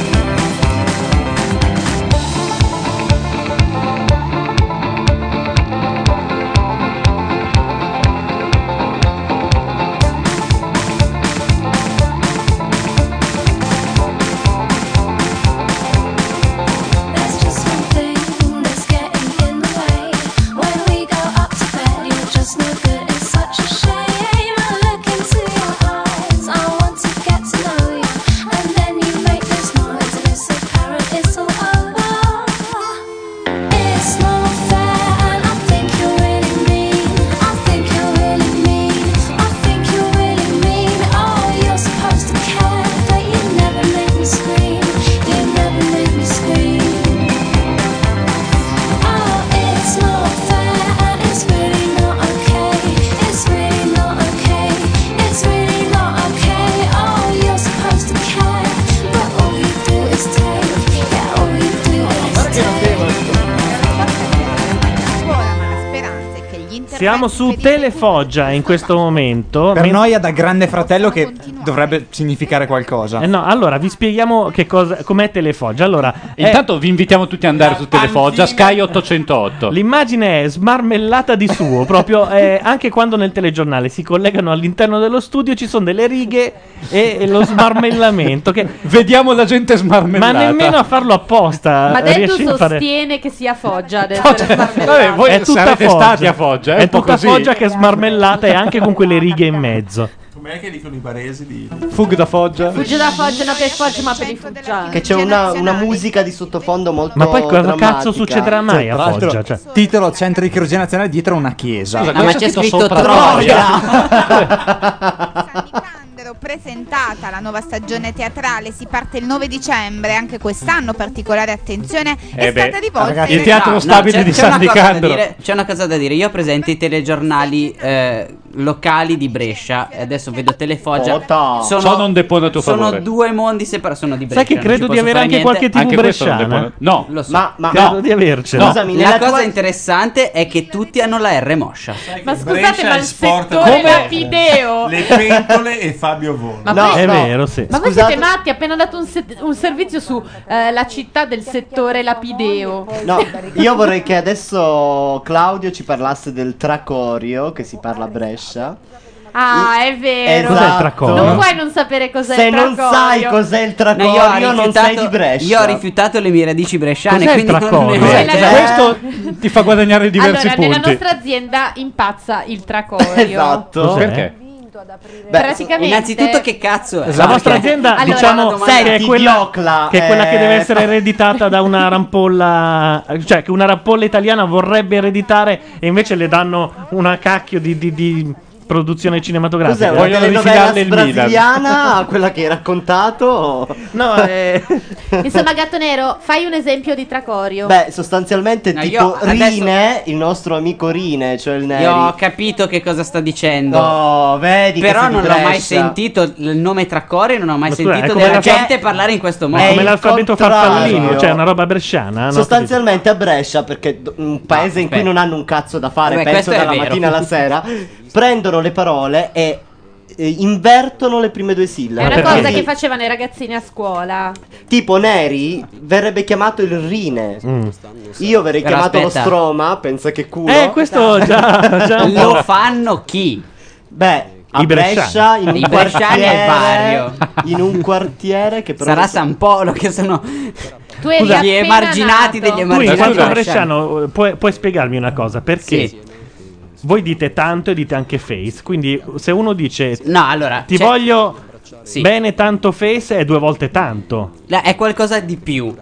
Speaker 6: There's just one thing that's getting in the way. When we go up to bed, you're just no good. It's such a shame. I look into your eyes. I want to get to know you, and then you make this noise, and it's apparent it's all over. It's not fair, and I think you're really mean. I think you're really mean. I think you're really mean. Oh, you're supposed to care, but you never make me scream. You never make me scream. Oh, it's not fair, and it's really not okay. It's really not okay. It's really not okay. Oh, you're supposed to care, but all you do is take. Yeah, all you do is
Speaker 1: Siamo su Telefoggia in questo momento.
Speaker 9: Per noia da grande fratello che dovrebbe significare qualcosa.
Speaker 1: Eh no, allora vi spieghiamo che cosa, com'è Telefoggia. Allora,
Speaker 19: E intanto vi invitiamo tutti ad andare su Telefoggia, Sky 808.
Speaker 1: L'immagine è smarmellata di
Speaker 9: *laughs*
Speaker 1: suo, proprio eh, anche quando nel telegiornale si collegano all'interno dello studio ci sono delle righe e, e lo smarmellamento. Che...
Speaker 19: Vediamo la gente smarmellata.
Speaker 1: Ma nemmeno a farlo apposta.
Speaker 3: Ma Dendu
Speaker 1: riesce eh, a fare...
Speaker 3: sostiene che sia Foggia ad essere
Speaker 19: Vabbè, voi
Speaker 1: è tutta
Speaker 19: sarete
Speaker 1: Foggia.
Speaker 19: stati a Foggia, eh,
Speaker 1: è
Speaker 19: un po'
Speaker 1: tutta
Speaker 19: così.
Speaker 1: Foggia che è smarmellata e anche con quelle righe in mezzo.
Speaker 14: Com'è che dicono i baresi di...
Speaker 1: Fug da Foggia.
Speaker 3: Fugge da Foggia, no per Foggia, ma per i Foggiani.
Speaker 4: Che c'è una, una musica di sottofondo molto
Speaker 1: Ma poi cosa
Speaker 4: drammatica.
Speaker 1: cazzo succederà mai a
Speaker 9: tra l'altro,
Speaker 1: Foggia? Cioè.
Speaker 9: Titolo Centro di Chirurgia Nazionale dietro una chiesa.
Speaker 1: Scusa, cosa Ah, Ma c'è c'è scritto scritto sopra? Troia? *laughs*
Speaker 22: presentata la nuova stagione teatrale, si parte il 9 dicembre, anche quest'anno particolare attenzione è
Speaker 5: Eh beh,
Speaker 19: Ah,
Speaker 22: stata rivolta
Speaker 5: ragazzi,
Speaker 22: in-
Speaker 5: no, c'è- c'è una cosa da dire- c'è una cosa da dire. Io presento i telegiornali eh, locali di Brescia. e Adesso vedo Telefoggia.
Speaker 19: Ota. So non depone a tuo
Speaker 5: sono
Speaker 19: favore.
Speaker 5: due mondi separati. Sono di Brescia.
Speaker 19: Sai che
Speaker 5: non
Speaker 19: credo
Speaker 5: ci
Speaker 19: di
Speaker 5: posso
Speaker 19: avere
Speaker 5: fare
Speaker 19: anche
Speaker 5: niente.
Speaker 19: qualche TV Anche questo non bresciana. depone- no.
Speaker 5: Lo so.
Speaker 19: Ma- ma- Credo no. di avercela. Scusami,
Speaker 5: la
Speaker 19: nella
Speaker 5: cosa
Speaker 19: tua-
Speaker 5: interessante è che tutti hanno la R moscia.
Speaker 3: Ma
Speaker 14: Brescia
Speaker 3: scusate,
Speaker 14: è
Speaker 3: ma
Speaker 14: il
Speaker 3: il
Speaker 14: sport
Speaker 3: settore
Speaker 14: del-
Speaker 3: lapideo.
Speaker 14: Le pentole e Fabio Volo.
Speaker 3: Ma No, questo- è
Speaker 1: vero, sì.
Speaker 3: Ma voi siete matti, appena dato un, se- un servizio su eh, la città del settore lapideo.
Speaker 4: No, io vorrei che adesso Claudio ci parlasse del Tracorio che si parla a Brescia.
Speaker 33: Ah, è vero.
Speaker 4: Esatto. Cos'è il tracorio?
Speaker 33: Non puoi non sapere cos'è
Speaker 4: Se
Speaker 33: il
Speaker 4: non
Speaker 33: tracorio.
Speaker 4: sai cos'è il tracorio,
Speaker 5: No, io ho
Speaker 4: non
Speaker 5: rifiutato-
Speaker 4: sei di Brescia.
Speaker 5: Io ho rifiutato le mie radici bresciane.
Speaker 4: Cos'è il
Speaker 5: quindi
Speaker 4: tracorio?
Speaker 5: non ne-
Speaker 4: Cos'è la- Questo
Speaker 1: Cioè, ti fa guadagnare
Speaker 33: Allora, nella nostra azienda impazza il tracorio.
Speaker 4: *laughs* Esatto.
Speaker 1: Perché?
Speaker 33: Praticamente.
Speaker 5: Innanzitutto, che cazzo eh, è?
Speaker 19: Esatto.
Speaker 1: La vostra azienda,
Speaker 33: Allora,
Speaker 1: diciamo,
Speaker 33: domanda-
Speaker 1: che, è
Speaker 33: Senti,
Speaker 1: quella,
Speaker 33: Diocla,
Speaker 1: che è quella che
Speaker 33: eh,
Speaker 1: deve
Speaker 4: *laughs*
Speaker 1: essere ereditata da una rampolla, cioè che una rampolla italiana vorrebbe ereditare e invece le danno una cacchio di, di- di produzione
Speaker 4: Cos'è
Speaker 1: cinematografica.
Speaker 4: una telenovela brasiliana
Speaker 1: *laughs*
Speaker 4: a quella che hai raccontato?
Speaker 1: No, eh.
Speaker 33: Insomma, gatto nero, fai un esempio di tracorio.
Speaker 4: Beh, sostanzialmente
Speaker 33: No,
Speaker 4: tipo
Speaker 33: io adesso-
Speaker 4: Rine, il nostro amico Rine, cioè il Neri.
Speaker 5: Io ho capito che cosa sta dicendo.
Speaker 4: No, vedi che
Speaker 5: Però
Speaker 4: sei di
Speaker 5: non ho mai
Speaker 4: Brescia.
Speaker 5: sentito il nome Tracorio, non ho mai
Speaker 1: Ma tu- è
Speaker 5: sentito
Speaker 1: come
Speaker 5: della
Speaker 1: l'alfa-
Speaker 5: gente parlare in questo
Speaker 1: Ma
Speaker 5: modo.
Speaker 1: come l'alfabeto
Speaker 19: Ah,
Speaker 1: farfallino, cioè una roba bresciana. no?
Speaker 4: Sostanzialmente a Brescia, perché d-
Speaker 5: Ah,
Speaker 4: un paese in cui
Speaker 1: aspetta.
Speaker 4: non hanno un cazzo da fare,
Speaker 1: Vabbè,
Speaker 4: penso
Speaker 1: questo è
Speaker 4: dalla
Speaker 1: vero.
Speaker 4: mattina alla sera, prendono le parole e eh, invertono le prime due
Speaker 33: È
Speaker 4: sillabe.
Speaker 33: una cosa
Speaker 4: Quindi,
Speaker 33: che facevano i ragazzini a scuola.
Speaker 4: Tipo Neri verrebbe chiamato il Rine.
Speaker 5: Mm.
Speaker 4: Io verrei
Speaker 5: Però
Speaker 4: chiamato
Speaker 5: aspetta.
Speaker 4: lo Stroma, pensa che culo.
Speaker 5: Eh, questo
Speaker 4: *laughs*
Speaker 5: già- già un po'. Lo
Speaker 4: fanno chi? Beh, a
Speaker 5: I bresciani.
Speaker 4: Brescia, in un
Speaker 5: I bresciani
Speaker 4: quartiere,
Speaker 5: è vario.
Speaker 4: in un quartiere che però
Speaker 5: Sarà
Speaker 4: non so-
Speaker 5: San Paolo che sono
Speaker 33: Tu eri
Speaker 5: Scusa, gli
Speaker 33: appena
Speaker 5: emarginati
Speaker 33: nato.
Speaker 5: degli
Speaker 1: Tu in
Speaker 5: emarginati.
Speaker 1: quanto
Speaker 5: bresciani.
Speaker 1: bresciano eh, puoi, puoi spiegarmi una cosa? Perché voi dite tanto e dite anche face, quindi se uno dice
Speaker 5: No, allora, cioè
Speaker 1: ti
Speaker 5: c'è-
Speaker 1: voglio bene tanto face è due volte tanto.
Speaker 5: La- È qualcosa di più.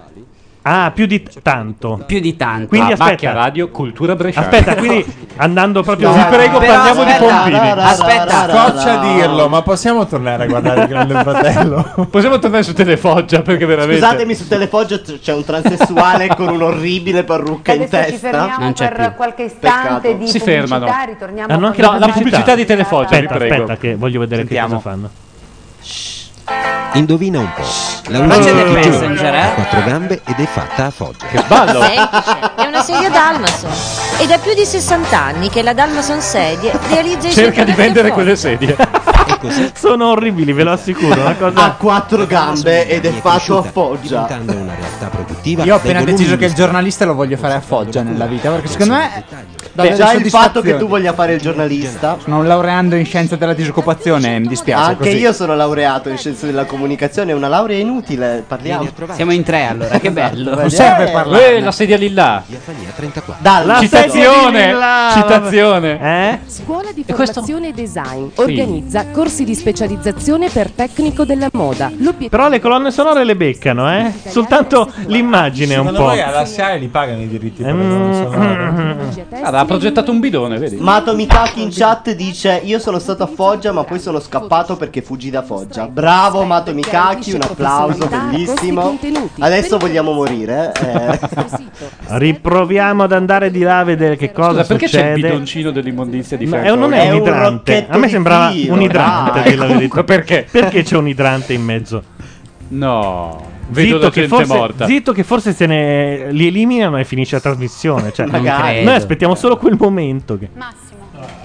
Speaker 1: Ah, più di t- tanto.
Speaker 5: Più di tanto.
Speaker 1: Quindi
Speaker 5: Ah,
Speaker 1: aspetta.
Speaker 5: Macchia
Speaker 1: Radio Cultura Bresciana. Aspetta,
Speaker 13: *laughs*
Speaker 1: quindi andando proprio
Speaker 13: Vi prego,
Speaker 1: Però
Speaker 13: parliamo di
Speaker 1: aspetta,
Speaker 13: pompini.
Speaker 1: Aspetta.
Speaker 13: scoccia a dirlo, ma possiamo tornare
Speaker 5: *laughs*
Speaker 13: a guardare il Grande Fratello?
Speaker 19: Possiamo tornare su Telefoggia perché veramente.
Speaker 4: Scusatemi su Telefoggio c- c'è un transessuale con un'orribile parrucca in
Speaker 15: Adesso ci
Speaker 4: testa.
Speaker 15: fermiamo per qualche istante
Speaker 4: Peccato.
Speaker 15: di
Speaker 4: Si
Speaker 15: pubblicità,
Speaker 4: fermano.
Speaker 15: ritorniamo
Speaker 1: Hanno
Speaker 15: con
Speaker 1: Ah, anche
Speaker 15: la
Speaker 1: la,
Speaker 15: pubblicità.
Speaker 1: pubblicità di telefono. Aspetta,
Speaker 15: vi prego.
Speaker 1: aspetta, che voglio vedere che cosa fanno.
Speaker 3: Indovina un po'. La
Speaker 1: Ma
Speaker 3: usa
Speaker 1: c'è del
Speaker 3: del
Speaker 1: Messenger, eh?
Speaker 3: quattro gambe ed è fatta a Foggia. Che
Speaker 17: Semplice, è una sedia Dalmason. È da più di 60 anni che la Dalmason sedie realizza i suoi
Speaker 1: Cerca
Speaker 17: prodotti
Speaker 1: di
Speaker 17: a
Speaker 1: vendere
Speaker 17: Foggia.
Speaker 1: quelle
Speaker 3: *laughs*
Speaker 1: sedie. Sono orribili, ve lo assicuro. Una cosa...
Speaker 3: Ah,
Speaker 4: Ha quattro gambe ed è fatto a Foggia.
Speaker 9: Io ho appena deciso che il giornalista lo voglio fare a Foggia nella vita, perché secondo me
Speaker 4: Beh,
Speaker 9: dà delle
Speaker 4: già il fatto
Speaker 9: soddisfazioni.
Speaker 4: che tu voglia fare il giornalista.
Speaker 9: Sono un laureando in scienze della disoccupazione, mi dispiace
Speaker 4: Anche
Speaker 9: così.
Speaker 4: io sono laureato in scienze della comunicazione, è una laurea inutile, parliamo.
Speaker 5: Siamo in tre allora, che bello.
Speaker 4: Non serve
Speaker 5: Eh,
Speaker 4: parlarne.
Speaker 19: Eh, la sedia lì là.
Speaker 4: Dalla
Speaker 19: Citazione.
Speaker 4: sedia lì là,
Speaker 19: Citazione.
Speaker 1: Eh?
Speaker 35: Scuola di formazione e design organizza corsi di specializzazione per tecnico della moda. L'obiettivo
Speaker 1: Però le colonne sonore le beccano, eh? Soltanto l'immagine un
Speaker 13: Secondo
Speaker 1: po'. Eh,
Speaker 13: voi alla SIAE li pagano i diritti per le donne sonore?
Speaker 19: Guarda, ha progettato un bidone, vedi?
Speaker 4: Mato Mikaki in chat dice Io sono stato a Foggia ma poi sono scappato perché fuggì da Foggia Bravo Mato Mikaki, un applauso, bellissimo Adesso vogliamo morire eh.
Speaker 1: Riproviamo ad andare di là a vedere che cosa
Speaker 19: Scusa, perché c'è il
Speaker 1: succede.
Speaker 19: bidoncino dell'immondizia di
Speaker 1: Ma
Speaker 19: fianco?
Speaker 1: è un- non è,
Speaker 19: È
Speaker 1: un
Speaker 19: un
Speaker 1: idrante.
Speaker 19: rocchetto
Speaker 1: A me
Speaker 19: di
Speaker 1: sembrava
Speaker 19: tiro,
Speaker 1: un idrante.
Speaker 19: dai.
Speaker 1: dir la verità.
Speaker 19: Comunque, perché?
Speaker 1: Perché c'è un idrante in mezzo?
Speaker 19: No. Vedo
Speaker 1: Zitto
Speaker 19: la
Speaker 1: che,
Speaker 19: gente
Speaker 1: forse,
Speaker 19: morta.
Speaker 1: zitto che forse se ne li eliminano e finisce la trasmissione. Cioè,
Speaker 4: Non credo.
Speaker 1: noi aspettiamo solo quel momento. Che...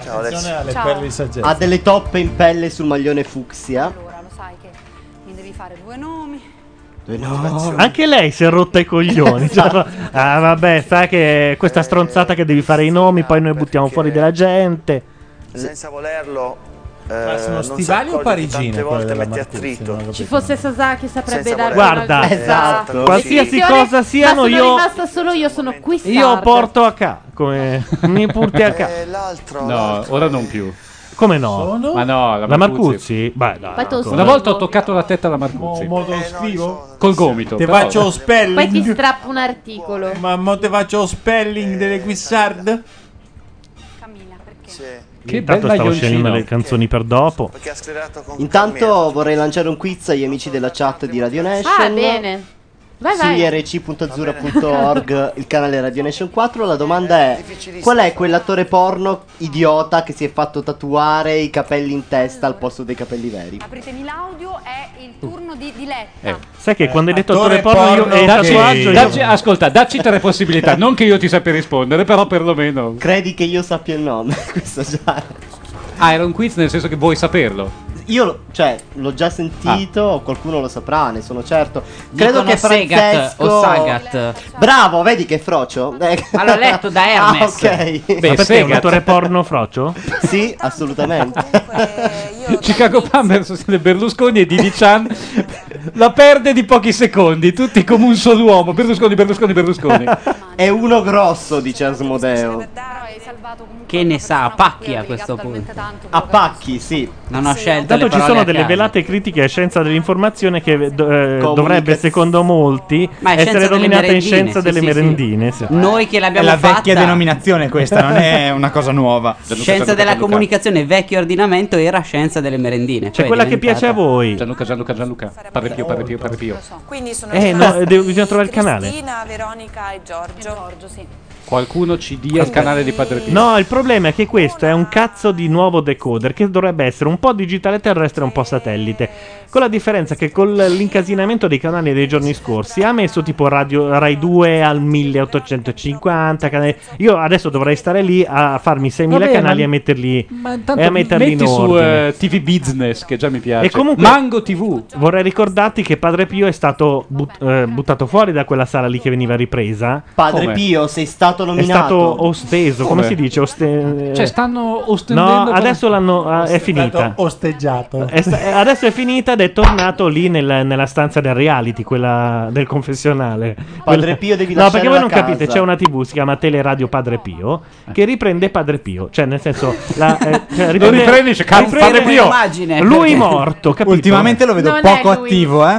Speaker 4: Ciao, adesso.
Speaker 13: alle Ciao. perle di saggezza.
Speaker 4: Ha delle toppe in pelle sul maglione fucsia
Speaker 15: Allora, lo sai che mi devi fare due nomi.
Speaker 1: Anche lei si è rotta i coglioni. Cioè,
Speaker 19: Esatto.
Speaker 1: ah, vabbè, sai che
Speaker 19: Eh,
Speaker 1: questa stronzata che devi fare i nomi, poi noi buttiamo fuori della gente.
Speaker 22: Senza volerlo. eh,
Speaker 13: Ma sono
Speaker 22: non si
Speaker 13: stivali o
Speaker 22: accorge che
Speaker 13: parigine
Speaker 22: Tante
Speaker 13: quelle
Speaker 22: volte
Speaker 13: della
Speaker 22: mette a
Speaker 13: Marcuzzi?
Speaker 22: tritto.
Speaker 33: Ci fosse Sasaki saprebbe
Speaker 22: Senza
Speaker 33: darci
Speaker 22: voler-
Speaker 33: un'altra-
Speaker 1: Guarda,
Speaker 22: Esatto.
Speaker 1: qualsiasi
Speaker 33: Attenzione,
Speaker 1: cosa siano
Speaker 33: ma sono
Speaker 1: io,
Speaker 33: rimasta solo io, sono qui
Speaker 1: io
Speaker 33: sarda.
Speaker 1: porto a ca.
Speaker 19: *laughs*
Speaker 1: Come mi porti a ca.
Speaker 19: No, ora non più.
Speaker 1: Come no?
Speaker 19: Ma no, la
Speaker 1: La
Speaker 19: Marcuzzi?
Speaker 1: Beh, dai,
Speaker 33: Poi te lo
Speaker 19: Una
Speaker 33: scrivo.
Speaker 19: volta ho toccato la tetta alla Marcuzzi.
Speaker 13: Mo- mo te lo scrivo?
Speaker 19: Col gomito.
Speaker 13: Te
Speaker 19: però.
Speaker 13: faccio lo spelling.
Speaker 33: Poi ti strappo un articolo.
Speaker 13: Ma mo te faccio lo spelling delle guissard?
Speaker 19: Che
Speaker 1: Intanto
Speaker 19: bel
Speaker 1: stavo
Speaker 19: maglioncino.
Speaker 1: scegliendo le canzoni per dopo.
Speaker 4: Intanto vorrei lanciare un quiz agli amici della chat di Radio Nation
Speaker 33: Ah, bene. Vai,
Speaker 4: su
Speaker 33: vai. *laughs*
Speaker 4: irc.azzurra.org, il canale Radio Nation 4. La domanda è: qual è quell'attore porno idiota che si è fatto tatuare i capelli in testa al posto dei capelli veri?
Speaker 15: Apritemi l'audio, è il turno di Diletta.
Speaker 1: Eh, Sai che quando hai detto
Speaker 19: Attore
Speaker 1: attore porno, io,
Speaker 19: porno
Speaker 1: e il
Speaker 19: dacci-
Speaker 1: tatuaggio, io-
Speaker 19: dacci- ascolta, dacci tre possibilità. Non che io ti sappia rispondere, però perlomeno.
Speaker 4: Credi che io sappia il nome? *laughs* Questo già.
Speaker 19: Ah, era un quiz nel senso che vuoi saperlo.
Speaker 4: io, lo- cioè, l'ho già sentito, qualcuno lo saprà, ne sono certo. Credo
Speaker 5: Dicono
Speaker 4: che Francesco
Speaker 5: Segat o Sagat.
Speaker 4: Bravo, vedi che frocio. Eh.
Speaker 5: Ma l'ho letto da Hermes.
Speaker 4: *laughs* Ah, ok.
Speaker 1: Beh, Ma perché è un Segat. attore
Speaker 18: *laughs*
Speaker 1: porno frocio?
Speaker 4: sì, assolutamente.
Speaker 19: *laughs* Chicago Panther sostiene Berlusconi e Didi Chan la perde di pochi secondi, tutti come un solo uomo. Berlusconi, Berlusconi, Berlusconi.
Speaker 4: *laughs* È uno grosso, dice Asmodeo.
Speaker 5: Che ne sa, a pacchi a questo punto.
Speaker 4: A pacchi, sì.
Speaker 5: Non ho scelto.
Speaker 1: Intanto
Speaker 5: le
Speaker 1: ci
Speaker 5: parole
Speaker 1: sono
Speaker 5: a
Speaker 1: delle
Speaker 5: caso.
Speaker 1: velate critiche a scienza dell'informazione che do- eh, dovrebbe, secondo molti,
Speaker 5: Ma è
Speaker 1: essere
Speaker 5: scienza delle
Speaker 1: dominata in
Speaker 5: merendine,
Speaker 1: scienza
Speaker 5: sì, sì,
Speaker 1: delle
Speaker 5: sì.
Speaker 1: merendine. sì.
Speaker 5: Noi che
Speaker 18: È
Speaker 5: l'abbiamo
Speaker 18: la
Speaker 5: fatta.
Speaker 18: vecchia denominazione questa, non è una cosa nuova.
Speaker 5: Scienza della comunicazione, vecchio ordinamento era scienza delle merendine.
Speaker 1: C'è quella che piace a voi.
Speaker 19: Gianluca, Gianluca, Gianluca. Parre più, parre più, parre più.
Speaker 8: Quindi sono
Speaker 1: Eh, no, eh, devo- bisogna trovare il canale.
Speaker 8: Cristina, Veronica e Giorgio. Giorgio, sì.
Speaker 19: Qualcuno ci dia il canale di Padre Pio.
Speaker 1: No, il problema è che questo è un cazzo di nuovo decoder che dovrebbe essere un po' digitale terrestre e un po' satellite. Con la differenza che con l'incasinamento dei canali dei giorni scorsi ha messo tipo radio, Rai 2 al 1850. canale- Io adesso dovrei stare lì a farmi 6.000
Speaker 19: Vabbè,
Speaker 1: canali
Speaker 19: ma-
Speaker 1: e a metterli,
Speaker 19: Ma
Speaker 1: e
Speaker 19: intanto
Speaker 1: a metterli in
Speaker 19: metti su
Speaker 1: ordine.
Speaker 19: eh, TV Business che già mi piace.
Speaker 1: E comunque
Speaker 19: Mango TV.
Speaker 1: Vorrei ricordarti che Padre Pio è stato but- eh, buttato fuori da quella sala lì che veniva ripresa.
Speaker 4: Padre
Speaker 1: Come?
Speaker 4: Pio, sei stato
Speaker 1: È
Speaker 4: nominato.
Speaker 1: stato osteso, come,
Speaker 4: Come?
Speaker 1: si dice? Oste-
Speaker 19: Cioè, stanno ostendendo.
Speaker 1: Eh. No, adesso l'hanno. ah, è finita.
Speaker 6: osteggiato.
Speaker 1: È
Speaker 13: *laughs*
Speaker 1: sta- eh, adesso è finita ed è tornato lì nel- nella stanza del reality, quella del confessionale. Quella-
Speaker 4: Pio devi
Speaker 1: No,
Speaker 4: lasciare
Speaker 1: perché voi
Speaker 4: la
Speaker 1: non capite,
Speaker 4: casa.
Speaker 1: c'è una TV, si chiama Teleradio Padre Pio, che riprende Padre Pio. Cioè, nel senso, la, eh, cioè,
Speaker 18: Lo
Speaker 1: riprende-
Speaker 18: riprende, dice, "Cazzo,
Speaker 1: riprende
Speaker 18: Padre Pio". Immagine,
Speaker 1: Lui
Speaker 18: perché-
Speaker 1: morto, capito?
Speaker 18: Ultimamente lo vedo Non è poco lui. attivo, eh.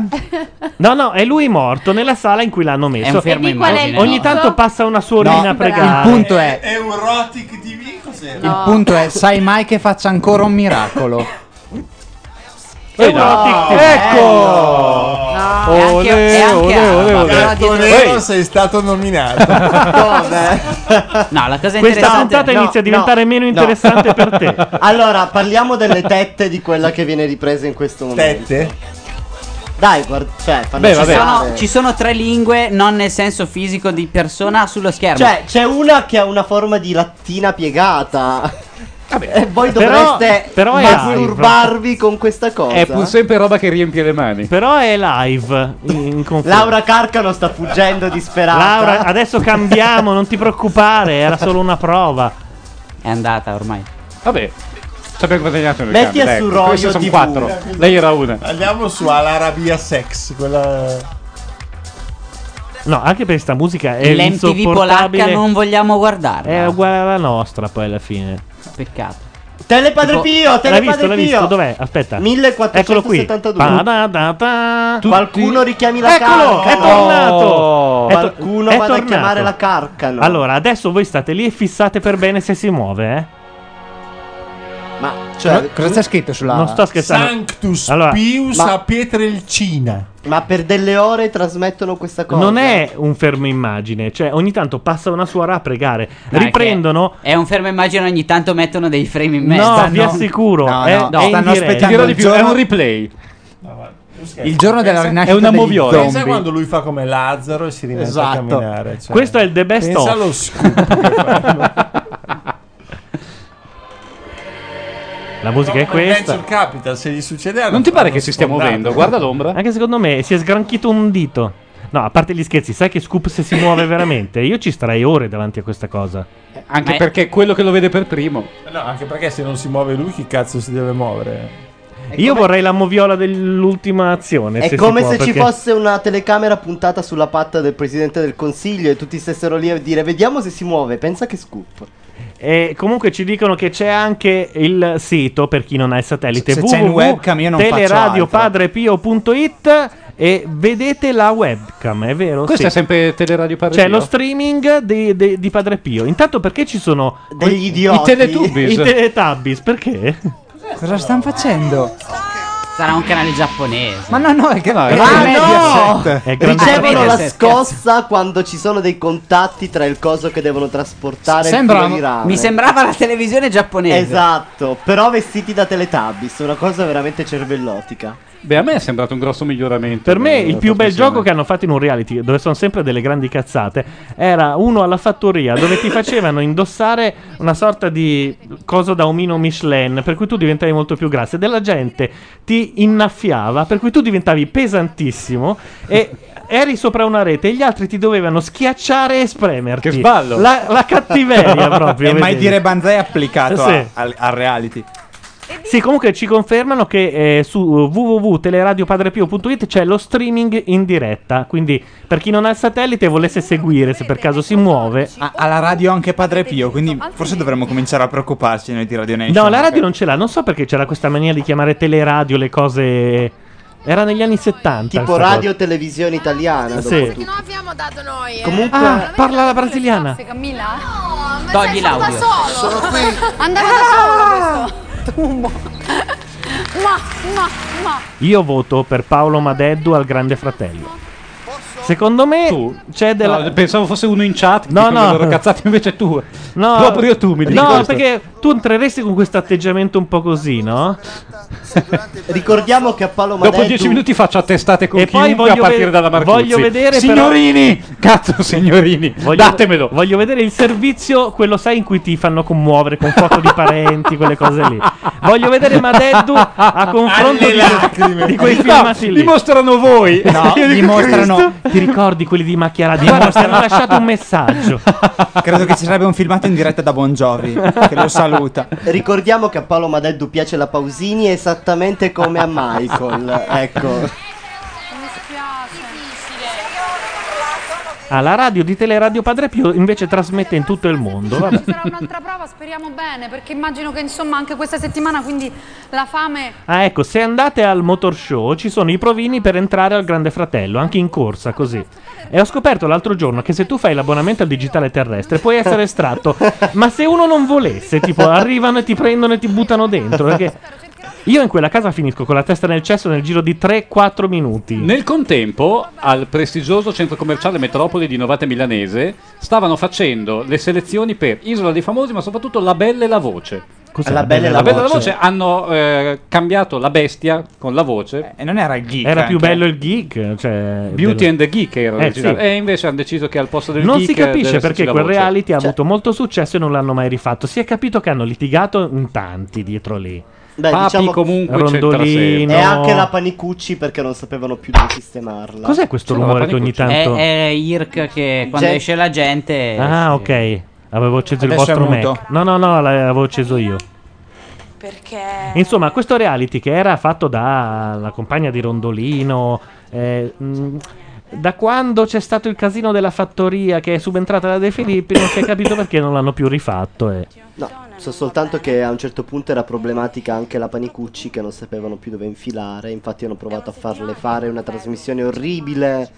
Speaker 1: No, no, è lui morto nella sala in cui l'hanno messo.
Speaker 18: È un fermo E di qual è il immagine,
Speaker 1: Ogni
Speaker 18: no?
Speaker 1: tanto passa una suorina a pregare.
Speaker 18: il punto è,
Speaker 13: È un Rotic TV? Cos'era?
Speaker 18: No.
Speaker 9: Il punto è, sai mai che faccia ancora un miracolo?
Speaker 1: Eh no. Ecco!
Speaker 13: Ecco!
Speaker 9: e anche- e anche Arma.
Speaker 13: Gatto
Speaker 9: Gatto
Speaker 13: nero
Speaker 9: nero.
Speaker 13: sei stato
Speaker 6: *laughs*
Speaker 13: nominato.
Speaker 1: *laughs*
Speaker 5: No, la cosa
Speaker 1: Questa puntata
Speaker 4: No,
Speaker 1: inizia a
Speaker 4: no,
Speaker 1: diventare meno
Speaker 4: no.
Speaker 1: interessante per te.
Speaker 4: Allora, parliamo delle tette di quella che viene ripresa in questo momento.
Speaker 13: Tette?
Speaker 4: Dai, guarda, cioè, fanno
Speaker 5: ci,
Speaker 4: cessare.
Speaker 5: sono, ci sono tre lingue, non nel senso fisico di persona, sullo schermo.
Speaker 4: Cioè, c'è una che ha una forma di lattina piegata.
Speaker 5: Eh,
Speaker 4: E voi
Speaker 5: Però-
Speaker 4: dovreste
Speaker 1: però è
Speaker 4: masturbarvi con questa cosa.
Speaker 19: È pur sempre roba che riempie le mani.
Speaker 1: Però è live. In conferma.
Speaker 4: Laura Carcano sta fuggendo disperata.
Speaker 1: Laura, adesso cambiamo, non ti preoccupare, era solo una prova.
Speaker 5: È andata ormai.
Speaker 19: Vabbè. Ci abbiamo guadagnato noi
Speaker 1: Metti
Speaker 19: grandi,
Speaker 1: a
Speaker 19: dai.
Speaker 1: Surroio
Speaker 19: ecco, Queste sono
Speaker 1: TV.
Speaker 19: quattro. Lei era una.
Speaker 13: Andiamo su all'Arabia Sex, quella...
Speaker 1: No, anche per questa musica è
Speaker 5: L'MTV polacca
Speaker 1: insopportabile.
Speaker 5: non vogliamo guardarla.
Speaker 1: È uguale alla nostra poi alla fine.
Speaker 5: Peccato.
Speaker 4: Telepadre Pio,
Speaker 1: L'hai
Speaker 4: Telepadre
Speaker 1: visto, l'hai
Speaker 4: Pio.
Speaker 1: visto? Dov'è? Aspetta.
Speaker 4: 1472.
Speaker 1: Eccolo qui. Pa, da, da, da.
Speaker 4: Qualcuno richiami la
Speaker 1: Eccolo,
Speaker 4: carcano.
Speaker 1: è tornato. È to-
Speaker 4: Qualcuno
Speaker 1: è
Speaker 4: vada
Speaker 1: tornato.
Speaker 4: a chiamare la carcano.
Speaker 1: Allora, adesso voi state lì e fissate per bene se si muove, eh.
Speaker 4: Ma cioè,
Speaker 9: cosa c'è scritto sulla
Speaker 1: Non sto scherzando.
Speaker 13: Sanctus
Speaker 1: Allora,
Speaker 13: Pius
Speaker 1: ma-
Speaker 13: a Pietrelcina.
Speaker 4: Ma per delle ore trasmettono questa cosa.
Speaker 1: Non è un fermo immagine, cioè ogni tanto passa una suora a pregare.
Speaker 5: Dai,
Speaker 1: Riprendono
Speaker 5: È un fermo immagino, ogni tanto mettono dei frame in
Speaker 1: No,
Speaker 5: mezzo. Ah,
Speaker 1: vi assicuro,
Speaker 5: No,
Speaker 1: è-
Speaker 5: no,
Speaker 1: è
Speaker 5: stanno
Speaker 1: in diretta.
Speaker 5: aspettando
Speaker 1: Dirò
Speaker 5: il
Speaker 1: di più,
Speaker 5: giorno-
Speaker 1: è un
Speaker 19: replay.
Speaker 9: Il giorno della rinascita
Speaker 13: è una
Speaker 9: degli
Speaker 13: moviola. Pensa
Speaker 9: zombie.
Speaker 13: quando lui fa come Lazzaro e si rimette a
Speaker 9: Esatto.
Speaker 13: camminare. Cioè.
Speaker 1: Questo è il the best
Speaker 13: Pensa
Speaker 1: of.
Speaker 13: allo scoop che fanno.
Speaker 1: La musica è
Speaker 13: Come
Speaker 1: questa.
Speaker 13: Venture Capital, se gli succede
Speaker 19: Non ti pare che si stia muovendo? Guarda l'ombra.
Speaker 1: Anche secondo me si è sgranchito un dito. No, a parte gli scherzi, sai che Scoop se si muove
Speaker 19: *laughs*
Speaker 1: veramente? Io ci starei ore davanti a questa cosa.
Speaker 19: Eh, Anche perché quello che lo vede per primo.
Speaker 13: No, anche perché se non si muove lui, chi cazzo si deve muovere?
Speaker 1: Io vorrei la moviola dell'ultima azione.
Speaker 4: È
Speaker 1: se si
Speaker 4: come
Speaker 1: può,
Speaker 4: se ci
Speaker 1: perché-
Speaker 4: fosse una telecamera puntata sulla patta del presidente del consiglio e tutti stessero lì a dire vediamo se si muove, pensa che scoop.
Speaker 1: E comunque ci dicono che c'è anche il sito per chi non ha il satellite
Speaker 18: Se c'è in webcam io non faccio
Speaker 1: www.teleradiopadrepio.it e vedete la webcam, è vero?
Speaker 19: Questo
Speaker 1: Sì.
Speaker 19: è sempre Teleradio Padre
Speaker 1: C'è
Speaker 19: Pio?
Speaker 1: lo streaming di, di- di Padre Pio. Intanto perché ci sono
Speaker 4: degli
Speaker 1: I
Speaker 4: idioti.
Speaker 1: Teletubbies? I Teletubbies, perché?
Speaker 9: Cosa stanno facendo?
Speaker 5: Sarà un canale giapponese.
Speaker 9: Ma no, no, è che
Speaker 5: No, è
Speaker 4: no!
Speaker 9: Ah, Mediaset.
Speaker 1: È
Speaker 9: grande-
Speaker 4: Ricevono la
Speaker 9: Mediaset,
Speaker 4: scossa quando ci sono dei contatti tra il coso che devono trasportare
Speaker 5: Sembra-
Speaker 4: e il filo di rame.
Speaker 5: mi sembrava la televisione giapponese.
Speaker 4: Esatto, però vestiti da Teletubbies, una cosa veramente cervellotica.
Speaker 19: Beh, a me è sembrato un grosso miglioramento.
Speaker 1: Per me il più bel gioco che hanno fatto in un reality, dove sono sempre delle grandi cazzate, era uno alla fattoria dove ti facevano indossare una sorta di coso da omino Michelin, per cui tu diventavi molto più grasso, e della gente ti innaffiava, per cui tu diventavi pesantissimo e eri sopra una rete e gli altri ti dovevano schiacciare e spremerti.
Speaker 18: Che sballo.
Speaker 1: La, la
Speaker 18: *laughs*
Speaker 1: cattiveria proprio.
Speaker 18: E mai
Speaker 1: vedevi.
Speaker 18: dire banzai applicato a-
Speaker 1: *laughs* Sì.
Speaker 18: al, al reality.
Speaker 1: Sì, comunque ci confermano che eh, su www.teleradiopadrepio.it c'è lo streaming in diretta. Quindi per chi non ha il satellite e volesse seguire, se per caso si muove.
Speaker 18: Ah, alla radio anche Padre Pio, quindi forse dovremmo cominciare a preoccuparci noi di Radio Nation.
Speaker 1: No, la radio non ce l'ha. Non so perché c'era questa mania di chiamare teleradio le cose. Era negli anni 70.
Speaker 4: Tipo
Speaker 1: questa
Speaker 4: radio
Speaker 1: cosa.
Speaker 4: televisione italiana.
Speaker 1: Sì.
Speaker 4: dopo tutto.
Speaker 1: Comunque, ah, parla la brasiliana.
Speaker 15: Camilla?
Speaker 1: Togli l'audio.
Speaker 15: Sono qui. Andate da
Speaker 4: *laughs*
Speaker 15: solo questo. Ma, ma, ma.
Speaker 1: Io voto per Paolo Madeddu al Grande Fratello. Secondo me c'è della.
Speaker 19: No, pensavo fosse uno in chat.
Speaker 1: No,
Speaker 19: No, no.
Speaker 1: no.
Speaker 19: Loro cazzate invece tu.
Speaker 1: No,
Speaker 19: Proprio tu mi dici
Speaker 1: No,
Speaker 19: questo.
Speaker 1: perché tu entreresti con questo atteggiamento un po' così, no?
Speaker 4: Ricordiamo che a Paolo
Speaker 19: Dopo
Speaker 4: Madeddu-
Speaker 19: dieci minuti faccio attestate con
Speaker 1: E poi
Speaker 19: chiunque a
Speaker 1: voglio
Speaker 19: partire
Speaker 1: ve-
Speaker 19: dalla Marcuzzi.
Speaker 1: voglio vedere però-
Speaker 19: Signorini! Cazzo, signorini. Datemelo.
Speaker 1: Voglio vedere il servizio, quello sai in cui ti fanno commuovere con foto di parenti, quelle cose lì. Voglio vedere Madeddu a confronto di, di quei
Speaker 19: No,
Speaker 1: filmati lì.
Speaker 19: li mostrano voi.
Speaker 1: No,
Speaker 19: *laughs* Io
Speaker 1: li
Speaker 19: dico,
Speaker 1: mostrano.
Speaker 19: Cristo.
Speaker 1: Ti ricordi quelli di Macchia Radio? Guarda, ti hanno lasciato un messaggio.
Speaker 18: Credo che ci sarebbe un filmato in diretta da Bon Jovi che lo saluta.
Speaker 4: *laughs* Ricordiamo che a Paolo Madeddu piace la Pausini esattamente come a Michael. ecco.
Speaker 1: Ah, la radio di Teleradio Padre Pio invece trasmette in tutto il mondo. Vabbè.
Speaker 15: Sarà un'altra prova, speriamo bene, perché immagino che insomma anche questa settimana quindi la fame
Speaker 1: Ah, ecco, se andate al motor show ci sono i provini per entrare al Grande Fratello, anche in corsa, così. E ho scoperto l'altro giorno che se tu fai l'abbonamento al digitale terrestre puoi essere estratto, ma se uno non volesse, tipo, arrivano e ti prendono e ti buttano dentro, perché... Io in quella casa finisco con la testa nel cesso nel giro di 3-4 minuti.
Speaker 19: Nel contempo, al prestigioso centro commerciale Metropoli di Novate Milanese stavano facendo le selezioni per Isola dei Famosi, ma soprattutto La Bella e la Voce.
Speaker 1: Cos'è La La Bella e
Speaker 19: la
Speaker 1: la
Speaker 19: Bella e la
Speaker 1: Voce?
Speaker 19: Voce? Hanno eh, cambiato la bestia con la voce.
Speaker 18: E non era il geek.
Speaker 1: Era più bello il geek, cioè...
Speaker 19: Beauty
Speaker 1: bello.
Speaker 19: and the Geek era
Speaker 1: Eh,
Speaker 19: l'originale.
Speaker 1: sì.
Speaker 19: E invece hanno deciso che al posto del
Speaker 1: Non
Speaker 19: geek
Speaker 1: si capisce
Speaker 19: deve esserci
Speaker 1: perché
Speaker 19: la
Speaker 1: quel
Speaker 19: voce.
Speaker 1: reality
Speaker 4: Cioè
Speaker 1: ha avuto molto successo e non l'hanno mai rifatto. Si è capito che hanno litigato in tanti dietro lì.
Speaker 4: Beh, diciamo-
Speaker 1: Rondolino.
Speaker 4: E anche la Panicucci perché non sapevano più dove sistemarla.
Speaker 1: Cos'è questo rumore che ogni tanto.
Speaker 5: È, è IRC che quando
Speaker 4: Gente-
Speaker 5: esce la gente.
Speaker 1: Ah, ok. Avevo acceso il
Speaker 5: Adesso è
Speaker 1: vostro
Speaker 5: muto.
Speaker 1: Mac. No, no, no, l'avevo acceso io.
Speaker 8: Perché
Speaker 1: Insomma, questo reality che era fatto dalla compagna di Rondolino. eh, mh, da quando c'è stato il casino della fattoria che è subentrata da De Filippi, non si è capito perché non l'hanno più rifatto. eh.
Speaker 4: No, so soltanto che a un certo punto era problematica anche la Panicucci che non sapevano più dove infilare. Infatti hanno provato a farle fare una trasmissione orribile.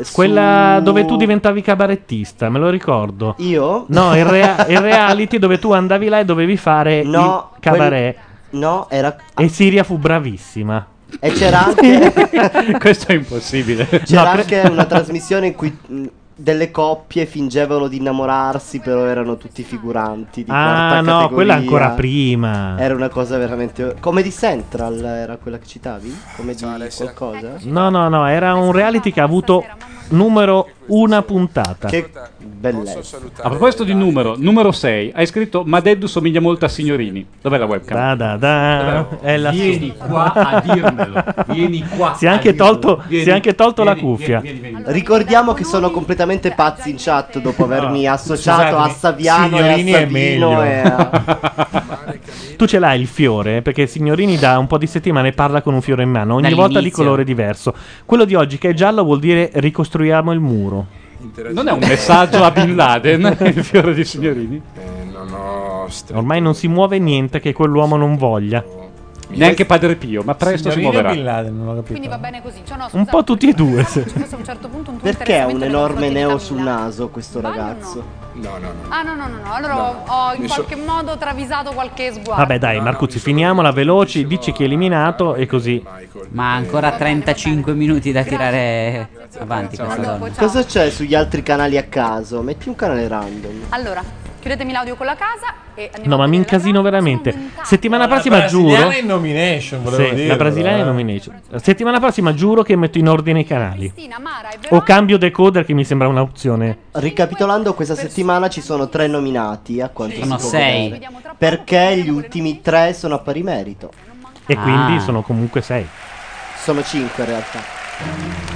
Speaker 4: su-
Speaker 1: Quella dove tu diventavi cabarettista, me lo ricordo.
Speaker 4: Io?
Speaker 1: No,
Speaker 4: *laughs*
Speaker 1: il, rea- *laughs* il reality dove tu andavi là e dovevi fare
Speaker 4: No,
Speaker 1: il cabaret.
Speaker 4: No, era...
Speaker 1: E Siria fu bravissima.
Speaker 4: E
Speaker 1: *laughs*
Speaker 4: c'era anche...
Speaker 19: Questo è
Speaker 4: *laughs*
Speaker 19: impossibile.
Speaker 4: C'era
Speaker 1: No,
Speaker 4: anche una trasmissione in cui mh, delle coppie fingevano di innamorarsi, però erano tutti figuranti. Di quarta
Speaker 1: Ah, no,
Speaker 4: categoria.
Speaker 1: quella ancora prima.
Speaker 4: Era una cosa veramente. Come di Central era quella che citavi? Come di qualcosa?
Speaker 1: No, no, no, era un reality che ha avuto numero una puntata.
Speaker 4: Che bellezza.
Speaker 19: A proposito di numero, numero 6, hai scritto Madeddu somiglia molto a Signorini. Dov'è la webcam?
Speaker 1: Da, da, da.
Speaker 19: Dov'è?
Speaker 1: È lassù.
Speaker 19: Vieni qua a dirmelo. Vieni qua
Speaker 1: Ah, Si è anche
Speaker 19: a dirmelo.
Speaker 1: tolto,
Speaker 19: Vieni,
Speaker 1: si è anche tolto la
Speaker 19: vieni,
Speaker 1: cuffia.
Speaker 19: vieni, vieni, vieni.
Speaker 4: Ricordiamo che sono completamente pazzi in chat dopo avermi associato a
Speaker 1: scusatemi,
Speaker 4: Saviano
Speaker 1: signorini
Speaker 4: e a
Speaker 1: è
Speaker 4: Sabino.
Speaker 1: meglio.
Speaker 4: E a...
Speaker 1: Tu ce l'hai il fiore? Perché Signorini da un po' di settimane parla con un fiore in mano, ogni volta di
Speaker 19: Dall'inizio.
Speaker 1: colore diverso. Quello di oggi che è giallo vuol dire ricostruiamo il muro.
Speaker 19: Non è un messaggio a Bin Laden, *laughs* il fiore di signorini.
Speaker 1: Ormai non si muove niente che quell'uomo non voglia.
Speaker 19: Neanche Padre Pio, ma presto si
Speaker 6: Signorini
Speaker 1: muoverà.
Speaker 6: e Bin Laden, non ho
Speaker 15: quindi
Speaker 6: capito.
Speaker 15: va bene così. Cioè, no,
Speaker 1: Un po' tutti e due. se-
Speaker 15: forse a un certo punto un tuo
Speaker 4: Perché ha un
Speaker 15: interessamento nei
Speaker 4: enorme
Speaker 15: confronti di
Speaker 4: neo
Speaker 15: Camilla.
Speaker 4: sul naso questo ragazzo? No, no, no.
Speaker 15: Ah no no no, no. allora ho- ho in
Speaker 4: Mi
Speaker 15: qualche modo travisato qualche sguardo.
Speaker 1: Vabbè, dai, Marcuzzi, finiamola veloci. Dici chi è eliminato e così.
Speaker 5: Ma ancora 35 minuti da tirare avanti
Speaker 15: Ciao,
Speaker 5: questa
Speaker 15: ciao.
Speaker 5: donna.
Speaker 4: Cosa c'è sugli altri canali a caso? Metti un canale random.
Speaker 15: Allora, chiudetemi l'audio con la casa E andiamo
Speaker 1: No, ma mi incasino veramente. Settimana prossima giuro.
Speaker 13: brasiliana in nomination, volevo
Speaker 1: Sì,
Speaker 13: dirvelo,
Speaker 1: la brasiliana
Speaker 13: eh.
Speaker 1: in nomination. Settimana prossima giuro che metto in ordine i canali. O cambio decoder che mi sembra un'opzione.
Speaker 4: Ricapitolando, questa settimana ci sono tre nominati, a quanto
Speaker 1: Sono
Speaker 4: si può
Speaker 1: sei.
Speaker 4: vedere, Perché gli ultimi tre sono a pari merito.
Speaker 1: E quindi
Speaker 5: Ah.
Speaker 1: sono comunque 6.
Speaker 4: Sono cinque in realtà.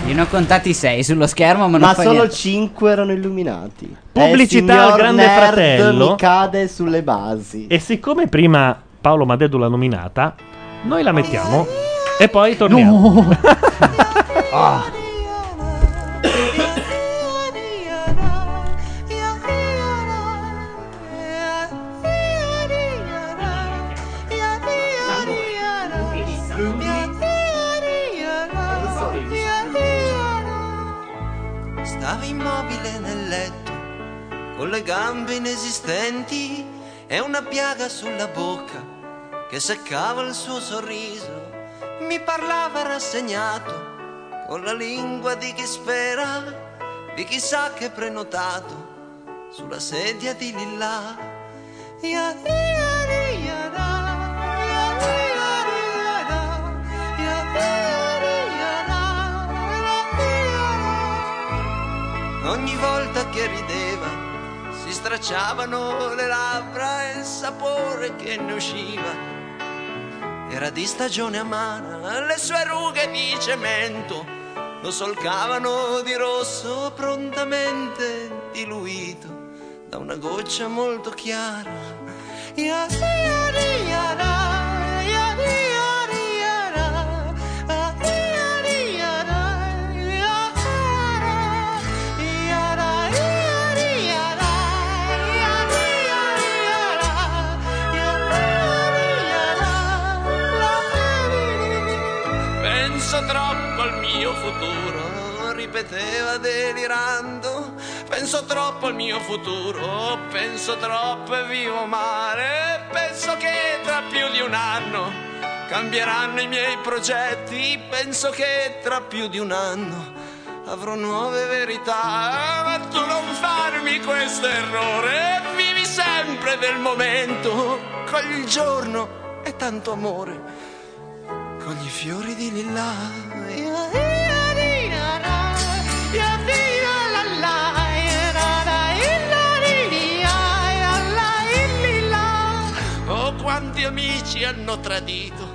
Speaker 5: Io ne ho contati 6 sullo schermo, ma non
Speaker 4: Ma
Speaker 5: fa
Speaker 4: solo
Speaker 5: niente.
Speaker 4: cinque erano illuminati.
Speaker 1: Pubblicità
Speaker 4: Eh,
Speaker 1: al
Speaker 4: signor
Speaker 1: Grande
Speaker 4: nerd
Speaker 1: Fratello.
Speaker 4: Mi cade sulle basi.
Speaker 1: E siccome prima Paolo Madedu l'ha nominata, noi la mettiamo e poi torniamo. *laughs*
Speaker 10: Stavo immobile nel letto, con le gambe inesistenti e una piaga sulla bocca che seccava il suo sorriso. Mi parlava rassegnato, con la lingua di chi spera, di chi sa che è prenotato sulla sedia di lilla. Ia, ia, ia, da, ia, ia, ia, da, ia, ia, ia, da, ia, ia, da. Ogni volta che rideva si stracciavano le labbra e il sapore che ne usciva era di stagione amara, le sue rughe di cemento lo solcavano di rosso prontamente diluito da una goccia molto chiara. Ia, ia, ia, ra, ia, ia, ia, ra, a, ia, ia, ra, ia, ia, ra, ia, ra, ia, ia, ra, ia, ia, ia, ra.
Speaker 26: Penso troppo al mio
Speaker 10: futuro, ripeteva delirando. Penso troppo al mio futuro, penso troppo e vivo male. Penso che tra più di un anno cambieranno i miei progetti. Penso che tra più di un anno avrò nuove verità. Ma tu non farmi questo errore, vivi sempre del momento. Cogli il giorno e tanto amore, cogli i fiori di lilla. Oh, quanti amici hanno tradito,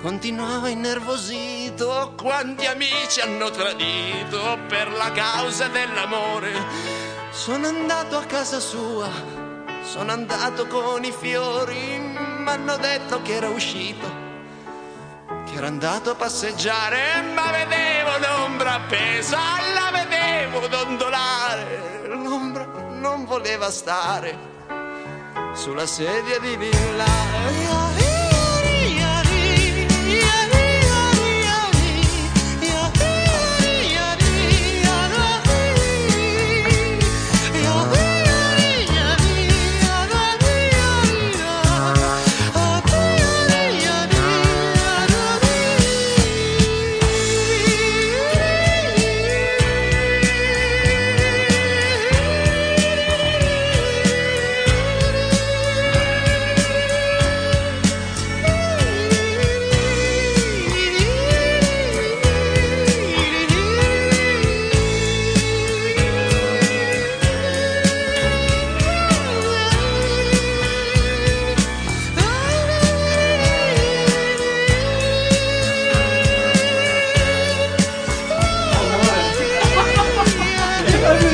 Speaker 10: continuava innervosito. Oh, Quanti amici hanno tradito per la causa dell'amore. Sono andato a casa sua, sono andato con i fiori, m'hanno detto che era uscito. Che era andato a passeggiare, ma vedevo l'ombra appesa, la vedevo dondolare. L'ombra non voleva stare sulla sedia di lilla.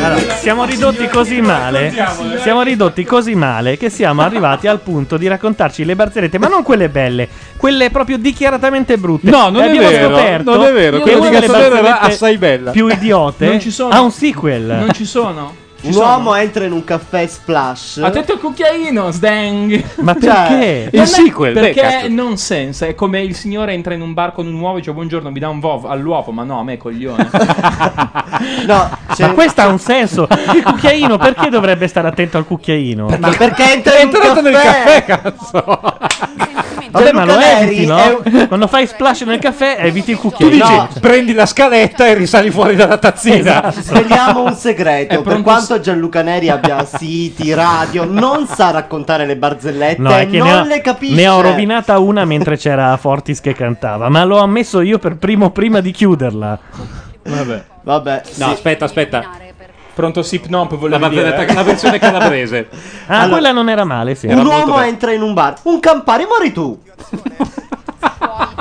Speaker 1: Allora, siamo ridotti così male.
Speaker 19: Raccontiamole.
Speaker 1: Siamo ridotti così male che siamo arrivati al punto di raccontarci le barzellette, ma non quelle belle, quelle proprio dichiaratamente brutte.
Speaker 19: No, non
Speaker 1: E
Speaker 19: è
Speaker 1: abbiamo
Speaker 19: vero,
Speaker 1: scoperto
Speaker 19: non è vero,
Speaker 1: che
Speaker 19: quella
Speaker 1: una
Speaker 19: di
Speaker 1: delle
Speaker 19: Cazzolero era
Speaker 1: barzellette
Speaker 19: assai ah, bella.
Speaker 1: Più idiote.
Speaker 19: Non ci sono.
Speaker 1: Ha un sequel.
Speaker 19: Non ci sono.
Speaker 4: un uomo entra in un caffè splash.
Speaker 19: Ha detto il cucchiaino, Sdang.
Speaker 1: Ma perché?
Speaker 19: Non è-
Speaker 4: perché
Speaker 19: Perché è nonsense. È come il signore entra in un bar con un uovo e dice buongiorno, mi dà un vov all'uovo. Ma no, a me coglione.
Speaker 1: Ma questo ha un senso. Il cucchiaino, perché dovrebbe stare attento al cucchiaino?
Speaker 4: Ma perché entra in un caffè?
Speaker 1: cazzo. Vabbè, ma
Speaker 19: Luca
Speaker 1: lo
Speaker 19: Neri
Speaker 1: eviti,
Speaker 19: è
Speaker 1: no? Quando fai splash nel caffè, eviti il
Speaker 19: Tu
Speaker 1: cucchiaio.
Speaker 19: dici, esatto.
Speaker 1: No.
Speaker 19: prendi la scaletta e risali fuori dalla tazzina.
Speaker 1: Esatto.
Speaker 4: Sveliamo un segreto: per
Speaker 19: pronto-
Speaker 4: quanto Gianluca Neri abbia siti, radio, non sa raccontare le barzellette,
Speaker 1: No, è che
Speaker 4: non
Speaker 1: ne, ho,
Speaker 4: le capisce.
Speaker 1: ne ho rovinata una mentre c'era Fortis che cantava, ma l'ho ammesso io per primo prima di chiuderla.
Speaker 2: Vabbè.
Speaker 4: Vabbè.
Speaker 2: No, aspetta, aspetta. Pronto Sip Nomp
Speaker 19: La
Speaker 2: volevo
Speaker 19: barzelletta-
Speaker 2: dire.
Speaker 1: *laughs*
Speaker 19: la versione calabrese.
Speaker 1: eh. Ah,
Speaker 2: Allora-
Speaker 1: quella non era male, sì.
Speaker 2: Era
Speaker 4: un
Speaker 2: molto
Speaker 4: uomo
Speaker 2: bella.
Speaker 4: entra in un bar, un campari, muori tu.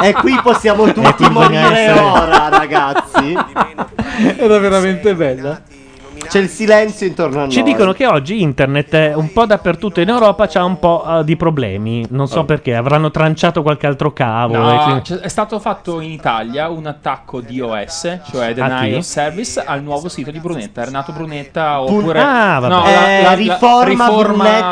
Speaker 4: e qui possiamo tutti morire
Speaker 19: essere-
Speaker 4: ora, ragazzi.
Speaker 19: Era veramente bella.
Speaker 4: C'è il silenzio intorno a noi.
Speaker 1: Ci dicono che oggi internet eh, un po' dappertutto in Europa c'ha un po' eh, di problemi. Non so perché, avranno tranciato qualche altro cavo. e
Speaker 2: No,
Speaker 1: quindi-
Speaker 2: c'è- è stato fatto in Italia un attacco DOS, cioè
Speaker 1: A
Speaker 2: Denial
Speaker 1: chi?
Speaker 2: of Service, al nuovo sito di Brunetta, Renato Brunetta oppure
Speaker 1: Ah, vabbè.
Speaker 9: Eh,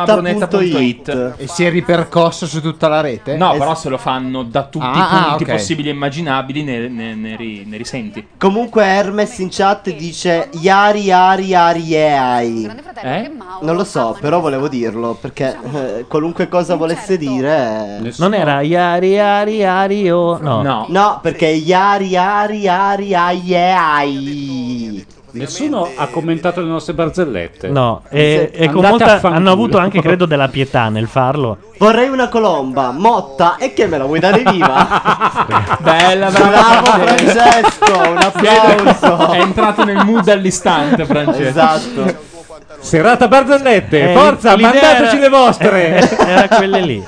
Speaker 2: riformabrunetta.it.
Speaker 9: E si è ripercosso su tutta la rete?
Speaker 2: No,
Speaker 9: Eh,
Speaker 2: però se lo fanno da tutti
Speaker 9: Ah,
Speaker 2: i punti
Speaker 9: ok.
Speaker 2: possibili e immaginabili, ne, ne- ne ri- ne risenti.
Speaker 4: Comunque Hermes in chat dice Yari Yari Yari Yeai.
Speaker 2: Eh?
Speaker 4: Non lo so, però volevo dirlo perché eh, qualunque cosa volesse dire. eh.
Speaker 1: Non era Iari, Iari, Iari o. No.
Speaker 4: No. perché Yari Yari Yari Yari Yeai.
Speaker 14: Nessuno ha commentato le nostre barzellette.
Speaker 1: Eh, No, e, e con
Speaker 14: Andate a
Speaker 1: molta,
Speaker 14: fanculo.
Speaker 1: hanno avuto anche, credo, della pietà nel farlo.
Speaker 4: Vorrei una colomba, motta e che me la vuoi dare viva?
Speaker 2: Bella,
Speaker 4: Bravo Francesco, un applauso.
Speaker 2: È entrato nel mood all'istante, Francesco. *laughs*
Speaker 4: Esatto.
Speaker 14: Serata barzellette,
Speaker 4: Eh,
Speaker 14: forza,
Speaker 4: l'idea
Speaker 14: mandateci
Speaker 4: era-
Speaker 14: le vostre.
Speaker 1: Era
Speaker 4: Ah.
Speaker 1: quelle lì.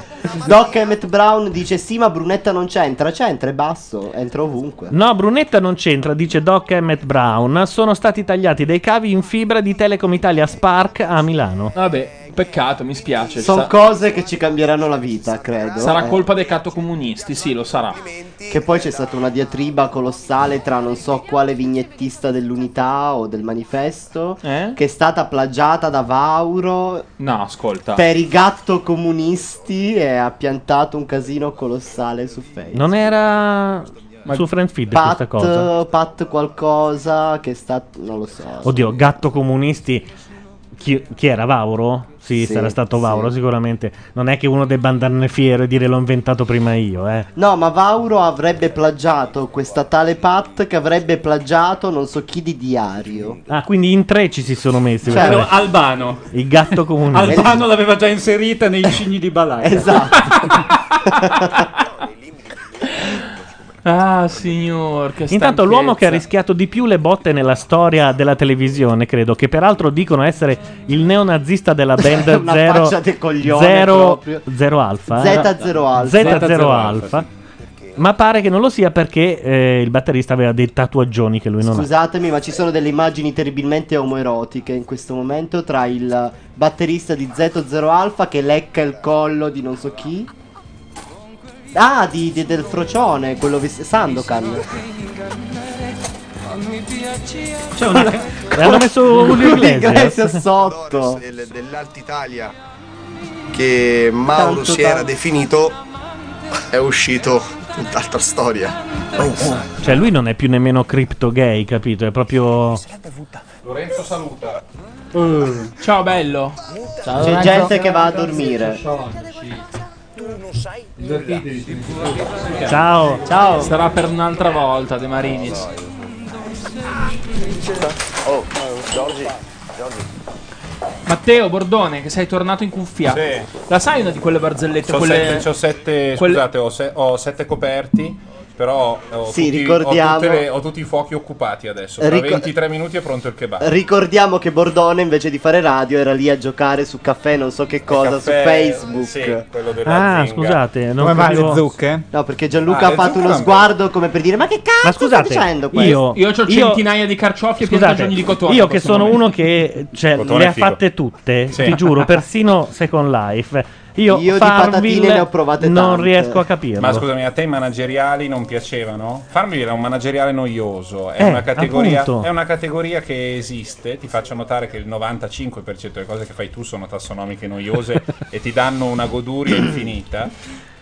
Speaker 4: Doc Emmett Brown dice sì ma Brunetta non c'entra, c'entra, è basso, entra ovunque.
Speaker 1: No, Brunetta non c'entra, dice Doc Emmett Brown. Sono stati tagliati dei cavi in fibra di Telecom Italia Spark a Milano.
Speaker 2: Vabbè, peccato, Esatto, mi spiace.
Speaker 4: Sono
Speaker 2: Sa-
Speaker 4: cose che ci cambieranno la vita, credo.
Speaker 2: Cioè, sarà
Speaker 4: Eh.
Speaker 2: colpa dei cattocomunisti, sì, lo sarà.
Speaker 4: Che poi c'è stata una diatriba colossale tra non so quale vignettista dell'unità o del manifesto che è stata plagiata da Vauro
Speaker 2: Eh? No, ascolta.
Speaker 4: per i gatto comunisti e ha piantato un casino colossale su Facebook.
Speaker 1: Non era su Friend Feed questa
Speaker 4: Pat,
Speaker 1: cosa.
Speaker 4: Pat qualcosa che sta... non lo so.
Speaker 1: Oddio, gatto comunisti. Chi, chi era Vauro? Sì,
Speaker 4: Sì,
Speaker 1: sarà stato
Speaker 4: sì.
Speaker 1: Vauro sicuramente. Non è che uno debba andarne fiero e dire l'ho inventato prima io, eh.
Speaker 4: No, ma Vauro avrebbe plagiato questa tale Pat che avrebbe plagiato non so chi di diario.
Speaker 1: Ah, quindi in tre ci si sono messi.
Speaker 4: Cioè,
Speaker 1: guarda.
Speaker 14: Albano.
Speaker 4: *laughs*
Speaker 1: Il gatto comunista.
Speaker 14: Albano l'aveva già inserita nei cigni di Balai.
Speaker 4: Esatto.
Speaker 2: Ah, signor, che
Speaker 1: Intanto l'uomo che ha
Speaker 2: stanchezza.
Speaker 1: rischiato di più le botte nella storia della televisione, credo, che peraltro dicono essere il neonazista della band
Speaker 4: *laughs* Una
Speaker 1: Zero,
Speaker 4: faccia di coglione
Speaker 1: zero,
Speaker 4: proprio.
Speaker 1: zero Alfa.
Speaker 4: Z0 Alfa.
Speaker 1: Z0
Speaker 4: Z0
Speaker 1: Alfa. Ma pare che non lo sia perché eh, il batterista aveva dei tatuaggioni che lui non ha.
Speaker 4: Scusatemi, ma ci sono delle immagini terribilmente omoerotiche in questo momento tra il batterista di Z0 Alpha che lecca il collo di non so chi. Ah, di, di- del frocione, quello ves-
Speaker 1: *laughs*
Speaker 4: Sandokan.
Speaker 1: C'è una-
Speaker 4: *laughs*
Speaker 1: E hanno messo eh. Julio Iglesias.
Speaker 4: sotto.
Speaker 24: Del- Dell'Alta Italia che Mauro
Speaker 4: Tanto
Speaker 24: si era
Speaker 4: tanto.
Speaker 24: definito è uscito tutt'altra storia.
Speaker 1: Cioè lui non è più nemmeno crypto gay, capito? È proprio...
Speaker 24: Lorenzo saluta.
Speaker 2: Ciao, bello.
Speaker 4: C'è gente che va a dormire.
Speaker 1: Ciao.
Speaker 24: Ciao.
Speaker 2: Sarà per un'altra volta, De Marinis.
Speaker 24: Oh, Giorgi. Giorgi.
Speaker 2: Matteo Bordone, che sei tornato in cuffia.
Speaker 11: Sì.
Speaker 2: La sai una di quelle barzellette?
Speaker 11: C'ho
Speaker 2: quelle...
Speaker 11: sette, c'ho sette-
Speaker 2: quelle-
Speaker 11: Scusate, ho, se- ho sette coperti. Però ho,
Speaker 4: Sì,
Speaker 11: tutti,
Speaker 4: ricordiamo-
Speaker 11: ho tutte le- ho tutti i fuochi occupati adesso. Tra
Speaker 4: Ricor-
Speaker 11: 23 minuti è pronto il kebab.
Speaker 4: Ricordiamo che Bordone invece di fare radio era lì a giocare su caffè non so che cosa
Speaker 11: Caffè,
Speaker 4: su Facebook.
Speaker 11: Sì, quello della
Speaker 1: Ah,
Speaker 11: zinga.
Speaker 1: scusate. Non
Speaker 11: Come va, le
Speaker 1: capivo-
Speaker 11: zucche?
Speaker 4: No, perché Gianluca
Speaker 11: Ah,
Speaker 4: ha
Speaker 11: le
Speaker 4: fatto
Speaker 11: zucche
Speaker 4: uno
Speaker 11: non-
Speaker 4: sguardo come per dire ma che cazzo
Speaker 1: Ma
Speaker 4: sta dicendo
Speaker 1: scusate,
Speaker 4: questo?
Speaker 1: io,
Speaker 2: Io ho centinaia di carciofi e piantagioni di cotone.
Speaker 1: Io
Speaker 2: in
Speaker 1: che
Speaker 2: questo
Speaker 1: sono
Speaker 2: momento.
Speaker 1: uno che cioè,
Speaker 2: Cotone
Speaker 1: le
Speaker 2: è
Speaker 1: ha
Speaker 2: figo.
Speaker 1: fatte tutte,
Speaker 2: Sì.
Speaker 1: ti giuro, persino Second Life. Io,
Speaker 11: Io di
Speaker 1: Farmville
Speaker 11: patatine ne ho provate
Speaker 1: Non
Speaker 11: tante.
Speaker 1: riesco a capirlo.
Speaker 11: Ma scusami, a te i manageriali non piacevano? Farmville è un manageriale noioso, è,
Speaker 1: Eh,
Speaker 11: una categoria,
Speaker 1: appunto.
Speaker 11: è una categoria che esiste, ti faccio notare che il 95% delle cose che fai tu sono
Speaker 1: *laughs*
Speaker 11: tassonomiche noiose e ti danno una goduria infinita.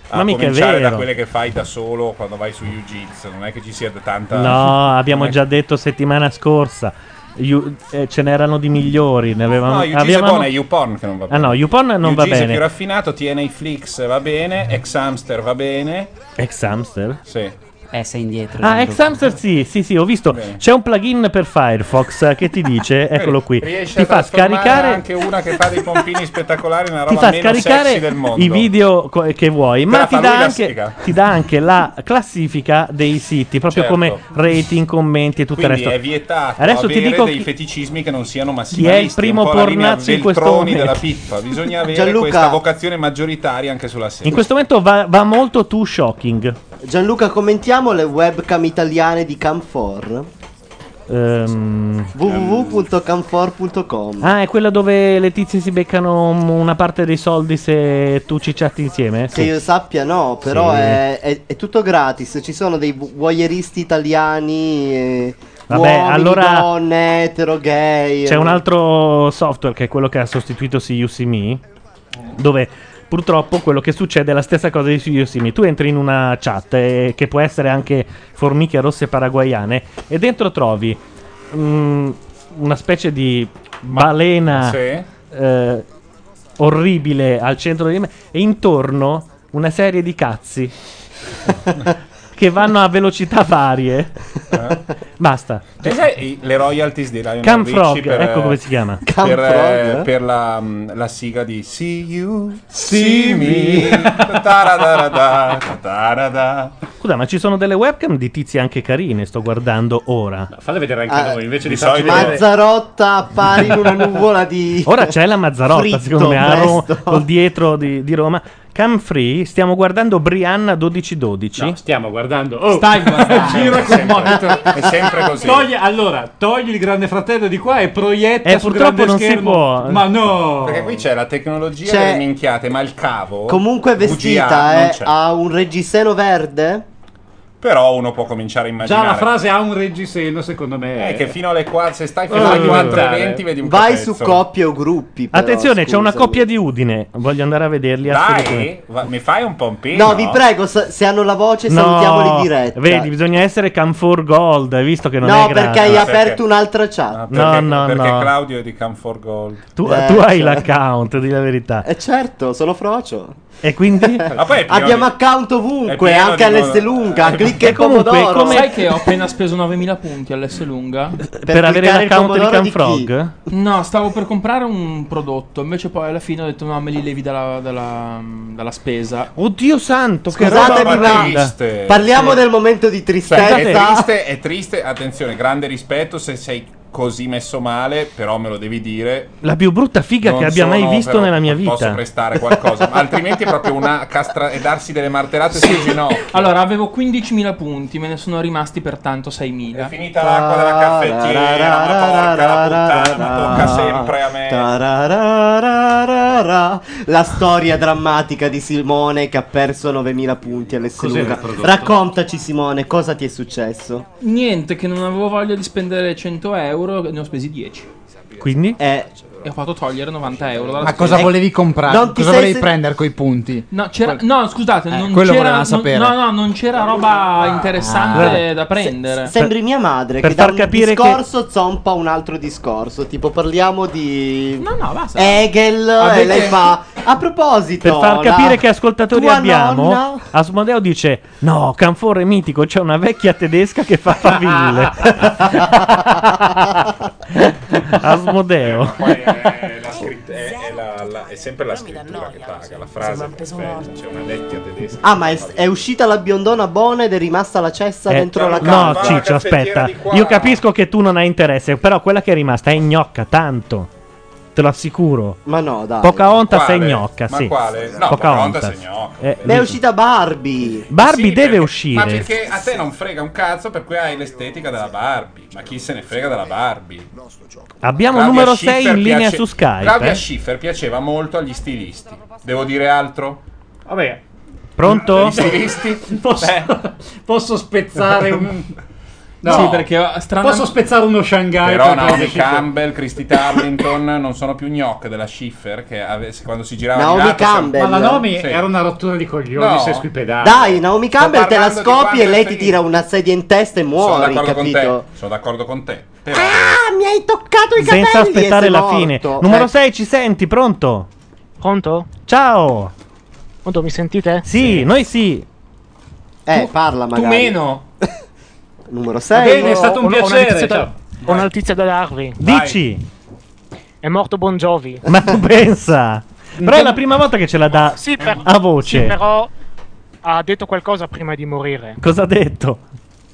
Speaker 11: A
Speaker 1: Ma mica è
Speaker 11: cominciare da
Speaker 1: vero.
Speaker 11: quelle che fai da solo quando vai su UGIZ, non è che ci sia tanta...
Speaker 1: No, abbiamo
Speaker 11: non è-
Speaker 1: già detto settimana scorsa. You- eh, ce n'erano di migliori. Ne avevamo,
Speaker 11: No, UGC è
Speaker 1: avevamo-
Speaker 11: buono, è YouPorn che non va bene.
Speaker 1: Ah no, YouPorn non va
Speaker 11: UGC è più
Speaker 1: bene.
Speaker 11: raffinato, TNA Flix va bene, Ex Hamster va bene.
Speaker 1: Ex Hamster?
Speaker 11: Sì.
Speaker 5: Eh, sei indietro.
Speaker 1: Ah, ex hamster sì, sì, sì, ho visto. C'è un plugin per Firefox eh, che ti
Speaker 11: *laughs*
Speaker 1: dice, eccolo qui,
Speaker 11: Riesce
Speaker 1: ti
Speaker 11: a
Speaker 1: fa
Speaker 11: trasformare
Speaker 1: scaricare,
Speaker 11: anche una che fa dei
Speaker 1: *laughs*
Speaker 11: pompini spettacolari in una
Speaker 1: ti
Speaker 11: roba
Speaker 1: fa
Speaker 11: meno sexy
Speaker 1: scaricare
Speaker 11: del mondo.
Speaker 1: i video co- che vuoi,
Speaker 11: Te
Speaker 1: ma
Speaker 11: la
Speaker 1: ti
Speaker 11: fa
Speaker 1: dà,
Speaker 11: lui la
Speaker 1: anche,
Speaker 11: sega.
Speaker 1: ti dà anche la classifica dei siti, proprio
Speaker 11: Certo.
Speaker 1: come rating, commenti e tutto
Speaker 11: Quindi
Speaker 1: il resto.
Speaker 11: è vietato
Speaker 1: Adesso ti
Speaker 11: avere
Speaker 1: dico
Speaker 11: dei
Speaker 1: chi-
Speaker 11: feticismi che non siano massimalisti.
Speaker 1: chi è il primo
Speaker 11: un po' la linea
Speaker 1: pornazzo in questo
Speaker 11: Veltroni
Speaker 1: momento.
Speaker 11: della pippa.
Speaker 1: *laughs*
Speaker 11: Bisogna avere
Speaker 1: Gianluca-
Speaker 11: questa vocazione maggioritaria anche sulla serie.
Speaker 1: In questo momento va, va molto too shocking.
Speaker 4: Gianluca, commentiamo le webcam italiane di Camfor.
Speaker 1: Ehm,
Speaker 4: www.camfor.com
Speaker 1: ah, è quella dove le tizie si beccano m- una parte dei soldi se tu ci chatti insieme?
Speaker 4: Che
Speaker 1: Sì.
Speaker 4: io sappia no, però
Speaker 1: Sì.
Speaker 4: è, è- è tutto gratis, ci sono dei vo- voyeuristi italiani, eh,
Speaker 1: Vabbè,
Speaker 4: uomini,
Speaker 1: allora-
Speaker 4: donne, etero, gay. eh.
Speaker 1: C'è un altro software che è quello che ha sostituito CUCME, dove purtroppo quello che succede è la stessa cosa di CUCME. Tu entri in una chat, eh, che può essere anche formiche rosse paraguayane, e dentro trovi mm, una specie di balena
Speaker 11: Sì.
Speaker 1: eh, orribile al centro di me, e intorno una serie di cazzi. Che vanno a velocità varie. Basta.
Speaker 11: Cioè, sai le royalties di Lionel
Speaker 1: Cam
Speaker 11: Richie
Speaker 1: Frog,
Speaker 11: per,
Speaker 1: ecco come si chiama. Cam
Speaker 11: Per, eh,
Speaker 1: Frog?
Speaker 11: per la, mh, la sigla di See You, See Me. *laughs* Taradadada, taradada.
Speaker 1: Scusa, ma ci sono delle webcam di tizi anche carine, sto guardando ora.
Speaker 14: Falle vedere anche
Speaker 4: Ah,
Speaker 14: noi, invece
Speaker 1: di
Speaker 14: di farci
Speaker 1: solito-
Speaker 14: vedere-
Speaker 4: Mazzarotta appare in una nuvola di...
Speaker 1: *laughs* Ora c'è la Mazzarotta,
Speaker 4: Fritto,
Speaker 1: secondo me, a Ro-
Speaker 4: presto.
Speaker 1: col dietro di, di Roma. Cam Free, stiamo guardando Brianna 1212.
Speaker 14: stiamo guardando.
Speaker 11: oh, *laughs*
Speaker 1: Stai guardando.
Speaker 14: Oh. *laughs* Gira col monitor.
Speaker 1: È sempre così.
Speaker 14: Togli, allora, togli il grande fratello di qua e proietta
Speaker 1: Eh,
Speaker 14: sul
Speaker 1: purtroppo
Speaker 14: grande
Speaker 1: non si
Speaker 14: schermo.
Speaker 1: può.
Speaker 14: Ma no!
Speaker 11: Perché qui c'è la tecnologia
Speaker 4: C'è-
Speaker 11: delle minchiate, ma il cavo.
Speaker 4: Comunque
Speaker 11: VGA, non
Speaker 4: vestita, eh,
Speaker 11: c'è.
Speaker 4: ha un reggiseno verde?
Speaker 11: Però uno può cominciare a
Speaker 14: Già
Speaker 11: immaginare.
Speaker 14: la frase ha un reggiseno, secondo me.
Speaker 11: Eh, che fino alle 4, se
Speaker 1: Oh,
Speaker 11: stai
Speaker 14: Eh,
Speaker 11: fino alle
Speaker 14: guardare.
Speaker 11: 4.20 vedi un
Speaker 4: Vai
Speaker 11: pezzo.
Speaker 4: su coppie o gruppi. però,
Speaker 1: Attenzione, c'è una
Speaker 4: scusami.
Speaker 1: coppia di Udine. Voglio andare a vederli.
Speaker 11: Dai,
Speaker 1: assolutamente.
Speaker 11: va- mi fai un pompino?
Speaker 4: No, vi prego, sa- se hanno la voce *laughs* salutiamoli in diretta.
Speaker 1: Vedi, bisogna essere Camfor Gold, hai visto che non
Speaker 4: no,
Speaker 1: è
Speaker 4: perché
Speaker 1: gratis.
Speaker 4: hai
Speaker 11: No,
Speaker 4: aperto
Speaker 11: perché-
Speaker 4: un'altra chat.
Speaker 1: No,
Speaker 11: Perché-
Speaker 1: no,
Speaker 11: perché
Speaker 1: no.
Speaker 11: Claudio è di Camfor Gold.
Speaker 1: Tu, tu hai l'account, di la verità.
Speaker 4: cioè. Eh certo, sono frocio. *laughs*
Speaker 1: E quindi?
Speaker 4: Abbiamo account ovunque,
Speaker 1: è pieno
Speaker 4: anche
Speaker 1: di
Speaker 4: all'S
Speaker 1: moda.
Speaker 4: lunga,
Speaker 1: Eh,
Speaker 4: clicca e
Speaker 1: comunque,
Speaker 4: pomodoro.
Speaker 1: come-
Speaker 4: Sai
Speaker 2: Sai che ho appena speso 9000 punti all'S lunga? Per,
Speaker 1: avere
Speaker 2: cliccare
Speaker 1: l'account
Speaker 2: il
Speaker 1: di
Speaker 2: pomodoro
Speaker 1: Canfrog?
Speaker 2: chi? No, stavo per comprare un prodotto, invece poi alla fine ho detto no, me li levi dalla, dalla- dalla spesa.
Speaker 1: Oddio santo,
Speaker 4: Scusatemi, ma
Speaker 11: triste.
Speaker 4: parliamo
Speaker 11: Sì.
Speaker 4: del momento di tristezza.
Speaker 11: Cioè, è triste, è triste, attenzione, grande rispetto se sei così messo male, però me lo devi dire.
Speaker 1: La più brutta figa
Speaker 11: Non
Speaker 1: che abbia mai
Speaker 11: sono,
Speaker 1: visto
Speaker 11: però,
Speaker 1: nella mia vita.
Speaker 11: Posso prestare qualcosa, ma altrimenti è proprio una castra e darsi delle martellate sui
Speaker 1: *laughs*
Speaker 11: *laughs* ginocchi.
Speaker 2: Allora, avevo 15.000 punti, me ne sono rimasti pertanto 6.000. È
Speaker 11: finita l'acqua
Speaker 4: Ah,
Speaker 11: della caffettiera, ma porca la puttana, ma tocca sempre a me.
Speaker 4: Tararararara. La storia drammatica di Simone che ha perso 9000 punti all'S
Speaker 2: Cos'era
Speaker 4: lunga.
Speaker 2: il prodotto?
Speaker 4: Raccontaci Simone, cosa ti è successo?
Speaker 2: Niente, che non avevo voglia di spendere 100 euro, ne ho spesi 10.
Speaker 1: Quindi?
Speaker 2: E ho fatto togliere 90 euro dalla
Speaker 9: Ma cosa
Speaker 2: spesa.
Speaker 9: volevi comprare?
Speaker 2: Non ti
Speaker 9: Eh, Cosa
Speaker 2: sei
Speaker 9: volevi
Speaker 2: sen-
Speaker 9: prendere coi punti?
Speaker 2: No, c'era, no scusate, non
Speaker 9: quello
Speaker 2: c'era,
Speaker 9: volevamo
Speaker 2: non-
Speaker 9: sapere.
Speaker 2: No, no, non c'era roba interessante
Speaker 4: Ah.
Speaker 2: da prendere.
Speaker 4: Sembri mia madre
Speaker 2: per
Speaker 4: che
Speaker 2: far
Speaker 4: da un
Speaker 2: capire che-
Speaker 4: discorso zompa un altro discorso. Tipo parliamo di Hegel
Speaker 1: Avete-
Speaker 4: e lei fa a proposito
Speaker 1: Per far
Speaker 4: la-
Speaker 1: capire che ascoltatori
Speaker 4: tua
Speaker 1: abbiamo,
Speaker 4: nonna-
Speaker 1: Asmodeo dice: No, Canfore è mitico, c'è una vecchia tedesca che fa faville.
Speaker 4: *laughs*
Speaker 1: *laughs* Asmodeo.
Speaker 11: Poi è, la scritta- è- è la- la- è sempre la scrittura che paga, la frase che offende, c'è una vecchia tedesca.
Speaker 4: Ah, ma è, è uscita la biondona buona ed è rimasta la cessa
Speaker 1: Eh,
Speaker 4: dentro la
Speaker 1: no,
Speaker 4: casa.
Speaker 1: Ciccio, aspetta. Io capisco che tu non hai interesse, però quella che è rimasta è gnocca, tanto. Te lo assicuro.
Speaker 4: Ma no, dai.
Speaker 1: Pocahontas
Speaker 4: Quale?
Speaker 1: è gnocca,
Speaker 4: Ma
Speaker 1: sì.
Speaker 4: quale?
Speaker 11: No, Pocahontas è
Speaker 1: gnocca. Eh,
Speaker 4: Beh, è uscita Barbie.
Speaker 1: Barbie
Speaker 11: Sì,
Speaker 1: deve
Speaker 11: perché-
Speaker 1: uscire.
Speaker 11: Ma perché a te non frega un cazzo, per cui hai l'estetica della Barbie. Ma chi se ne frega della Barbie?
Speaker 1: Abbiamo il
Speaker 11: Claudia
Speaker 1: numero
Speaker 11: Schiffer
Speaker 1: 6 in linea
Speaker 11: piace-
Speaker 1: su Skype.
Speaker 11: Claudia
Speaker 1: eh.
Speaker 11: Schiffer piaceva molto agli stilisti. Devo dire altro?
Speaker 14: Vabbè.
Speaker 1: Pronto?
Speaker 11: Agli stilisti?
Speaker 14: *laughs* Posso,
Speaker 11: Beh.
Speaker 14: posso spezzare un...
Speaker 2: No. Sì, perché, eh, strana-
Speaker 14: Posso spezzare uno Shanghai
Speaker 11: Però
Speaker 14: per
Speaker 11: Naomi
Speaker 14: provarci-
Speaker 11: Campbell, Christy Tarlington non sono più gnocche della Schiffer che ave- se- quando si girava
Speaker 4: Naomi
Speaker 11: a Milano,
Speaker 4: Campbell.
Speaker 11: se-
Speaker 4: Ma la Naomi
Speaker 11: Sì.
Speaker 14: Era una rottura di coglioni
Speaker 11: No.
Speaker 14: se sui pedali.
Speaker 4: Dai, Naomi Campbell te la
Speaker 11: parlando di
Speaker 4: scopi e
Speaker 11: quando
Speaker 4: lei
Speaker 11: è
Speaker 4: ti
Speaker 11: finito.
Speaker 4: tira una sedia in testa e
Speaker 11: Sono
Speaker 4: muori,
Speaker 11: d'accordo con te.
Speaker 4: capito?
Speaker 11: Sono d'accordo con te.
Speaker 4: Ah, mi hai toccato i capelli
Speaker 1: Senza
Speaker 4: e
Speaker 1: aspettare
Speaker 4: sei
Speaker 1: la
Speaker 4: morto.
Speaker 1: fine. Numero
Speaker 4: Eh,
Speaker 1: 6, ci senti? Pronto? Pronto? Ciao.
Speaker 3: Pronto, mi sentite?
Speaker 1: Sì, noi sì.
Speaker 4: Eh, parla
Speaker 1: tu
Speaker 4: magari.
Speaker 1: meno.
Speaker 4: *laughs* Numero 6.
Speaker 3: Ho- ho una notizia da- Ho una notizia da darvi.
Speaker 1: Dici.
Speaker 3: È morto Bon Jovi.
Speaker 1: Ma tu pensa. Però è la prima volta che ce la dà
Speaker 3: Sì, per-
Speaker 1: a voce.
Speaker 3: sì, però ha detto qualcosa prima di morire.
Speaker 1: Cosa ha detto?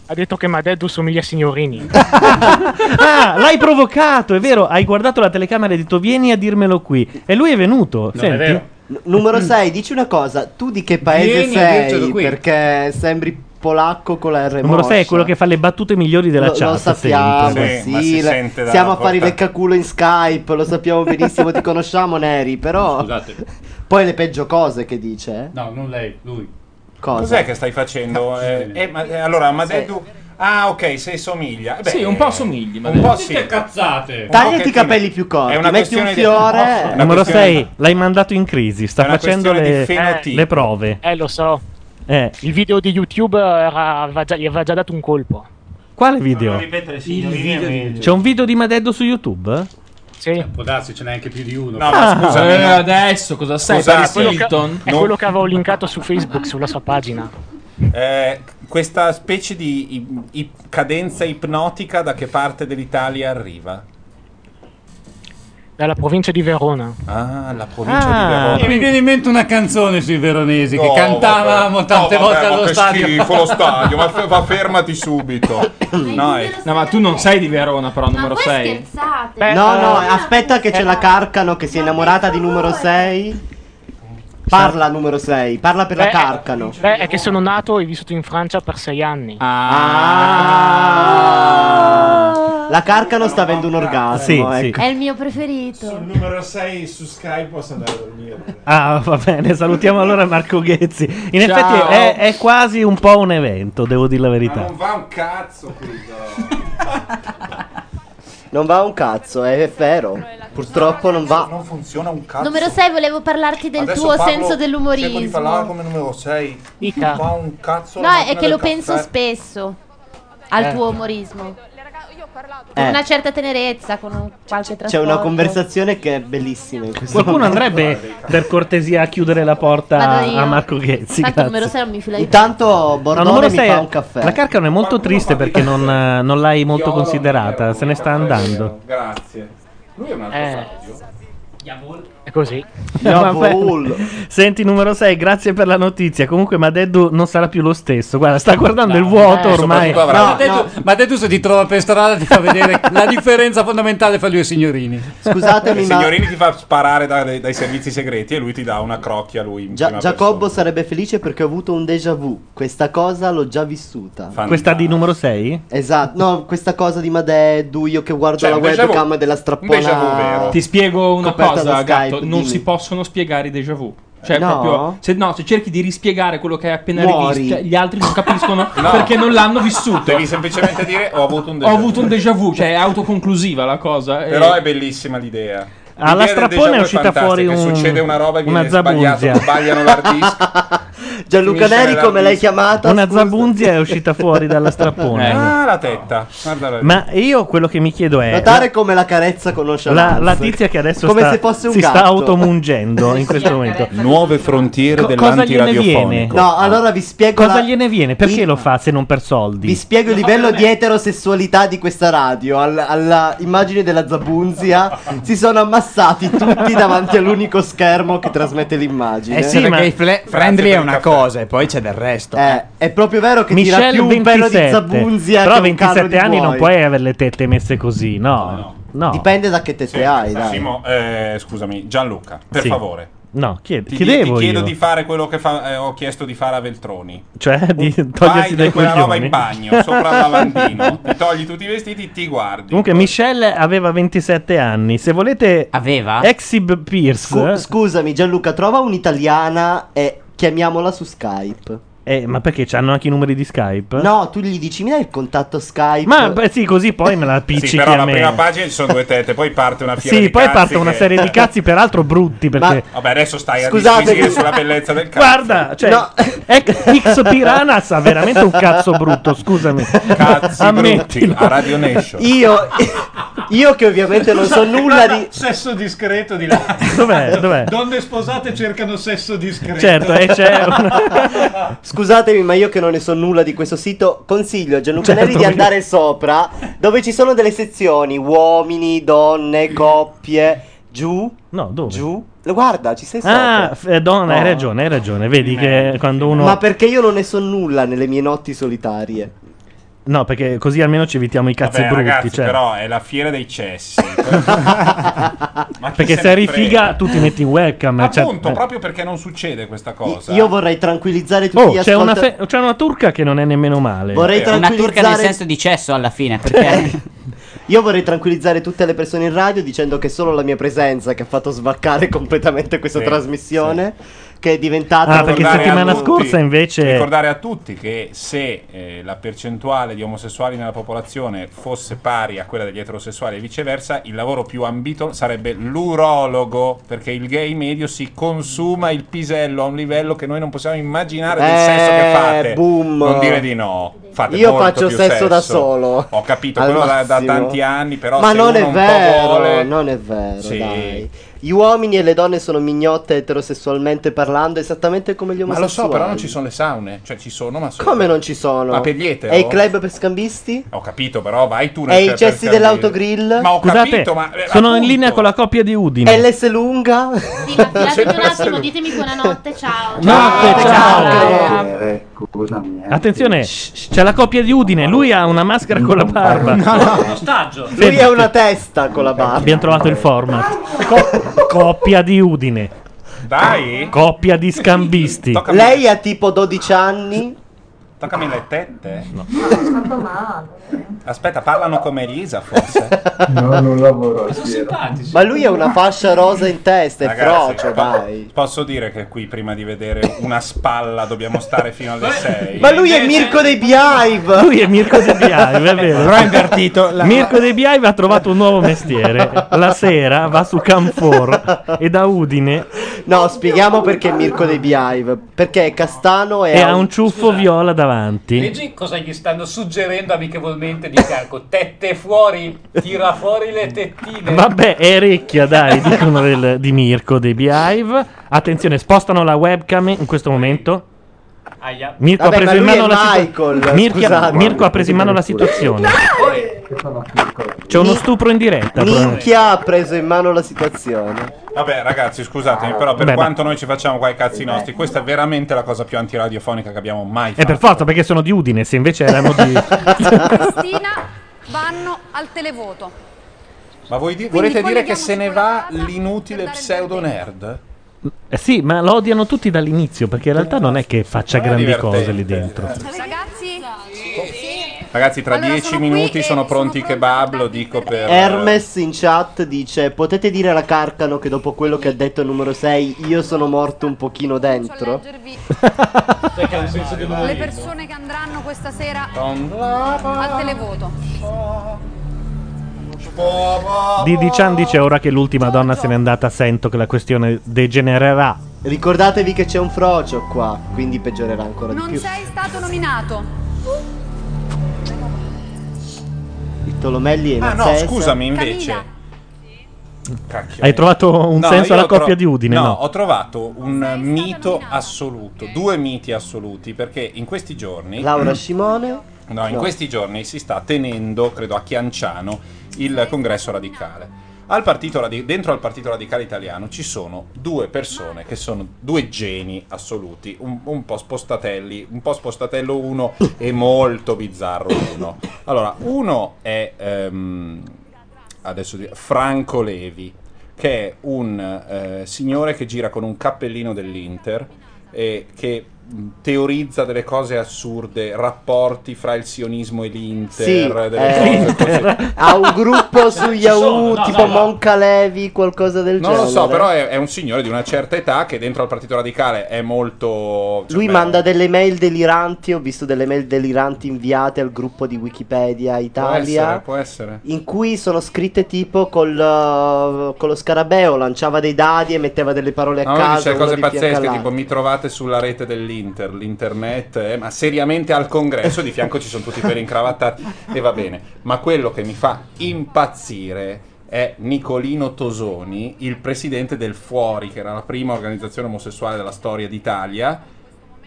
Speaker 3: Ha detto che Madeddu somiglia a Signorini.
Speaker 18: Eh,
Speaker 1: Ah, l'hai provocato, è vero. Hai guardato la telecamera e hai detto vieni a dirmelo qui. E lui è venuto.
Speaker 4: è
Speaker 1: Senti.
Speaker 4: vero. N- numero 6, dici una cosa, tu di che paese
Speaker 1: Vieni a dircelo
Speaker 4: sei?
Speaker 1: qui.
Speaker 4: Perché sembri polacco con la R
Speaker 1: Numero 6 è
Speaker 4: moscia.
Speaker 1: quello che fa le battute migliori della
Speaker 4: lo,
Speaker 1: chat.
Speaker 4: lo sappiamo,
Speaker 1: sempre.
Speaker 4: sì, la- siamo a fare il leccaculo in Skype, lo sappiamo benissimo, ti conosciamo Neri, però poi le peggio cose che dice. eh.
Speaker 14: No, non lei, lui.
Speaker 4: Cosa?
Speaker 11: Cos'è che stai facendo? Eh, eh, ma- eh, allora, ma sei tu. Ah, ok, sei somiglia. Eh, Beh,
Speaker 2: Sì, un po' somigli, ma
Speaker 11: un po'
Speaker 2: dai.
Speaker 11: sì.
Speaker 2: Dite cazzate.
Speaker 11: Un po'
Speaker 4: Tagliati
Speaker 11: che
Speaker 4: i capelli più corti,
Speaker 11: È una
Speaker 4: metti un
Speaker 11: questione di-
Speaker 4: fiore.
Speaker 11: una
Speaker 1: Numero
Speaker 11: questione-
Speaker 1: 6 Eh, l'hai mandato in crisi, sta
Speaker 11: È una
Speaker 1: facendo
Speaker 11: questione di
Speaker 1: le,
Speaker 11: fenotipo.
Speaker 1: le prove.
Speaker 3: Eh, lo so.
Speaker 1: Eh,
Speaker 3: Il video di YouTube era- aveva già- gli aveva già dato un colpo.
Speaker 1: quale video?
Speaker 14: ripetere,
Speaker 3: video di-
Speaker 1: C'è un video di Madeddo su YouTube?
Speaker 3: Sì.
Speaker 14: Può darsi, ce n'è anche più di uno.
Speaker 1: No, ma Ah. scusami,
Speaker 2: Eh,
Speaker 1: no.
Speaker 2: adesso cosa sei?
Speaker 11: Scusate,
Speaker 2: Paris
Speaker 11: quello che-
Speaker 2: Hilton?
Speaker 3: È
Speaker 11: No.
Speaker 3: quello che avevo linkato su Facebook, sulla sua pagina.
Speaker 11: Eh, questa specie di i- i- cadenza ipnotica da che parte dell'Italia arriva?
Speaker 3: Dalla provincia di Verona.
Speaker 11: Ah, la
Speaker 3: provincia
Speaker 14: E mi viene in mente una canzone sui veronesi che
Speaker 11: No,
Speaker 14: cantavamo
Speaker 11: vabbè.
Speaker 14: tante
Speaker 11: No, vabbè, ma
Speaker 14: volte allo
Speaker 11: che
Speaker 14: stadio.
Speaker 11: schifo lo
Speaker 4: *laughs*
Speaker 11: stadio, ma, fe- ma fermati subito. No, eh.
Speaker 2: No, ma tu non sei di Verona, però, numero 6.
Speaker 7: Scherzate.
Speaker 4: No, no, aspetta che c'è la Carcano che si è innamorata di numero 6. Parla numero 6, parla per
Speaker 1: Eh,
Speaker 4: la
Speaker 3: Beh,
Speaker 4: Carcano.
Speaker 3: Beh, è che sono nato e vissuto in Francia per sei anni.
Speaker 4: Ah. La Carcano sta avendo un orgasmo,
Speaker 1: Sì, sì.
Speaker 4: ecco.
Speaker 7: È il mio preferito. Sul
Speaker 14: numero 6 su Skype posso andare a dormire.
Speaker 1: Ah, va bene, salutiamo allora Marco Ghezzi. In
Speaker 14: Ciao.
Speaker 1: effetti è, è quasi un po' un evento, devo dire la verità.
Speaker 11: va un cazzo qui,
Speaker 4: Non va un cazzo, è è vero. Purtroppo non va. Non
Speaker 11: funziona un cazzo.
Speaker 7: Numero 6 volevo parlarti del tuo senso
Speaker 11: Cerco di
Speaker 7: dell'umorismo.
Speaker 11: parlare come numero 6.
Speaker 3: Mica.
Speaker 11: Fa un cazzo la
Speaker 7: No, è
Speaker 11: macchina
Speaker 7: che lo
Speaker 11: del
Speaker 7: penso
Speaker 11: caffè.
Speaker 7: spesso al
Speaker 4: Eh.
Speaker 7: tuo umorismo. Con
Speaker 4: Eh.
Speaker 7: una certa tenerezza, con un- qualche trasporto.
Speaker 4: C'è una conversazione che è bellissima in questo
Speaker 1: Qualcuno
Speaker 4: momento.
Speaker 1: andrebbe per cortesia a chiudere la porta
Speaker 7: Vado io.
Speaker 1: a Marco
Speaker 7: Tanto
Speaker 1: Ghezzi. Eh, grazie.
Speaker 7: numero 6 non mi fila di
Speaker 4: Intanto
Speaker 1: No,
Speaker 4: Bordone
Speaker 1: numero
Speaker 4: mi
Speaker 1: sei-
Speaker 4: fa un caffè.
Speaker 1: La Carcano è molto triste perché non, eh, non l'hai molto considerata, se ne sta
Speaker 4: *laughs*
Speaker 1: andando.
Speaker 11: Grazie. Lui è un altro
Speaker 3: Eh.
Speaker 11: saggio.
Speaker 3: È così.
Speaker 1: *laughs* No, vabbè. Senti, numero 6, grazie per la notizia. Comunque, Madeddu non sarà più lo stesso. Guarda, sta guardando il
Speaker 11: Eh,
Speaker 4: Eh,
Speaker 1: vuoto ormai.
Speaker 14: ma, te, tu, ma te tu se ti trova per strada ti
Speaker 4: *laughs*
Speaker 14: fa vedere la differenza fondamentale fra lui e signorini.
Speaker 4: Scusatemi,
Speaker 11: I
Speaker 4: ma-
Speaker 11: Eh, signorini ti fa sparare da- dai, dai servizi segreti e lui ti dà una crocchia. Lui in
Speaker 4: Gia-
Speaker 11: prima
Speaker 4: Giacobbo sarebbe felice perché ho avuto un déjà vu. Questa cosa l'ho già vissuta.
Speaker 1: Questa di numero 6?
Speaker 4: Esatto, no, questa cosa di Madeddu, io che guardo
Speaker 1: Cioè,
Speaker 4: la
Speaker 1: un déjà vu-
Speaker 4: webcam della
Speaker 2: Un déjà vu
Speaker 4: strappona.
Speaker 2: vero. Ti spiego una
Speaker 4: coperta da
Speaker 2: cosa,
Speaker 4: Skype,
Speaker 2: gatto. Non
Speaker 4: dimmi.
Speaker 2: si possono spiegare i déjà vu. Cioè,
Speaker 4: No?
Speaker 2: proprio. Se, no, se cerchi di rispiegare quello che hai appena
Speaker 11: Muori.
Speaker 2: rivisto, cioè, gli altri non capiscono
Speaker 11: *laughs* No.
Speaker 2: perché non l'hanno vissuto.
Speaker 11: Devi semplicemente dire ho avuto un déjà
Speaker 2: Ho
Speaker 11: vu.
Speaker 2: avuto un déjà vu, cioè è autoconclusiva la cosa. e-
Speaker 11: Però è bellissima l'idea. L'idea
Speaker 1: Alla
Speaker 11: del déjà
Speaker 1: strappone
Speaker 11: vu
Speaker 1: è uscita
Speaker 11: fantastica,
Speaker 1: fuori un-
Speaker 11: Succede una roba e
Speaker 1: una
Speaker 11: viene sbagliato,
Speaker 1: zabunzia.
Speaker 11: sbagliano
Speaker 1: *laughs*
Speaker 11: l'hard disk.
Speaker 4: Gianluca
Speaker 11: Finisce
Speaker 4: Neri,
Speaker 11: la-
Speaker 4: come l'hai chiamata?
Speaker 1: Una zabunzia è uscita
Speaker 4: *laughs*
Speaker 1: fuori dalla strappone.
Speaker 11: Ah, la tetta. Guarda la-
Speaker 1: Ma io quello che mi chiedo è.
Speaker 4: Notare come la carezza con nonchalance.
Speaker 1: La, la tizia che adesso
Speaker 4: come
Speaker 1: sta,
Speaker 4: se fosse un
Speaker 1: si sta
Speaker 4: gatto. *laughs*
Speaker 1: automungendo in questo momento.
Speaker 11: *laughs* Nuove frontiere
Speaker 1: Co- cosa gliene viene?
Speaker 4: No, allora vi spiego
Speaker 1: Cosa
Speaker 4: la-
Speaker 1: gliene viene? Perché lo fa se non per soldi?
Speaker 4: Vi spiego il livello di eterosessualità di questa radio. Al- alla immagine della Zabunzia si sono ammassati tutti davanti all'unico schermo che trasmette l'immagine.
Speaker 18: Eh sì, perché i fle- friendly è una cosa e poi c'è del resto.
Speaker 4: Eh, è proprio vero che tira
Speaker 1: Michelle
Speaker 4: più un pelo di
Speaker 1: 27.
Speaker 4: Zabunzia
Speaker 1: Però
Speaker 4: che
Speaker 1: a
Speaker 4: un carro
Speaker 1: 27
Speaker 4: di
Speaker 1: anni non
Speaker 4: buoi.
Speaker 1: puoi avere le tette messe così, no? No.
Speaker 4: Dipende da che tette hai, dai.
Speaker 11: Simo, eh, scusami, Gianluca, per
Speaker 1: Sì.
Speaker 11: favore.
Speaker 1: No, chied-
Speaker 11: Ti, ti
Speaker 1: chiedevo
Speaker 11: chiedo
Speaker 1: io.
Speaker 11: di fare quello che fa- eh, ho chiesto di fare a Veltroni.
Speaker 1: Cioè, di
Speaker 11: Vai
Speaker 1: togliersi
Speaker 11: da
Speaker 1: dai
Speaker 11: quella roba
Speaker 1: coglioni.
Speaker 11: in bagno, sopra il
Speaker 1: *laughs*
Speaker 11: lavandino, ti togli tutti i vestiti, ti guardi.
Speaker 1: Comunque, Michelle aveva 27 anni. Se volete.
Speaker 4: Aveva?
Speaker 1: Exib Pierce.
Speaker 4: Scu- scusami, Gianluca, trova un'italiana e chiamiamola su Skype.
Speaker 1: Eh, ma perché c'hanno anche i numeri di Skype?
Speaker 4: No, tu gli dici, mi dai il contatto Skype?
Speaker 1: Ma beh, sì, così poi me la appiccichi
Speaker 4: Sì,
Speaker 15: però
Speaker 1: a
Speaker 15: la
Speaker 1: me.
Speaker 15: prima
Speaker 11: pagina ci sono due tette, poi parte una fiera
Speaker 1: Sì,
Speaker 11: di
Speaker 1: poi
Speaker 11: cazzi
Speaker 1: parte una
Speaker 11: che-
Speaker 1: serie di
Speaker 11: *laughs*
Speaker 1: cazzi, peraltro brutti. Perché
Speaker 11: Vabbè, adesso stai a
Speaker 1: Scusate,
Speaker 11: disquisire
Speaker 1: che-
Speaker 11: sulla bellezza del cazzo.
Speaker 1: Guarda, cioè, ex- X Piranhas ha veramente un cazzo brutto, scusami.
Speaker 11: Cazzi brutti, a Radio Nation.
Speaker 4: Io, io che ovviamente non
Speaker 14: *laughs*
Speaker 4: so nulla di...
Speaker 19: Sesso discreto di là.
Speaker 4: *laughs*
Speaker 1: Dov'è? Dov'è?
Speaker 19: Donne sposate cercano sesso discreto.
Speaker 4: Certo,
Speaker 1: eh,
Speaker 4: e
Speaker 14: *laughs*
Speaker 4: c'è *laughs* Scusatemi, ma io che non ne so nulla di questo sito, consiglio a Gianluca
Speaker 1: Certo,
Speaker 4: Neri di
Speaker 1: perché-
Speaker 4: andare sopra, dove ci sono delle sezioni, uomini, donne, coppie, giù.
Speaker 1: No, dove?
Speaker 4: Giù. Guarda, ci sei sopra.
Speaker 1: Ah, f- eh, donna, hai
Speaker 4: No.
Speaker 1: ragione, hai ragione. Vedi che
Speaker 11: eh,
Speaker 1: quando uno.
Speaker 4: Ma perché io non ne so nulla nelle mie notti solitarie?
Speaker 1: No, perché così almeno ci evitiamo i cazzi
Speaker 11: Vabbè,
Speaker 1: brutti.
Speaker 11: ragazzi,
Speaker 1: cioè.
Speaker 11: però è la fiera *laughs* dei
Speaker 4: *laughs*
Speaker 11: cessi.
Speaker 1: *laughs*
Speaker 11: Ma chi
Speaker 1: perché
Speaker 11: se
Speaker 1: se
Speaker 11: ne
Speaker 1: eri
Speaker 11: frega?
Speaker 1: figa, tu ti metti in webcam. cioè,
Speaker 11: Appunto,
Speaker 1: eh.
Speaker 11: proprio perché non succede questa cosa.
Speaker 4: Io vorrei tranquillizzare tutti
Speaker 1: Oh,
Speaker 4: gli
Speaker 1: c'è, una
Speaker 4: ascoltatori.
Speaker 1: fe- c'è una turca che non è nemmeno male.
Speaker 4: Vorrei
Speaker 5: Una
Speaker 4: tranquillizzare...
Speaker 5: turca nel senso di cesso alla fine, perché
Speaker 4: Eh. Io vorrei tranquillizzare tutte le persone in radio dicendo che è solo la mia presenza che ha fatto svaccare *laughs* completamente questa
Speaker 11: Sì,
Speaker 4: trasmissione, che è diventata...
Speaker 1: Ah, perché
Speaker 4: una-
Speaker 1: Ricordare settimana
Speaker 11: a tutti-
Speaker 1: scorsa, invece-
Speaker 11: Ricordare a tutti che se eh, la percentuale di omosessuali nella popolazione fosse pari a quella degli eterosessuali e viceversa, il lavoro più ambito sarebbe l'urologo, perché il gay medio si consuma il pisello a un livello che noi non possiamo immaginare del
Speaker 4: Eh,
Speaker 11: sesso che fate.
Speaker 4: boom.
Speaker 11: Non dire di no. Fate
Speaker 4: Io
Speaker 11: molto
Speaker 4: faccio
Speaker 11: più
Speaker 4: sesso da solo.
Speaker 11: Ho capito,
Speaker 4: Al
Speaker 11: quello da, da
Speaker 4: massimo.
Speaker 11: tanti anni, però
Speaker 4: Ma
Speaker 11: se
Speaker 4: non
Speaker 11: uno
Speaker 4: è
Speaker 11: un
Speaker 4: vero,
Speaker 11: po' vuole...
Speaker 4: non è vero,
Speaker 11: Sì.
Speaker 4: dai. Gli uomini e le donne sono mignotte eterosessualmente parlando, esattamente come gli
Speaker 11: Ma lo so,
Speaker 4: omosessuali.
Speaker 11: però non ci sono le saune, cioè ci sono, ma sono.
Speaker 4: Come non ci sono?
Speaker 11: Ma per gli etero?
Speaker 4: E i club per scambisti?
Speaker 11: Ho capito, però vai tu.
Speaker 4: E
Speaker 11: nel-
Speaker 4: i
Speaker 11: per-
Speaker 4: cessi
Speaker 11: per-
Speaker 4: dell'autogrill?
Speaker 11: Ma ho
Speaker 1: Scusate,
Speaker 11: capito, ma eh,
Speaker 1: sono in linea con la coppia di Udine.
Speaker 4: E l'S lunga?
Speaker 11: *laughs* Cioè,
Speaker 34: Filatevi un attimo, ditemi buonanotte, ciao.
Speaker 1: Notte, ciao.
Speaker 34: Eh,
Speaker 1: Attenzione, c'è la coppia di Udine. Lui ha una maschera con la barba.
Speaker 4: Ostaggio. Lui è una testa con la barba.
Speaker 1: Abbiamo trovato il format. Co- coppia di Udine.
Speaker 11: Dai.
Speaker 1: Coppia di scambisti.
Speaker 4: Lei ha tipo 12 anni.
Speaker 11: Toccami le tette. *laughs* Aspetta, parlano come Elisa, forse.
Speaker 4: No, non lavoro. Ma lui ha una fascia rosa in testa, è
Speaker 11: Ragazzi,
Speaker 4: frocio,
Speaker 11: po-
Speaker 4: dai.
Speaker 11: Posso dire che qui prima di vedere una spalla dobbiamo stare fino alle 6.
Speaker 4: Ma lui è Mirko dei Beehive.
Speaker 1: *laughs* Lui è Mirko De Biaive, è vero.
Speaker 11: Però è
Speaker 1: invertito. Mirko De Biaive ha trovato un nuovo mestiere. La sera va su Canfor e da Udine
Speaker 4: No, spieghiamo perché è Mirco dei Beehive. Perché è castano e,
Speaker 1: e ha un ciuffo viola davanti.
Speaker 14: Leggi cosa gli stanno suggerendo amichevolmente di fianco. Tette fuori, tira fuori le tettine.
Speaker 1: Vabbè, è ricchia, dai, dicono del- di Mirko De Biaive. Attenzione, spostano la webcam in questo momento.
Speaker 14: Aia.
Speaker 1: Mirko
Speaker 14: Vabbè,
Speaker 1: ha preso
Speaker 14: ma
Speaker 1: in
Speaker 14: lui
Speaker 1: mano
Speaker 14: è
Speaker 1: la situ-
Speaker 14: Michael,
Speaker 1: Mirchi-
Speaker 14: scusate.
Speaker 1: Mirko ha preso in mano la situazione. C'è uno stupro in diretta. probabilmente.
Speaker 4: Minchia ha preso in mano la situazione.
Speaker 11: Vabbè, ragazzi, scusatemi, però per
Speaker 1: Beh, ma-
Speaker 11: quanto noi ci facciamo qua i cazzi nostri, questa è veramente la cosa più antiradiofonica che abbiamo
Speaker 1: E
Speaker 11: mai fatto.
Speaker 1: Eh, per forza, perché sono di Udine, se invece erano di...
Speaker 14: *laughs*
Speaker 15: Cristina vanno al televoto.
Speaker 11: Ma voi di-
Speaker 15: Quindi
Speaker 11: volete dire che
Speaker 15: colleghiamoci
Speaker 11: se ne va l'inutile pseudo nerd?
Speaker 1: Eh sì, ma lo odiano tutti dall'inizio, perché in realtà non è che faccia
Speaker 11: Però è
Speaker 1: grandi
Speaker 11: divertente.
Speaker 1: cose lì dentro.
Speaker 15: Ragazzi,
Speaker 11: Ragazzi, tra dieci minuti sono pronti i kebab, lo dico per...
Speaker 4: Hermes in chat dice: Potete dire alla Carcano che dopo quello che ha detto il numero 6, io sono morto un pochino dentro?
Speaker 19: Sai che ha un senso di
Speaker 15: le
Speaker 19: umorismo.
Speaker 15: persone che andranno questa sera
Speaker 19: Tom.
Speaker 15: al televoto.
Speaker 1: Didi Chan dice ora che l'ultima donna se n'è andata, sento che la questione degenererà.
Speaker 4: Ricordatevi che c'è un frocio qua, quindi peggiorerà ancora di
Speaker 15: Non
Speaker 4: più.
Speaker 15: sei stato nominato.
Speaker 4: Il Tolomelli è in
Speaker 11: Ah no,
Speaker 4: assenza.
Speaker 11: scusami invece. Cacchio.
Speaker 1: Hai trovato un
Speaker 11: No,
Speaker 1: senso
Speaker 11: io
Speaker 1: alla
Speaker 11: ho tro-
Speaker 1: coppia di Udine?
Speaker 11: No,
Speaker 1: No.
Speaker 11: ho trovato un mito assoluto, due miti assoluti, perché in questi giorni...
Speaker 4: Laura Simone.
Speaker 11: No, in
Speaker 4: No.
Speaker 11: questi giorni si sta tenendo, credo a Chianciano, il congresso radicale. Al partito radi- dentro al Partito Radicale Italiano ci sono due persone che sono due geni assoluti, un, un po' spostatelli, un po' spostatello uno e molto bizzarro uno. Allora, uno è ehm, adesso di- Franco Levi, che è un eh, signore che gira con un cappellino dell'Inter e che mh, teorizza delle cose assurde, rapporti fra il sionismo e l'Inter,
Speaker 4: Sì, *laughs*
Speaker 11: delle
Speaker 4: eh,
Speaker 11: cose così.
Speaker 4: ha un gruppo su
Speaker 11: Ci sono,
Speaker 4: Yahoo,
Speaker 11: no,
Speaker 4: tipo
Speaker 11: no, no.
Speaker 4: Monca Levi, qualcosa del
Speaker 11: Non
Speaker 4: genere.
Speaker 11: lo so, però è, è un signore di una certa età che dentro al Partito Radicale è molto... cioè,
Speaker 4: Lui
Speaker 11: beh,
Speaker 4: manda delle mail deliranti, ho visto delle mail deliranti inviate al gruppo di Wikipedia
Speaker 11: Può essere,
Speaker 4: Italia.
Speaker 11: può essere.
Speaker 4: In cui sono scritte tipo col, uh, con lo scarabeo, lanciava dei dadi e metteva delle parole a
Speaker 11: No, lui
Speaker 4: caso.
Speaker 11: dice
Speaker 4: uno
Speaker 11: cose
Speaker 4: di fianco
Speaker 11: pazzesche,
Speaker 4: all'altro.
Speaker 11: tipo mi trovate sulla rete dell'Inter, l'internet, eh, ma seriamente al congresso di fianco ci sono tutti quelli incravattati e va bene. Ma quello che mi fa impazzire è Nicolino Tosoni, il presidente del Fuori, che era la prima organizzazione omosessuale della storia d'Italia,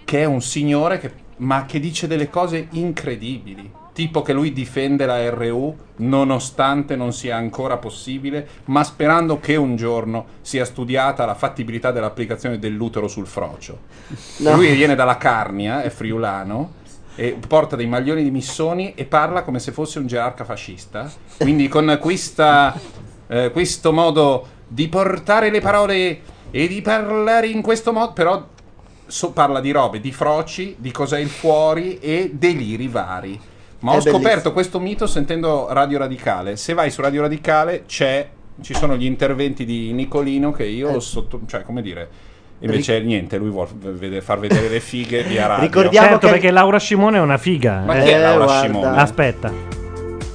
Speaker 11: che è un signore che, ma che dice delle cose incredibili. Tipo che lui difende la RU nonostante non sia ancora possibile, ma sperando che un giorno sia studiata la fattibilità dell'applicazione dell'utero sul frocio.
Speaker 4: No.
Speaker 11: Lui viene dalla Carnia, è friulano. E porta dei maglioni di missoni e parla come se fosse un gerarca fascista. Quindi, con questa, eh, questo modo di portare le parole e di parlare in questo modo, però so- parla di robe, di froci, di cos'è il fuori e deliri vari. Ma
Speaker 24: È
Speaker 11: ho scoperto
Speaker 24: bellissimo.
Speaker 11: questo mito sentendo Radio Radicale. Se vai su Radio Radicale c'è, ci sono gli interventi di Nicolino che
Speaker 24: Eh.
Speaker 11: io sotto, cioè come dire. Invece niente, lui vuole vede- far vedere le fighe via radio.
Speaker 1: certo, perché Laura Simone è una figa.
Speaker 11: Ma chi è Laura Scimone?
Speaker 1: Aspetta.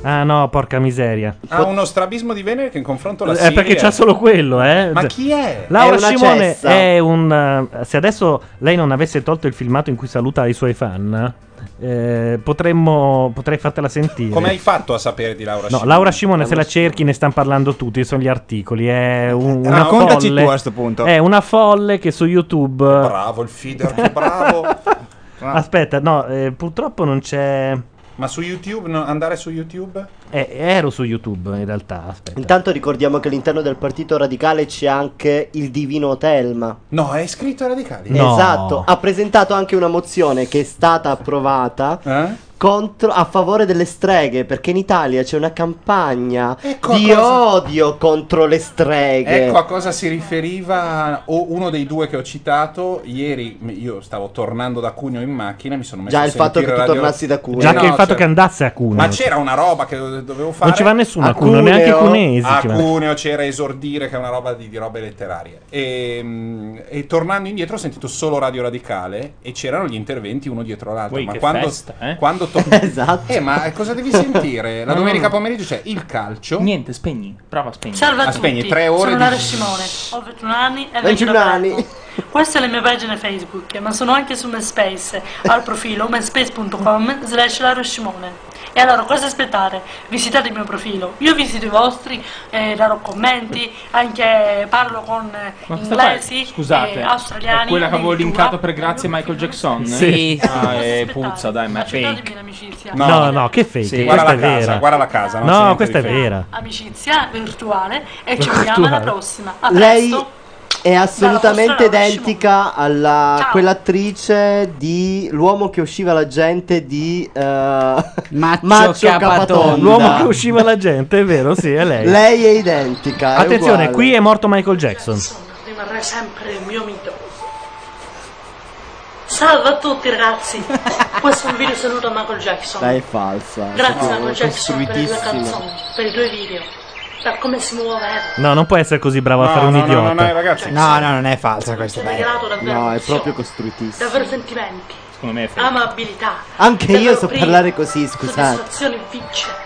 Speaker 1: Ah no, porca miseria.
Speaker 11: ha uno strabismo di Venere che in confronto alla
Speaker 1: Eh,
Speaker 11: Siria
Speaker 1: perché c'ha solo quello, eh.
Speaker 11: Ma chi è?
Speaker 1: Laura
Speaker 11: È una
Speaker 1: Simone
Speaker 11: cessa.
Speaker 1: è un. eh, Se adesso lei non avesse tolto il filmato in cui saluta i suoi fan, eh, potremmo. Potrei fartela sentire.
Speaker 11: Come hai fatto a sapere di Laura
Speaker 1: No,
Speaker 11: Scimone?
Speaker 1: Laura Scimone, se la cerchi, ne stanno parlando tutti. Sono gli articoli. È un,
Speaker 2: Eh,
Speaker 1: una
Speaker 11: raccontaci
Speaker 1: folle,
Speaker 11: tu a sto punto.
Speaker 1: È una folle che su YouTube.
Speaker 11: Bravo il feeder, che
Speaker 1: *laughs*
Speaker 11: bravo.
Speaker 1: Aspetta, no, eh, purtroppo non c'è.
Speaker 11: Ma su YouTube, no, andare su YouTube?
Speaker 1: eh, ero su YouTube in realtà. Aspetta.
Speaker 4: Intanto ricordiamo che all'interno del partito radicale c'è anche il divino Telma.
Speaker 11: No, è iscritto ai radicali.
Speaker 4: Esatto, ha presentato anche una mozione che è stata approvata.
Speaker 1: Eh?
Speaker 4: contro- a favore delle streghe, perché in Italia c'è una campagna
Speaker 11: Ecco
Speaker 4: di
Speaker 11: a cosa-
Speaker 4: odio contro le streghe.
Speaker 11: Ecco a cosa si riferiva o uno dei due che ho citato. Ieri m- io stavo tornando da Cugno in macchina, mi sono messo
Speaker 4: Già
Speaker 11: a
Speaker 4: il fatto
Speaker 11: sentire
Speaker 4: che tu
Speaker 11: Radio-
Speaker 4: tornassi da Cugno.
Speaker 1: Già
Speaker 11: Eh
Speaker 1: che
Speaker 11: no,
Speaker 1: il fatto
Speaker 11: cioè-
Speaker 1: che andasse a Cuneo.
Speaker 11: Ma c'era una roba che do- dovevo fare.
Speaker 1: ci va nessuno a Cuneo, neanche i cunesi
Speaker 11: A
Speaker 1: ci va.
Speaker 11: Cuneo c'era Esordire, che è una roba di, di robe letterarie. E, mm, e tornando indietro ho sentito solo Radio Radicale e c'erano gli interventi uno dietro l'altro.
Speaker 24: Ui,
Speaker 11: ma
Speaker 24: che
Speaker 11: quando,
Speaker 24: festa, eh?
Speaker 11: quando to-
Speaker 4: *laughs* esatto.
Speaker 11: Eh, ma cosa devi sentire? La
Speaker 24: No,
Speaker 11: domenica
Speaker 24: no, no.
Speaker 11: pomeriggio c'è il calcio.
Speaker 2: Niente, spegni. Prova a spegnere.
Speaker 24: Salve a
Speaker 11: Ah, spegni,
Speaker 24: tutti,
Speaker 11: tre ore
Speaker 24: sono
Speaker 11: di-
Speaker 24: Laura Simone, ho 21 anni e
Speaker 4: 21
Speaker 24: vengo da Bergamo. Questa è la mia pagina Facebook, ma sono anche su MySpace, al profilo myspace.com slash Laura Simone. E allora cosa aspettare? Visitate il mio profilo, io visito i vostri, eh, darò commenti, anche parlo con eh,
Speaker 2: Ma questa qua è-
Speaker 24: inglesi,
Speaker 2: scusate,
Speaker 24: eh,
Speaker 2: è
Speaker 24: australiani,
Speaker 2: quella che avevo
Speaker 24: addirittura.
Speaker 2: linkato per grazie a Michael Jackson.
Speaker 24: Sì.
Speaker 2: Ah, e puzza, dai, ma è
Speaker 24: Accettatemi
Speaker 2: fake.
Speaker 24: l'amicizia.
Speaker 1: No, no, che fake.
Speaker 2: Sì,
Speaker 1: questa
Speaker 2: guarda
Speaker 1: è
Speaker 2: la casa,
Speaker 1: vera.
Speaker 2: guarda la casa, non c'è
Speaker 1: No,
Speaker 2: niente
Speaker 1: questa è
Speaker 2: di fake.
Speaker 1: vera.
Speaker 24: Amicizia virtuale e ci
Speaker 1: Virtuale.
Speaker 24: vediamo alla prossima. A
Speaker 4: Lei
Speaker 24: presto.
Speaker 4: è assolutamente
Speaker 24: Dalla vostra Laura
Speaker 4: identica alla quell'attrice di l'uomo che usciva la gente di eh, Maccio, Capatonda.
Speaker 1: L'uomo che usciva la gente, è vero, sì, è lei.
Speaker 4: Lei è identica. è
Speaker 1: Attenzione,
Speaker 4: uguale.
Speaker 1: qui è morto Michael Jackson.
Speaker 24: rimarrà sempre il mio mito. Salve a tutti ragazzi, questo è un video saluto a Michael Jackson.
Speaker 4: Lei è falsa.
Speaker 24: Grazie
Speaker 4: Sì,
Speaker 24: a Michael
Speaker 4: è
Speaker 24: Jackson per le due
Speaker 4: costruitissima.
Speaker 24: canzoni, per i due video, per come si eh. muoveva.
Speaker 1: No, non può essere così bravo a
Speaker 18: No,
Speaker 1: fare un
Speaker 18: no, no,
Speaker 1: idiota.
Speaker 18: no, no, ragazzi. No, no, non
Speaker 1: è falsa
Speaker 24: questa. Regalato davvero emozioni,
Speaker 4: costruitissimo.
Speaker 24: Davvero sentimenti,
Speaker 1: Secondo me
Speaker 24: amabilità,
Speaker 4: Anche io
Speaker 24: davvero
Speaker 4: so
Speaker 24: brio,
Speaker 4: parlare così, scusate.
Speaker 24: Soddisfazione vince.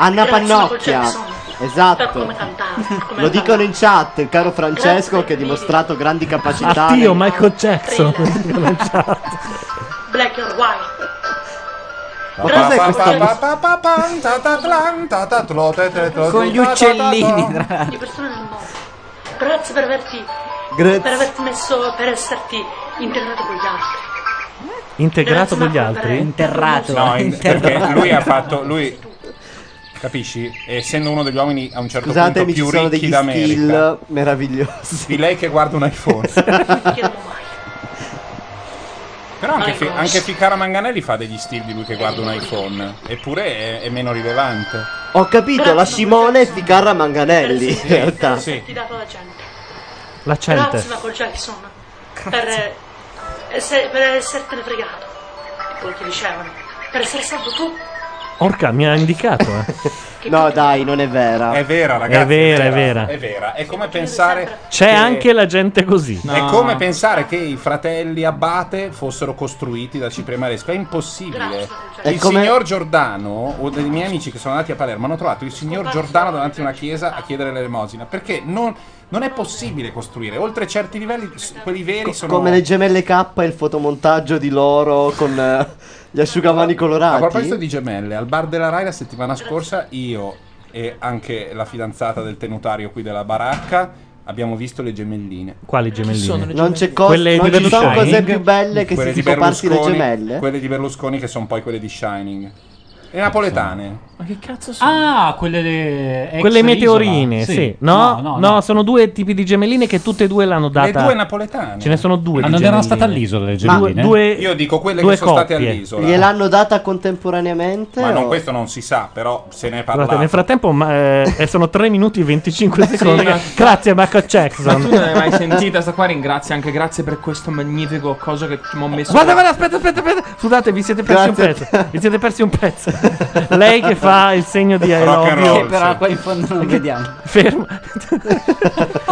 Speaker 4: Anna
Speaker 24: Grazie a Michael
Speaker 4: Pannocchia.
Speaker 24: Jackson cioè, Per
Speaker 4: Esatto.
Speaker 24: come
Speaker 4: *laughs*
Speaker 24: cantava, come
Speaker 4: Lo dicono in chat, il caro Francesco che ha dimostrato grandi capacità.
Speaker 24: Addio,
Speaker 1: ecco,
Speaker 4: Michael
Speaker 1: Jackson. *laughs*
Speaker 24: Black and White.
Speaker 4: Ma cos'è questa musica?
Speaker 24: Con Di persone nel mondo. Grazie per averti.
Speaker 1: Grazie.
Speaker 24: Per averti messo. per esserti integrato con gli altri.
Speaker 1: Integrato con gli altri?
Speaker 24: No,
Speaker 11: in- perché lui ha fatto. Lui, capisci? Essendo uno degli uomini a un certo
Speaker 4: Scusatemi, ci
Speaker 11: punto
Speaker 4: sono
Speaker 11: più
Speaker 4: degli
Speaker 11: ricchi d'America,
Speaker 4: skill meravigliosi.
Speaker 11: di lei che guarda un iPhone. Però anche, Fi- anche Ficara Manganelli fa degli stili di lui che guarda un iPhone, eppure è, è meno rilevante.
Speaker 4: *laughs* Ho capito, la Simone è Ficarra Manganelli.
Speaker 11: Sì,
Speaker 4: in realtà.
Speaker 24: Ti dato la gente.
Speaker 1: La
Speaker 24: Grazie
Speaker 1: gente.
Speaker 24: Michael Jackson. Per eh, eh, se- per essertene fregato. E poi ti dicevano, per essere salvo tu,
Speaker 1: Orca mi ha indicato. eh.
Speaker 4: No, dai, non è vera.
Speaker 11: È vera, ragazzi.
Speaker 1: È vera, è vera.
Speaker 11: È vera. È come pensare.
Speaker 1: C'è
Speaker 11: che-
Speaker 1: anche la gente così.
Speaker 11: È come pensare che i fratelli Abate fossero costruiti da Cipriano Maresca. È impossibile.
Speaker 4: È
Speaker 11: il
Speaker 4: come-
Speaker 11: signor Giordano, o dei miei amici che sono andati a Palermo, hanno trovato il signor Giordano davanti a una chiesa a chiedere l'elemosina. Perché non, non è possibile costruire. Oltre certi livelli, s- quelli veri sono.
Speaker 4: Come le gemelle K e il fotomontaggio di loro con eh, gli asciugamani
Speaker 11: A
Speaker 4: colorati.
Speaker 11: proposito di gemelle, al bar della Rai la settimana scorsa io e anche la fidanzata del tenutario qui della baracca abbiamo visto le gemelline.
Speaker 1: Quali gemelline?
Speaker 4: Non c'è cosa,
Speaker 1: Quelle
Speaker 4: non
Speaker 1: di
Speaker 4: ci sono
Speaker 1: Berlusconi?
Speaker 4: cose più belle che si
Speaker 11: Quelle di
Speaker 4: scoparsi le
Speaker 11: Berlusconi-
Speaker 4: gemelle.
Speaker 11: Quelle di Berlusconi che sono poi quelle di Shining. Le napoletane.
Speaker 2: Ma che cazzo sono?
Speaker 19: Ah, quelle le- ex
Speaker 1: Quelle
Speaker 19: l'isola.
Speaker 1: meteorine, sì. No? No, sono due tipi di gemelline che tutte e due l'hanno data.
Speaker 11: due napoletane.
Speaker 1: Ce ne sono due.
Speaker 19: Ma
Speaker 1: di
Speaker 19: Ah, non erano
Speaker 1: gemelline.
Speaker 19: state all'isola le
Speaker 1: Due-
Speaker 19: gemelline?
Speaker 1: Due,
Speaker 11: Io dico quelle
Speaker 1: due
Speaker 11: che sono state
Speaker 1: coppie.
Speaker 11: all'isola.
Speaker 4: Gliel'hanno data contemporaneamente?
Speaker 11: Ma
Speaker 4: o-
Speaker 11: non, questo non si sa, però se ne è parlato.
Speaker 1: Guardate, nel frattempo ma, eh, eh, sono 3 minuti e 25 secondi.
Speaker 2: ma-
Speaker 1: Grazie Michael
Speaker 2: Ma tu
Speaker 1: Jackson.
Speaker 2: non l'hai mai sentita sta qua ringrazia anche grazie per questo magnifico coso che mi ho messo
Speaker 1: Guarda, guarda, aspetta, aspetta, aspetta. Scusate, vi siete persi
Speaker 2: Grazie.
Speaker 1: un pezzo. Vi siete persi un pezzo. Lei che fa il segno di
Speaker 5: Rock
Speaker 1: I love
Speaker 5: and
Speaker 1: you.
Speaker 5: roll, Che però sì. qua in fondo non vediamo.
Speaker 1: Fermo.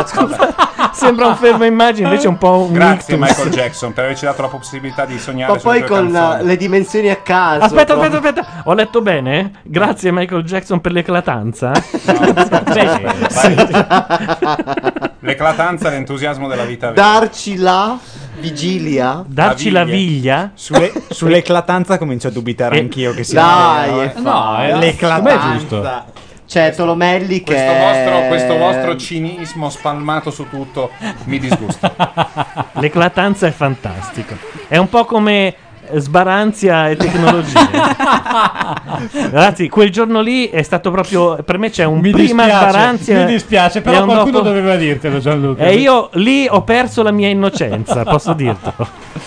Speaker 1: Scusa, sembra un fermo immagine, invece è un po' un
Speaker 11: Grazie
Speaker 1: ictus.
Speaker 11: Michael Jackson per averci dato la possibilità di sognare
Speaker 4: Ma
Speaker 11: sulle
Speaker 4: poi
Speaker 11: tue
Speaker 4: con
Speaker 11: canzoni.
Speaker 4: eh, le dimensioni a caso.
Speaker 1: Aspetta,
Speaker 4: proprio.
Speaker 1: aspetta, aspetta. Ho letto bene? Grazie Michael Jackson per l'eclatanza.
Speaker 11: Sì,
Speaker 1: Sì.
Speaker 4: *laughs*
Speaker 11: vai. L'eclatanza e l'entusiasmo della vita vera.
Speaker 4: Darci la vigilia.
Speaker 1: Darci la viglia. *laughs* Eh,
Speaker 18: Sulle- sull'eclatanza comincio a dubitare anch'io che sia
Speaker 4: Dai,
Speaker 18: vero, eh. l'eclatanza.
Speaker 4: C'è Cioè, Tolomelli che.
Speaker 11: Questo vostro, questo vostro cinismo spalmato su tutto mi
Speaker 1: *laughs*
Speaker 11: disgusta.
Speaker 1: L'eclatanza è fantastica. È un po' come eh, sbaranzia e
Speaker 19: *laughs*
Speaker 1: tecnologia. Ragazzi, quel giorno lì è stato proprio. Per me c'è un
Speaker 19: Mi
Speaker 1: prima
Speaker 19: dispiace,
Speaker 1: sbaranzia.
Speaker 19: mi dispiace, però
Speaker 1: e eh, un
Speaker 19: qualcuno
Speaker 1: dopo-
Speaker 19: doveva dirtelo Gianluca.
Speaker 1: E io lì ho perso la mia innocenza, posso dirtelo.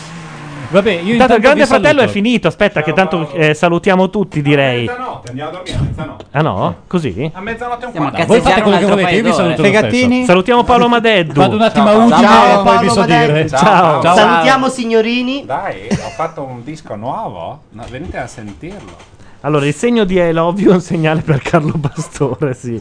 Speaker 19: Vabbè, io
Speaker 1: Intanto il
Speaker 19: intanto
Speaker 1: Grande
Speaker 19: vi
Speaker 1: Fratello è
Speaker 19: saluto.
Speaker 1: finito. Aspetta, che tanto eh, salutiamo tutti, direi.
Speaker 11: Andiamo a dormire a mezzanotte.
Speaker 1: Ah no? Così?
Speaker 11: A mezzanotte e un
Speaker 1: Ma
Speaker 11: quarto.
Speaker 1: voi fate quello che volete, io vi saluto
Speaker 11: Fegatini.
Speaker 1: Salutiamo Paolo Madeddu.
Speaker 11: Vado un attimo a Udine
Speaker 4: Ciao,
Speaker 11: e
Speaker 4: Paolo
Speaker 11: vi so
Speaker 4: Madeddu.
Speaker 11: dire.
Speaker 1: Ciao.
Speaker 11: Ciao.
Speaker 4: Salutiamo signorini.
Speaker 11: Dai, ho fatto un disco nuovo. No, venite a sentirlo.
Speaker 1: Allora, il segno di I love you è un segnale per Carlo Pastore, sì.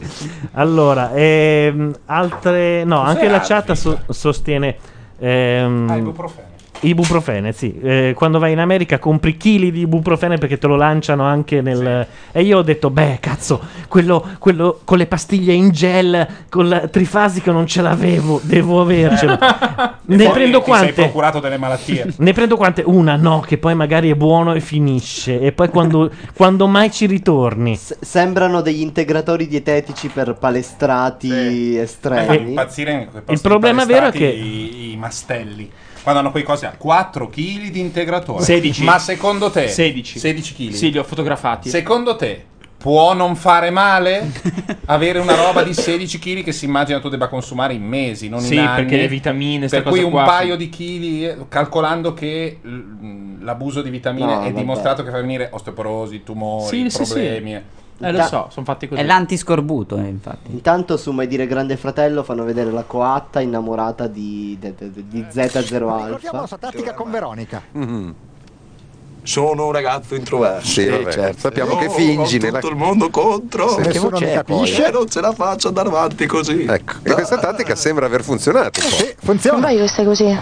Speaker 1: Allora, ehm, altre... No,
Speaker 11: Cos'è
Speaker 1: anche la
Speaker 11: Alfred?
Speaker 1: chat so- sostiene... ehm,
Speaker 11: ibuprofene.
Speaker 1: Ibuprofene, sì. Eh, quando vai in America compri chili di ibuprofene perché te lo lanciano anche nel... E io ho detto, beh, cazzo, quello, quello con le pastiglie in gel, con la trifasico non ce l'avevo, devo
Speaker 11: *laughs*
Speaker 1: avercelo.
Speaker 11: E
Speaker 1: ne
Speaker 11: poi
Speaker 1: prendo
Speaker 11: ti sei
Speaker 1: quante?
Speaker 11: procurato delle malattie.
Speaker 1: *laughs* Ne prendo quante? Una, no, che poi magari è buono e finisce. E poi
Speaker 11: *laughs*
Speaker 1: quando, quando mai ci ritorni?
Speaker 4: Sembrano degli integratori dietetici per palestrati
Speaker 2: Eh,
Speaker 11: Fai
Speaker 4: estremi.
Speaker 11: impazzire in quei posti
Speaker 4: Il problema vero è che-
Speaker 11: palestrati i, i mastelli quando hanno quei cosi a 4 kg di integratore
Speaker 2: 16.
Speaker 11: ma secondo te
Speaker 2: 16.
Speaker 11: 16 kg
Speaker 2: Sì, li ho fotografati.
Speaker 11: secondo te può non
Speaker 2: *laughs*
Speaker 11: fare male avere una roba di 16 kg che si immagina tu debba consumare in mesi non
Speaker 2: Sì,
Speaker 11: in anni
Speaker 2: perché le vitamine, ste
Speaker 11: per
Speaker 2: cose
Speaker 11: cui un
Speaker 2: qua,
Speaker 11: paio
Speaker 2: sì.
Speaker 11: di chili eh, calcolando che l- mm, l'abuso di vitamine
Speaker 2: No,
Speaker 11: è
Speaker 2: vabbè.
Speaker 11: dimostrato che fa venire osteoporosi tumori
Speaker 2: Sì, sì, sì.
Speaker 11: problemi
Speaker 2: Eh, lo so, sono fatti così. È
Speaker 4: l'antiscorbuto, infatti. Intanto su Mai dire Grande Fratello fanno vedere la coatta innamorata di, de- de- de- di Z0 Alfa.
Speaker 22: tattica con Veronica.
Speaker 11: Mhm.
Speaker 17: Sono un ragazzo introverso.
Speaker 22: Sì, vabbè.
Speaker 17: certo. Sappiamo
Speaker 22: Io
Speaker 17: che fingi.
Speaker 22: ho tutto
Speaker 17: il mondo contro.
Speaker 22: Sì, nessuno mi capisce.
Speaker 17: eh, Non ce la faccio ad andare avanti così. Ecco. E questa tattica sembra aver funzionato.
Speaker 23: Funziona. Non voglio che stai così.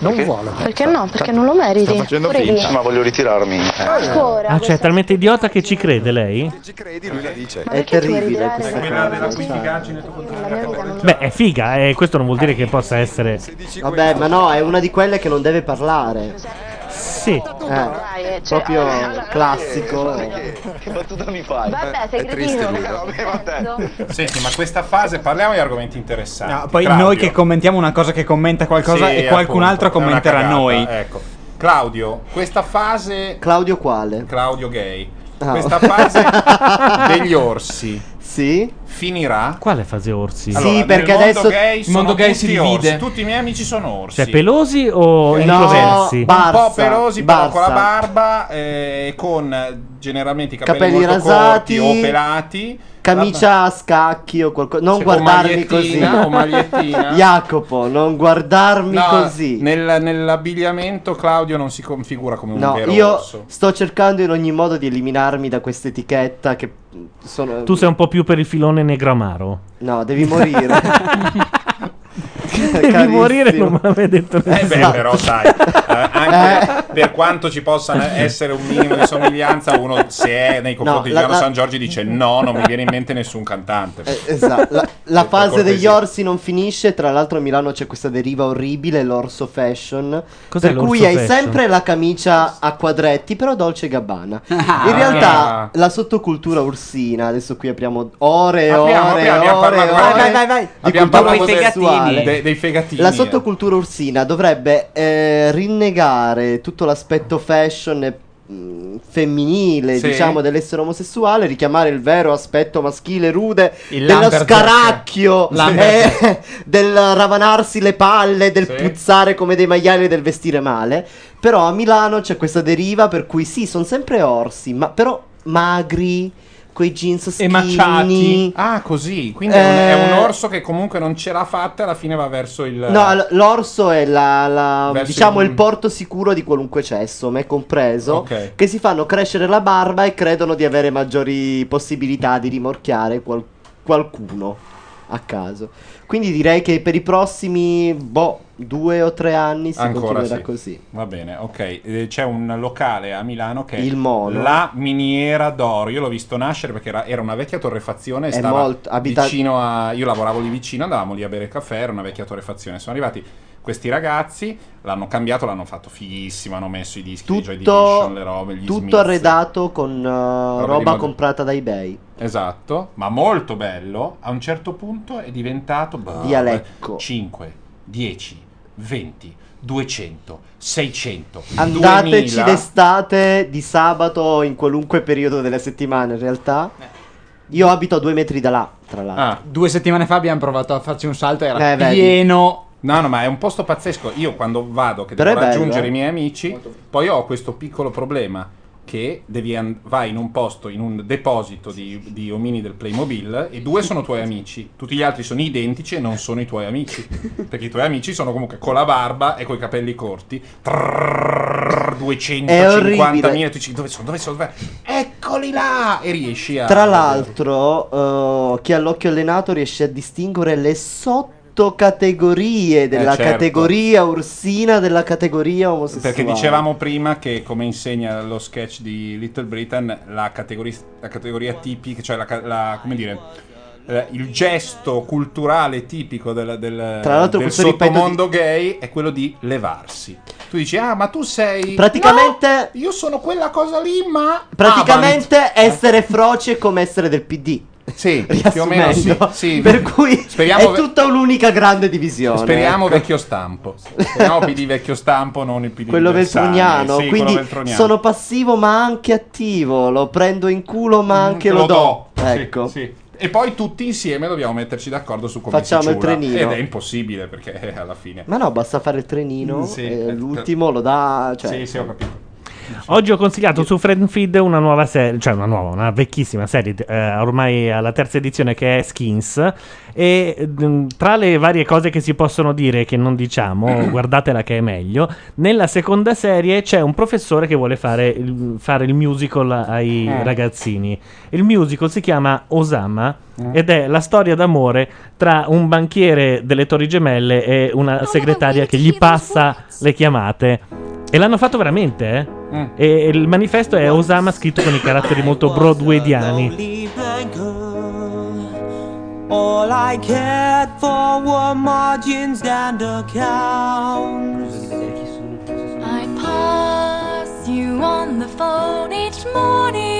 Speaker 17: Non vuole.
Speaker 23: Perché no? Perché non lo meriti. Pure io.
Speaker 17: voglio ritirarmi.
Speaker 23: Ancora.
Speaker 1: Ah, cioè, è talmente idiota che ci crede lei?
Speaker 17: Credi, lui la dice.
Speaker 23: Ma È perché ti vuoi terribile ritirare? questa
Speaker 17: Quella della
Speaker 23: cosa,
Speaker 17: quindicagine tu continui
Speaker 1: Beh, è figa, eh, questo non vuol dire che possa essere. *laughs*
Speaker 4: Vabbè, ma no, è una di quelle che non deve parlare.
Speaker 1: Sì.
Speaker 23: Dai, eh, cioè-
Speaker 4: proprio classico.
Speaker 17: eh, Che battuta mi fai?
Speaker 23: Vabbè, sei
Speaker 17: È triste
Speaker 23: cretino.
Speaker 17: lui. Vabbè, vabbè.
Speaker 11: *laughs* Senti, ma questa fase parliamo di argomenti interessanti.
Speaker 18: No, poi
Speaker 11: Claudio.
Speaker 18: noi che commentiamo una cosa che commenta qualcosa
Speaker 11: Sì,
Speaker 18: e qualcun
Speaker 11: appunto,
Speaker 18: altro
Speaker 11: è una
Speaker 18: commenterà
Speaker 11: cagata,
Speaker 18: noi.
Speaker 11: Ecco. Claudio, questa fase.
Speaker 4: Claudio quale?
Speaker 11: Claudio gay.
Speaker 4: Ah. *laughs*
Speaker 11: Questa fase degli orsi.
Speaker 4: Sì.
Speaker 11: finirà.
Speaker 1: Quale fase orsi?
Speaker 11: Allora, nel mondo gay sono tutti orsi,
Speaker 1: Tutti-
Speaker 11: tutti i miei amici sono orsi.
Speaker 1: Cioè, pelosi o
Speaker 11: Eh,
Speaker 1: introversi?
Speaker 11: un po' pelosi, però con la barba, eh, con eh, generalmente i capelli,
Speaker 4: Capelli
Speaker 11: molto
Speaker 4: rasati,
Speaker 11: corti o pelati.
Speaker 4: Camicia a scacchi o qualcosa. Non
Speaker 11: Se con
Speaker 4: guardarmi così.
Speaker 11: magliettina o magliettina.
Speaker 4: *laughs* Jacopo, non guardarmi
Speaker 11: No,
Speaker 4: così.
Speaker 11: nel- nell'abbigliamento Claudio non si configura come un
Speaker 4: No,
Speaker 11: vero
Speaker 4: io
Speaker 11: orso.
Speaker 4: sto cercando in ogni modo di eliminarmi da questa etichetta che sono...
Speaker 1: Tu sei un po' più per il filone negramaro.
Speaker 4: No, devi
Speaker 11: *laughs*
Speaker 4: morire.
Speaker 1: Devi morire, non me l'aveva detto
Speaker 11: Eh beh,
Speaker 4: Esatto.
Speaker 1: nessuno.
Speaker 11: però sai, eh, anche
Speaker 4: Eh.
Speaker 11: per quanto ci possa essere un minimo di somiglianza, uno se è nei confronti
Speaker 4: No,
Speaker 11: di
Speaker 4: la-
Speaker 11: Giano
Speaker 4: la-
Speaker 11: San Giorgi dice no, non mi viene in mente nessun cantante.
Speaker 4: Esatto, la,
Speaker 11: *laughs*
Speaker 4: la
Speaker 11: Per
Speaker 4: fase
Speaker 11: cortesia.
Speaker 4: degli orsi non finisce, tra l'altro a Milano c'è questa deriva orribile, l'orso fashion,
Speaker 1: Cos'è
Speaker 4: per cui
Speaker 1: l'orso
Speaker 4: hai
Speaker 1: fashion?
Speaker 4: sempre la camicia a quadretti, però Dolce Gabbana. In
Speaker 1: Ah.
Speaker 4: realtà la sottocultura orsina, adesso qui apriamo ore e
Speaker 11: Apriamo,
Speaker 4: ore,
Speaker 11: apriamo, abbiamo
Speaker 4: ore,
Speaker 11: parlato-
Speaker 4: ore,
Speaker 11: vai, vai, vai.
Speaker 4: di
Speaker 11: Abbiamo
Speaker 4: cultura
Speaker 11: parlato dei
Speaker 4: sessuale.
Speaker 11: fegatini. De- dei fegatini.
Speaker 4: La sottocultura orsina dovrebbe eh, rinnegare tutto l'aspetto fashion e, mh, femminile
Speaker 33: Sì.
Speaker 4: diciamo dell'essere omosessuale richiamare il vero aspetto maschile rude
Speaker 33: Il
Speaker 4: dello
Speaker 33: lumberjack.
Speaker 4: scaracchio
Speaker 33: Lumberjack.
Speaker 4: eh, *laughs* del ravanarsi le palle del puzzare come dei maiali e del vestire male però a Milano c'è questa deriva per cui sì sono sempre orsi ma però magri quei jeans skinny Eh,
Speaker 11: macciati. ah così Quindi è, un, è un orso che comunque non ce l'ha fatta e alla fine va verso il...
Speaker 4: No, l- l'orso è la, la-
Speaker 11: Verso
Speaker 4: diciamo
Speaker 11: il-
Speaker 4: il porto sicuro di qualunque cesso, me compreso,
Speaker 11: Ok.
Speaker 4: che si fanno crescere la barba e credono di avere maggiori possibilità di rimorchiare qual- qualcuno a caso. Quindi direi che per i prossimi, boh, due o tre anni si
Speaker 11: Ancora
Speaker 4: continuerà
Speaker 11: sì.
Speaker 4: così.
Speaker 11: Va bene, ok. Eh, C'è un locale a Milano che è
Speaker 4: Il Mono.
Speaker 11: La Miniera d'Oro. Io l'ho visto nascere perché era, era una vecchia torrefazione.
Speaker 4: È
Speaker 11: stava
Speaker 4: molto- abita-
Speaker 11: vicino a. Io lavoravo lì vicino, andavamo lì a bere caffè. Era una vecchia torrefazione. Sono arrivati questi ragazzi, l'hanno cambiato, l'hanno fatto fighissimo. Hanno messo i dischi di Joy Division, le robe, gli
Speaker 4: tutto
Speaker 11: Smiths.
Speaker 4: arredato con eh,
Speaker 11: di
Speaker 4: roba
Speaker 11: moda.
Speaker 4: comprata da eBay.
Speaker 11: Esatto, ma molto bello. A un certo punto è diventato
Speaker 4: Dialecco.
Speaker 11: 5, 10, 20, 200, 600.
Speaker 4: Andateci
Speaker 11: 2000.
Speaker 4: d'estate, di sabato o in qualunque periodo della settimana in realtà.
Speaker 11: Eh.
Speaker 4: Io abito a due metri da là, tra l'altro.
Speaker 11: Ah,
Speaker 18: Ah.
Speaker 9: Due settimane fa abbiamo provato a farci un salto e era
Speaker 4: Eh, vedi.
Speaker 9: pieno.
Speaker 11: No, no, ma è un posto pazzesco. Io quando vado che
Speaker 9: Però
Speaker 11: devo
Speaker 9: è bello,
Speaker 11: raggiungere
Speaker 9: eh.
Speaker 11: i miei amici, poi ho questo piccolo problema che devi an- vai in un posto, in un deposito di, di omini del Playmobil e due sono tuoi amici, tutti gli altri sono identici e non sono i tuoi amici, perché i tuoi amici sono comunque con la barba e con i capelli corti, Trrrr,
Speaker 4: È orribile.
Speaker 11: 250.000, tu dici dove sono, dove sono, dove-" eccoli là e riesci a...
Speaker 4: Tra l'altro, eh, chi ha l'occhio allenato riesce a distinguere le sottocategorie della
Speaker 11: certo.
Speaker 4: categoria ursina della categoria omosessuale.
Speaker 11: Perché dicevamo prima che, come insegna lo sketch di Little Britain, la, categori- la categoria tipica, cioè la, ca- la- come dire, eh, il gesto culturale tipico del, del,
Speaker 4: Tra l'altro
Speaker 11: del
Speaker 4: questo ripeto
Speaker 11: sottomondo gay è quello di levarsi. Tu dici, ah, ma tu sei.
Speaker 4: Praticamente-
Speaker 11: "No, io sono quella cosa lì, ma. Ah,
Speaker 4: Praticamente essere froce è come essere del PD.
Speaker 11: eh? Sì,
Speaker 4: più
Speaker 11: o meno sì, sì.
Speaker 4: Per cui
Speaker 11: Speriamo
Speaker 4: è
Speaker 11: ve-
Speaker 4: tutta un'unica grande divisione.
Speaker 11: Speriamo
Speaker 4: ecco.
Speaker 11: vecchio stampo. Speriamo PD vecchio stampo, non il PD
Speaker 4: quello
Speaker 11: Bersani.
Speaker 4: veltroniano,
Speaker 11: Sì, quello
Speaker 4: quindi
Speaker 11: veltroniano.
Speaker 4: sono passivo ma anche attivo, lo prendo in culo ma
Speaker 11: Mm,
Speaker 4: anche lo, do.
Speaker 11: Sì,
Speaker 4: Ecco.
Speaker 11: sì. E poi tutti insieme dobbiamo metterci d'accordo su come
Speaker 4: Facciamo
Speaker 11: si
Speaker 4: il
Speaker 11: ciula.
Speaker 4: trenino.
Speaker 11: Ed è impossibile perché eh, alla fine.
Speaker 4: Ma no, basta fare il trenino,
Speaker 11: Mm, sì,
Speaker 4: eh,
Speaker 11: eh,
Speaker 4: l'ultimo lo dà, cioè,
Speaker 11: Sì, sì, ho capito.
Speaker 1: Oggi ho consigliato su Friendfeed una nuova serie, cioè una nuova, una vecchissima serie, eh, ormai alla terza edizione che è Skins. E mh, tra le varie cose che si possono dire e che non diciamo, guardatela che è meglio. Nella seconda serie c'è un professore che vuole fare il, fare il musical ai
Speaker 6: Eh.
Speaker 1: ragazzini. Il musical si chiama Osama ed è la storia d'amore tra un banchiere delle Torri Gemelle e una segretaria che gli passa le chiamate. E l'hanno fatto veramente, eh?
Speaker 11: Mm.
Speaker 1: E e il manifesto è Osama scritto con i caratteri molto broadwaydiani.
Speaker 8: All I cared for were margins and accounts.
Speaker 35: I pass you on the phone each morning.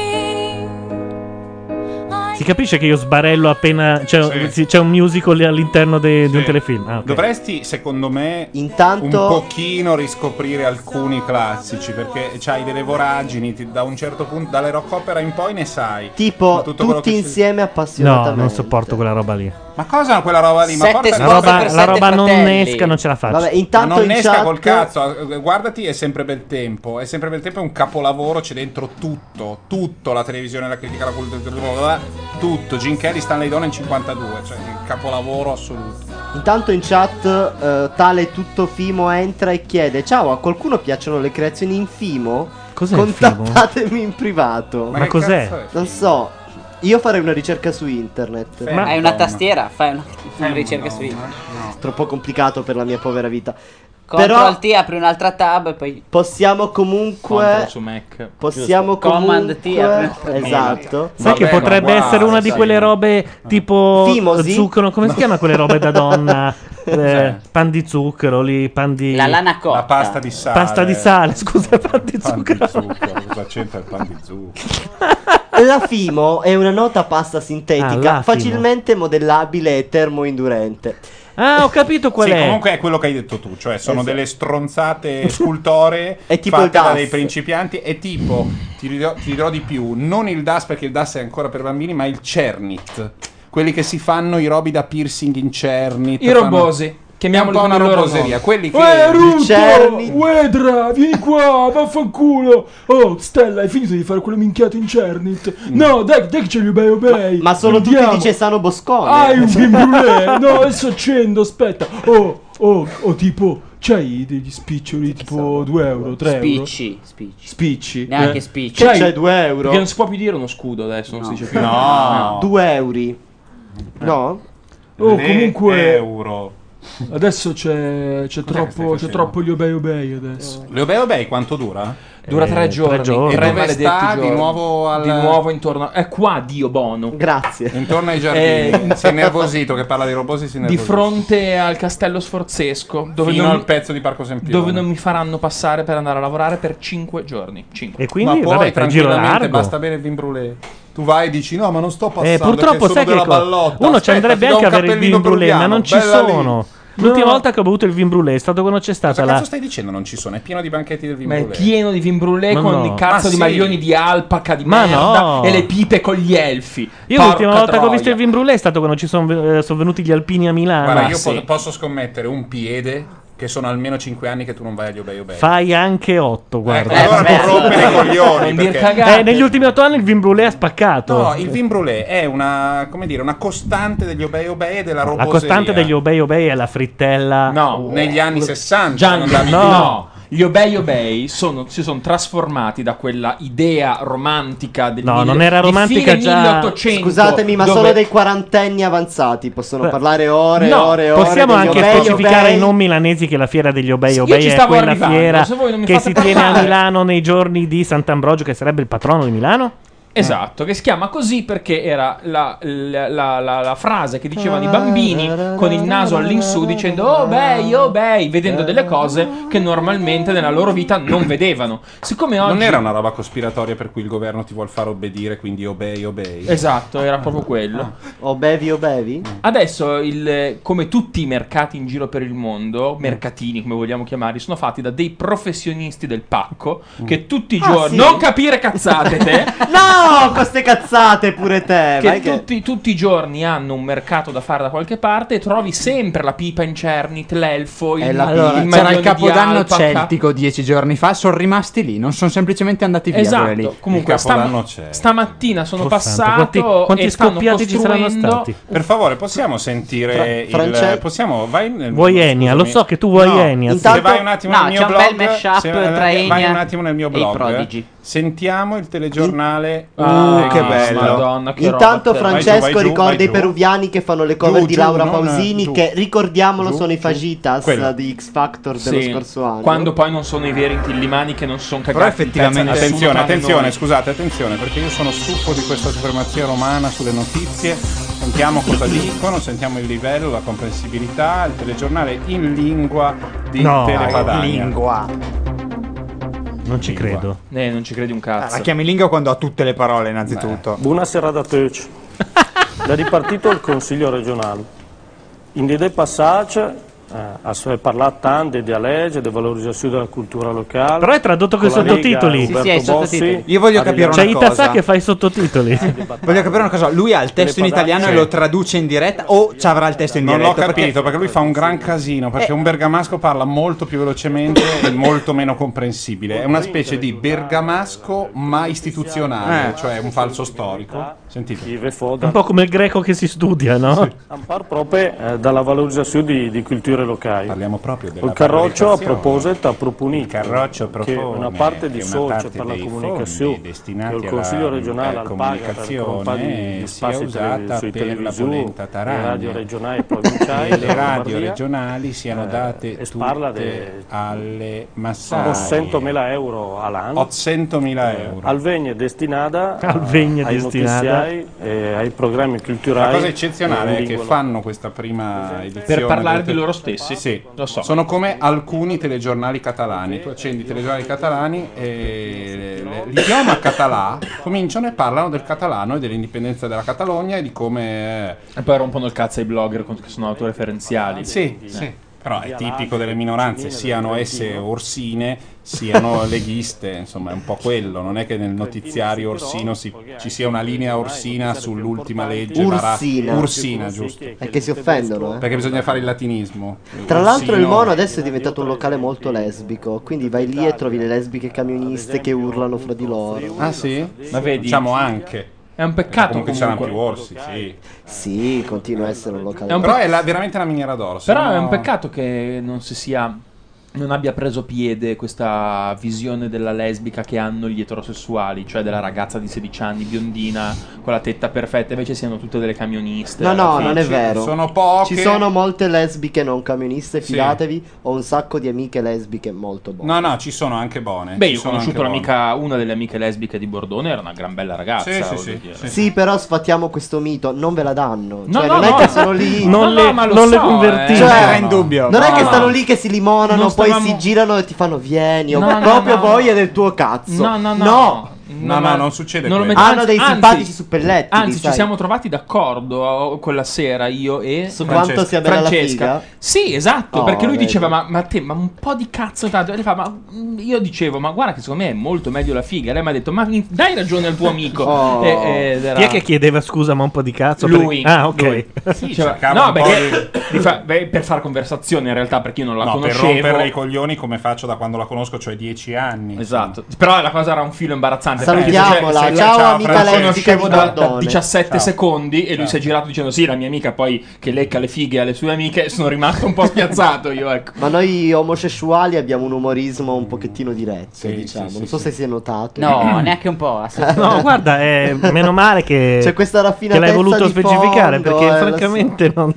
Speaker 1: Si capisce che io sbarello appena c'è,
Speaker 11: Sì.
Speaker 1: sì, c'è un musical all'interno de- di un
Speaker 11: Sì.
Speaker 1: telefilm. Ah, ok.
Speaker 11: Dovresti, secondo me,
Speaker 4: Intanto-
Speaker 11: un pochino riscoprire alcuni classici, perché c'hai delle voragini, ti- da un certo punto, dalle rock opera in poi ne sai.
Speaker 4: Tipo,
Speaker 11: Ma tutto quello
Speaker 4: tutti
Speaker 11: che ci-
Speaker 4: insieme
Speaker 1: No,
Speaker 4: appassionatamente.
Speaker 1: non sopporto quella roba lì.
Speaker 11: Ma cosa quella roba lì? Ma
Speaker 4: Sette
Speaker 11: porca
Speaker 4: squadre
Speaker 1: La roba- per la sette roba non fratelli. esca, non ce la faccio. Vabbè, intanto
Speaker 11: Ma non
Speaker 1: in
Speaker 11: esca
Speaker 1: chat-
Speaker 11: col cazzo. eh, Guardati, è sempre bel tempo. È sempre bel tempo, è un capolavoro, c'è dentro tutto. Tutto, la televisione, la critica, la cultura, bla bla bla, tutto. Jim Kelly, Stanley Donen 52, cioè un capolavoro assoluto.
Speaker 4: Intanto in chat eh, tale tutto Fimo entra e chiede Ciao, a qualcuno piacciono le creazioni in Fimo?
Speaker 1: Cos'è il Fimo?
Speaker 4: Contattatemi in privato.
Speaker 1: Ma Ma che cos'è? cazzo è?
Speaker 4: Non so. Io farei una ricerca su internet.
Speaker 5: Ma hai una tastiera, fai una, una ricerca su internet.
Speaker 4: Troppo complicato per la mia povera vita. Però
Speaker 5: Ctrl T, apri un'altra tab e poi
Speaker 4: possiamo comunque...
Speaker 5: Control su Mac.
Speaker 4: Possiamo
Speaker 5: Giusto. Command
Speaker 4: comunque...
Speaker 5: T, apri-
Speaker 4: Esatto.
Speaker 1: Sai che potrebbe essere una di quelle robe
Speaker 11: Ah.
Speaker 1: tipo
Speaker 4: Fimosi?
Speaker 1: zucchero, come si
Speaker 4: No.
Speaker 1: chiama quelle robe da donna? Eh, pan di zucchero lì, pan di
Speaker 5: La lana cotta. La pasta
Speaker 11: di sale.
Speaker 1: Pasta di sale, scusa, pan di
Speaker 11: Pan di
Speaker 1: zucchero.
Speaker 11: zucchero, cosa c'entra il pan di zucchero?
Speaker 4: *laughs* La Fimo è una nota pasta
Speaker 1: Ah,
Speaker 4: sintetica
Speaker 1: la Fimo.
Speaker 4: facilmente modellabile e termoindurente.
Speaker 1: Ah, ho capito
Speaker 4: qual
Speaker 11: Sì,
Speaker 4: è.
Speaker 11: comunque è quello che hai detto tu, cioè sono
Speaker 4: Esatto.
Speaker 11: delle stronzate scultoree
Speaker 4: È tipo il
Speaker 11: fatte da
Speaker 4: DAS.
Speaker 11: dei principianti e tipo, ti dirò, ti dirò di più, non il DAS perché il DAS è ancora per bambini, ma il Cernit. Quelli che si fanno i robi da piercing in Cernit.
Speaker 2: I robosi. Chiamiamoli
Speaker 11: Chiamiamoli un po'
Speaker 2: con
Speaker 11: una
Speaker 2: il loro
Speaker 11: roboseria.
Speaker 2: nome.
Speaker 11: Quelli che...
Speaker 2: Uè, Ruto!
Speaker 11: Cernit.
Speaker 33: Wedra, vieni qua, vaffanculo. Oh, Stella, hai finito di fare quelle minchiate in
Speaker 2: Mm.
Speaker 33: Cernit? No, dai, dai che ce li bei obei.
Speaker 4: Ma sono tutti
Speaker 33: Andiamo.
Speaker 4: di Cesano Boscone.
Speaker 6: Ah,
Speaker 33: Hai
Speaker 4: *laughs*
Speaker 33: un creme
Speaker 35: *laughs*
Speaker 33: brulee? No, adesso accendo, aspetta. Oh, oh, oh, tipo, c'hai degli spiccioli tipo 2 euro, 3 euro?
Speaker 5: Spicci, spicci.
Speaker 2: Spicci.
Speaker 5: Neanche
Speaker 2: Eh.
Speaker 5: spicci.
Speaker 2: C'hai-
Speaker 4: C'è Cioè, due euro?
Speaker 2: Perché non si può più dire uno scudo adesso, non si dice più.
Speaker 4: No. Due euro. No?
Speaker 33: Oh,
Speaker 2: Le
Speaker 33: comunque.
Speaker 35: eh,
Speaker 11: euro.
Speaker 35: oh.
Speaker 33: Adesso c'è, c'è troppo, c'è troppo gli obei obei adesso.
Speaker 11: Le Obey Obey quanto dura?
Speaker 2: Dura
Speaker 1: Eh,
Speaker 2: Eh, tre giorni.
Speaker 11: E
Speaker 2: Tre
Speaker 11: dove
Speaker 2: maledetti
Speaker 11: sta
Speaker 2: giorni.
Speaker 11: di nuovo al...
Speaker 2: Di nuovo intorno... È qua, Dio Bono.
Speaker 4: Grazie.
Speaker 11: Intorno ai giardini. *laughs* si è nervosito che parla dei robosi, si è
Speaker 2: Eh. Di
Speaker 11: nervosito.
Speaker 2: fronte al castello sforzesco, dove,
Speaker 11: Fino
Speaker 2: non,
Speaker 11: al pezzo di Parco Sempione.
Speaker 2: dove non mi faranno passare per andare a lavorare per 5 giorni. Cinque.
Speaker 1: E quindi, Ma poi, vabbè, per giro
Speaker 11: tranquillamente
Speaker 1: largo.
Speaker 11: basta bere il vin brûlé. Tu vai e dici no, ma non sto passando.
Speaker 1: Eh, purtroppo
Speaker 11: perché sono
Speaker 1: sai che
Speaker 11: della
Speaker 1: cosa?
Speaker 11: ballotta.
Speaker 1: uno ci
Speaker 11: Aspetta,
Speaker 1: andrebbe
Speaker 11: ti do
Speaker 1: anche a
Speaker 11: un
Speaker 1: avere il
Speaker 11: cappellino
Speaker 1: vin brûlé, ma
Speaker 11: bruliano,
Speaker 1: non ci
Speaker 11: bella lì.
Speaker 1: sono. L'ultima volta che ho bevuto il vin brûlé è stato quando c'è stata
Speaker 11: Cosa
Speaker 1: la
Speaker 11: cazzo stai dicendo? Non ci sono, è pieno di banchetti del vin
Speaker 2: Ma è
Speaker 11: brûlé.
Speaker 2: pieno di vin brûlé
Speaker 11: Ma
Speaker 2: con
Speaker 11: no.
Speaker 2: i cazzo
Speaker 11: Ma
Speaker 2: di
Speaker 11: sì.
Speaker 2: maglioni di alpaca di
Speaker 1: Ma
Speaker 2: merda
Speaker 1: no.
Speaker 2: e le pipe con gli elfi.
Speaker 1: Io
Speaker 2: Porca
Speaker 1: l'ultima volta che ho
Speaker 2: troia.
Speaker 1: visto il vin brûlé è stato quando ci sono, sono venuti gli alpini a Milano. Ah,
Speaker 11: Guarda, io po- posso scommettere un piede che sono almeno 5 anni che tu non vai agli Obey Obey.
Speaker 1: Fai anche 8, guarda.
Speaker 11: Ecco, allora non rompere i coglioni.
Speaker 1: Eh,
Speaker 11: perché-
Speaker 1: negli ultimi 8 anni il vin brûlé ha spaccato.
Speaker 11: No, il vin brûlé è una, come dire, una costante degli Obey Obey e della roboseria.
Speaker 1: La costante degli Obey Obey è la frittella.
Speaker 11: No, negli anni 60.
Speaker 2: Gianni,
Speaker 11: non davi-
Speaker 2: no. Gli Obey Obey sono- si sono trasformati da quella idea romantica del
Speaker 1: No,
Speaker 2: mille-
Speaker 1: non era
Speaker 2: di
Speaker 1: romantica
Speaker 2: fine
Speaker 1: già-
Speaker 2: 1800,
Speaker 4: Scusatemi, ma
Speaker 2: dove-
Speaker 4: solo dei quarantenni avanzati possono
Speaker 1: Beh,
Speaker 4: parlare ore e
Speaker 1: No,
Speaker 4: ore e ore.
Speaker 1: possiamo
Speaker 4: degli
Speaker 1: anche
Speaker 4: obei,
Speaker 1: specificare
Speaker 4: obei.
Speaker 1: ai non milanesi che la fiera degli Obei
Speaker 4: Io
Speaker 1: Obei
Speaker 4: ci
Speaker 1: è
Speaker 4: stavo
Speaker 1: quella
Speaker 4: arrivando,
Speaker 1: fiera
Speaker 4: se voi non mi
Speaker 1: che
Speaker 4: fate
Speaker 1: si tiene a
Speaker 4: parlare.
Speaker 1: Milano nei giorni di Sant'Ambrogio, che sarebbe il patrono di Milano.
Speaker 2: Esatto, che si chiama così perché era la, la- la- la- la frase che dicevano i bambini con il naso all'insù dicendo oh bei, oh bei, vedendo delle cose che normalmente nella loro vita non vedevano. Siccome oggi...
Speaker 11: Non era una roba cospiratoria per cui il governo ti vuol far obbedire, quindi obey, obey.
Speaker 2: Esatto, era proprio quello.
Speaker 4: O bevi o bevi?
Speaker 2: Adesso, il- come tutti i mercati in giro per il
Speaker 9: Mm.
Speaker 2: mondo, mercatini come vogliamo chiamarli, sono fatti da dei professionisti del pacco
Speaker 9: Mm.
Speaker 2: che tutti i
Speaker 4: Ah,
Speaker 2: giorni...
Speaker 4: sì?
Speaker 2: Non capire cazzate te!
Speaker 4: *laughs*
Speaker 2: Eh,
Speaker 4: No, queste cazzate pure te.
Speaker 2: che
Speaker 4: vai che-
Speaker 2: tutti, tutti i giorni hanno un mercato da fare da qualche parte e trovi sempre la pipa in Cernit, l'elfo, il, il
Speaker 9: Allora, Eh, c'era
Speaker 2: maglione
Speaker 9: il
Speaker 2: di
Speaker 9: capodanno
Speaker 2: alpaca.
Speaker 9: celtico dieci giorni fa, sono rimasti lì, non sono semplicemente andati via.
Speaker 2: Esatto,
Speaker 9: quelli lì.
Speaker 2: comunque stama- stamattina sono
Speaker 9: Oh, santo,
Speaker 2: passato
Speaker 9: quanti- quanti
Speaker 2: e stanno
Speaker 9: scoppiati ci saranno
Speaker 2: costruendo-
Speaker 11: Per favore, possiamo sentire
Speaker 1: Fra- Francesco-
Speaker 11: il... Possiamo... Vai nel-
Speaker 1: Vuoi Enia? Lo so che tu vuoi
Speaker 11: No,
Speaker 1: Enia.
Speaker 11: se vai un attimo
Speaker 1: No,
Speaker 11: nel mio
Speaker 1: c'è un
Speaker 11: blog,
Speaker 1: bel mashup
Speaker 11: se- eh,
Speaker 1: tra
Speaker 11: vai
Speaker 1: Enya
Speaker 11: un attimo nel mio
Speaker 1: e i
Speaker 11: blog,
Speaker 1: Prodigy.
Speaker 11: sentiamo il telegiornale.
Speaker 4: Uh,
Speaker 11: Ah,
Speaker 4: che
Speaker 11: bello.
Speaker 2: Madonna, che
Speaker 4: Intanto
Speaker 11: roba. cioè,
Speaker 4: Francesco
Speaker 11: Vai giù, vai giù,
Speaker 4: ricorda
Speaker 11: vai
Speaker 4: i
Speaker 11: giù.
Speaker 4: peruviani che fanno le cover
Speaker 11: Giù,
Speaker 4: di
Speaker 11: giù,
Speaker 4: Laura
Speaker 11: non,
Speaker 4: Pausini,
Speaker 11: giù.
Speaker 4: che ricordiamolo
Speaker 11: Giù,
Speaker 4: sono i
Speaker 11: giù.
Speaker 4: Fajitas
Speaker 11: Quello.
Speaker 4: di X Factor dello
Speaker 2: Sì,
Speaker 4: scorso anno.
Speaker 2: Quando poi non sono i veri intillimani che non sono cagati.
Speaker 11: Però
Speaker 2: in pezzi a
Speaker 11: effettivamente
Speaker 2: nessuno
Speaker 11: attenzione,
Speaker 2: tranne
Speaker 11: attenzione,
Speaker 2: noi.
Speaker 11: scusate, attenzione, perché io sono stufo di questa supremazia romana sulle notizie. Sentiamo cosa dicono, sentiamo il livello, la comprensibilità, il telegiornale in lingua di
Speaker 1: No,
Speaker 11: Telepadania.
Speaker 9: lingua.
Speaker 1: Non ci credo.
Speaker 2: Eh, non ci credi un
Speaker 9: Ah,
Speaker 2: cazzo.
Speaker 9: La chiami lingua quando ha tutte le parole, innanzitutto.
Speaker 6: Buonasera da te. l'ha ripartito il Consiglio regionale. In l'idea passata eh, si è parlato tanto della legge, della valorizzazione della cultura locale.
Speaker 1: Però è tradotto con i
Speaker 6: la Lega,
Speaker 1: sottotitoli.
Speaker 6: Roberto Bossi,
Speaker 18: Io voglio
Speaker 6: ha
Speaker 18: capire una
Speaker 1: C'è
Speaker 18: cosa.
Speaker 1: Itasa che fa i sottotitoli.
Speaker 18: Voglio capire una cosa, lui ha il testo in
Speaker 11: Le patate-
Speaker 18: italiano e
Speaker 11: Sì.
Speaker 18: lo traduce in diretta o ci avrà il testo in
Speaker 11: Eh. Non
Speaker 18: diretta?
Speaker 11: l'ho capito perché lui fa un gran casino perché
Speaker 18: Eh.
Speaker 11: un bergamasco parla molto più velocemente e molto meno comprensibile. È una specie di bergamasco ma istituzionale,
Speaker 6: Eh.
Speaker 11: cioè un falso storico. Sentite.
Speaker 1: Un po' come il greco che si studia, no?
Speaker 6: Ampar proprio eh, dalla valorizzazione di, di culture locali.
Speaker 11: Parliamo proprio della
Speaker 6: Il Carroccio a
Speaker 11: valorizzazione.
Speaker 6: proposito ha propunito
Speaker 11: Carroccio
Speaker 6: che
Speaker 11: propone
Speaker 6: una parte di
Speaker 11: che una
Speaker 6: socio
Speaker 11: parte
Speaker 6: per la
Speaker 11: dei
Speaker 6: comunicazione
Speaker 11: fondi destinati
Speaker 6: che il
Speaker 11: alla-
Speaker 6: Consiglio regionale
Speaker 11: alla
Speaker 6: al PAGA per
Speaker 11: comunicazione
Speaker 6: compagni
Speaker 11: sia
Speaker 6: di spazi
Speaker 11: usata
Speaker 6: tele- sui
Speaker 11: per la
Speaker 6: televisioni,
Speaker 11: polenta
Speaker 6: le
Speaker 11: Taragna.
Speaker 6: radio regionali e
Speaker 11: E
Speaker 6: provinciali
Speaker 11: le
Speaker 6: della
Speaker 11: radio
Speaker 6: Lombardia,
Speaker 11: regionali siano
Speaker 6: eh,
Speaker 11: date
Speaker 6: e parla
Speaker 11: tutte
Speaker 6: de-
Speaker 11: alle
Speaker 6: sono
Speaker 11: massaie.
Speaker 6: 100.000 euro all'anno
Speaker 11: 800.000 euro.
Speaker 6: Alvegna è destinata a-
Speaker 11: Alvegna è
Speaker 6: ai
Speaker 11: destinata.
Speaker 6: notiziai e Eh, ai programmi culturali
Speaker 11: La cosa eccezionale
Speaker 6: in
Speaker 11: è che
Speaker 6: lingua
Speaker 11: fanno questa prima edizione
Speaker 6: Per parlare
Speaker 11: del
Speaker 6: di
Speaker 11: te-
Speaker 6: loro stessi.
Speaker 11: Sì,
Speaker 6: Lo so.
Speaker 11: Sono come alcuni telegiornali catalani. Tu accendi i telegiornali catalani e le- l'idioma català cominciano e parlano del catalano e dell'indipendenza della Catalogna e di come eh,
Speaker 2: E poi rompono il cazzo ai blogger con- che sono autoreferenziali.
Speaker 11: Sì, sì. Però è tipico delle minoranze, siano esse orsine, siano leghiste, insomma è un po' quello, non è che nel notiziario orsino si- ci sia una linea orsina sull'ultima legge. Varà-
Speaker 4: Ursina.
Speaker 11: Ursina, giusto.
Speaker 4: Perché si offendono, eh.
Speaker 11: Perché bisogna fare il latinismo.
Speaker 4: Tra l'altro il
Speaker 11: Ursino-
Speaker 4: Mono adesso è diventato un locale molto lesbico, quindi vai lì e trovi le lesbiche camioniste che urlano fra di loro.
Speaker 11: Ah sì?
Speaker 4: Ma vedi?
Speaker 11: Diciamo anche.
Speaker 2: È un peccato
Speaker 11: Comunque c'erano
Speaker 2: comunque.
Speaker 11: più orsi, sì.
Speaker 4: Sì, continua a essere un locale.
Speaker 2: È un
Speaker 11: Però
Speaker 2: pe-
Speaker 11: è la- veramente una miniera d'oro. se
Speaker 2: Però
Speaker 11: no-
Speaker 2: è un peccato che non si sia. Non abbia preso piede questa visione della lesbica che hanno gli eterosessuali, cioè della ragazza di 16 anni, biondina, con la tetta perfetta, invece siano tutte delle camioniste.
Speaker 4: No, no,
Speaker 2: Sì,
Speaker 4: non è
Speaker 2: sì,
Speaker 4: vero. Ci sono molte lesbiche non camioniste,
Speaker 11: Sì.
Speaker 4: fidatevi. Ho un sacco di amiche lesbiche molto buone.
Speaker 11: No, no, ci sono anche buone.
Speaker 2: Beh,
Speaker 11: ci
Speaker 2: io ho
Speaker 11: sono anche
Speaker 2: conosciuto un'amica, una delle amiche lesbiche di Bordone, era una gran bella ragazza.
Speaker 11: Sì, sì,
Speaker 2: voglio
Speaker 11: sì,
Speaker 2: dire.
Speaker 4: Sì, però sfatiamo questo mito, non ve la danno.
Speaker 2: No,
Speaker 4: Cioè,
Speaker 2: no,
Speaker 4: non è
Speaker 2: no,
Speaker 4: che
Speaker 2: no.
Speaker 4: sono lì.
Speaker 2: No, no, Non le- ma lo non le so, convertite. eh.
Speaker 4: Cioè,
Speaker 2: Era in dubbio.
Speaker 4: Non è
Speaker 2: No,
Speaker 4: che
Speaker 2: no.
Speaker 4: stanno lì che si limonano,
Speaker 2: Non
Speaker 4: poi
Speaker 2: stavamo-
Speaker 4: si girano e ti fanno vieni. o
Speaker 2: No, no,
Speaker 4: proprio
Speaker 2: no.
Speaker 4: voi e del tuo cazzo.
Speaker 2: No, no, no.
Speaker 11: No, no, non succede
Speaker 2: lo
Speaker 4: quello.
Speaker 2: metto-
Speaker 4: Hanno dei simpatici suppelletti,
Speaker 2: Anzi,
Speaker 4: li
Speaker 2: ci
Speaker 4: sai.
Speaker 2: siamo trovati d'accordo oh, quella sera io e
Speaker 4: Su quanto sia bella la
Speaker 2: Francesca.
Speaker 4: figa?
Speaker 2: Sì, esatto,
Speaker 4: Oh,
Speaker 2: perché lui
Speaker 4: vedi.
Speaker 2: diceva ma, ma te, ma un po' di cazzo tanto. E lei fa, ma mm, io dicevo, ma guarda che secondo me è molto meglio la figa. E lei mi ha detto, ma in- dai ragione al
Speaker 4: *laughs*
Speaker 2: tuo amico.
Speaker 4: Oh.
Speaker 18: Oh.
Speaker 2: E- ed era-
Speaker 1: Chi è che chiedeva scusa, ma un po' di cazzo? per-
Speaker 2: Lui.
Speaker 1: Ah, ok.
Speaker 2: lui.
Speaker 1: *laughs*
Speaker 18: Cioè,
Speaker 2: Diceva- no, perché di fa- beh, per far conversazione in realtà, perché io non la
Speaker 11: No, per
Speaker 2: conoscevo.
Speaker 11: rompere i coglioni come faccio da quando la conosco, cioè 10 anni.
Speaker 2: Esatto. Però la cosa era un filo imbarazzante.
Speaker 11: Salutiamola,
Speaker 2: perché,
Speaker 11: ciao, amica
Speaker 2: Francesca.
Speaker 11: lesbica
Speaker 2: conoscevo
Speaker 11: di
Speaker 2: da, da
Speaker 11: Bordone.
Speaker 2: 17
Speaker 11: Ciao.
Speaker 2: secondi e lui
Speaker 11: Ciao.
Speaker 2: si è girato dicendo sì, la mia amica poi che lecca le fighe alle sue amiche. *laughs* Sono rimasto un po' spiazzato io, ecco.
Speaker 4: Ma noi omosessuali abbiamo un umorismo un pochettino diretto, diciamo.
Speaker 5: sì,
Speaker 4: non so
Speaker 5: sì.
Speaker 4: se si è notato. *clears throat* *laughs* Eh.
Speaker 5: No, neanche un po'. assolutamente.
Speaker 1: No, guarda, è meno male che,
Speaker 4: C'è questa
Speaker 1: che l'hai
Speaker 4: raffinatezza
Speaker 1: voluto
Speaker 4: di
Speaker 1: specificare
Speaker 4: fondo,
Speaker 1: perché
Speaker 4: eh, lo
Speaker 1: francamente non...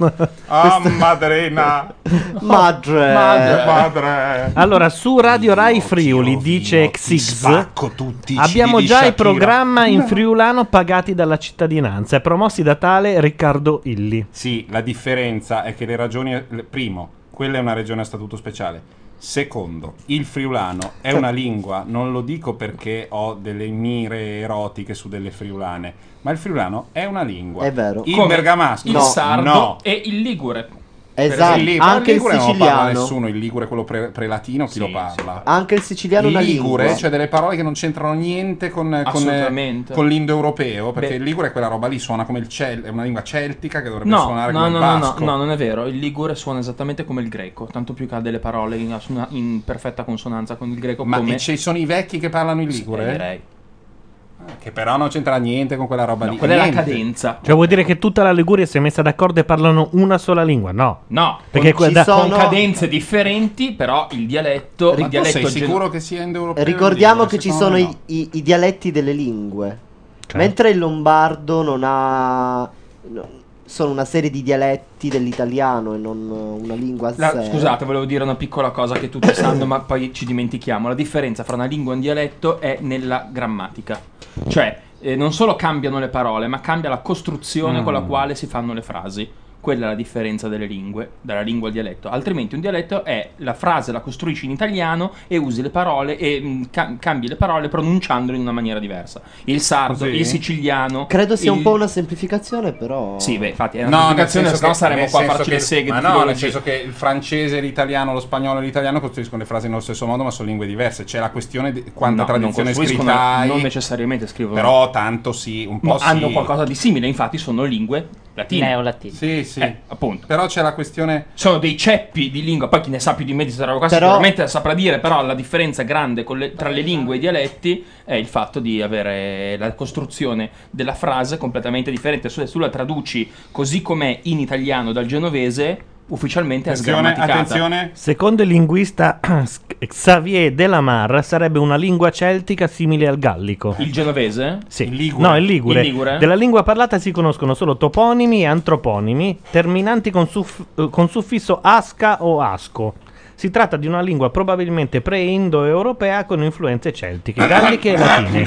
Speaker 11: Ah, madrena.
Speaker 4: *laughs* Madre.
Speaker 11: Madre. Madre.
Speaker 1: Allora, su Radio Rai Friuli dice Xix,
Speaker 35: Ecco
Speaker 1: abbiamo
Speaker 11: di
Speaker 1: già il
Speaker 11: Shakira."
Speaker 1: programma in
Speaker 11: No.
Speaker 1: friulano pagati dalla cittadinanza e promossi da tale Riccardo Illi.
Speaker 11: Sì, la differenza è che le ragioni. le- Primo, quella è una regione a statuto speciale. Secondo, il friulano è una lingua, non lo dico perché ho delle mire erotiche su delle friulane, ma il friulano è una lingua.
Speaker 4: È vero.
Speaker 11: Il
Speaker 4: Come
Speaker 11: bergamasco,
Speaker 4: il
Speaker 11: no,
Speaker 4: sardo
Speaker 11: no.
Speaker 2: E il Ligure.
Speaker 4: Esatto,
Speaker 11: Per esempio,
Speaker 4: anche il
Speaker 11: Ligure non lo parla
Speaker 4: siciliano.
Speaker 11: nessuno, il Ligure è quello pre- prelatino, chi lo parla?
Speaker 4: Anche il siciliano è una
Speaker 11: Ligure,
Speaker 4: lingua.
Speaker 11: cioè delle parole che non c'entrano niente con, con,
Speaker 2: Assolutamente.
Speaker 11: con l'indoeuropeo, perché
Speaker 2: Beh.
Speaker 11: il Ligure è quella roba lì, suona come il cel- è una lingua celtica che dovrebbe
Speaker 2: No,
Speaker 11: suonare
Speaker 2: no,
Speaker 11: come
Speaker 2: no,
Speaker 11: il
Speaker 2: no, no,
Speaker 11: basco.
Speaker 2: no, non è vero. Il Ligure suona esattamente come il greco, tanto più che ha delle parole in, assona- in perfetta consonanza con il greco.
Speaker 11: Ma
Speaker 2: come...
Speaker 11: e ci sono i vecchi che parlano il Ligure?
Speaker 2: Sì, direi.
Speaker 11: Ah, Che però non c'entra niente con quella roba
Speaker 2: No,
Speaker 11: lì.
Speaker 2: quella è la
Speaker 11: Niente.
Speaker 2: cadenza.
Speaker 1: Cioè vuol dire che tutta la Liguria si è messa d'accordo e parlano una sola lingua? No.
Speaker 2: No,
Speaker 1: Perché
Speaker 2: con,
Speaker 1: quella-
Speaker 2: con cadenze differenti, però il dialetto.
Speaker 11: Ma
Speaker 2: il
Speaker 11: tu
Speaker 2: dialetto
Speaker 11: sei
Speaker 2: gen-
Speaker 11: sicuro che sia indoeuropeo?
Speaker 4: Ricordiamo
Speaker 11: il
Speaker 4: che ci sono
Speaker 11: Ligure?
Speaker 4: i, i- i dialetti delle lingue. Mentre il lombardo non ha. no- sono una serie di dialetti dell'italiano e non eh, una lingua a
Speaker 2: La-
Speaker 4: sé.
Speaker 2: scusate, volevo dire una piccola cosa che tutti sanno, ma poi ci dimentichiamo. La differenza fra una lingua e un dialetto è nella grammatica.
Speaker 19: Mm.
Speaker 2: Cioè, eh, non solo cambiano le parole, ma cambia la costruzione
Speaker 11: Mm.
Speaker 2: con la quale si fanno le frasi. Quella è la differenza delle lingue, dalla lingua al dialetto. Altrimenti un dialetto è la frase la costruisci in italiano e usi le parole e mm, ca- cambi le parole pronunciandole in una maniera diversa. Il sardo,
Speaker 4: Sì.
Speaker 2: il siciliano.
Speaker 4: Credo sia un
Speaker 2: il-
Speaker 4: po' una semplificazione, però.
Speaker 2: Sì, beh, infatti è una
Speaker 11: No, eh, nel
Speaker 2: semplificazione,
Speaker 11: senso
Speaker 2: sennò
Speaker 11: che-
Speaker 2: saremmo
Speaker 11: nel
Speaker 2: qua a
Speaker 11: senso
Speaker 2: farci
Speaker 11: che-
Speaker 2: le seghe
Speaker 11: Ma
Speaker 2: di
Speaker 11: no, nel
Speaker 2: filologia.
Speaker 11: senso che il francese, l'italiano, lo spagnolo e l'italiano costruiscono le frasi nello stesso modo, ma sono lingue diverse. C'è la questione di quanta
Speaker 2: No,
Speaker 11: tradizione
Speaker 2: non costruiscono-
Speaker 11: scritta hai.
Speaker 2: non necessariamente scrivono.
Speaker 11: Però tanto sì, un po'
Speaker 2: Ma hanno
Speaker 11: sì.
Speaker 2: qualcosa di simile, infatti sono lingue latine.
Speaker 11: Neolatine. Sì, sì.
Speaker 2: Eh, appunto.
Speaker 11: Però c'è la questione...
Speaker 2: Sono dei ceppi di lingua, poi chi ne sa più di me di questa roba qua
Speaker 11: Però-
Speaker 2: sicuramente la saprà dire, però la differenza grande con le- tra le lingue e i dialetti è il fatto di avere la costruzione della frase completamente differente. Se tu la traduci così com'è in italiano dal genovese, ufficialmente è sgrammaticata.
Speaker 1: Secondo il linguista *clears throat* Xavier Delamar sarebbe una lingua celtica simile al gallico.
Speaker 2: Il genovese?
Speaker 1: Sì. No, il ligure.
Speaker 2: Il ligure?
Speaker 1: Della lingua parlata si conoscono solo toponimi e antroponimi, terminanti con, suff- eh, con suffisso asca o asco. Si tratta di una lingua probabilmente pre-indo-europea con influenze celtiche, galliche e latine.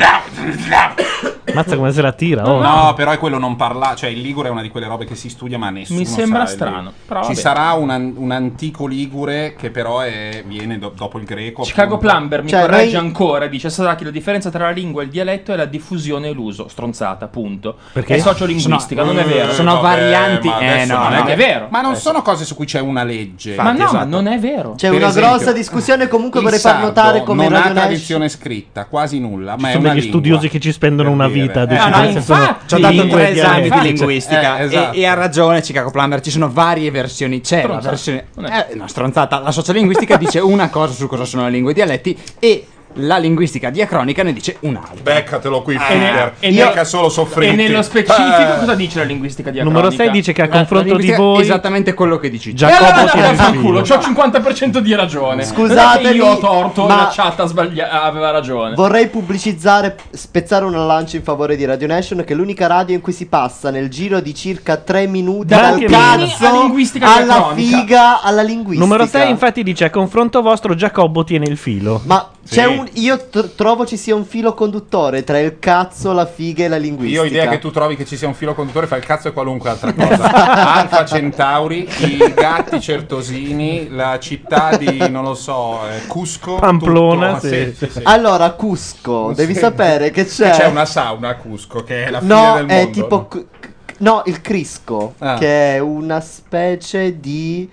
Speaker 1: Mazza come se la tira, oh.
Speaker 11: No, però è quello non parla, cioè il Ligure è una di quelle robe che si studia, ma nessuno
Speaker 2: Mi sembra
Speaker 11: sa il
Speaker 2: strano,
Speaker 11: Ligure.
Speaker 2: però
Speaker 11: Ci
Speaker 2: vabbè.
Speaker 11: sarà un, an- un antico Ligure che però è- viene do- dopo il greco.
Speaker 2: Chicago
Speaker 11: appunto.
Speaker 2: Plumber mi corregge ancora, dice Sasaki la differenza tra la lingua e il dialetto è la diffusione e l'uso, stronzata, punto.
Speaker 11: Perché?
Speaker 2: È sociolinguistica,
Speaker 11: Sono-
Speaker 2: non è vero.
Speaker 11: Sono Vabbè, varianti- ma
Speaker 2: eh
Speaker 11: adesso
Speaker 2: no,
Speaker 11: non è
Speaker 2: non
Speaker 11: che-
Speaker 2: è vero.
Speaker 11: Ma non
Speaker 2: Eh,
Speaker 11: sono cose su cui c'è una legge. esatto.
Speaker 2: Ma no, ma non è vero.
Speaker 4: C'è
Speaker 11: Per
Speaker 4: una
Speaker 11: esempio,
Speaker 4: grossa discussione. Comunque
Speaker 11: il
Speaker 4: vorrei far
Speaker 11: sardo
Speaker 4: notare come
Speaker 11: non ha
Speaker 4: Radio Nash-
Speaker 11: tradizione scritta, quasi nulla, ma
Speaker 1: Ci
Speaker 11: è
Speaker 1: sono
Speaker 11: una
Speaker 1: degli
Speaker 11: lingua.
Speaker 1: studiosi che ci spendono una vita. a
Speaker 11: Eh, no,
Speaker 2: Ah,
Speaker 1: decidere
Speaker 11: no,
Speaker 1: se sono-
Speaker 11: infatti,
Speaker 1: se
Speaker 18: Ci ho
Speaker 1: sono
Speaker 18: dato
Speaker 1: lingue,
Speaker 18: tre
Speaker 2: esatto,
Speaker 18: esami di
Speaker 1: dialetti.
Speaker 18: linguistica
Speaker 11: Eh,
Speaker 18: e-
Speaker 11: esatto.
Speaker 18: e, ha ragione Chicago Plumber, ci sono varie versioni. C'è la
Speaker 19: Stronzata.
Speaker 18: versione
Speaker 19: Non è-
Speaker 18: eh, no, stronzata. La sociolinguistica dice una cosa su cosa sono le lingue e i dialetti e la linguistica diacronica ne dice un'altra.
Speaker 11: Beccatelo qui,
Speaker 18: Eh,
Speaker 11: Finder.
Speaker 18: e
Speaker 11: Mica
Speaker 18: nel-
Speaker 11: solo soffritti.
Speaker 18: e nello
Speaker 11: Eh.
Speaker 2: Specifico cosa dice la linguistica diacronica?
Speaker 1: Numero 6 dice che a
Speaker 2: La- la
Speaker 1: confronto di
Speaker 2: linguistica-
Speaker 1: voi
Speaker 18: esattamente quello che dici.
Speaker 1: Giacomo
Speaker 2: e allora
Speaker 1: si
Speaker 2: andate a
Speaker 1: respira.
Speaker 11: Cioè,
Speaker 2: fanculo, c'ho 50% di ragione.
Speaker 4: Scusatemi,
Speaker 2: Non è che io ho torto
Speaker 4: ma-
Speaker 2: la chat ha sbaglia- aveva ragione.
Speaker 4: Vorrei pubblicizzare, spezzare una lancia in favore di Radio Nation, che è l'unica radio in cui si passa nel giro di circa 3 minuti
Speaker 1: Da
Speaker 4: dal
Speaker 1: che-
Speaker 4: cazzo
Speaker 1: alla linguistica
Speaker 4: alla
Speaker 1: diacronica.
Speaker 4: figa alla linguistica.
Speaker 1: Numero 6 infatti dice a confronto vostro Giacobbo tiene il filo.
Speaker 4: Ma C'è un, io tr- trovo ci sia un filo conduttore tra il cazzo, la figa e la linguistica.
Speaker 11: Io ho idea che tu trovi che ci sia un filo conduttore, fai il cazzo e
Speaker 4: *laughs*
Speaker 11: qualunque altra cosa. Alfa Centauri, i gatti certosini, la città di, non lo so, eh, Cusco.
Speaker 4: Pamplona,
Speaker 11: tutto,
Speaker 4: sì,
Speaker 11: sì, sì.
Speaker 4: Allora, Cusco, Ah, devi
Speaker 11: Sì.
Speaker 4: sapere che c'è.
Speaker 11: Che una sauna a Cusco che è la fine
Speaker 4: no,
Speaker 11: del mondo.
Speaker 4: è tipo. c- c- No, il Crisco,
Speaker 11: Ah.
Speaker 4: che è una specie di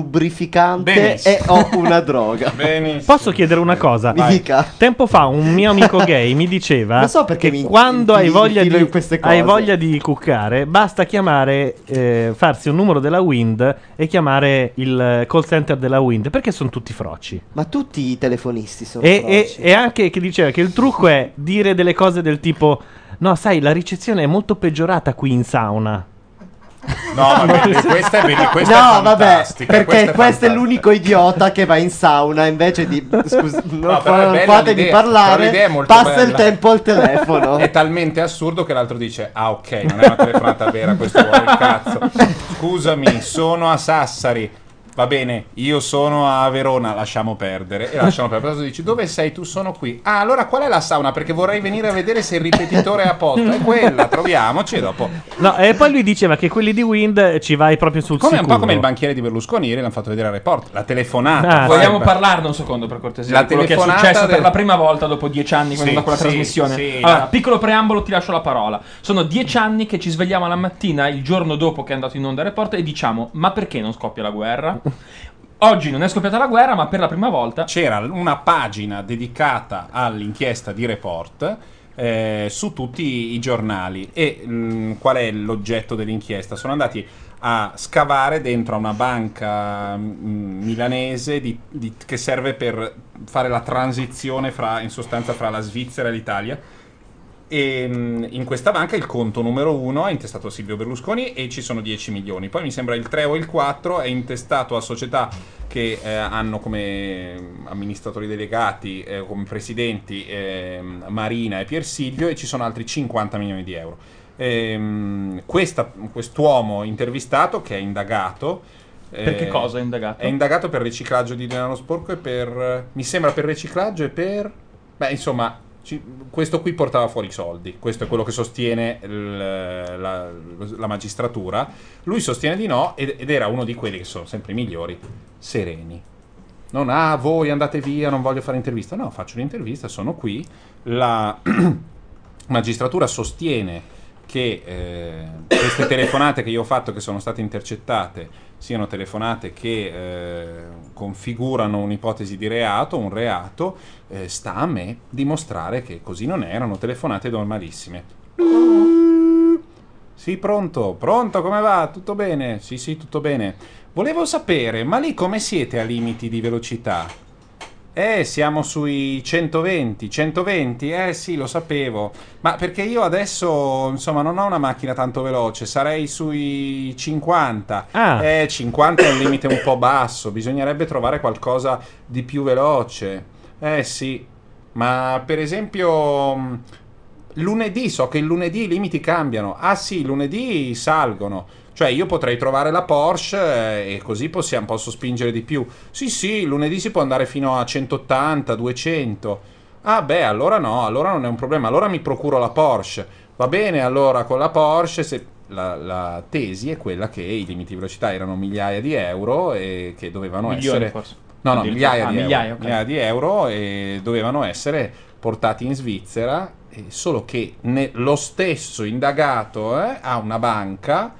Speaker 4: lubrificante
Speaker 1: Benissimo.
Speaker 4: e ho una
Speaker 11: *laughs*
Speaker 4: droga.
Speaker 1: Posso chiedere una cosa?
Speaker 4: Mi dica.
Speaker 1: Tempo fa un mio amico gay mi diceva
Speaker 4: Lo so perché
Speaker 1: che
Speaker 4: mi-
Speaker 1: Eh? quando
Speaker 4: mi
Speaker 1: hai voglia,
Speaker 4: infilo
Speaker 1: di,
Speaker 4: in queste cose.
Speaker 1: hai voglia di cuccare basta chiamare, eh, farsi un numero della Wind e chiamare il call center della Wind perché sono tutti froci.
Speaker 4: Ma tutti i telefonisti sono
Speaker 1: E,
Speaker 4: froci.
Speaker 1: e- e anche che diceva che il trucco è dire delle cose del tipo: No, sai, la ricezione è molto peggiorata qui in sauna.
Speaker 11: No,
Speaker 1: *laughs*
Speaker 11: vabbè, questa è bene, questa è
Speaker 4: no, vabbè,
Speaker 11: fantastica,
Speaker 4: perché
Speaker 11: questa è
Speaker 4: questo è l'unico idiota che va in sauna invece
Speaker 11: *laughs*
Speaker 4: di. Scusa, non
Speaker 11: però è bella
Speaker 4: fatemi
Speaker 11: l'idea, però l'idea
Speaker 4: parlare,
Speaker 11: è molto
Speaker 4: passa il
Speaker 11: bella.
Speaker 4: tempo
Speaker 11: *laughs*
Speaker 4: al telefono.
Speaker 11: È talmente assurdo che l'altro dice: Ah, ok, non è una telefonata vera, questo vuole il cazzo. Scusami, sono a Sassari. Va bene, io sono a Verona, lasciamo perdere. E lasciamo perdere. Poi dici: Dove sei? Tu sono qui. Ah, allora qual è la sauna? Perché vorrei venire a vedere se il ripetitore è a posto. È quella, troviamoci e dopo.
Speaker 1: No, e poi lui diceva che quelli di Wind ci vai proprio sul
Speaker 11: Come, un
Speaker 1: sicuro.
Speaker 11: po' come il banchiere di Berlusconi, ieri l'hanno fatto vedere a report. La telefonata.
Speaker 1: Ah,
Speaker 11: Vogliamo
Speaker 2: Vogliamo parlarne un secondo per cortesia?
Speaker 11: La
Speaker 2: di quello che è
Speaker 11: telefonata
Speaker 2: successo per
Speaker 11: del-
Speaker 2: la prima volta dopo dieci anni quando
Speaker 11: Sì,
Speaker 2: da quella
Speaker 11: sì,
Speaker 2: trasmissione.
Speaker 11: sì.
Speaker 2: allora, piccolo preambolo, ti lascio la parola. Sono dieci anni che ci svegliamo la mattina, il giorno dopo che è andato in onda il report, e diciamo: Ma perché non scoppia la
Speaker 11: *laughs*
Speaker 2: guerra? Oggi non è scoppiata la guerra, ma per la prima volta
Speaker 11: c'era una pagina dedicata all'inchiesta di report eh, su tutti i giornali. E mh, qual è l'oggetto dell'inchiesta? Sono andati a scavare dentro a una banca mh, milanese di- di- che serve per fare la transizione fra, in sostanza fra la Svizzera e l'Italia. E mh, in questa banca il conto numero uno è intestato a Silvio Berlusconi e ci sono 10 milioni. Poi mi sembra il 3 o il 4 è intestato a società che eh, hanno come mm, amministratori delegati, eh, come presidenti ehm, Marina e Piersilvio e ci sono altri 50 milioni di euro. Ehm, questa- quest'uomo intervistato che è indagato.
Speaker 2: Per che
Speaker 11: eh,
Speaker 2: cosa è indagato?
Speaker 11: È indagato per riciclaggio di denaro sporco e per. eh, mi sembra per riciclaggio e per. Beh, insomma, ci- questo qui portava fuori i soldi, questo è quello che sostiene il- la, la magistratura, lui sostiene di no ed, ed era uno di quelli che sono sempre i migliori, sereni. Non ah, voi andate via, non voglio fare intervista. No, faccio un'intervista, sono qui. La *clears throat* magistratura sostiene che eh, queste telefonate che io ho fatto, che sono state intercettate, siano telefonate che eh, configurano un'ipotesi di reato, un reato, eh, sta a me dimostrare che così non erano telefonate normalissime. Sì, pronto, pronto, come va? Tutto bene? Sì, sì, tutto bene. Volevo sapere, ma lì come siete a limiti di velocità? Eh, siamo sui 120, 120, eh sì, lo sapevo. Ma perché io adesso, insomma, non ho una macchina tanto veloce, sarei sui 50.
Speaker 1: Ah.
Speaker 11: Eh, 50 è un limite un po' basso, bisognerebbe trovare qualcosa di più veloce. Eh sì, ma per esempio... mh, Lunedì, so che il lunedì i limiti cambiano. Ah sì, lunedì salgono. Cioè io potrei trovare la Porsche eh, e così possiamo, posso spingere di più. Sì, sì, lunedì si può andare fino a 180, 200. Ah beh, allora no, allora non è un problema. Allora mi procuro la Porsche. Va bene, allora con la Porsche se... La, la tesi è quella che i limiti di velocità erano migliaia di euro e che dovevano
Speaker 2: Milioni,
Speaker 11: essere...
Speaker 2: forse.
Speaker 11: No, no,
Speaker 2: Addirittura.
Speaker 11: migliaia,
Speaker 2: Ah,
Speaker 11: di,
Speaker 2: migliaia,
Speaker 11: euro,
Speaker 2: ok.
Speaker 11: migliaia di euro e dovevano essere portati in Svizzera, eh, solo che ne- lo stesso indagato eh, ha una banca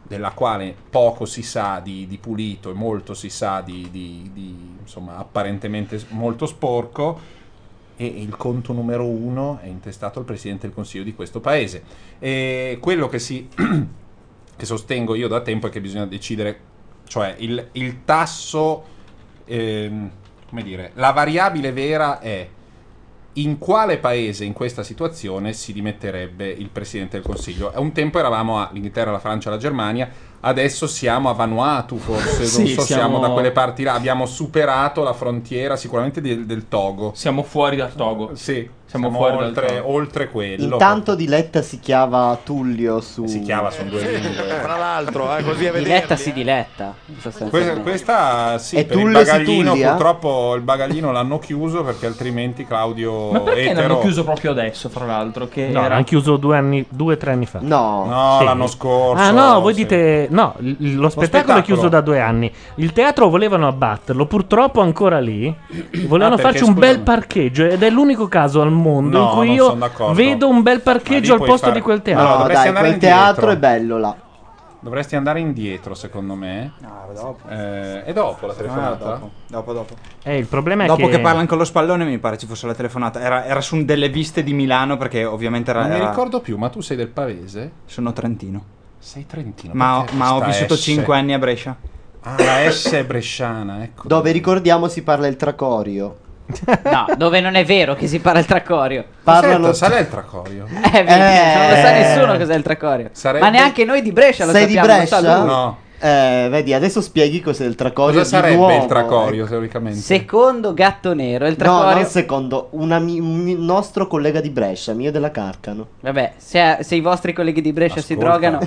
Speaker 11: della quale poco si sa di, di pulito e molto si sa di, di- di, insomma, apparentemente s- molto sporco. E il conto numero uno è intestato al presidente del consiglio di questo paese. E quello che si *clears throat* che sostengo io da tempo è che bisogna decidere, cioè il, il tasso, ehm, come dire, la variabile vera è in quale paese in questa situazione si dimetterebbe il Presidente del Consiglio. A un tempo eravamo all'Inghilterra, alla Francia, alla Germania, adesso siamo a Vanuatu forse, non
Speaker 2: Sì,
Speaker 11: so, siamo...
Speaker 2: siamo-
Speaker 11: da quelle parti là, abbiamo superato la frontiera sicuramente del, del Togo. Siamo fuori dal Togo. Sì, siamo,
Speaker 2: fuori dal
Speaker 11: oltre,
Speaker 2: Togo.
Speaker 11: oltre quello.
Speaker 4: Intanto Diletta si chiava Tullio su... Si
Speaker 11: chiava su due lingue.
Speaker 4: Tra l'altro, eh, così a
Speaker 5: Diletta si diletta.
Speaker 11: Questa, questa sì,
Speaker 5: È
Speaker 11: per il
Speaker 5: Tullio si
Speaker 11: bagaglino
Speaker 5: Tullia?
Speaker 11: purtroppo il bagaglino l'hanno chiuso perché altrimenti Claudio
Speaker 2: Ma perché
Speaker 11: etero...
Speaker 2: l'hanno chiuso proprio adesso, fra l'altro? Che
Speaker 1: No,
Speaker 2: era
Speaker 1: l'hanno chiuso due anni, due, tre anni fa.
Speaker 4: No,
Speaker 11: No, l'anno scorso,
Speaker 1: Ah, no, voi
Speaker 11: sì.
Speaker 1: dite. No, l- l- lo, spettacolo
Speaker 11: spettacolo.
Speaker 1: è chiuso da due anni. Il teatro volevano abbatterlo, purtroppo ancora lì. Volevano
Speaker 11: Ah, perché,
Speaker 1: farci un
Speaker 11: scusami.
Speaker 1: bel parcheggio. Ed è l'unico caso al mondo
Speaker 11: No,
Speaker 1: in cui
Speaker 11: non
Speaker 1: io
Speaker 11: son d'accordo.
Speaker 1: vedo un bel parcheggio
Speaker 11: Ma lì
Speaker 1: al
Speaker 11: puoi
Speaker 1: posto
Speaker 11: fare-
Speaker 1: di quel teatro.
Speaker 11: Allora, dovresti andare
Speaker 4: quel
Speaker 11: indietro.
Speaker 4: teatro è bello là.
Speaker 11: Dovresti andare indietro secondo me.
Speaker 4: Ah,
Speaker 11: Eh, e dopo la telefonata?
Speaker 18: dopo. dopo, dopo.
Speaker 1: Eh, il problema è
Speaker 18: Dopo che...
Speaker 1: che
Speaker 18: parlano con lo spallone, mi pare ci fosse la telefonata. Era, era su delle viste di Milano, perché ovviamente era.
Speaker 11: Non mi
Speaker 18: era-
Speaker 11: ricordo più, ma tu sei del Pavese?
Speaker 18: Eh, Sono trentino.
Speaker 11: Sei trentino.
Speaker 18: Ma ho,
Speaker 11: perché
Speaker 18: ma ho
Speaker 11: questa
Speaker 18: vissuto
Speaker 11: S?
Speaker 18: 5 anni a Brescia.
Speaker 11: Ah, la S è bresciana, ecco.
Speaker 4: Dove ricordiamo si parla il tracorio.
Speaker 5: No, dove non è vero che si parla il tracorio.
Speaker 4: Parlano-
Speaker 11: Sarà il tracorio?
Speaker 5: Eh, vedi, non lo sa nessuno cos'è il tracorio.
Speaker 11: Sarebbe-
Speaker 5: Ma neanche noi di Brescia lo
Speaker 4: Sei
Speaker 5: sappiamo.
Speaker 4: di
Speaker 5: lo sa
Speaker 4: Brescia?
Speaker 5: lui.
Speaker 4: Eh, vedi, adesso spieghi cos'è il tracorio.
Speaker 11: Cosa
Speaker 4: di
Speaker 11: sarebbe
Speaker 4: nuovo. eh.
Speaker 11: il tracorio teoricamente?
Speaker 5: Secondo Gatto Nero, il
Speaker 4: No,
Speaker 5: tracorio...
Speaker 4: non secondo, un, ami- un mi- nostro collega di Brescia, mio della Carcano.
Speaker 5: Vabbè, se, se i vostri colleghi di Brescia si
Speaker 4: Ascolta.
Speaker 5: drogano,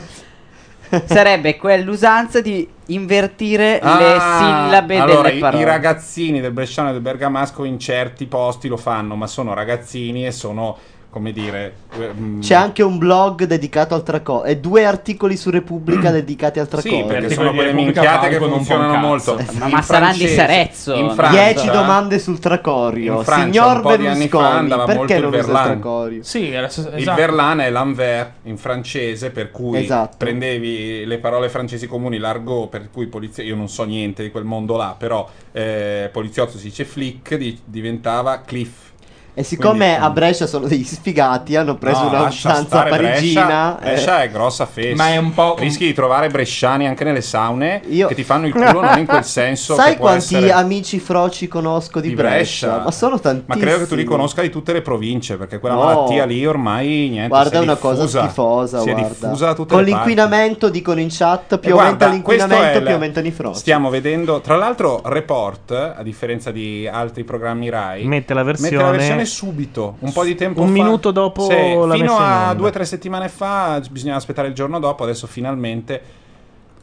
Speaker 4: *laughs*
Speaker 5: sarebbe quell'usanza di invertire le
Speaker 11: Ah,
Speaker 5: sillabe
Speaker 11: allora,
Speaker 5: delle
Speaker 11: i-
Speaker 5: parole.
Speaker 11: I ragazzini del Bresciano e del Bergamasco in certi posti lo fanno, ma sono ragazzini e sono, come dire... ehm,
Speaker 4: C'è anche un blog dedicato al tracorio e due articoli su Repubblica dedicati al tracorio.
Speaker 11: Mm. Sì, perché sono quelle minchiate che funzionano molto. In francese- In Francia,
Speaker 4: 10 domande sul tracorio.
Speaker 11: in Francia,
Speaker 4: Signor
Speaker 11: un po' di anni fa
Speaker 4: Berlusconi,
Speaker 11: andava
Speaker 4: perché
Speaker 11: molto
Speaker 4: non
Speaker 11: il
Speaker 4: usa il
Speaker 11: Verlan.
Speaker 4: tracorio?
Speaker 2: Sì, era
Speaker 11: Il
Speaker 2: esatto.
Speaker 11: Verlan è l'Anvers in francese, per cui
Speaker 4: Esatto.
Speaker 11: prendevi le parole francesi comuni, l'argot, per cui polizia- io non so niente di quel mondo là, però eh, poliziotto si dice flick, di- diventava cliff.
Speaker 4: E siccome
Speaker 11: Quindi-
Speaker 4: a Brescia sono degli sfigati, hanno preso
Speaker 11: No,
Speaker 4: una
Speaker 11: lascia
Speaker 4: stanza
Speaker 11: stare
Speaker 4: parigina. eh.
Speaker 11: Brescia, Brescia è grossa festa. Ma è un po'. Rischi di trovare bresciani anche nelle saune che ti fanno il culo,
Speaker 4: *laughs*
Speaker 11: non in quel senso.
Speaker 4: Sai
Speaker 11: che può
Speaker 4: quanti
Speaker 11: essere
Speaker 4: amici froci conosco di,
Speaker 11: di Brescia.
Speaker 4: Ma sono tantissimi.
Speaker 11: Ma credo che tu li conosca di tutte le province, perché quella
Speaker 4: No.
Speaker 11: malattia lì ormai niente. si
Speaker 4: Guarda,
Speaker 11: è
Speaker 4: è una
Speaker 11: diffusa,
Speaker 4: cosa schifosa.
Speaker 11: Si è
Speaker 4: guarda.
Speaker 11: diffusa da tutte
Speaker 4: Con
Speaker 11: le parti.
Speaker 4: l'inquinamento dicono in chat: più
Speaker 11: E
Speaker 4: aumenta
Speaker 11: guarda, questo
Speaker 4: l'inquinamento,
Speaker 11: è
Speaker 4: più
Speaker 11: il-
Speaker 4: aumentano i froci.
Speaker 11: Stiamo vedendo, tra l'altro, Report, a differenza di altri programmi Rai,
Speaker 1: Mette la versione-
Speaker 11: subito, un po' di tempo
Speaker 1: Un
Speaker 11: fa.
Speaker 1: minuto dopo
Speaker 11: Sì,
Speaker 1: la
Speaker 11: fino
Speaker 1: messa in
Speaker 11: a
Speaker 1: onda.
Speaker 11: due o tre settimane fa bisognava aspettare il giorno dopo, adesso finalmente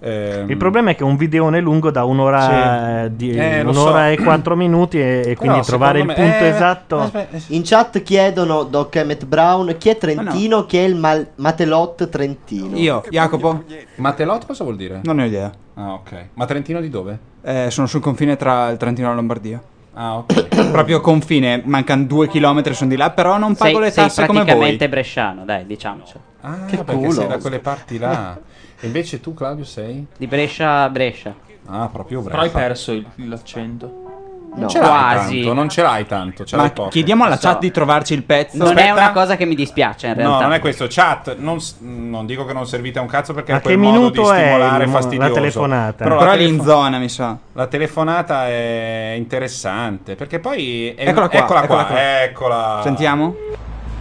Speaker 11: Ehm,
Speaker 1: Il problema è che un videone lungo da un'ora,
Speaker 11: Sì.
Speaker 1: di-
Speaker 11: Eh, lo so.
Speaker 1: un'ora e quattro minuti e, e quindi
Speaker 4: Però,
Speaker 1: trovare il
Speaker 4: secondo me-
Speaker 1: punto
Speaker 4: eh,
Speaker 1: esatto.
Speaker 4: aspetta, aspetta. In chat chiedono Doc Emmett Brown chi è Trentino, chi è il mal- Matelot Trentino.
Speaker 18: Io, Jacopo.
Speaker 11: Matelot cosa vuol dire?
Speaker 18: Non ne ho idea.
Speaker 11: Ah, ok. Ma Trentino di dove?
Speaker 18: Eh, sono sul confine tra il Trentino e la Lombardia.
Speaker 11: Ah, ok.
Speaker 18: *coughs* Proprio confine, mancano due chilometri, sono di là, però non pago
Speaker 7: sei,
Speaker 18: le
Speaker 7: sei
Speaker 18: tasse come voi.
Speaker 7: praticamente bresciano, dai, diciamocelo.
Speaker 11: Ah,
Speaker 18: Che
Speaker 11: perché
Speaker 18: culo.
Speaker 11: sei da quelle parti
Speaker 7: *laughs*
Speaker 11: là. E invece tu, Claudio, sei?
Speaker 7: Di Brescia a Brescia.
Speaker 11: Ah, proprio
Speaker 2: Però hai
Speaker 11: Brescia.
Speaker 2: perso il- l'accento.
Speaker 11: Non ce l'hai tanto, non ce l'hai tanto. Ce
Speaker 18: Ma
Speaker 11: l'hai poco.
Speaker 18: chiediamo alla chat di trovarci il pezzo.
Speaker 7: Non è
Speaker 11: Aspetta.
Speaker 7: una cosa che mi dispiace in realtà.
Speaker 11: No, non è questo. Chat, non, s- non dico che non servite a un cazzo perché
Speaker 7: Ma
Speaker 11: è quel
Speaker 7: che
Speaker 11: modo di
Speaker 7: minuto è
Speaker 11: stimolare
Speaker 7: il mo- la
Speaker 11: fastidioso.
Speaker 1: telefonata?
Speaker 11: Però,
Speaker 18: Però
Speaker 11: la,
Speaker 18: lì in
Speaker 11: telefo-
Speaker 18: zona, mi sa.
Speaker 11: la telefonata è interessante perché poi... È,
Speaker 18: Eccola qua,
Speaker 11: Eccola
Speaker 18: eccola
Speaker 11: qua.
Speaker 18: qua.
Speaker 11: eccola.
Speaker 18: Sentiamo?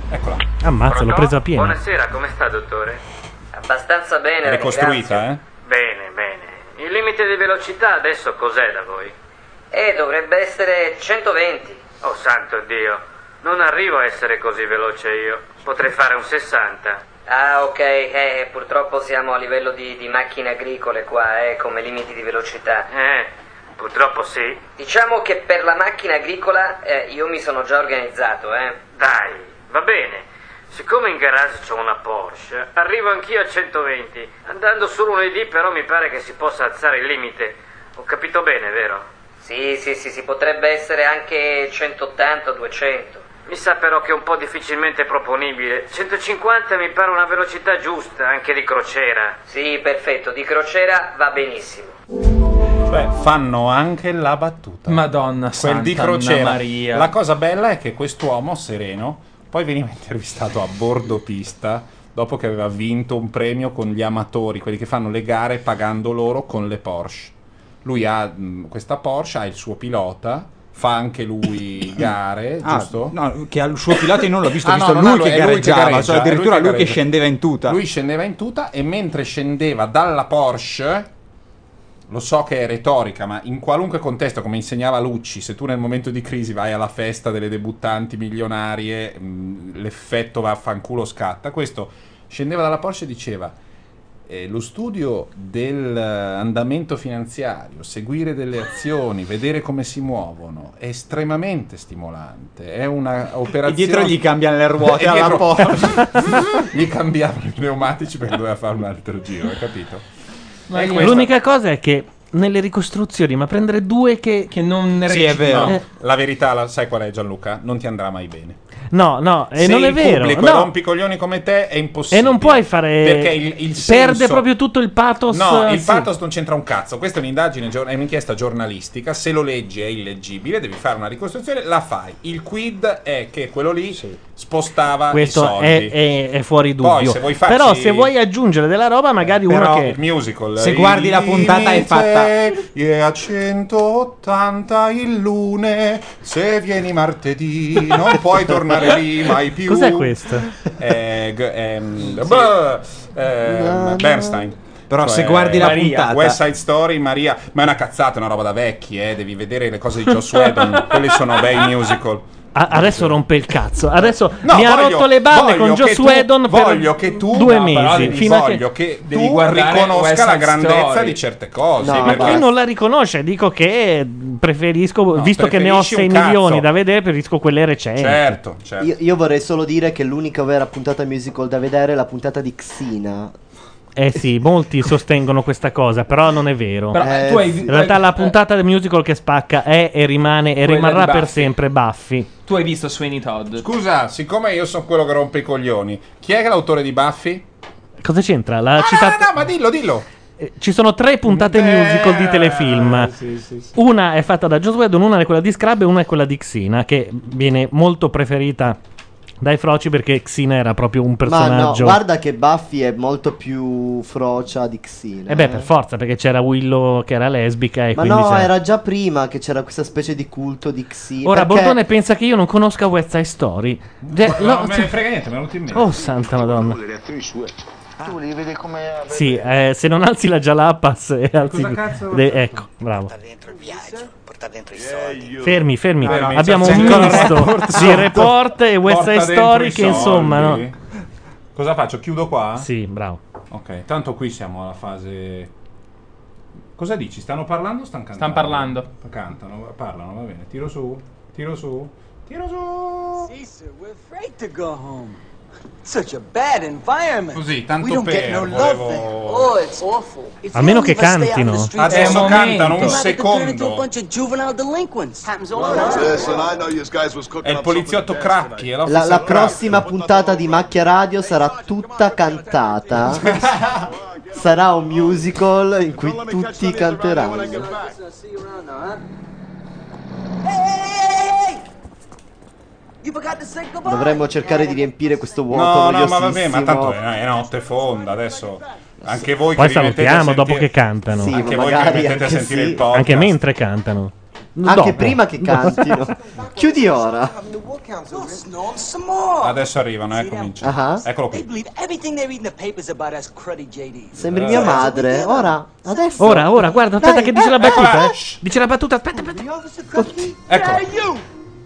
Speaker 11: Eccola.
Speaker 1: Ammazza, l'ho presa piena.
Speaker 10: Buonasera, come sta, dottore? Abbastanza bene,
Speaker 11: Ricostruita, eh?
Speaker 10: Bene, bene. Il limite di velocità adesso cos'è da voi? Eh, dovrebbe essere 120. Oh santo Dio, non arrivo a essere così veloce io. Potrei fare un 60.
Speaker 13: Ah, ok, eh, purtroppo siamo a livello di, di macchine agricole qua, eh, come limiti di velocità.
Speaker 10: Eh, purtroppo sì.
Speaker 13: Diciamo che per la macchina agricola eh, io mi sono già organizzato, eh.
Speaker 10: Dai, va bene. Siccome in garage c'ho una Porsche, arrivo anch'io a 120. Andando su lunedì però mi pare che si possa alzare il limite. Ho capito bene, vero?
Speaker 13: Sì, sì, sì, sì, potrebbe essere anche 180, 200.
Speaker 10: Mi sa però che è un po' difficilmente proponibile. 150 mi pare una velocità giusta, anche di crociera.
Speaker 13: Sì, perfetto, di crociera va benissimo.
Speaker 11: Cioè, fanno anche la battuta.
Speaker 2: Madonna
Speaker 11: Quel di
Speaker 2: Santa
Speaker 11: crociera.
Speaker 2: Maria.
Speaker 11: La cosa bella è che quest'uomo sereno poi veniva *laughs* intervistato a bordo pista dopo che aveva vinto un premio con gli amatori, quelli che fanno le gare pagando loro con le Porsche. Lui ha mh, questa Porsche, ha il suo pilota, fa anche
Speaker 2: *coughs*
Speaker 11: lui gare,
Speaker 18: Ah,
Speaker 11: giusto?
Speaker 18: no, che al suo pilota io non l'ho visto, ho
Speaker 11: Ah,
Speaker 18: visto
Speaker 11: no,
Speaker 18: lui
Speaker 11: no,
Speaker 18: che
Speaker 11: è lui che
Speaker 18: gareggiava,
Speaker 11: gareggia,
Speaker 18: cioè
Speaker 11: è lui
Speaker 18: addirittura
Speaker 11: che
Speaker 18: lui che
Speaker 11: gareggia.
Speaker 18: scendeva in tuta.
Speaker 11: Lui scendeva in tuta e mentre scendeva dalla Porsche, lo so che è retorica, ma in qualunque contesto, come insegnava Lucci, se tu nel momento di crisi vai alla festa delle debuttanti milionarie, mh, l'effetto va a fanculo scatta. Questo scendeva dalla Porsche e diceva. eh, lo studio dell'andamento finanziario, seguire delle azioni, vedere come si muovono è estremamente stimolante. È una operazione.
Speaker 18: E dietro gli cambiano le ruote
Speaker 11: *laughs* E
Speaker 18: alla
Speaker 11: dietro-
Speaker 18: Porsche.
Speaker 11: *laughs* gli cambiavano i pneumatici perché doveva fare un altro giro, hai capito? Eh, E questa-
Speaker 1: L'unica cosa è che nelle ricostruzioni, ma prendere due che,
Speaker 2: non
Speaker 1: ne
Speaker 11: No,
Speaker 1: Eh,
Speaker 11: la verità, la- sai qual è Gianluca? Non ti andrà mai bene.
Speaker 1: No, no, e
Speaker 18: Eh,
Speaker 11: Se
Speaker 1: non è
Speaker 11: il
Speaker 1: vero.
Speaker 11: pubblico
Speaker 1: no.
Speaker 11: è rompicoglioni come te è impossibile.
Speaker 1: E non puoi fare.
Speaker 11: Perché il- il
Speaker 1: perde
Speaker 11: senso-
Speaker 1: proprio tutto il pathos.
Speaker 11: No,
Speaker 1: eh,
Speaker 11: il
Speaker 1: sì.
Speaker 11: pathos non c'entra un cazzo. Questa è un'indagine, gior- è un'inchiesta giornalistica. Se lo leggi è illeggibile, devi fare una ricostruzione, la fai. Il quid è che quello lì spostava i
Speaker 1: Questo
Speaker 11: soldi.
Speaker 1: è, è- è fuori dubbio.
Speaker 11: Poi, se vuoi farci-
Speaker 1: Però se vuoi Eh, aggiungere della roba, magari uno
Speaker 11: Però
Speaker 1: che.
Speaker 11: il musical.
Speaker 18: Se guardi la puntata è fatta.
Speaker 11: E a 180 il lune, se vieni martedì non puoi tornare lì mai più.
Speaker 1: Cos'è questo?
Speaker 11: Eh, g- ehm, beh, ehm, Bernstein. Cioè,
Speaker 18: Però se guardi la
Speaker 11: Maria,
Speaker 18: puntata-
Speaker 11: West Side Story, Maria, ma è una cazzata, è una roba da vecchi, eh, devi vedere le cose di Joss Whedon, quelli sono bei musical.
Speaker 1: A- adesso rompe il cazzo. Adesso
Speaker 11: No,
Speaker 1: mi ha
Speaker 11: voglio-
Speaker 1: rotto le balle
Speaker 11: voglio
Speaker 1: con
Speaker 11: che
Speaker 1: Joss
Speaker 11: tu-
Speaker 1: Whedon per
Speaker 11: voglio che tu
Speaker 1: due
Speaker 11: no, però
Speaker 1: mesi.
Speaker 11: devi-
Speaker 1: fino a che-
Speaker 11: voglio che,
Speaker 2: devi
Speaker 11: tu
Speaker 2: guardare West
Speaker 11: riconosca
Speaker 2: Side
Speaker 11: la grandezza
Speaker 2: Story.
Speaker 11: di certe cose.
Speaker 1: Sì,
Speaker 11: perché-
Speaker 1: perché io non la riconosce, dico che preferisco, visto che ne ho
Speaker 11: preferisci
Speaker 1: 6
Speaker 11: un cazzo.
Speaker 1: milioni da vedere, preferisco quelle recenti.
Speaker 11: certo.
Speaker 4: Io, io vorrei solo dire che l'unica vera puntata musical da vedere è la puntata di Xina.
Speaker 1: Eh sì, molti sostengono questa cosa, però non è vero.
Speaker 4: Però, eh, tu hai-
Speaker 1: In realtà la puntata del musical che spacca è e rimane e
Speaker 2: Quella
Speaker 1: rimarrà
Speaker 2: di
Speaker 1: per
Speaker 2: Buffy.
Speaker 1: sempre Buffy.
Speaker 2: Tu hai visto Sweeney Todd?
Speaker 11: Scusa, siccome io sono quello che rompe i coglioni, chi è che è l'autore di Buffy? Ah,
Speaker 1: Cosa c'entra? La citata-
Speaker 11: No, ma dillo, dillo.
Speaker 1: Eh, Ci sono tre puntate musical di telefilm. Una è fatta da Joss Whedon, una è quella di Scrub e una è quella di Xina, che viene molto preferita dai froci perché Xina era proprio un
Speaker 4: Ma no,
Speaker 1: personaggio.
Speaker 4: guarda che Buffy è molto più frocia di eh. Xina.
Speaker 1: e Eh beh, per forza, perché c'era Willow che era lesbica e
Speaker 4: Ma
Speaker 1: quindi
Speaker 4: no,
Speaker 1: c'era-
Speaker 4: era già prima che c'era questa specie di culto di Xina.
Speaker 1: Ora
Speaker 4: perché-
Speaker 1: Bordone pensa che io non conosca West Side Story. Cioè, no,
Speaker 11: non me
Speaker 1: cioè-
Speaker 11: ne frega niente, me lo in mente.
Speaker 1: Oh santa madonna.
Speaker 11: Le reazioni sue.
Speaker 35: Tu li vedi come
Speaker 1: Sì, eh, se non alzi la Jalapas e alzi
Speaker 35: cazzo-
Speaker 1: de- ecco, bravo.
Speaker 35: dentro il viaggio, porta dentro i soldi.
Speaker 1: Fermi, fermi.
Speaker 35: Fermi,
Speaker 1: Abbiamo
Speaker 11: c'è
Speaker 1: un
Speaker 11: ancora
Speaker 1: misto
Speaker 11: report
Speaker 1: di
Speaker 11: sotto.
Speaker 1: report e West
Speaker 11: Porta
Speaker 1: Side
Speaker 11: dentro
Speaker 1: Story
Speaker 11: i
Speaker 1: che insomma,
Speaker 11: soldi.
Speaker 1: no.
Speaker 11: Cosa faccio? Chiudo qua?
Speaker 1: Sì, bravo.
Speaker 11: Ok, tanto qui siamo alla fase Cosa dici? Stanno parlando o stanno
Speaker 2: Stanno
Speaker 11: cantando?
Speaker 2: parlando.
Speaker 11: Cantano, parlano, va bene. Tiro su, tiro su. Tiro
Speaker 3: Cecil, we're afraid to go home. Such a bad environment.
Speaker 11: Così, tanto
Speaker 3: we don't
Speaker 11: per,
Speaker 3: get no love
Speaker 11: volevo-
Speaker 3: there. Oh, it's awful. It's
Speaker 1: Almeno che
Speaker 3: only if I stay out in the
Speaker 1: cantino.
Speaker 3: streets.
Speaker 11: Adesso
Speaker 3: All
Speaker 11: cantano,
Speaker 3: night.
Speaker 11: un
Speaker 3: Might be compared
Speaker 11: secondo.
Speaker 3: to a bunch of juvenile delinquents. Happens all around.
Speaker 34: Listen, I know you guys was
Speaker 11: È
Speaker 34: cooking
Speaker 11: il
Speaker 34: up something.
Speaker 11: poliziotto Cracchi. È la,
Speaker 4: La, la prossima puntata di Macchia Radio sarà tutta cantata.
Speaker 1: *laughs*
Speaker 4: Sarà un musical in cui tutti canteranno.
Speaker 3: You forgot to say goodbye.
Speaker 4: Dovremmo cercare di riempire questo vuoto.
Speaker 11: No, no, ma vabbè, ma
Speaker 4: noiosissimo.
Speaker 11: tanto è, è notte fonda adesso. Anche voi
Speaker 1: Poi
Speaker 11: che vi mettete a
Speaker 1: salutiamo dopo
Speaker 11: sentire-
Speaker 1: che cantano.
Speaker 11: Anche voi che vi mettete a sentire il podcast.
Speaker 1: Anche mentre cantano.
Speaker 4: Anche
Speaker 1: Dopo.
Speaker 4: prima che
Speaker 1: *laughs*
Speaker 4: cantino. Chiudi ora.
Speaker 3: What's nonsense some more?
Speaker 11: Adesso arrivano, eh, comincia.
Speaker 4: Ah.
Speaker 11: Eccolo
Speaker 3: They
Speaker 11: qui.
Speaker 3: believe everything they read in the papers about us cruddy JDs.
Speaker 4: Sembri mia madre. Ora, adesso.
Speaker 1: Ora, ora, guarda, aspetta che dice la battuta. eh. Dice la battuta, aspetta, aspetta.
Speaker 3: Ecco. Hey, you!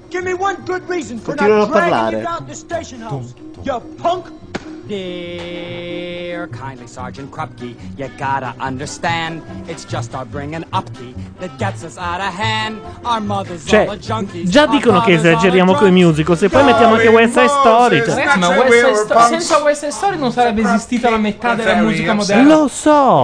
Speaker 3: Give me one good reason for
Speaker 1: Continuano a
Speaker 3: not dragging
Speaker 1: parlare.
Speaker 3: you down to station house. You punk! Dear kindly Sergeant Krupke, you gotta understand, it's just our bringing up key that gets us out of hand. Our mother's
Speaker 1: Cioè, già dicono che esageriamo con i musical. Se poi mettiamo anche West Side Story. cioè-
Speaker 2: Ragazzi, ma West Side Sto- senza West Side Story non sarebbe esistita la metà della musica moderna.
Speaker 1: Lo so.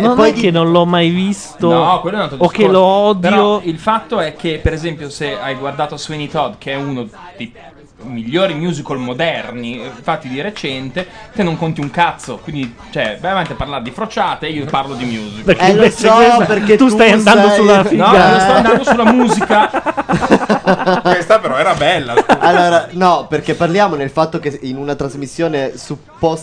Speaker 1: non è che non l'ho mai visto.
Speaker 2: Eh, No, quello è un altro
Speaker 1: O che
Speaker 2: discorso.
Speaker 1: lo
Speaker 2: *laughs*
Speaker 1: odio.
Speaker 2: Però il fatto è che, per esempio, se hai guardato Sweeney Todd, che è uno dei migliori musical moderni eh, fatti di recente, te non conti un cazzo. Quindi, cioè, vai avanti a parlare di frociate, io parlo di musical.
Speaker 1: Perché Eh, lo invece so, questa- perché tu stai tu andando sei- sulla
Speaker 2: No,
Speaker 1: figa.
Speaker 2: io sto andando sulla musica.
Speaker 11: *laughs* Questa però era bella.
Speaker 4: Allora, no, perché parliamo del fatto che in una trasmissione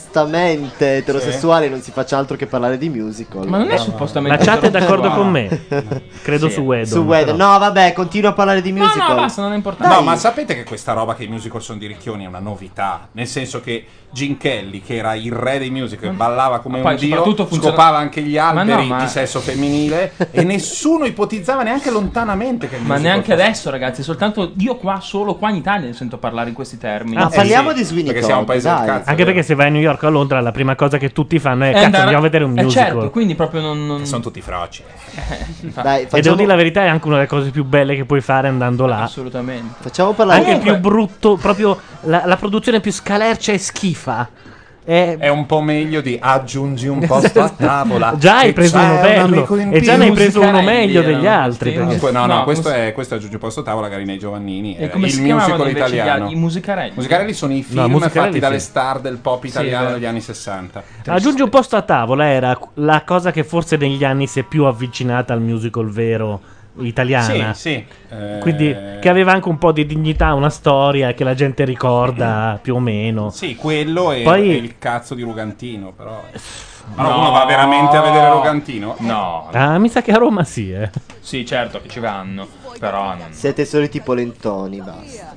Speaker 4: suppostamente eterosessuale non si faccia altro che parlare di musical.
Speaker 2: Ma non è suppostamente
Speaker 1: La chat è d'accordo
Speaker 2: eterosessuale.
Speaker 1: con me. Credo
Speaker 4: Sì.
Speaker 1: su Wedon.
Speaker 4: Su Wedon. No, vabbè, continua a parlare di musical.
Speaker 2: non è
Speaker 4: importante.
Speaker 11: No,
Speaker 4: Dai.
Speaker 11: ma sapete che questa roba che i musical sono di Ricchioni è una novità? Nel senso che Gin Kelly, che era il re dei musical, ballava come
Speaker 2: Ma poi
Speaker 11: un dio,
Speaker 2: soprattutto funziona-
Speaker 11: scopava anche gli
Speaker 2: Ma no,
Speaker 11: alberi
Speaker 2: ma-
Speaker 11: di sesso femminile
Speaker 4: *laughs*
Speaker 11: e nessuno ipotizzava neanche lontanamente che il
Speaker 2: Ma
Speaker 11: musical
Speaker 2: neanche
Speaker 11: fosse-
Speaker 2: adesso, ragazzi, soltanto io qua, solo qua in Italia ne sento parlare in questi termini.
Speaker 11: Ah, Eh, parliamo sì, di Sweeney perché siamo un Todd, paese del dai. cazzo,
Speaker 1: Anche perché se vai a New York o a Londra la prima cosa che tutti fanno è
Speaker 2: E
Speaker 1: cazzo
Speaker 2: andare-
Speaker 1: andiamo a vedere un
Speaker 2: Eh,
Speaker 1: musical.
Speaker 2: certo, quindi proprio non... non...
Speaker 11: Sono tutti froci.
Speaker 4: Dai,
Speaker 1: E devo
Speaker 4: facciamo,
Speaker 1: dire la verità, è anche una delle cose più belle che puoi fare andando là.
Speaker 2: Assolutamente.
Speaker 4: facciamo parlare
Speaker 1: anche più brutto, proprio la, la produzione più scalercia e schifa. È...
Speaker 11: un po' meglio di aggiungi un
Speaker 1: *laughs*
Speaker 11: posto a tavola.
Speaker 1: Già hai
Speaker 11: che
Speaker 1: preso
Speaker 11: c'è
Speaker 1: uno
Speaker 11: un
Speaker 1: bello,
Speaker 11: amico in
Speaker 1: e già
Speaker 11: più.
Speaker 1: ne hai preso uno
Speaker 11: Musicarelli
Speaker 1: meglio
Speaker 11: erano
Speaker 1: degli altri,
Speaker 11: tutti,
Speaker 1: perché-
Speaker 11: No, no,
Speaker 1: No,
Speaker 11: questo,
Speaker 1: come
Speaker 11: è, questo è aggiungi un posto a tavola, Garinei Giovannini.
Speaker 2: E
Speaker 11: era
Speaker 2: come
Speaker 11: il
Speaker 2: si chiamavano
Speaker 11: musical
Speaker 2: invece gli
Speaker 11: italiano.
Speaker 2: altri? I musicarelli?
Speaker 11: Musicarelli sono i
Speaker 1: No,
Speaker 11: film
Speaker 1: musicarelli
Speaker 11: fatti
Speaker 1: sì.
Speaker 11: dalle star del pop
Speaker 1: Sì,
Speaker 11: italiano
Speaker 1: vero.
Speaker 11: degli anni 60.
Speaker 1: Aggiungi un posto a tavola, era la cosa che forse negli anni si è più avvicinata al musical vero italiana.
Speaker 11: Sì, sì. Eh,
Speaker 1: Quindi che aveva anche un po' di dignità, una storia che la gente ricorda più o meno.
Speaker 11: Mm. Sì, quello è,
Speaker 1: Poi-
Speaker 11: è il cazzo di Rugantino, però. Ma no, uno va veramente a vedere Rugantino?
Speaker 2: No.
Speaker 1: Ah, mi sa che a Roma sì, eh.
Speaker 2: Sì, certo che ci vanno, però non...
Speaker 4: siete soliti polentoni, basta.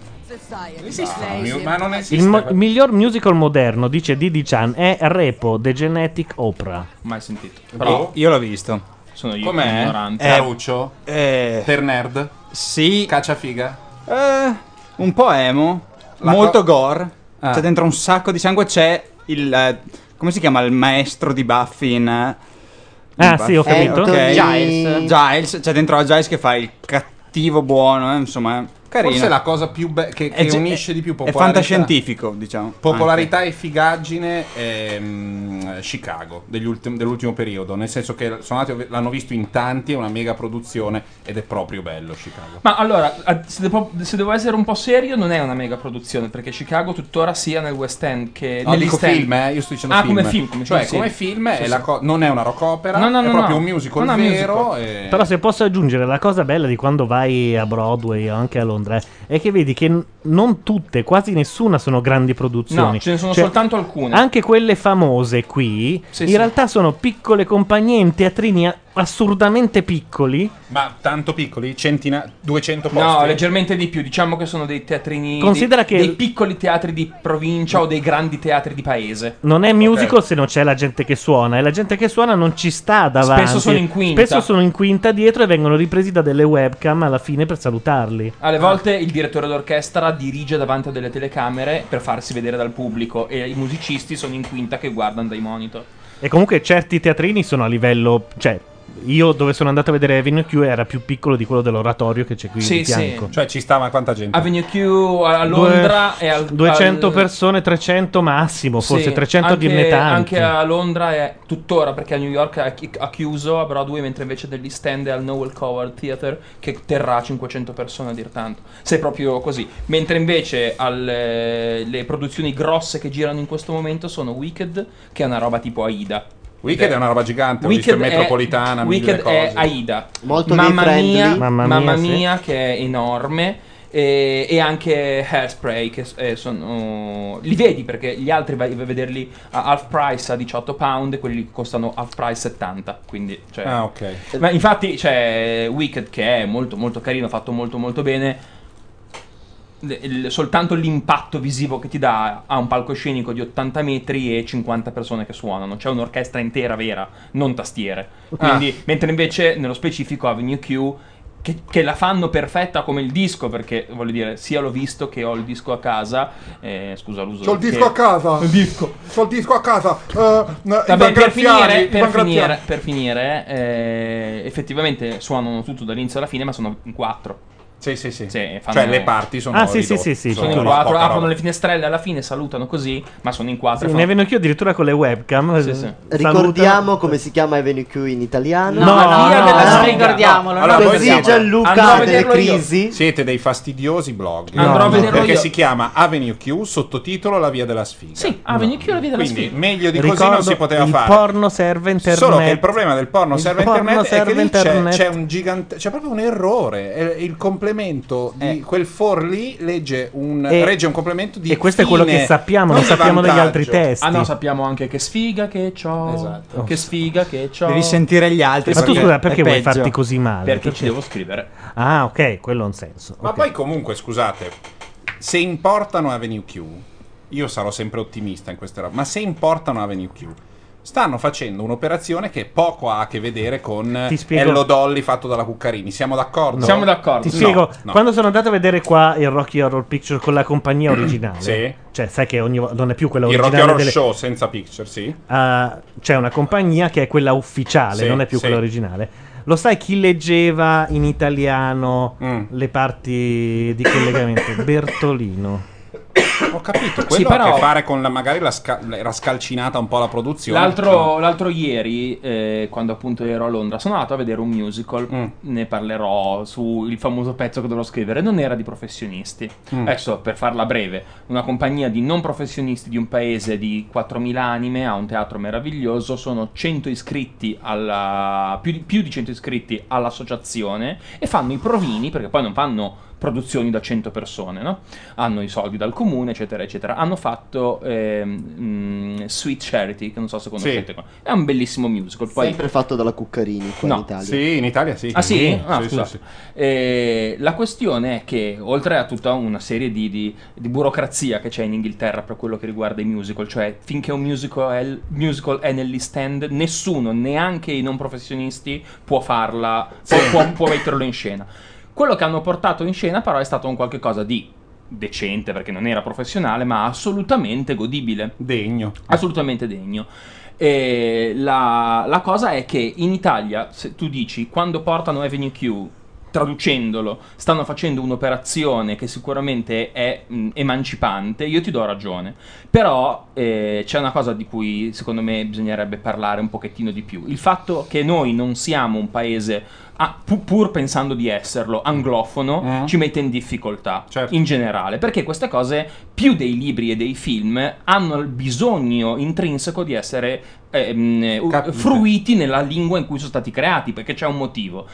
Speaker 11: ma non esiste.
Speaker 1: Il, mo- il miglior musical moderno, dice Didi Chan, è Repo, The Genetic Opera.
Speaker 2: Mai sentito.
Speaker 1: Bravo.
Speaker 14: Io, io l'ho visto.
Speaker 2: Sono io
Speaker 11: Com'è?
Speaker 2: ignorante.
Speaker 11: Caruccio? Per nerd?
Speaker 14: Sì.
Speaker 11: Cacciafiga?
Speaker 14: Eh, un po' emo,
Speaker 11: La
Speaker 14: molto
Speaker 11: co-
Speaker 14: gore.
Speaker 11: Ah.
Speaker 14: C'è dentro un sacco di sangue. C'è il. eh, come si chiama il maestro di Buffy in. eh,
Speaker 1: Ah,
Speaker 14: in
Speaker 1: sì, ho capito.
Speaker 14: Eh, ok.
Speaker 1: Giles.
Speaker 14: Giles. C'è dentro la Giles che fa il cattivo buono. eh, insomma, è carino.
Speaker 11: Forse è la cosa più be- che, che
Speaker 14: È ge-
Speaker 11: unisce di più
Speaker 14: È
Speaker 11: popolarità.
Speaker 14: fantascientifico, diciamo.
Speaker 11: Popolarità e figaggine ehm, Chicago degli ultim- dell'ultimo periodo, nel senso che sono andati- l'hanno visto in tanti, è una mega produzione ed è proprio bello Chicago.
Speaker 2: Ma allora, a- se devo, se devo essere un po' serio, non è una mega produzione, perché Chicago tuttora sia nel West End che
Speaker 11: No,
Speaker 2: nell'East
Speaker 11: dico
Speaker 2: End.
Speaker 11: film, eh, io sto dicendo
Speaker 2: ah,
Speaker 11: film.
Speaker 2: come film. Come
Speaker 11: cioè,
Speaker 2: film, sì.
Speaker 11: come film
Speaker 2: Sì,
Speaker 11: è
Speaker 2: sì.
Speaker 11: la co- non è una rock opera,
Speaker 2: No, no, no,
Speaker 11: è proprio
Speaker 2: no.
Speaker 11: un musical
Speaker 2: No, no,
Speaker 11: vero.
Speaker 2: musical.
Speaker 11: e-
Speaker 1: Però se posso aggiungere la cosa bella di quando vai a Broadway o anche a Londra è che vedi che n- non tutte, quasi nessuna sono grandi produzioni. Cioè,
Speaker 2: No, ce ne sono soltanto alcune.
Speaker 1: Anche quelle famose qui, in
Speaker 11: sì.
Speaker 1: realtà sono piccole compagnie in teatrini a- assurdamente piccoli.
Speaker 11: Ma tanto piccoli, centina- 200 posti.
Speaker 2: No, leggermente di più. Diciamo che sono dei teatrini.
Speaker 1: Considera
Speaker 2: dei,
Speaker 1: che-
Speaker 2: dei piccoli teatri di provincia o dei grandi teatri di paese.
Speaker 1: Non è musical
Speaker 2: Ok.
Speaker 1: se non c'è la gente che suona e la gente che suona non ci sta davanti.
Speaker 2: Spesso sono in quinta.
Speaker 1: Spesso sono in quinta dietro e vengono ripresi da delle webcam alla fine per salutarli.
Speaker 2: Alle volte il direttore d'orchestra dirige davanti a delle telecamere per farsi vedere dal pubblico e i musicisti sono in quinta che guardano dai monitor.
Speaker 1: E comunque certi teatrini sono a livello, cioè Io dove sono andato a vedere Avenue Q era più piccolo di quello dell'oratorio che c'è qui
Speaker 2: Sì,
Speaker 1: di
Speaker 2: sì.
Speaker 1: fianco.
Speaker 11: Cioè ci stava quanta gente?
Speaker 2: Avenue Q a a Londra
Speaker 1: Due-
Speaker 2: e al
Speaker 1: 200
Speaker 2: al-
Speaker 1: persone, 300 massimo,
Speaker 2: Sì,
Speaker 1: forse 300 a
Speaker 2: anche,
Speaker 1: dirne tanti.
Speaker 2: Anche a Londra è tuttora perché a New York ha, chi- ha chiuso a Broadway, mentre invece degli stand è al Noel Coward Theater che terrà 500 persone a dir tanto. Se è proprio così. Mentre invece alle- le produzioni grosse che girano in questo momento sono Wicked, che è una roba tipo Aida.
Speaker 11: Wicked è una roba gigante, ho visto in metropolitana, mille
Speaker 2: Wicked è
Speaker 11: cose.
Speaker 2: Aida.
Speaker 11: Molto
Speaker 2: mamma
Speaker 11: gay friendly.
Speaker 2: mia,
Speaker 11: Mamma
Speaker 2: mamma,
Speaker 11: mia, sì.
Speaker 2: mia, che è enorme. E, e anche Hairspray che s- eh, sono li vedi perché gli altri vai a vederli a half price a 18 pound e quelli costano half price 70 quindi cioè-
Speaker 11: Ah, ok.
Speaker 2: ma infatti c'è Wicked che è molto molto carino fatto molto molto bene Le- il- soltanto l'impatto visivo che ti dà ha un palcoscenico di 80 metri e 50 persone che suonano c'è un'orchestra intera vera non tastiere quindi mentre invece nello specifico Avenue Q che, che la fanno perfetta come il disco perché voglio dire sia l'ho visto che ho il disco a casa eh, scusa l'uso
Speaker 15: C'ho il
Speaker 2: che-
Speaker 15: disco a casa. Il
Speaker 2: disco.
Speaker 15: C'ho il disco a casa. Eh, no,
Speaker 2: Vabbè, per
Speaker 15: Ivan Graziani,
Speaker 2: finire, per
Speaker 15: Ivan Graziani.
Speaker 2: finire, per finire, eh, effettivamente suonano tutto dall'inizio alla fine, ma sono in quattro.
Speaker 11: Sì, sì, sì.
Speaker 2: fanno-
Speaker 11: Cioè, le parti sono
Speaker 1: Ah, sì, sì, ridotte, sì, sì,
Speaker 2: Sono
Speaker 1: sono
Speaker 2: in quattro,
Speaker 1: poca
Speaker 2: aprono
Speaker 1: roba.
Speaker 2: le finestrelle alla fine, salutano così, ma sono in quattro.
Speaker 1: Sì,
Speaker 2: fanno-
Speaker 1: ne vengo io addirittura con le webcam.
Speaker 2: Sì, sì.
Speaker 1: Salutano.
Speaker 4: Ricordiamo come si chiama Avenue Q in italiano?
Speaker 1: No, No, via no, della no. sfiga.
Speaker 4: ricordiamolo.
Speaker 11: Allora, voi
Speaker 4: Così
Speaker 11: siamo-
Speaker 4: Gianluca ha delle crisi.
Speaker 11: Siete dei fastidiosi blog.
Speaker 4: Andrò a vederlo
Speaker 11: Perché
Speaker 4: io.
Speaker 11: si chiama Avenue Q, sottotitolo La via della sfiga.
Speaker 2: Sì, ah, Avenue Q è la via della
Speaker 11: Quindi
Speaker 2: sfiga.
Speaker 11: meglio di così
Speaker 1: Ricordo,
Speaker 11: non si poteva
Speaker 1: il
Speaker 11: fare.
Speaker 1: porno serve internet.
Speaker 11: Solo che il problema del porno
Speaker 1: Il
Speaker 11: serve
Speaker 1: porno
Speaker 11: internet è che
Speaker 1: serve
Speaker 11: lì c'è-
Speaker 1: internet.
Speaker 11: C'è, un gigante, c'è proprio un errore. È il complemento di quel for lì legge un,
Speaker 1: Eh. E-
Speaker 11: regge un complemento di
Speaker 1: e questo è quello
Speaker 11: fine,
Speaker 1: che sappiamo, non
Speaker 11: di
Speaker 1: sappiamo degli
Speaker 11: vantaggio.
Speaker 1: altri testi.
Speaker 2: Ah no, sappiamo anche che sfiga che c'ho.
Speaker 11: Esatto.
Speaker 2: Che sfiga che c'ho.
Speaker 18: Devi sentire gli altri.
Speaker 1: Ma tu
Speaker 18: perché
Speaker 1: scusa,
Speaker 18: è
Speaker 1: perché vuoi
Speaker 18: peggio.
Speaker 1: farti così male?
Speaker 2: Perché ci devo scrivere.
Speaker 1: Ah, ok, quello ha un senso.
Speaker 11: Ma poi comunque, scusate, se importano Avenue Q, io sarò sempre ottimista in queste robe, ma se importano Avenue Q, stanno facendo un'operazione che poco ha a che vedere con
Speaker 1: Ti spiego-
Speaker 11: Ello Dolly fatto dalla Cuccarini. Siamo d'accordo?
Speaker 1: No. Ti spiego, quando sono andato a vedere qua il Rocky Horror Picture con la compagnia originale,
Speaker 11: Mm, Sì.
Speaker 1: cioè sai che ogni vo- non è più quella
Speaker 11: il Rocky
Speaker 1: originale
Speaker 11: Horror
Speaker 1: delle-
Speaker 11: Show senza picture, sì.
Speaker 1: Ah, c'è una compagnia che è quella ufficiale,
Speaker 11: Sì,
Speaker 1: non è più
Speaker 11: sì.
Speaker 1: quella originale. Lo sai chi leggeva in italiano
Speaker 11: Mm.
Speaker 1: le parti di
Speaker 11: *coughs*
Speaker 1: collegamento? Bertolino.
Speaker 11: Ho capito, quello
Speaker 2: Sì,
Speaker 11: ha a
Speaker 2: però-
Speaker 11: che fare con la, magari la sca- era scalcinata un po' la produzione.
Speaker 2: L'altro, l'altro ieri, eh, quando appunto ero a Londra, sono andato a vedere un musical. Ne parlerò sul famoso pezzo che dovrò scrivere. Non era di professionisti.
Speaker 11: Mm.
Speaker 2: Adesso, per farla breve, una compagnia di non professionisti di un paese di 4.000 anime ha un teatro meraviglioso. Sono 100 iscritti alla. più di, più di 100 iscritti all'associazione e fanno i provini perché poi non fanno. Produzioni da 100 persone, no? Hanno i soldi dal comune, eccetera, eccetera. Hanno fatto ehm, mm, Sweet Charity, che non so se conoscete. qua. È un bellissimo musical. Poi
Speaker 4: Sempre fatto dalla Cuccarini qua
Speaker 2: No.
Speaker 4: in Italia.
Speaker 11: Sì, in Italia sì.
Speaker 2: Ah sì? Ah,
Speaker 11: sì,
Speaker 2: scusa.
Speaker 11: sì.
Speaker 2: Eh, la questione è che oltre a tutta una serie di, di- di burocrazia che c'è in Inghilterra per quello che riguarda i musical, cioè finché un musical è, musical è negli stand, nessuno, neanche i non professionisti, può farla, può, può- può metterlo in scena. Quello che hanno portato in scena però è stato un qualche cosa di decente perché non era professionale ma assolutamente godibile
Speaker 11: degno
Speaker 2: assolutamente degno e la, la cosa è che in Italia se tu dici quando portano Avenue Q traducendolo stanno facendo un'operazione che sicuramente è mh, emancipante io ti do ragione però eh, c'è una cosa di cui secondo me bisognerebbe parlare un pochettino di più il fatto che noi non siamo un paese ah, pu- pur pensando di esserlo anglofono ci mette in difficoltà in generale perché queste cose più dei libri e dei film hanno il bisogno intrinseco di essere ehm, u- fruiti nella lingua in cui sono stati creati perché c'è un motivo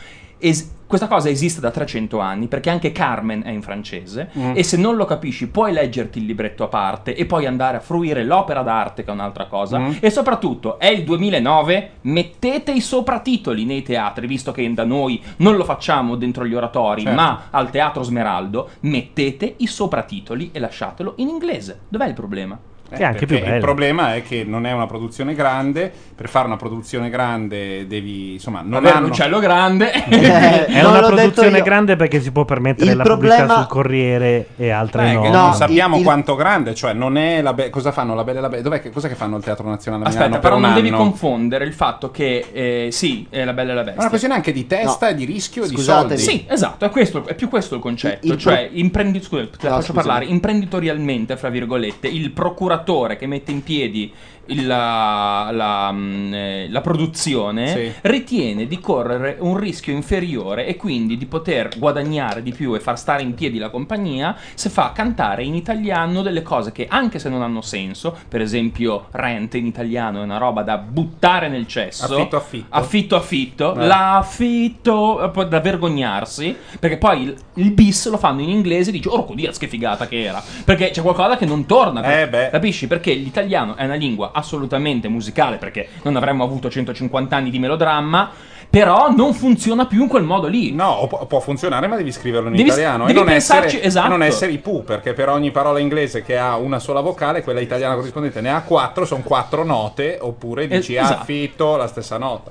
Speaker 2: Es- questa cosa esiste da 300 anni perché anche Carmen è in francese
Speaker 11: Mm.
Speaker 2: e se non lo capisci puoi leggerti il libretto a parte e poi andare a fruire l'opera d'arte che è un'altra cosa
Speaker 11: Mm.
Speaker 2: e soprattutto è il 2009 mettete i sopratitoli nei teatri visto che da noi non lo facciamo dentro gli oratori
Speaker 11: Certo.
Speaker 2: ma al teatro Smeraldo mettete i sopratitoli e lasciatelo in inglese dov'è il problema?
Speaker 1: Che è anche più
Speaker 11: Perché
Speaker 1: bello.
Speaker 11: Eh, Il problema è che non è una produzione grande. Per fare una produzione grande devi. Insomma, non
Speaker 2: Avere
Speaker 11: hanno-
Speaker 2: l'uccello grande.
Speaker 11: *laughs*
Speaker 1: È
Speaker 11: Non
Speaker 1: una
Speaker 11: Eh, l'ho detto
Speaker 1: produzione
Speaker 11: io.
Speaker 1: grande perché si può permettere
Speaker 11: Il
Speaker 1: la
Speaker 11: problema-
Speaker 1: pubblicità sul Corriere e altre
Speaker 11: Beh,
Speaker 1: no.
Speaker 11: Eh, che non sappiamo quanto grande, cioè non è la be- cosa fanno la Bella e la Bella. Dov'è che cos'è che fanno il Teatro Nazionale a
Speaker 2: Aspetta,
Speaker 11: Milano
Speaker 2: però
Speaker 11: per un
Speaker 2: non devi
Speaker 11: anno?
Speaker 2: confondere il fatto che eh, sì, è la bella e la bestia.
Speaker 11: È una questione anche di testa e di rischio e di
Speaker 2: Scusate,
Speaker 11: soldi.
Speaker 2: Sì, esatto, è, questo- è più questo il concetto.
Speaker 11: Il- il
Speaker 2: cioè,
Speaker 11: pro-
Speaker 2: imprendi- scusa, te la
Speaker 11: No,
Speaker 2: faccio
Speaker 11: Ah, scusami.
Speaker 2: parlare imprenditorialmente, fra virgolette, il procuratore che mette in piedi il- la, la, mm, eh, la produzione
Speaker 11: Sì.
Speaker 2: ritiene di correre un rischio inferiore e quindi di poter guadagnare di più e far stare in piedi la compagnia se fa cantare in italiano delle cose che anche se non hanno senso, per esempio rent in italiano è una roba da buttare nel cesso.
Speaker 11: Affitto, affitto.
Speaker 2: Affitto affitto.
Speaker 11: Eh.
Speaker 2: L'affitto eh, poi da vergognarsi. Perché poi il, il bis lo fanno in inglese e dici, Orco Diaz che figata che era. Perché c'è qualcosa che non torna.
Speaker 11: Eh,
Speaker 2: Capisci? Perché l'italiano è una lingua assolutamente musicale, perché non avremmo avuto 150 anni di melodramma. Però non funziona più in quel modo lì.
Speaker 11: No, può, funzionare, ma devi scriverlo in
Speaker 2: Devi-
Speaker 11: italiano
Speaker 2: devi
Speaker 11: e non
Speaker 2: pensarci-
Speaker 11: essere,
Speaker 2: esatto.
Speaker 11: e non essere i pu perché per ogni parola inglese che ha una sola vocale quella italiana corrispondente ne ha quattro sono quattro note oppure dici
Speaker 4: esatto.
Speaker 11: affitto la stessa nota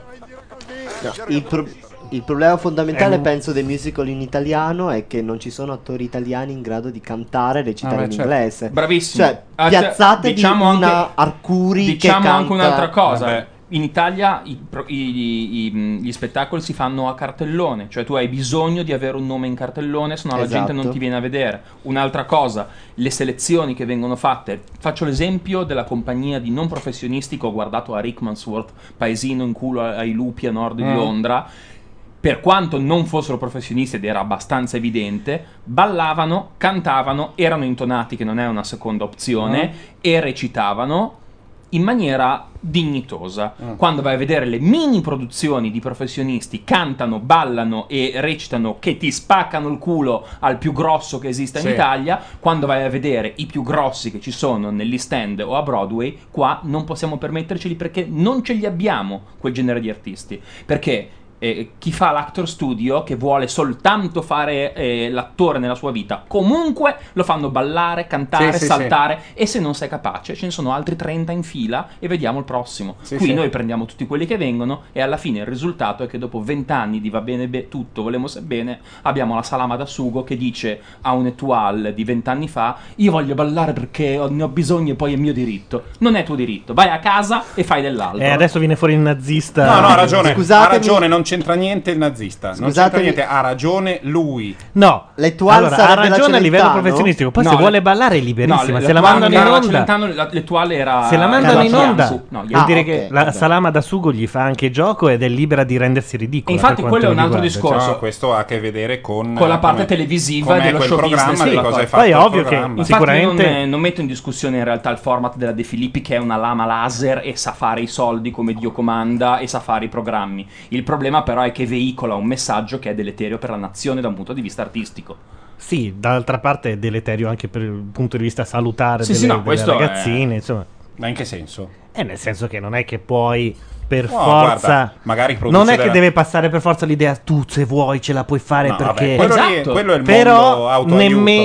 Speaker 4: Il, pro- il problema fondamentale,
Speaker 11: Eh, no.
Speaker 4: penso, dei musical in italiano è che non ci sono attori italiani in grado di cantare e recitare
Speaker 2: Ah, beh,
Speaker 4: in
Speaker 2: certo.
Speaker 4: inglese.
Speaker 2: Bravissimo.
Speaker 4: Cioè,
Speaker 2: Ah, cioè,
Speaker 4: piazzatevi
Speaker 2: diciamo anche-
Speaker 4: una Arcuri
Speaker 2: Diciamo
Speaker 4: che canta.
Speaker 2: anche un'altra cosa. In Italia i pro- i- i- i- gli spettacoli si fanno a cartellone, cioè tu hai bisogno di avere un nome in cartellone, se no la
Speaker 4: Esatto.
Speaker 2: gente non ti viene a vedere. Un'altra cosa, le selezioni che vengono fatte. Faccio l'esempio della compagnia di non professionisti che ho guardato a Rickmansworth, paesino in culo ai lupi a nord di
Speaker 11: Mm.
Speaker 2: Londra. Per quanto non fossero professionisti ed era abbastanza evidente, ballavano, cantavano, erano intonati, che non è una seconda opzione,
Speaker 11: Mm.
Speaker 2: e recitavano in maniera dignitosa.
Speaker 11: Ah.
Speaker 2: Quando vai a vedere le mini produzioni di professionisti, cantano, ballano e recitano che ti spaccano il culo al più grosso che esista
Speaker 11: Sì.
Speaker 2: in Italia, quando vai a vedere i più grossi che ci sono negli stand o a Broadway, qua non possiamo permetterceli perché non ce li abbiamo quel genere di artisti. Perché eh, chi fa l'actor studio, che vuole soltanto fare eh, l'attore nella sua vita, comunque lo fanno ballare, cantare,
Speaker 11: Sì, sì,
Speaker 2: saltare. E se non sei capace, ce ne sono altri 30 in fila e vediamo il prossimo. Qui
Speaker 11: sì.
Speaker 2: noi prendiamo tutti quelli che vengono e alla fine il risultato è che dopo 20 anni di va bene be- tutto, volemo se bene, abbiamo la salama da sugo che dice a un etual di 20 anni fa io voglio ballare perché ho- ne ho bisogno e poi è mio diritto. Non è tuo diritto, vai a casa e fai dell'altro.
Speaker 1: E Eh, adesso viene fuori il nazista.
Speaker 11: no no ha ragione
Speaker 1: Scusate,
Speaker 11: ha ragione non c'entra niente il nazista non c'entra
Speaker 1: Scusatemi.
Speaker 11: niente ha ragione lui
Speaker 1: No,
Speaker 11: L'Etoile
Speaker 1: allora, ha
Speaker 11: sarebbe la
Speaker 1: ragione a livello
Speaker 11: Celentano?
Speaker 1: professionistico. Poi
Speaker 11: No,
Speaker 1: se
Speaker 11: le-
Speaker 1: vuole ballare è liberissima. se la mandano in onda,
Speaker 2: l'etuale era
Speaker 1: se la mandano
Speaker 2: era Ah,
Speaker 1: in
Speaker 2: Chiansu.
Speaker 1: onda,
Speaker 2: cioè, eh, No,
Speaker 1: vuol dire che la salama da sugo gli fa anche gioco ed è libera di rendersi ridicola. per quanto mi riguarda, cioè.
Speaker 11: Cioè, questo ha a che vedere con
Speaker 2: Ah.
Speaker 11: eh,
Speaker 2: con la parte
Speaker 11: come-
Speaker 2: televisiva
Speaker 11: com'è
Speaker 2: dello
Speaker 11: quel
Speaker 2: show
Speaker 11: programma
Speaker 2: business
Speaker 11: di
Speaker 2: sì.
Speaker 11: cosa è fatto
Speaker 1: Poi è
Speaker 11: il
Speaker 1: ovvio che
Speaker 11: programma.
Speaker 2: Infatti
Speaker 1: sicuramente-
Speaker 2: non, eh, non metto in discussione in realtà il format della De Filippi che è una lama laser e sa fare i soldi come Dio comanda e sa fare i programmi. Il problema però è che veicola un messaggio che è deleterio per la nazione da un punto di vista artistico.
Speaker 1: Sì, d'altra parte è deleterio anche per il punto di vista salutare
Speaker 2: Sì,
Speaker 1: delle,
Speaker 2: sì, no,
Speaker 1: delle
Speaker 2: questo è-
Speaker 1: ragazzine. Insomma,
Speaker 11: ma in che senso?
Speaker 1: Eh, nel senso che non è che puoi per
Speaker 11: No,
Speaker 1: forza.
Speaker 11: guarda, magari produce
Speaker 1: non è che
Speaker 11: della-
Speaker 1: deve passare per forza l'idea tu se vuoi ce la puoi fare
Speaker 11: No,
Speaker 1: perché
Speaker 11: vabbè, quello lì- Esatto. quello è il mondo
Speaker 1: Però
Speaker 11: autoaiuto.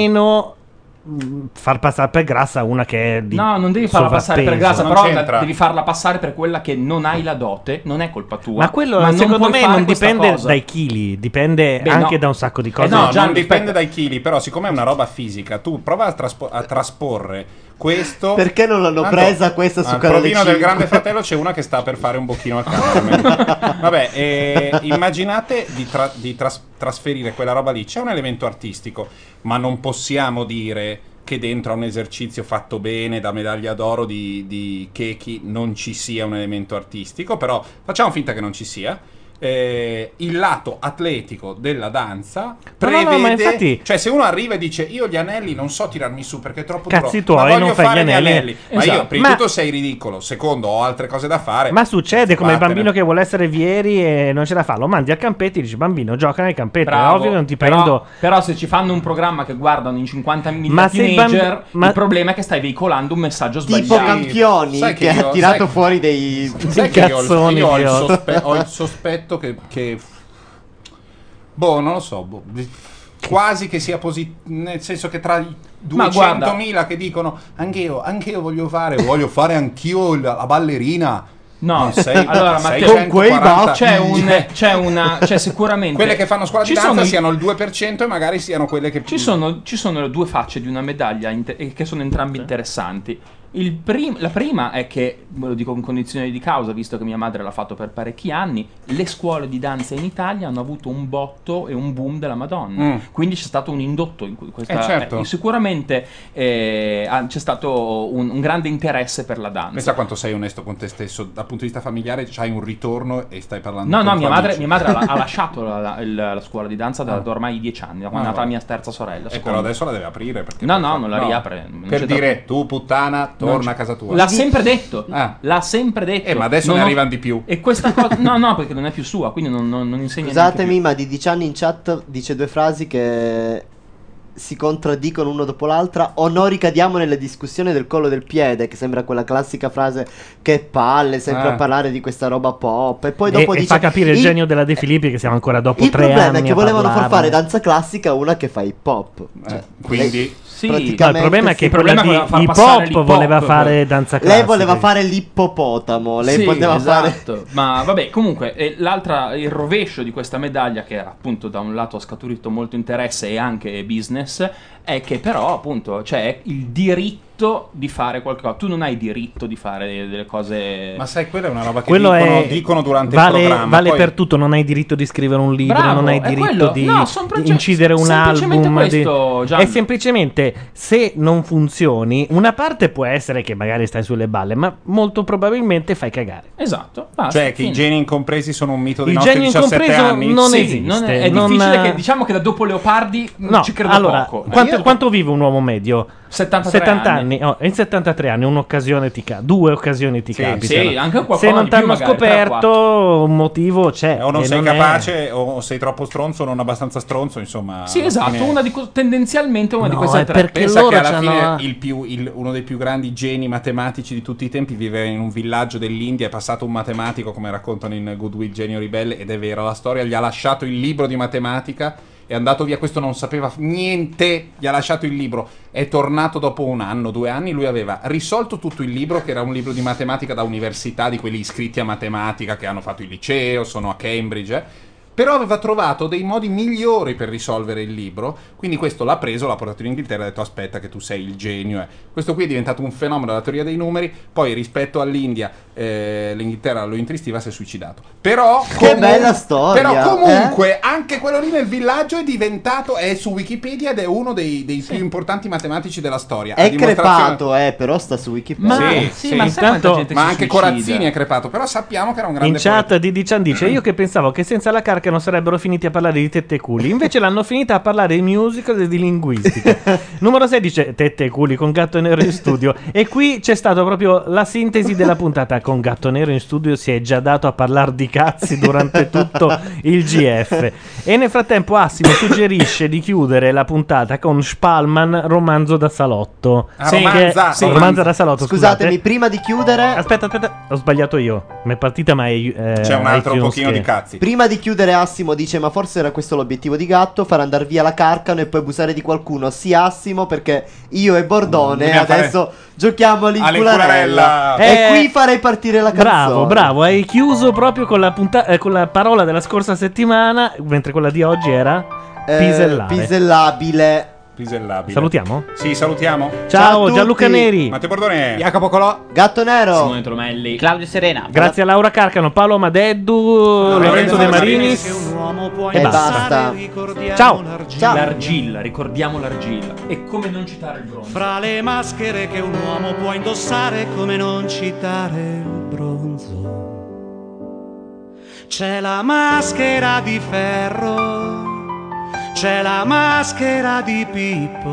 Speaker 1: nemmeno mh, far passare per grassa una che è di
Speaker 2: No, non devi farla passare per
Speaker 1: sovrappeso.
Speaker 2: grassa, però la- devi farla passare per quella che non hai la dote, non è colpa tua.
Speaker 1: Ma quello
Speaker 2: non
Speaker 1: secondo
Speaker 2: puoi
Speaker 1: me
Speaker 2: fare
Speaker 1: non
Speaker 2: questa
Speaker 1: dipende
Speaker 2: cosa.
Speaker 1: dai chili, dipende
Speaker 11: Beh,
Speaker 1: anche
Speaker 11: no.
Speaker 1: da un sacco di cose.
Speaker 11: Eh no, non dipende dai chili, però siccome è una roba fisica, tu prova a, traspo- a trasporre questo.
Speaker 4: Perché non l'hanno
Speaker 11: Tanto,
Speaker 4: presa questa su
Speaker 11: al
Speaker 4: Canale
Speaker 11: provino del
Speaker 4: 5?
Speaker 11: Grande Fratello c'è una che sta per fare un bocchino al
Speaker 4: *laughs*
Speaker 11: Carmen. Vabbè, eh, immaginate di, tra- di tras- trasferire quella roba lì. C'è un elemento artistico, ma non possiamo dire che dentro a un esercizio fatto bene da medaglia d'oro di, di Kechi non ci sia un elemento artistico, però facciamo finta che non ci sia. Eh, il lato atletico della
Speaker 1: No,
Speaker 11: danza
Speaker 1: no,
Speaker 11: prevede
Speaker 1: no, ma infatti-
Speaker 11: cioè se uno arriva e dice io gli anelli non so tirarmi su perché è troppo
Speaker 1: Cazzi
Speaker 11: duro
Speaker 1: tuoi,
Speaker 11: ma voglio
Speaker 1: non fai
Speaker 11: fare
Speaker 1: gli anelli."
Speaker 11: ma
Speaker 1: Esatto.
Speaker 11: io prima
Speaker 1: Ma-
Speaker 11: di tutto sei ridicolo secondo ho altre cose da fare
Speaker 1: Ma succede come il
Speaker 11: Vattene.
Speaker 1: bambino che vuole essere vieri e non ce la fa, lo mandi al campetto e dici bambino gioca nel campetto, è
Speaker 2: Bravo,
Speaker 1: ovvio che non ti
Speaker 2: però-
Speaker 1: prendo
Speaker 2: Però se ci fanno un programma che guardano in 50.000
Speaker 1: Ma se i
Speaker 2: teenager, il,
Speaker 1: bambi- ma-
Speaker 2: problema è che stai veicolando un messaggio sbagliato.
Speaker 4: Tipo Campioni che, ha tirato fuori dei
Speaker 11: sai che io, ho il, io ho il
Speaker 4: idioti.
Speaker 11: sospe- ho il sospetto che, che- boh non lo so boh. quasi che sia positivo nel senso che tra i
Speaker 2: Ma guarda-
Speaker 11: 200.000 che dicono anche io, anche io voglio fare, voglio fare anch'io la, la ballerina.
Speaker 2: No,
Speaker 11: Non Eh, sei-
Speaker 2: *laughs* allora
Speaker 11: sei Cioè,
Speaker 2: Matteo,
Speaker 11: 140.
Speaker 2: c'è,
Speaker 11: *laughs*
Speaker 2: un, c'è una, c'è sicuramente
Speaker 11: Quelle che fanno scuola di
Speaker 2: ci
Speaker 11: danza
Speaker 2: sono i-
Speaker 11: siano il 2% e magari siano quelle che
Speaker 2: ci sono, ci sono le due facce di una medaglia inte- eh, che sono entrambe interessanti. Il prim- la prima è che, ve lo dico con condizioni di causa, visto che mia madre l'ha fatto per parecchi anni, le scuole di danza in Italia hanno avuto un botto e un boom della Madonna.
Speaker 11: Mm.
Speaker 2: Quindi c'è stato un indotto in cui questa...
Speaker 11: Eh, certo.
Speaker 2: eh, sicuramente eh, ah, c'è stato un, un grande interesse per la danza.
Speaker 11: Pensa quanto sei onesto con te stesso, dal punto di vista familiare c'hai un ritorno e stai parlando
Speaker 2: No,
Speaker 11: con
Speaker 2: no,
Speaker 11: tuoi
Speaker 2: mia madre,
Speaker 11: amici.
Speaker 2: mia madre ha,
Speaker 11: *laughs*
Speaker 2: ha lasciato la, la- il- la scuola di danza da, da ormai dieci anni, da quando è
Speaker 11: Ah,
Speaker 2: nata la
Speaker 11: vabbè.
Speaker 2: mia terza sorella.
Speaker 11: Eh,
Speaker 2: secondo
Speaker 11: però
Speaker 2: me.
Speaker 11: adesso la deve aprire perché
Speaker 2: No,
Speaker 11: per
Speaker 2: no,
Speaker 11: fa-
Speaker 2: non la riapre. non
Speaker 11: Per
Speaker 2: c'è
Speaker 11: dire tu puttana,
Speaker 2: Non
Speaker 11: torna
Speaker 2: c'è-
Speaker 11: a casa tua.
Speaker 2: L'ha sempre detto. L'ha sempre detto.
Speaker 11: Eh, ma adesso
Speaker 2: Non
Speaker 11: ne
Speaker 2: ho-
Speaker 11: arrivano di più.
Speaker 2: E questa cosa... No, no, perché non è più sua, quindi non, non, non insegna
Speaker 4: Scusatemi,
Speaker 2: neanche
Speaker 4: ma di 10 anni in chat dice due frasi che si contraddicono uno dopo l'altra. O no, ricadiamo nella discussione del collo del piede, che sembra quella classica frase che palle, sempre
Speaker 1: Eh.
Speaker 2: Ah.
Speaker 4: a parlare di questa roba pop. E poi
Speaker 1: e,
Speaker 4: dopo
Speaker 1: e
Speaker 4: dice
Speaker 1: fa capire il
Speaker 4: "Il-
Speaker 1: genio della De Filippi che siamo ancora dopo
Speaker 4: Il
Speaker 1: tre
Speaker 4: problema
Speaker 1: anni
Speaker 4: è che
Speaker 1: a
Speaker 4: volevano far
Speaker 1: parlarne.
Speaker 4: fare danza classica a una che fa hip hop. Cioè,
Speaker 11: quindi-
Speaker 4: lei-
Speaker 1: Sì,
Speaker 4: praticamente-
Speaker 1: no, il problema è che
Speaker 4: Il
Speaker 1: quella
Speaker 4: problema
Speaker 1: di
Speaker 4: è far
Speaker 1: hip
Speaker 4: passare
Speaker 1: hop
Speaker 4: l'hip hop.
Speaker 1: voleva fare danza
Speaker 4: Lei
Speaker 1: classica.
Speaker 4: voleva fare l'ippopotamo. Lei
Speaker 2: Sì,
Speaker 4: poteva fare.
Speaker 2: esatto. Ma vabbè, comunque, eh, l'altra, il rovescio di questa medaglia, che era, appunto da un lato ha scaturito molto interesse e anche business, è che però appunto c'è il diritto di fare qualcosa. Tu non hai diritto di fare delle cose.
Speaker 11: Ma sai, quella è una roba
Speaker 1: Quello
Speaker 11: dicono-
Speaker 1: è
Speaker 11: dicono durante il
Speaker 1: vale,
Speaker 11: programma,
Speaker 1: vale
Speaker 11: poi-
Speaker 1: per tutto, non hai diritto di scrivere un libro,
Speaker 11: Bravo,
Speaker 1: non hai
Speaker 11: è
Speaker 1: diritto
Speaker 11: quello.
Speaker 1: di,
Speaker 11: No, son
Speaker 1: di
Speaker 11: proge-
Speaker 1: incidere un
Speaker 11: semplicemente
Speaker 1: album.
Speaker 11: questo,
Speaker 1: di-
Speaker 11: Gianni.
Speaker 1: È semplicemente se non funzioni, una parte può essere che magari stai sulle balle, ma molto probabilmente fai cagare.
Speaker 2: Esatto.
Speaker 11: cioè che i geni incompresi sono un mito di
Speaker 1: Il
Speaker 11: notte
Speaker 1: genio
Speaker 11: 17
Speaker 1: incompreso
Speaker 11: anni.
Speaker 1: non Sì, esiste, non
Speaker 2: è
Speaker 1: non-
Speaker 2: difficile che diciamo che da dopo Leopardi mh,
Speaker 1: No,
Speaker 2: ci credo
Speaker 1: allora,
Speaker 2: poco.
Speaker 1: quanto, quanto vive un uomo medio?
Speaker 2: 73
Speaker 1: 70
Speaker 2: anni.
Speaker 1: anni. Oh, in 73 anni un'occasione ti ca- due occasioni ti
Speaker 11: Sì,
Speaker 1: capitano.
Speaker 11: sì, anche qualcosa
Speaker 1: Se non
Speaker 11: di
Speaker 1: ti
Speaker 11: più
Speaker 1: hanno
Speaker 11: magari, tre o
Speaker 1: scoperto, un motivo c'è.
Speaker 11: o non
Speaker 1: e
Speaker 11: sei
Speaker 1: è-
Speaker 11: capace, o sei troppo stronzo, o non abbastanza stronzo, insomma.
Speaker 2: Sì,
Speaker 11: alla
Speaker 2: esatto,
Speaker 11: fine-
Speaker 2: una di co- tendenzialmente una di
Speaker 11: No,
Speaker 2: queste
Speaker 11: è
Speaker 2: tre.
Speaker 11: perché Pensa che alla fine il più- il- uno dei più grandi geni matematici di tutti i tempi vive in un villaggio dell'India, è passato un matematico, come raccontano in Good Will Genio Ribelle, ed è vera la storia, gli ha lasciato il libro di matematica, è andato via, questo non sapeva f- niente, gli ha lasciato il libro, è tornato dopo un anno, due anni, lui aveva risolto tutto il libro, che era un libro di matematica da università, di quelli iscritti a matematica che hanno fatto il liceo, sono a Cambridge, eh. Però aveva trovato dei modi migliori per risolvere il libro, quindi questo l'ha preso, l'ha portato in Inghilterra e ha detto aspetta che tu sei il genio. eh. Questo qui è diventato un fenomeno della teoria dei numeri, poi rispetto all'India eh, l'Inghilterra lo intristiva, si è suicidato. Però, comu-
Speaker 4: bella storia, Eh?
Speaker 11: però comunque
Speaker 2: Eh?
Speaker 11: anche quello lì nel villaggio è diventato, è su Wikipedia ed è uno dei, dei più importanti matematici della storia. A
Speaker 4: È
Speaker 11: dimostrazione-
Speaker 4: crepato, eh, però sta su Wikipedia.
Speaker 11: Sì, sì, ma,
Speaker 1: intanto- gente
Speaker 11: ma
Speaker 1: si
Speaker 11: anche
Speaker 1: suicida?
Speaker 11: Corazzini è crepato, però sappiamo che era un
Speaker 1: In
Speaker 11: grande poeta.
Speaker 1: chat di Dician dice: Io che pensavo che senza la carca non sarebbero finiti a parlare di tette e culi. Invece l'hanno finita a parlare di musical e di
Speaker 11: *laughs*
Speaker 1: linguistica. Numero 6 dice: Tette e culi con gatto nero in studio. E qui c'è stata proprio la sintesi della puntata. Con gatto nero in studio si è già dato a parlare di cazzi durante tutto il GF. E nel frattempo, Assimo suggerisce di chiudere la puntata con Spalman, romanzo da salotto.
Speaker 4: Ah, romanza, sì.
Speaker 1: romanza da salotto.
Speaker 4: Scusatemi,
Speaker 1: scusate.
Speaker 4: prima di chiudere.
Speaker 1: Aspetta, aspetta, ho sbagliato io. Mi è partita, ma è. eh, iTunes che-
Speaker 4: Prima di chiudere, Assimo dice: Ma forse era questo l'obiettivo di Gatto, far andare via la carcano e poi abusare di qualcuno. Sì, Assimo, perché io e Bordone
Speaker 1: Dobbiamo
Speaker 4: adesso giochiamo all'incularella.
Speaker 1: All'incularella.
Speaker 4: E
Speaker 1: Eh,
Speaker 4: qui farei partire la canzone.
Speaker 1: Bravo, bravo, hai chiuso proprio con la, punta- eh, con la parola della scorsa settimana, mentre quella di oggi era
Speaker 4: Eh,
Speaker 1: pisellare.
Speaker 4: Pisellabile.
Speaker 11: Pisellabile.
Speaker 1: Salutiamo?
Speaker 11: Sì, salutiamo.
Speaker 1: Ciao, Gianluca Neri.
Speaker 11: Matteo Bordone.
Speaker 4: Jacopo Colò. Gatto Nero.
Speaker 11: Simone
Speaker 2: Tromelli.
Speaker 7: Claudio Serena.
Speaker 1: Grazie a Laura Carcano, Paolo Madeddu, Lorenzo De Marinis. E basta. Ciao.
Speaker 2: L'argilla, l'argilla, ricordiamo l'argilla. E come non citare il bronzo?
Speaker 22: Fra le maschere che un uomo può indossare, come non citare il bronzo. C'è la maschera di ferro, c'è la maschera di Pippo,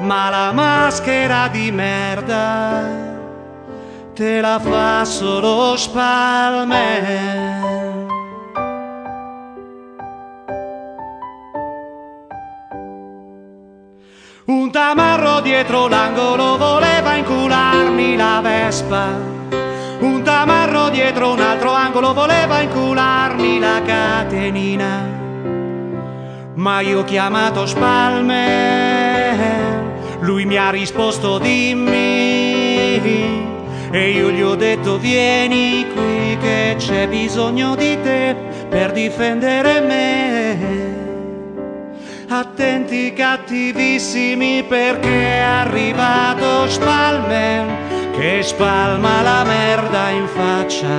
Speaker 22: ma la maschera di merda te la fa solo Spalmer. Un tamarro dietro l'angolo voleva incularmi la vespa. Un tamarro dietro un altro angolo voleva incularmi la catenina. ma io ho chiamato Spalmer, lui mi ha risposto dimmi e io gli ho detto vieni qui che c'è bisogno di te per difendere me. Attenti cattivissimi perché è arrivato Spalmer che spalma la merda in faccia.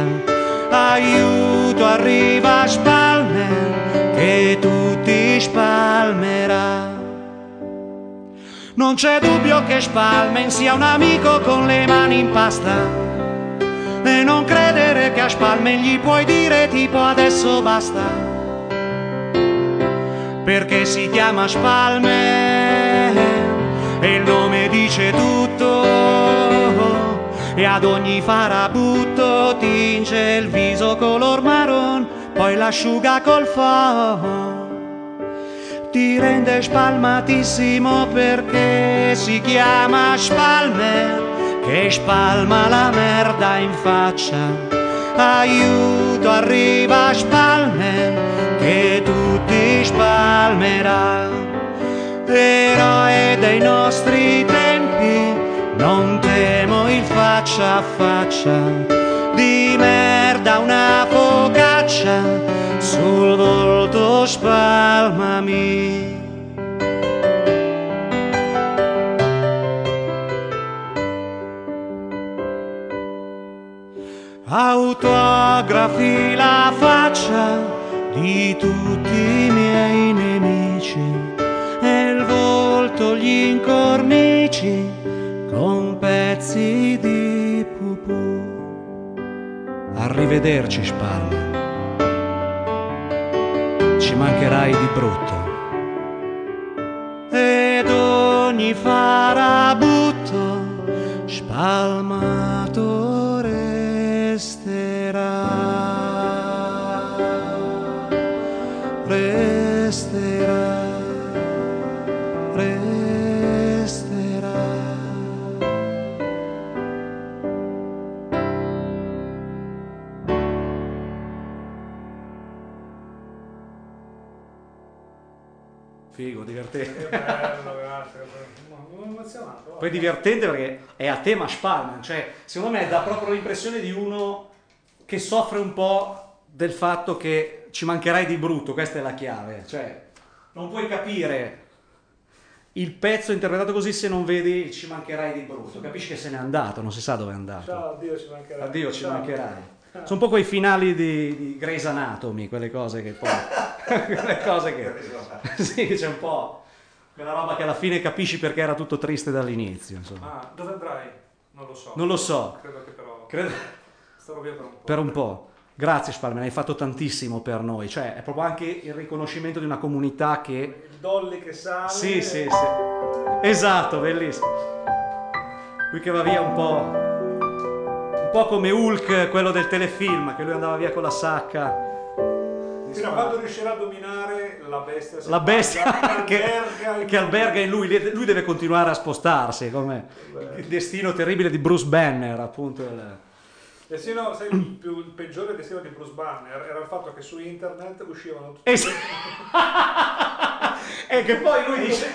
Speaker 22: Aiuto arriva Spalmer che tutti spalmerà. Non c'è dubbio che Spalmen sia un amico con le mani in pasta. E non credere che a Spalmen gli puoi dire tipo adesso basta. Perché si chiama Spalmen e il nome dice tutto. E ad ogni farabutto tinge il viso color marron, poi l'asciuga col fuoco ti rende spalmatissimo perché si chiama Spalmer che spalma la merda in faccia. Aiuto, arriva Spalmer che tutti spalmerà. Eroe dei nostri tempi, non temo il faccia a faccia. Di merda una focaccia sul volto spalmami. Autografi la faccia di tutti i miei nemici e il volto gli incornici con pezzi di pupù. Arrivederci Spalma. Ci mancherai di brutto. Ed ogni farabutto spalmato resterà. Resterà. Resterà.
Speaker 24: Figo, divertente. Poi
Speaker 36: Poi
Speaker 24: è divertente perché è a tema Spalman, cioè secondo me dà proprio l'impressione di uno che soffre un po' del fatto che ci mancherai di brutto, questa è la chiave, cioè non puoi capire il pezzo interpretato così se non vedi ci mancherai di brutto, capisci che se n'è andato, non si sa dove è andato.
Speaker 37: Ciao, addio, ci mancherà.
Speaker 24: Addio, ci mancherai. *laughs* Sono un po' quei finali di, di Grey's Anatomy, quelle cose che poi... quelle cose che... sì, c'è un po'... Quella roba che alla fine capisci perché era tutto triste dall'inizio, insomma.
Speaker 11: Ma dove andrai? Non lo so.
Speaker 24: Esatto. Non lo so.
Speaker 11: Credo che però.
Speaker 24: Credo-
Speaker 11: Starò via per un po'.
Speaker 24: Per un po'. Grazie Spalmen, hai fatto tantissimo per noi. Cioè, è proprio anche il riconoscimento di una comunità che...
Speaker 11: Il Dolly che sale.
Speaker 24: Sì, sì, sì. Esatto, bellissimo. Lui che va via un po'. Un po' come Hulk, quello del telefilm, che lui andava via con la sacca.
Speaker 11: Fino a quando riuscirà a dominare la bestia.
Speaker 24: La bestia
Speaker 11: selvaggia,
Speaker 24: *laughs* che,
Speaker 11: alberga in-
Speaker 24: che alberga in lui, lui lui deve continuare a spostarsi, come il destino terribile di Bruce Banner, appunto. il-
Speaker 11: Destino, eh, sai, il, più- il peggiore destino di Bruce Banner era il fatto che su internet uscivano tutti.
Speaker 24: E, che poi lui dice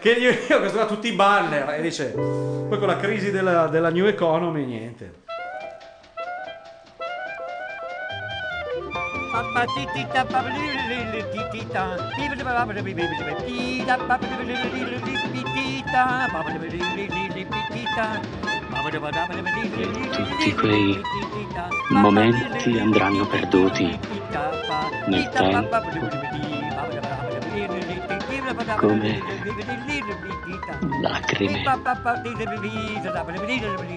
Speaker 24: che io, io ho costruito tutti i banner e dice poi con la crisi della, della new economy niente
Speaker 6: Tutti quei momenti andranno perduti nel tempo come lacrime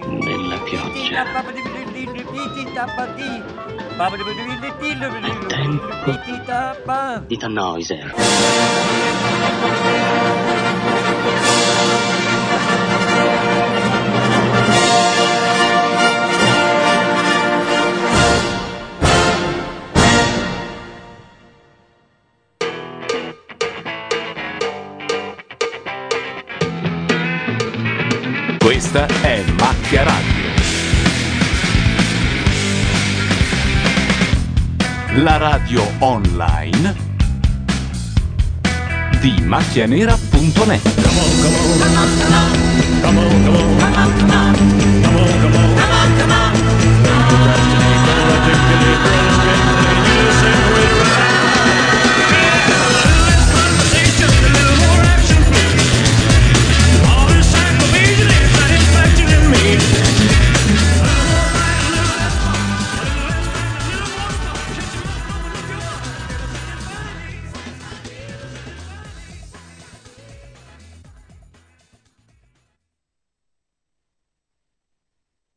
Speaker 6: nella pioggia. È tempo di Tannhäuser.
Speaker 26: Questa è Macchia Radio. La radio online
Speaker 38: di macchianera.net.
Speaker 19: Come on, come on.